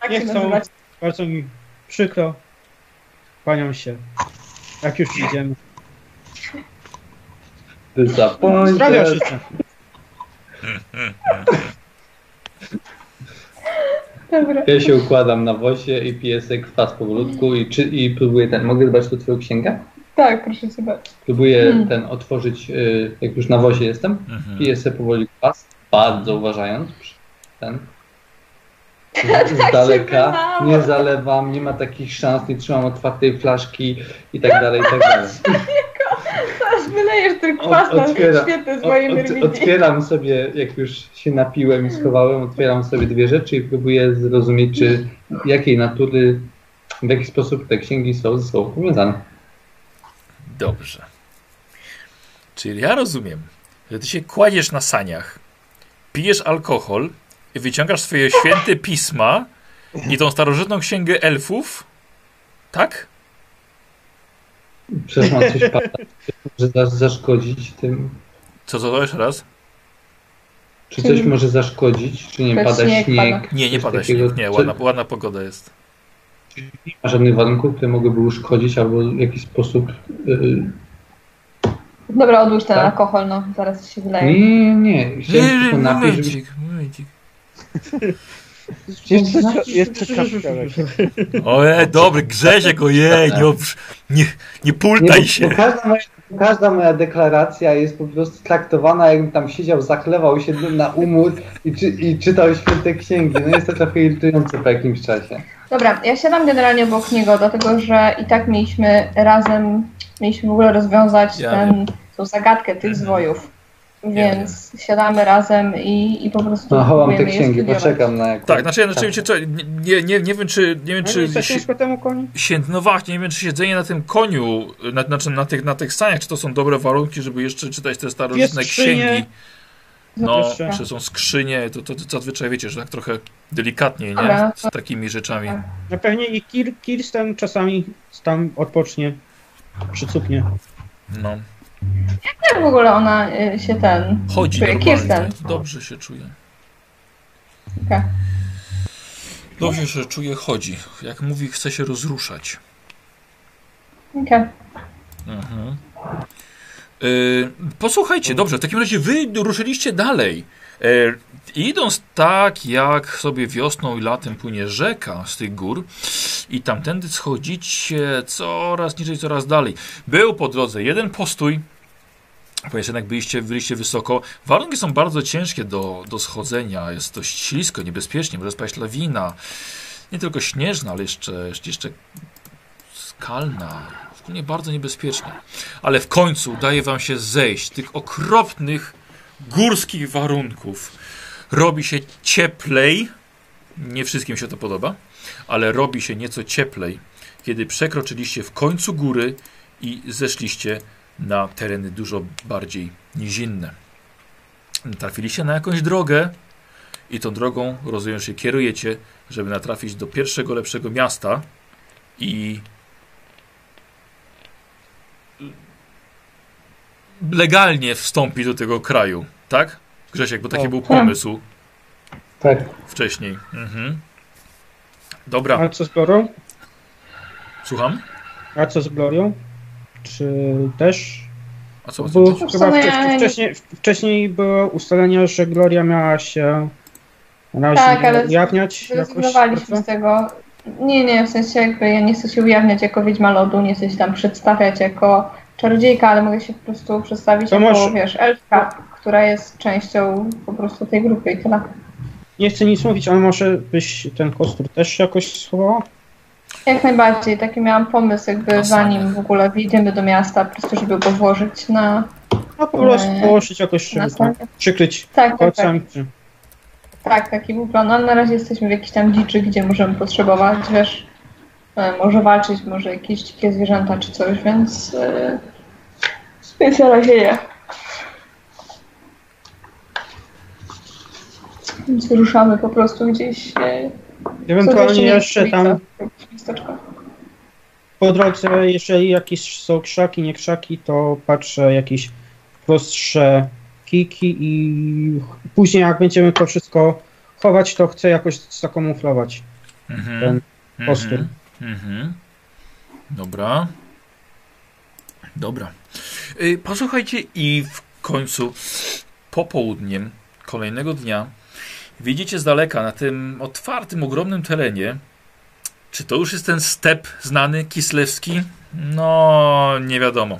Speaker 4: Tak
Speaker 2: nie
Speaker 4: się
Speaker 2: chcą.
Speaker 4: nazywać.
Speaker 2: bardzo mi przykro. Panią się. Jak już idziemy. Zdrowia
Speaker 3: Zapomnij.
Speaker 2: życzę.
Speaker 4: Dobra.
Speaker 3: Ja się układam na wozie i piję sobie kwas powolutku i, czy, i próbuję ten. Mogę zobaczyć tu twoją księgę?
Speaker 4: Tak, proszę cię bardzo.
Speaker 3: Próbuję
Speaker 4: Mm.
Speaker 3: ten otworzyć, y, jak już na wozie jestem.
Speaker 1: Mhm.
Speaker 3: Piję sobie powoli kwas, bardzo uważając. przy- Ten.
Speaker 4: się
Speaker 3: Z daleka,
Speaker 4: wylało.
Speaker 3: nie zalewam, nie ma takich szans, nie trzymam otwartej flaszki i tak dalej, i tak dalej.
Speaker 4: Teraz wylejesz ten kwas
Speaker 3: Od-
Speaker 4: na
Speaker 3: otwiera-
Speaker 4: świetny z mojej
Speaker 3: Od,
Speaker 4: myrmidii.
Speaker 3: od, otwieram sobie, jak już się napiłem i schowałem, otwieram sobie dwie rzeczy i próbuję zrozumieć, czy jakiej natury, w jaki sposób te księgi są ze sobą powiązane.
Speaker 1: Dobrze. Czyli ja rozumiem, że ty się kładziesz na saniach, pijesz alkohol i wyciągasz swoje święte pisma i tą starożytną księgę elfów, tak?
Speaker 3: Przepraszam, coś pada, że da- zaszkodzić tym.
Speaker 1: Co to jeszcze raz?
Speaker 3: Czy coś
Speaker 4: Czyli-
Speaker 3: może zaszkodzić? Czy nie
Speaker 4: Czy
Speaker 3: pada
Speaker 4: śnieg
Speaker 3: śnieg?
Speaker 4: pada?
Speaker 1: Nie, nie
Speaker 3: Coś
Speaker 1: pada
Speaker 3: takiego,
Speaker 1: śnieg, nie,
Speaker 3: czy-
Speaker 1: ładna, ładna pogoda jest.
Speaker 3: Nie ma żadnych warunków, które mogłyby uszkodzić albo w jakiś sposób. Yy,
Speaker 4: Dobra, odłóż ten
Speaker 3: Tak?
Speaker 4: alkohol, no. Zaraz się wyleje.
Speaker 3: nie, nie, nie. Chciałem
Speaker 1: Nie, nie,
Speaker 3: tylko napić, żeby
Speaker 1: momencik, momencik.
Speaker 5: Jeszcze, jeszcze kawka.
Speaker 1: Ojej, e, dobry, Grzesiek, ojej, nie, obrz- nie, nie pultaj
Speaker 3: bo-
Speaker 1: się.
Speaker 3: Bo każda, moja, bo każda moja deklaracja jest po prostu traktowana, jakbym tam siedział, zaklewał się na umór i, czy, i czytał święte księgi. No jest to trochę irytujące po jakimś czasie.
Speaker 4: Dobra, ja siadam generalnie obok niego, dlatego że i tak mieliśmy razem, mieliśmy w ogóle rozwiązać
Speaker 1: Ja Mhm.
Speaker 4: ten, tą zagadkę tych zwojów. Więc siadamy razem i, i po prostu.
Speaker 3: No chowam te
Speaker 4: próbujemy je
Speaker 3: księgi,
Speaker 4: studiować.
Speaker 3: poczekam na jakąś.
Speaker 1: Tak, znaczy ja rzeczywiście, co- nie, nie, nie wiem czy, nie wiem
Speaker 2: Czy
Speaker 1: czy...
Speaker 2: No jest to ciężko temu koni?
Speaker 1: się, no właśnie, nie wiem, czy siedzenie na tym koniu, na, znaczy na tych, na tych saniach, czy to są dobre warunki, żeby jeszcze czytać te starożytne
Speaker 2: Jest skrzynie.
Speaker 1: księgi. No,
Speaker 2: Zapraszam.
Speaker 1: czy są skrzynie, to, to, to zazwyczaj wiecie, że tak trochę delikatniej, nie?
Speaker 4: Dobra. Tak.
Speaker 1: Z takimi rzeczami.
Speaker 2: No pewnie i Kir, Kirsten czasami tam odpocznie. Przycupnie.
Speaker 1: No,
Speaker 4: Jak w ogóle ona y, się Tak. ten. Tak.
Speaker 1: chodzi tak?
Speaker 4: Czuje
Speaker 1: normalnie,
Speaker 4: Kirsten.
Speaker 1: dobrze się czuje.
Speaker 4: Okay.
Speaker 1: Dobrze się czuje, chodzi. Jak mówi, chce się rozruszać.
Speaker 4: Okej.
Speaker 1: Mhm. Y, posłuchajcie, dobrze, w takim razie wy ruszyliście dalej. E, idąc tak, jak sobie wiosną i latem płynie rzeka z tych gór i tamtędy schodzicie coraz niżej, coraz dalej. Był po drodze jeden postój, ponieważ jednak byliście, byliście wysoko. Warunki są bardzo ciężkie do, do schodzenia, jest dość ślisko, niebezpiecznie, może spaść lawina. Nie tylko śnieżna, ale jeszcze, jeszcze skalna. Szczególnie bardzo niebezpieczna. Ale w końcu udaje wam się zejść tych okropnych górskich warunków. Robi się cieplej. Nie wszystkim się to podoba, ale robi się nieco cieplej, kiedy przekroczyliście w końcu góry i zeszliście na tereny dużo bardziej nizinne. Trafiliście na jakąś drogę i tą drogą, rozumiem, się kierujecie, żeby natrafić do pierwszego lepszego miasta i legalnie wstąpi do tego kraju, tak? Grzesiek, bo taki
Speaker 5: Tak.
Speaker 1: był pomysł
Speaker 3: Tak.
Speaker 1: wcześniej. Mhm. Dobra,
Speaker 2: A co z Glorią?
Speaker 1: słucham.
Speaker 2: A co z Glorią? Czy też?
Speaker 1: A co,
Speaker 2: Bo
Speaker 1: co,
Speaker 2: chyba
Speaker 4: Ustalenia-
Speaker 2: wcześniej, wcześniej, wcześniej było ustalenie, że Gloria miała się na razie
Speaker 4: Tak,
Speaker 2: nie
Speaker 4: ale
Speaker 2: ujawniać jakoś.
Speaker 4: Zrezygnowaliśmy
Speaker 2: prawda?
Speaker 4: z tego. Nie, nie, w sensie jakby ja nie chcę się ujawniać jako Wiedźma Lodu, nie chcę się tam przedstawiać jako czarodziejka, ale mogę się po prostu przedstawić
Speaker 2: To
Speaker 4: jako,
Speaker 2: może-
Speaker 4: wiesz, elfka, która jest częścią po prostu tej grupy i tyle.
Speaker 2: Nie chcę nic mówić, ale może byś ten kostur też jakoś schował?
Speaker 4: Jak najbardziej, taki miałam pomysł jakby
Speaker 1: Na
Speaker 4: zanim
Speaker 1: saniach.
Speaker 4: w ogóle wjedziemy do miasta, po prostu żeby go włożyć na...
Speaker 2: A No, po prostu
Speaker 4: Nie.
Speaker 2: położyć jakoś,
Speaker 4: Eee, na
Speaker 2: żeby tam
Speaker 4: sanie.
Speaker 2: przykryć
Speaker 4: Tak, tak, tak,
Speaker 2: kocem. czy-
Speaker 4: tak, taki był plan, ale na razie jesteśmy w jakiejś tam dziczy, gdzie możemy potrzebować, wiesz, e, może walczyć, może jakieś dzikie zwierzęta czy coś, więc... E, więc na razie nie. Więc ruszamy po prostu gdzieś... E,
Speaker 2: Ewentualnie
Speaker 4: codziennie
Speaker 2: jeszcze
Speaker 4: w
Speaker 2: tam
Speaker 4: ulicach, w jakichś miasteczkach.
Speaker 2: po drodze, jeżeli jakieś są krzaki, nie krzaki, to patrzę jakieś prostsze kiki i później jak będziemy to wszystko chować, to chcę jakoś zakamuflować.
Speaker 1: Mhm.
Speaker 2: Ten postój.
Speaker 1: Mhm. Mhm. Dobra. Dobra. Y, Posłuchajcie i w końcu popołudniem kolejnego dnia widzicie z daleka na tym otwartym, ogromnym terenie czy to już jest ten step znany kislewski? No, nie wiadomo.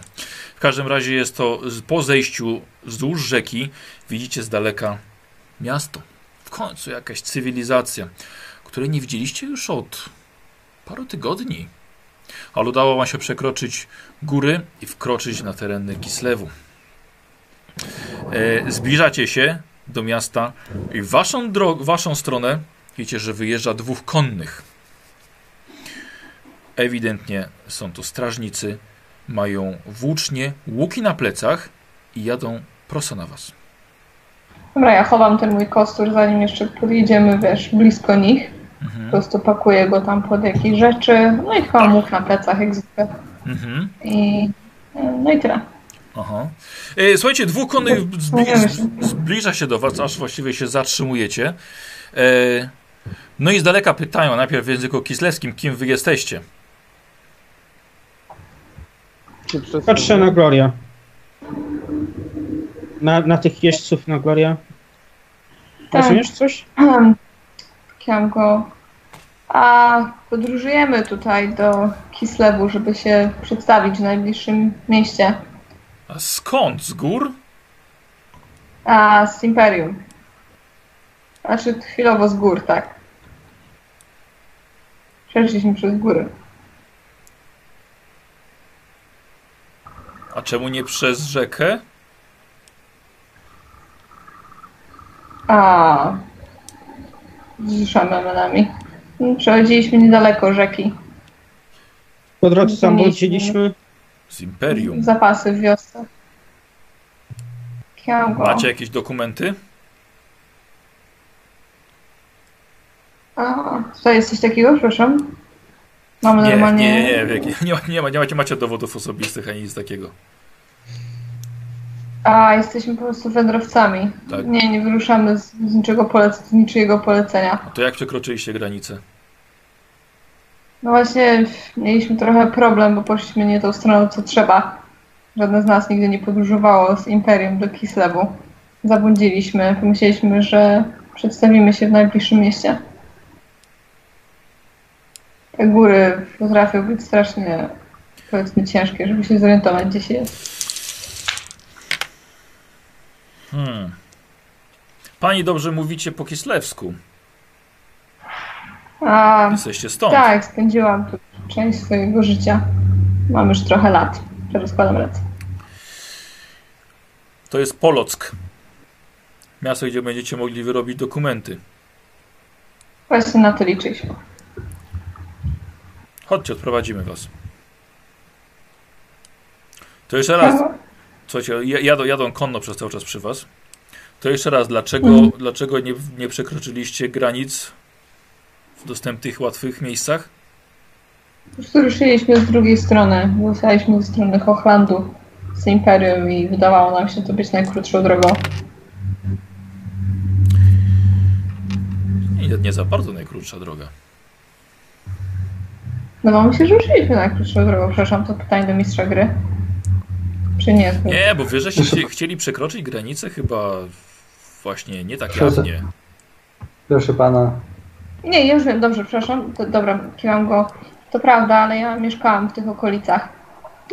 Speaker 1: W każdym razie jest to z- po zejściu wzdłuż rzeki widzicie z daleka miasto. W końcu jakaś cywilizacja, której nie widzieliście już od paru tygodni. Ale udało wam się przekroczyć góry i wkroczyć na tereny Kislewu. E, zbliżacie się do miasta i w waszą, drog- waszą stronę wiecie, że wyjeżdża dwóch konnych. Ewidentnie są to strażnicy, mają włócznie, łuki na plecach i jadą prosto na was.
Speaker 4: Dobra, ja chowam ten mój kostur, zanim jeszcze podjedziemy, wiesz, blisko nich. Po prostu pakuję go tam pod jakieś rzeczy, no i chowam łuk na plecach, jak zwykle.
Speaker 1: Mhm.
Speaker 4: I, no i tyle.
Speaker 1: Aha. E, słuchajcie, dwóch konnych zbli
Speaker 4: Wspomniałem
Speaker 1: z- zbliża się do was, aż właściwie się zatrzymujecie. E, no i z daleka pytają, najpierw w języku kislewskim, kim wy jesteście.
Speaker 5: Czy przez-
Speaker 2: Patrzę na Gloria. Na, na tych jeźdźców na Gloria.
Speaker 4: Tak.
Speaker 2: Rozumiesz coś?
Speaker 4: Kiam go. A podróżujemy tutaj do Kislewu, żeby się przedstawić w najbliższym mieście.
Speaker 1: A skąd? Z gór?
Speaker 4: A z Imperium. Znaczy chwilowo z gór, tak. Przeszliśmy przez góry.
Speaker 1: A czemu nie przez rzekę?
Speaker 4: A, z szamenami. Przechodziliśmy niedaleko rzeki.
Speaker 2: Po drodze tam
Speaker 4: Mieliśmy-
Speaker 2: błądziliśmy.
Speaker 1: Z imperium.
Speaker 4: Zapasy w wiosce. Kiałgo.
Speaker 1: Macie jakieś dokumenty?
Speaker 4: A, tutaj jest coś takiego, proszę. Mamy
Speaker 1: Nie, nie,
Speaker 4: No, normalnie...
Speaker 1: nie, nie, nie, nie, ma- nie, ma- nie macie, macie dowodów osobistych ani nic takiego.
Speaker 4: A, jesteśmy po prostu wędrowcami.
Speaker 1: Tak.
Speaker 4: Nie, nie wyruszamy z, z, niczego polec- z niczyjego polecenia.
Speaker 1: A to jak przekroczyliście granicę?
Speaker 4: No właśnie, mieliśmy trochę problem, bo poszliśmy nie tą stroną, co trzeba. Żadne z nas nigdy nie podróżowało z Imperium do Kislewu. Zabłądziliśmy, pomyśleliśmy, że przedstawimy się w najbliższym mieście. Te góry potrafią być strasznie, powiedzmy, ciężkie, żeby się zorientować, gdzie się jest.
Speaker 1: Hmm. Pani dobrze mówicie po kislewsku.
Speaker 4: A,
Speaker 1: Jesteście stąd.
Speaker 4: Tak, spędziłam tu część swojego życia. Mam już trochę lat, że rozkładam ręce.
Speaker 1: To jest Polock. Miasto, gdzie będziecie mogli wyrobić dokumenty.
Speaker 4: Właśnie na to liczyliśmy.
Speaker 1: Chodźcie, odprowadzimy was. To jeszcze raz, słuchajcie, ja- jadą, jadą konno przez cały czas przy was. To jeszcze raz, dlaczego,
Speaker 4: Mhm.
Speaker 1: dlaczego nie, nie przekroczyliście granic w dostępnych, łatwych miejscach?
Speaker 4: Po prostu ruszyliśmy z drugiej strony. Wysłaliśmy ze strony Hochlandu z Imperium i wydawało nam się to być najkrótszą drogą.
Speaker 1: Nie, nie za bardzo najkrótsza droga.
Speaker 4: No mam się, że ruszyliśmy najkrótszą drogą. Przepraszam, to pytanie do mistrza gry. Czy nie?
Speaker 1: Nie, bo wy żeście chci- chcieli przekroczyć granicę chyba właśnie nie tak
Speaker 3: Przez-
Speaker 1: jawnie.
Speaker 3: Proszę pana,
Speaker 4: Nie, ja już wiem, dobrze, przepraszam. To, dobra, kiwam go. To prawda, ale ja mieszkałam w tych okolicach,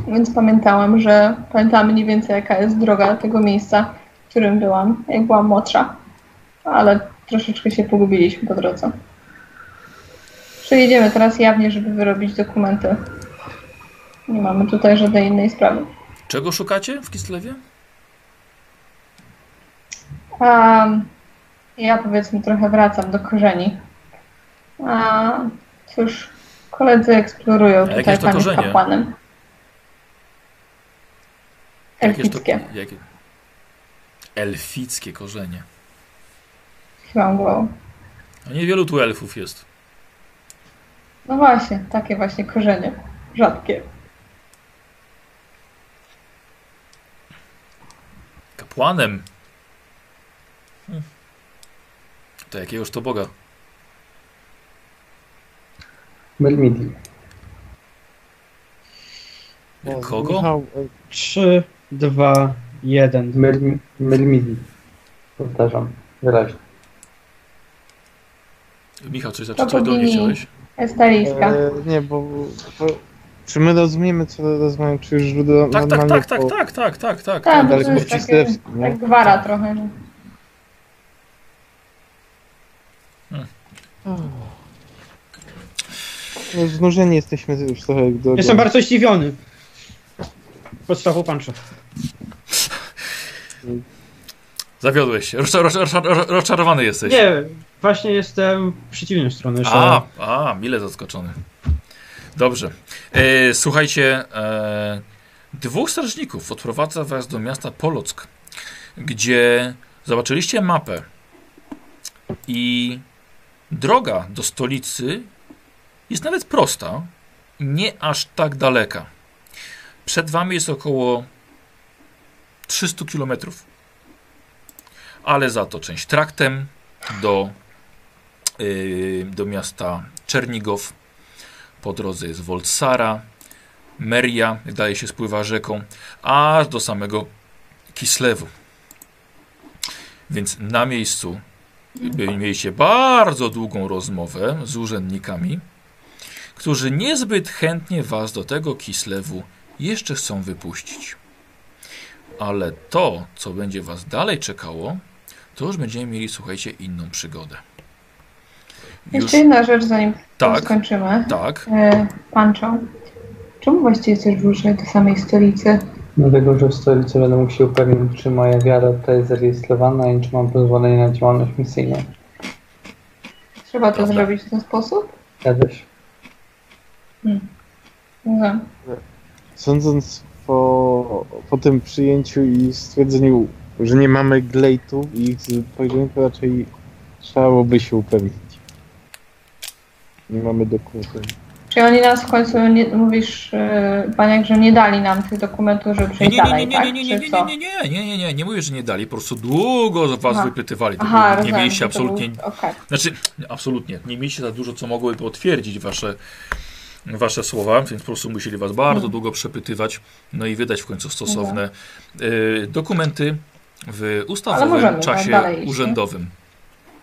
Speaker 4: więc pamiętałam, że pamiętałam mniej więcej jaka jest droga do tego miejsca, w którym byłam, jak byłam młodsza. Ale troszeczkę się pogubiliśmy po drodze. Przejedziemy teraz jawnie, żeby wyrobić dokumenty. Nie mamy tutaj żadnej innej sprawy.
Speaker 1: Czego szukacie w Kislewie?
Speaker 4: A, ja powiedzmy trochę wracam do korzeni. A, cóż, koledzy eksplorują
Speaker 1: jakież
Speaker 4: tutaj
Speaker 1: to
Speaker 4: panie
Speaker 1: korzenie?
Speaker 4: kapłanem.
Speaker 1: Jakież to-
Speaker 4: Elfickie,
Speaker 1: Jakie? Elfickie korzenie.
Speaker 4: chyba głową.
Speaker 1: A niewielu tu elfów jest.
Speaker 4: No właśnie, takie właśnie korzenie. Rzadkie.
Speaker 1: Kapłanem. Hmm. To jakiegoż to boga?
Speaker 3: Melmidi.
Speaker 1: Kogo?
Speaker 5: Michał, e,
Speaker 2: 3, 2, 1.
Speaker 3: Melmi- Melmidi. Powtarzam, wyraźnie.
Speaker 1: Michał, coś,
Speaker 4: To
Speaker 1: czy coś do mnie
Speaker 4: bogini.
Speaker 1: chciałeś? Tak,
Speaker 4: Estarijska.
Speaker 5: e, nie, bo... bo czy my rozumiemy, co rozmawiam, czy już do,
Speaker 1: Tak, tak,
Speaker 5: normalnie
Speaker 1: tak, tak,
Speaker 5: po-
Speaker 1: tak, tak, tak, tak.
Speaker 4: Tak,
Speaker 1: tak.
Speaker 4: bo
Speaker 5: dalej
Speaker 4: to jest
Speaker 5: po
Speaker 4: takie,
Speaker 5: Cislewsku, nie?
Speaker 4: tak gwara trochę. że-
Speaker 5: No, znużeni jesteśmy już trochę do...
Speaker 2: Jestem bardzo zdziwiony. Podstawą pancza.
Speaker 1: Zawiodłeś się. Rozcza- rozcza- rozcza- Rozczarowany jesteś.
Speaker 2: Nie, właśnie jestem w przeciwnej stronie. Że...
Speaker 1: A, a, mile zaskoczony. Dobrze. E, słuchajcie, e, dwóch strażników odprowadza was do miasta Polock, gdzie zobaczyliście mapę i droga do stolicy jest nawet prosta, nie aż tak daleka. Przed wami jest około 300 km, ale za to część traktem do y, do miasta Czernigow. Po drodze jest Wolsara, Meria, jak dalej się spływa rzeką, aż do samego Kislewu. Więc na miejscu y, mieliście bardzo długą rozmowę z urzędnikami, którzy niezbyt chętnie was do tego Kislewu jeszcze chcą wypuścić. Ale to, co będzie was dalej czekało, to już będziemy mieli, słuchajcie, inną przygodę. Już
Speaker 4: Jeszcze jedna rzecz, zanim
Speaker 1: tak,
Speaker 4: skończymy.
Speaker 1: tak.
Speaker 4: E, Pancho, czemu właściwie jesteś w różnej do samej stolicy?
Speaker 3: Dlatego, że w stolicy będę mógł się upewnić, czy moja wiara tutaj jest zarejestrowana i czy mam pozwolenie na działalność misyjną.
Speaker 4: Trzeba to
Speaker 1: Prawda.
Speaker 4: zrobić w ten sposób?
Speaker 3: Zgadza się.
Speaker 4: Nie wiem.
Speaker 5: Sądząc po, po tym przyjęciu i stwierdzeniu, że nie mamy glejtów i ich z pojedynku raczej trzeba byłoby się upewnić. Nie mamy dokumentów.
Speaker 4: Czy oni nas w końcu, nie, mówisz, yy, Paniak, że nie dali nam tych dokumentów, żeby
Speaker 1: Nie,
Speaker 4: przejść
Speaker 1: nie, nie,
Speaker 4: dalej,
Speaker 1: nie,
Speaker 4: tak?
Speaker 1: nie, nie, nie,
Speaker 4: Czy
Speaker 1: nie,
Speaker 4: co?
Speaker 1: nie, nie, nie, nie, nie, nie, nie mówię, że nie dali, po prostu długo was
Speaker 4: Aha.
Speaker 1: wypytywali. To
Speaker 4: Aha,
Speaker 1: było- nie
Speaker 4: rozumiem.
Speaker 1: mieliście
Speaker 4: że to był-
Speaker 1: absolutnie
Speaker 4: Okej.
Speaker 1: Znaczy, absolutnie. Nie mieliście za dużo, co mogłoby potwierdzić wasze, wasze słowa, więc po prostu musieli was bardzo
Speaker 4: Mhm.
Speaker 1: długo przepytywać, no i wydać w końcu stosowne y, dokumenty w ustawowym
Speaker 4: możemy, tak,
Speaker 1: czasie
Speaker 4: dalej iść, nie?
Speaker 1: urzędowym.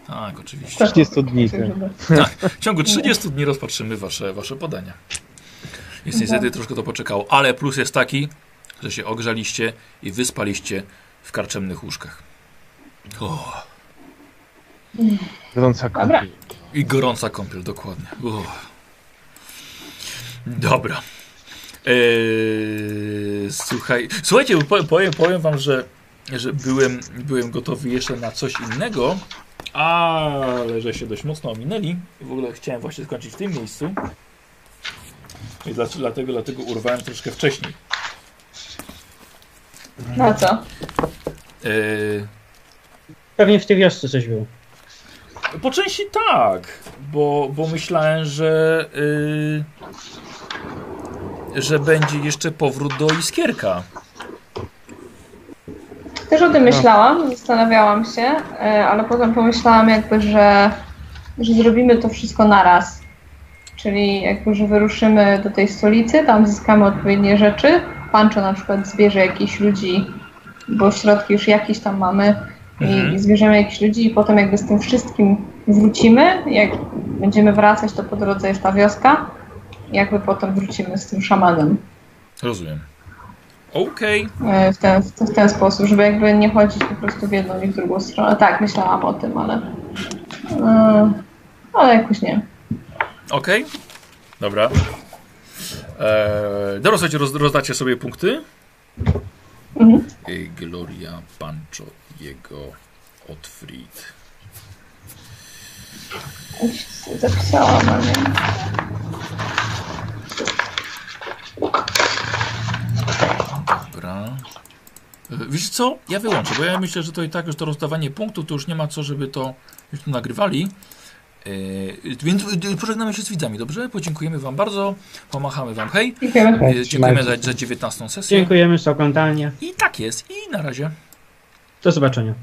Speaker 1: Tak, oczywiście.
Speaker 5: 30 dni. tak.
Speaker 1: W ciągu 30 dni rozpatrzymy wasze, wasze podania. Więc niestety troszkę to poczekało, ale plus jest taki, że się ogrzaliście i wyspaliście w karczemnych łóżkach. O,
Speaker 5: Gorąca kąpiel.
Speaker 4: Dobra.
Speaker 1: I gorąca kąpiel, dokładnie. Uff. Dobra. Eee, słuchaj, słuchajcie, bo powiem, powiem, powiem wam, że, że byłem, byłem gotowy jeszcze na coś innego, ale że się dość mocno ominęli. I w ogóle chciałem właśnie skończyć w tym miejscu. I dla- dlatego, dlatego urwałem troszkę wcześniej.
Speaker 4: No co?
Speaker 1: Eee,
Speaker 2: Pewnie w tej wiosce coś było.
Speaker 1: Po części tak, bo, bo myślałem, że, y, że będzie jeszcze powrót do Iskierka.
Speaker 4: Też o tym myślałam, zastanawiałam się, e, ale potem pomyślałam jakby, że, że zrobimy to wszystko naraz. Czyli jakby, że wyruszymy do tej stolicy, tam zyskamy odpowiednie rzeczy. Pancho na przykład zbierze jakichś ludzi, bo środki już jakieś tam mamy i,
Speaker 1: Mhm.
Speaker 4: i zbierzemy jakichś ludzi i potem jakby z tym wszystkim wrócimy. Jak będziemy wracać, to po drodze jest ta wioska. Jakby potem wrócimy z tym szamanem.
Speaker 1: Rozumiem. Okej.
Speaker 4: E, w ten, w ten- w ten sposób, żeby jakby nie chodzić po prostu w jedną i w drugą stronę. Tak, myślałam o tym, ale. e, Ale jakoś nie.
Speaker 1: Okej. Dobra. Eee, dobra, słuchajcie, roz, rozdacie sobie punkty.
Speaker 4: Mhm.
Speaker 1: E, Gloria Pancho jego Otfried.
Speaker 4: Już sobie Zapisałam, ale. nie.
Speaker 1: Dobra. E, Wiesz co? Ja wyłączę, bo ja myślę, że to i tak już to rozdawanie punktów, to już nie ma co, żeby to już tu nagrywali. E, więc e, pożegnamy się z widzami, dobrze? Podziękujemy Wam bardzo, pomachamy Wam hej.
Speaker 4: Dziękujemy.
Speaker 1: E, Dziękujemy za, za 19 sesję.
Speaker 2: Dziękujemy za oglądanie.
Speaker 1: I tak jest, i na razie.
Speaker 2: Do zobaczenia.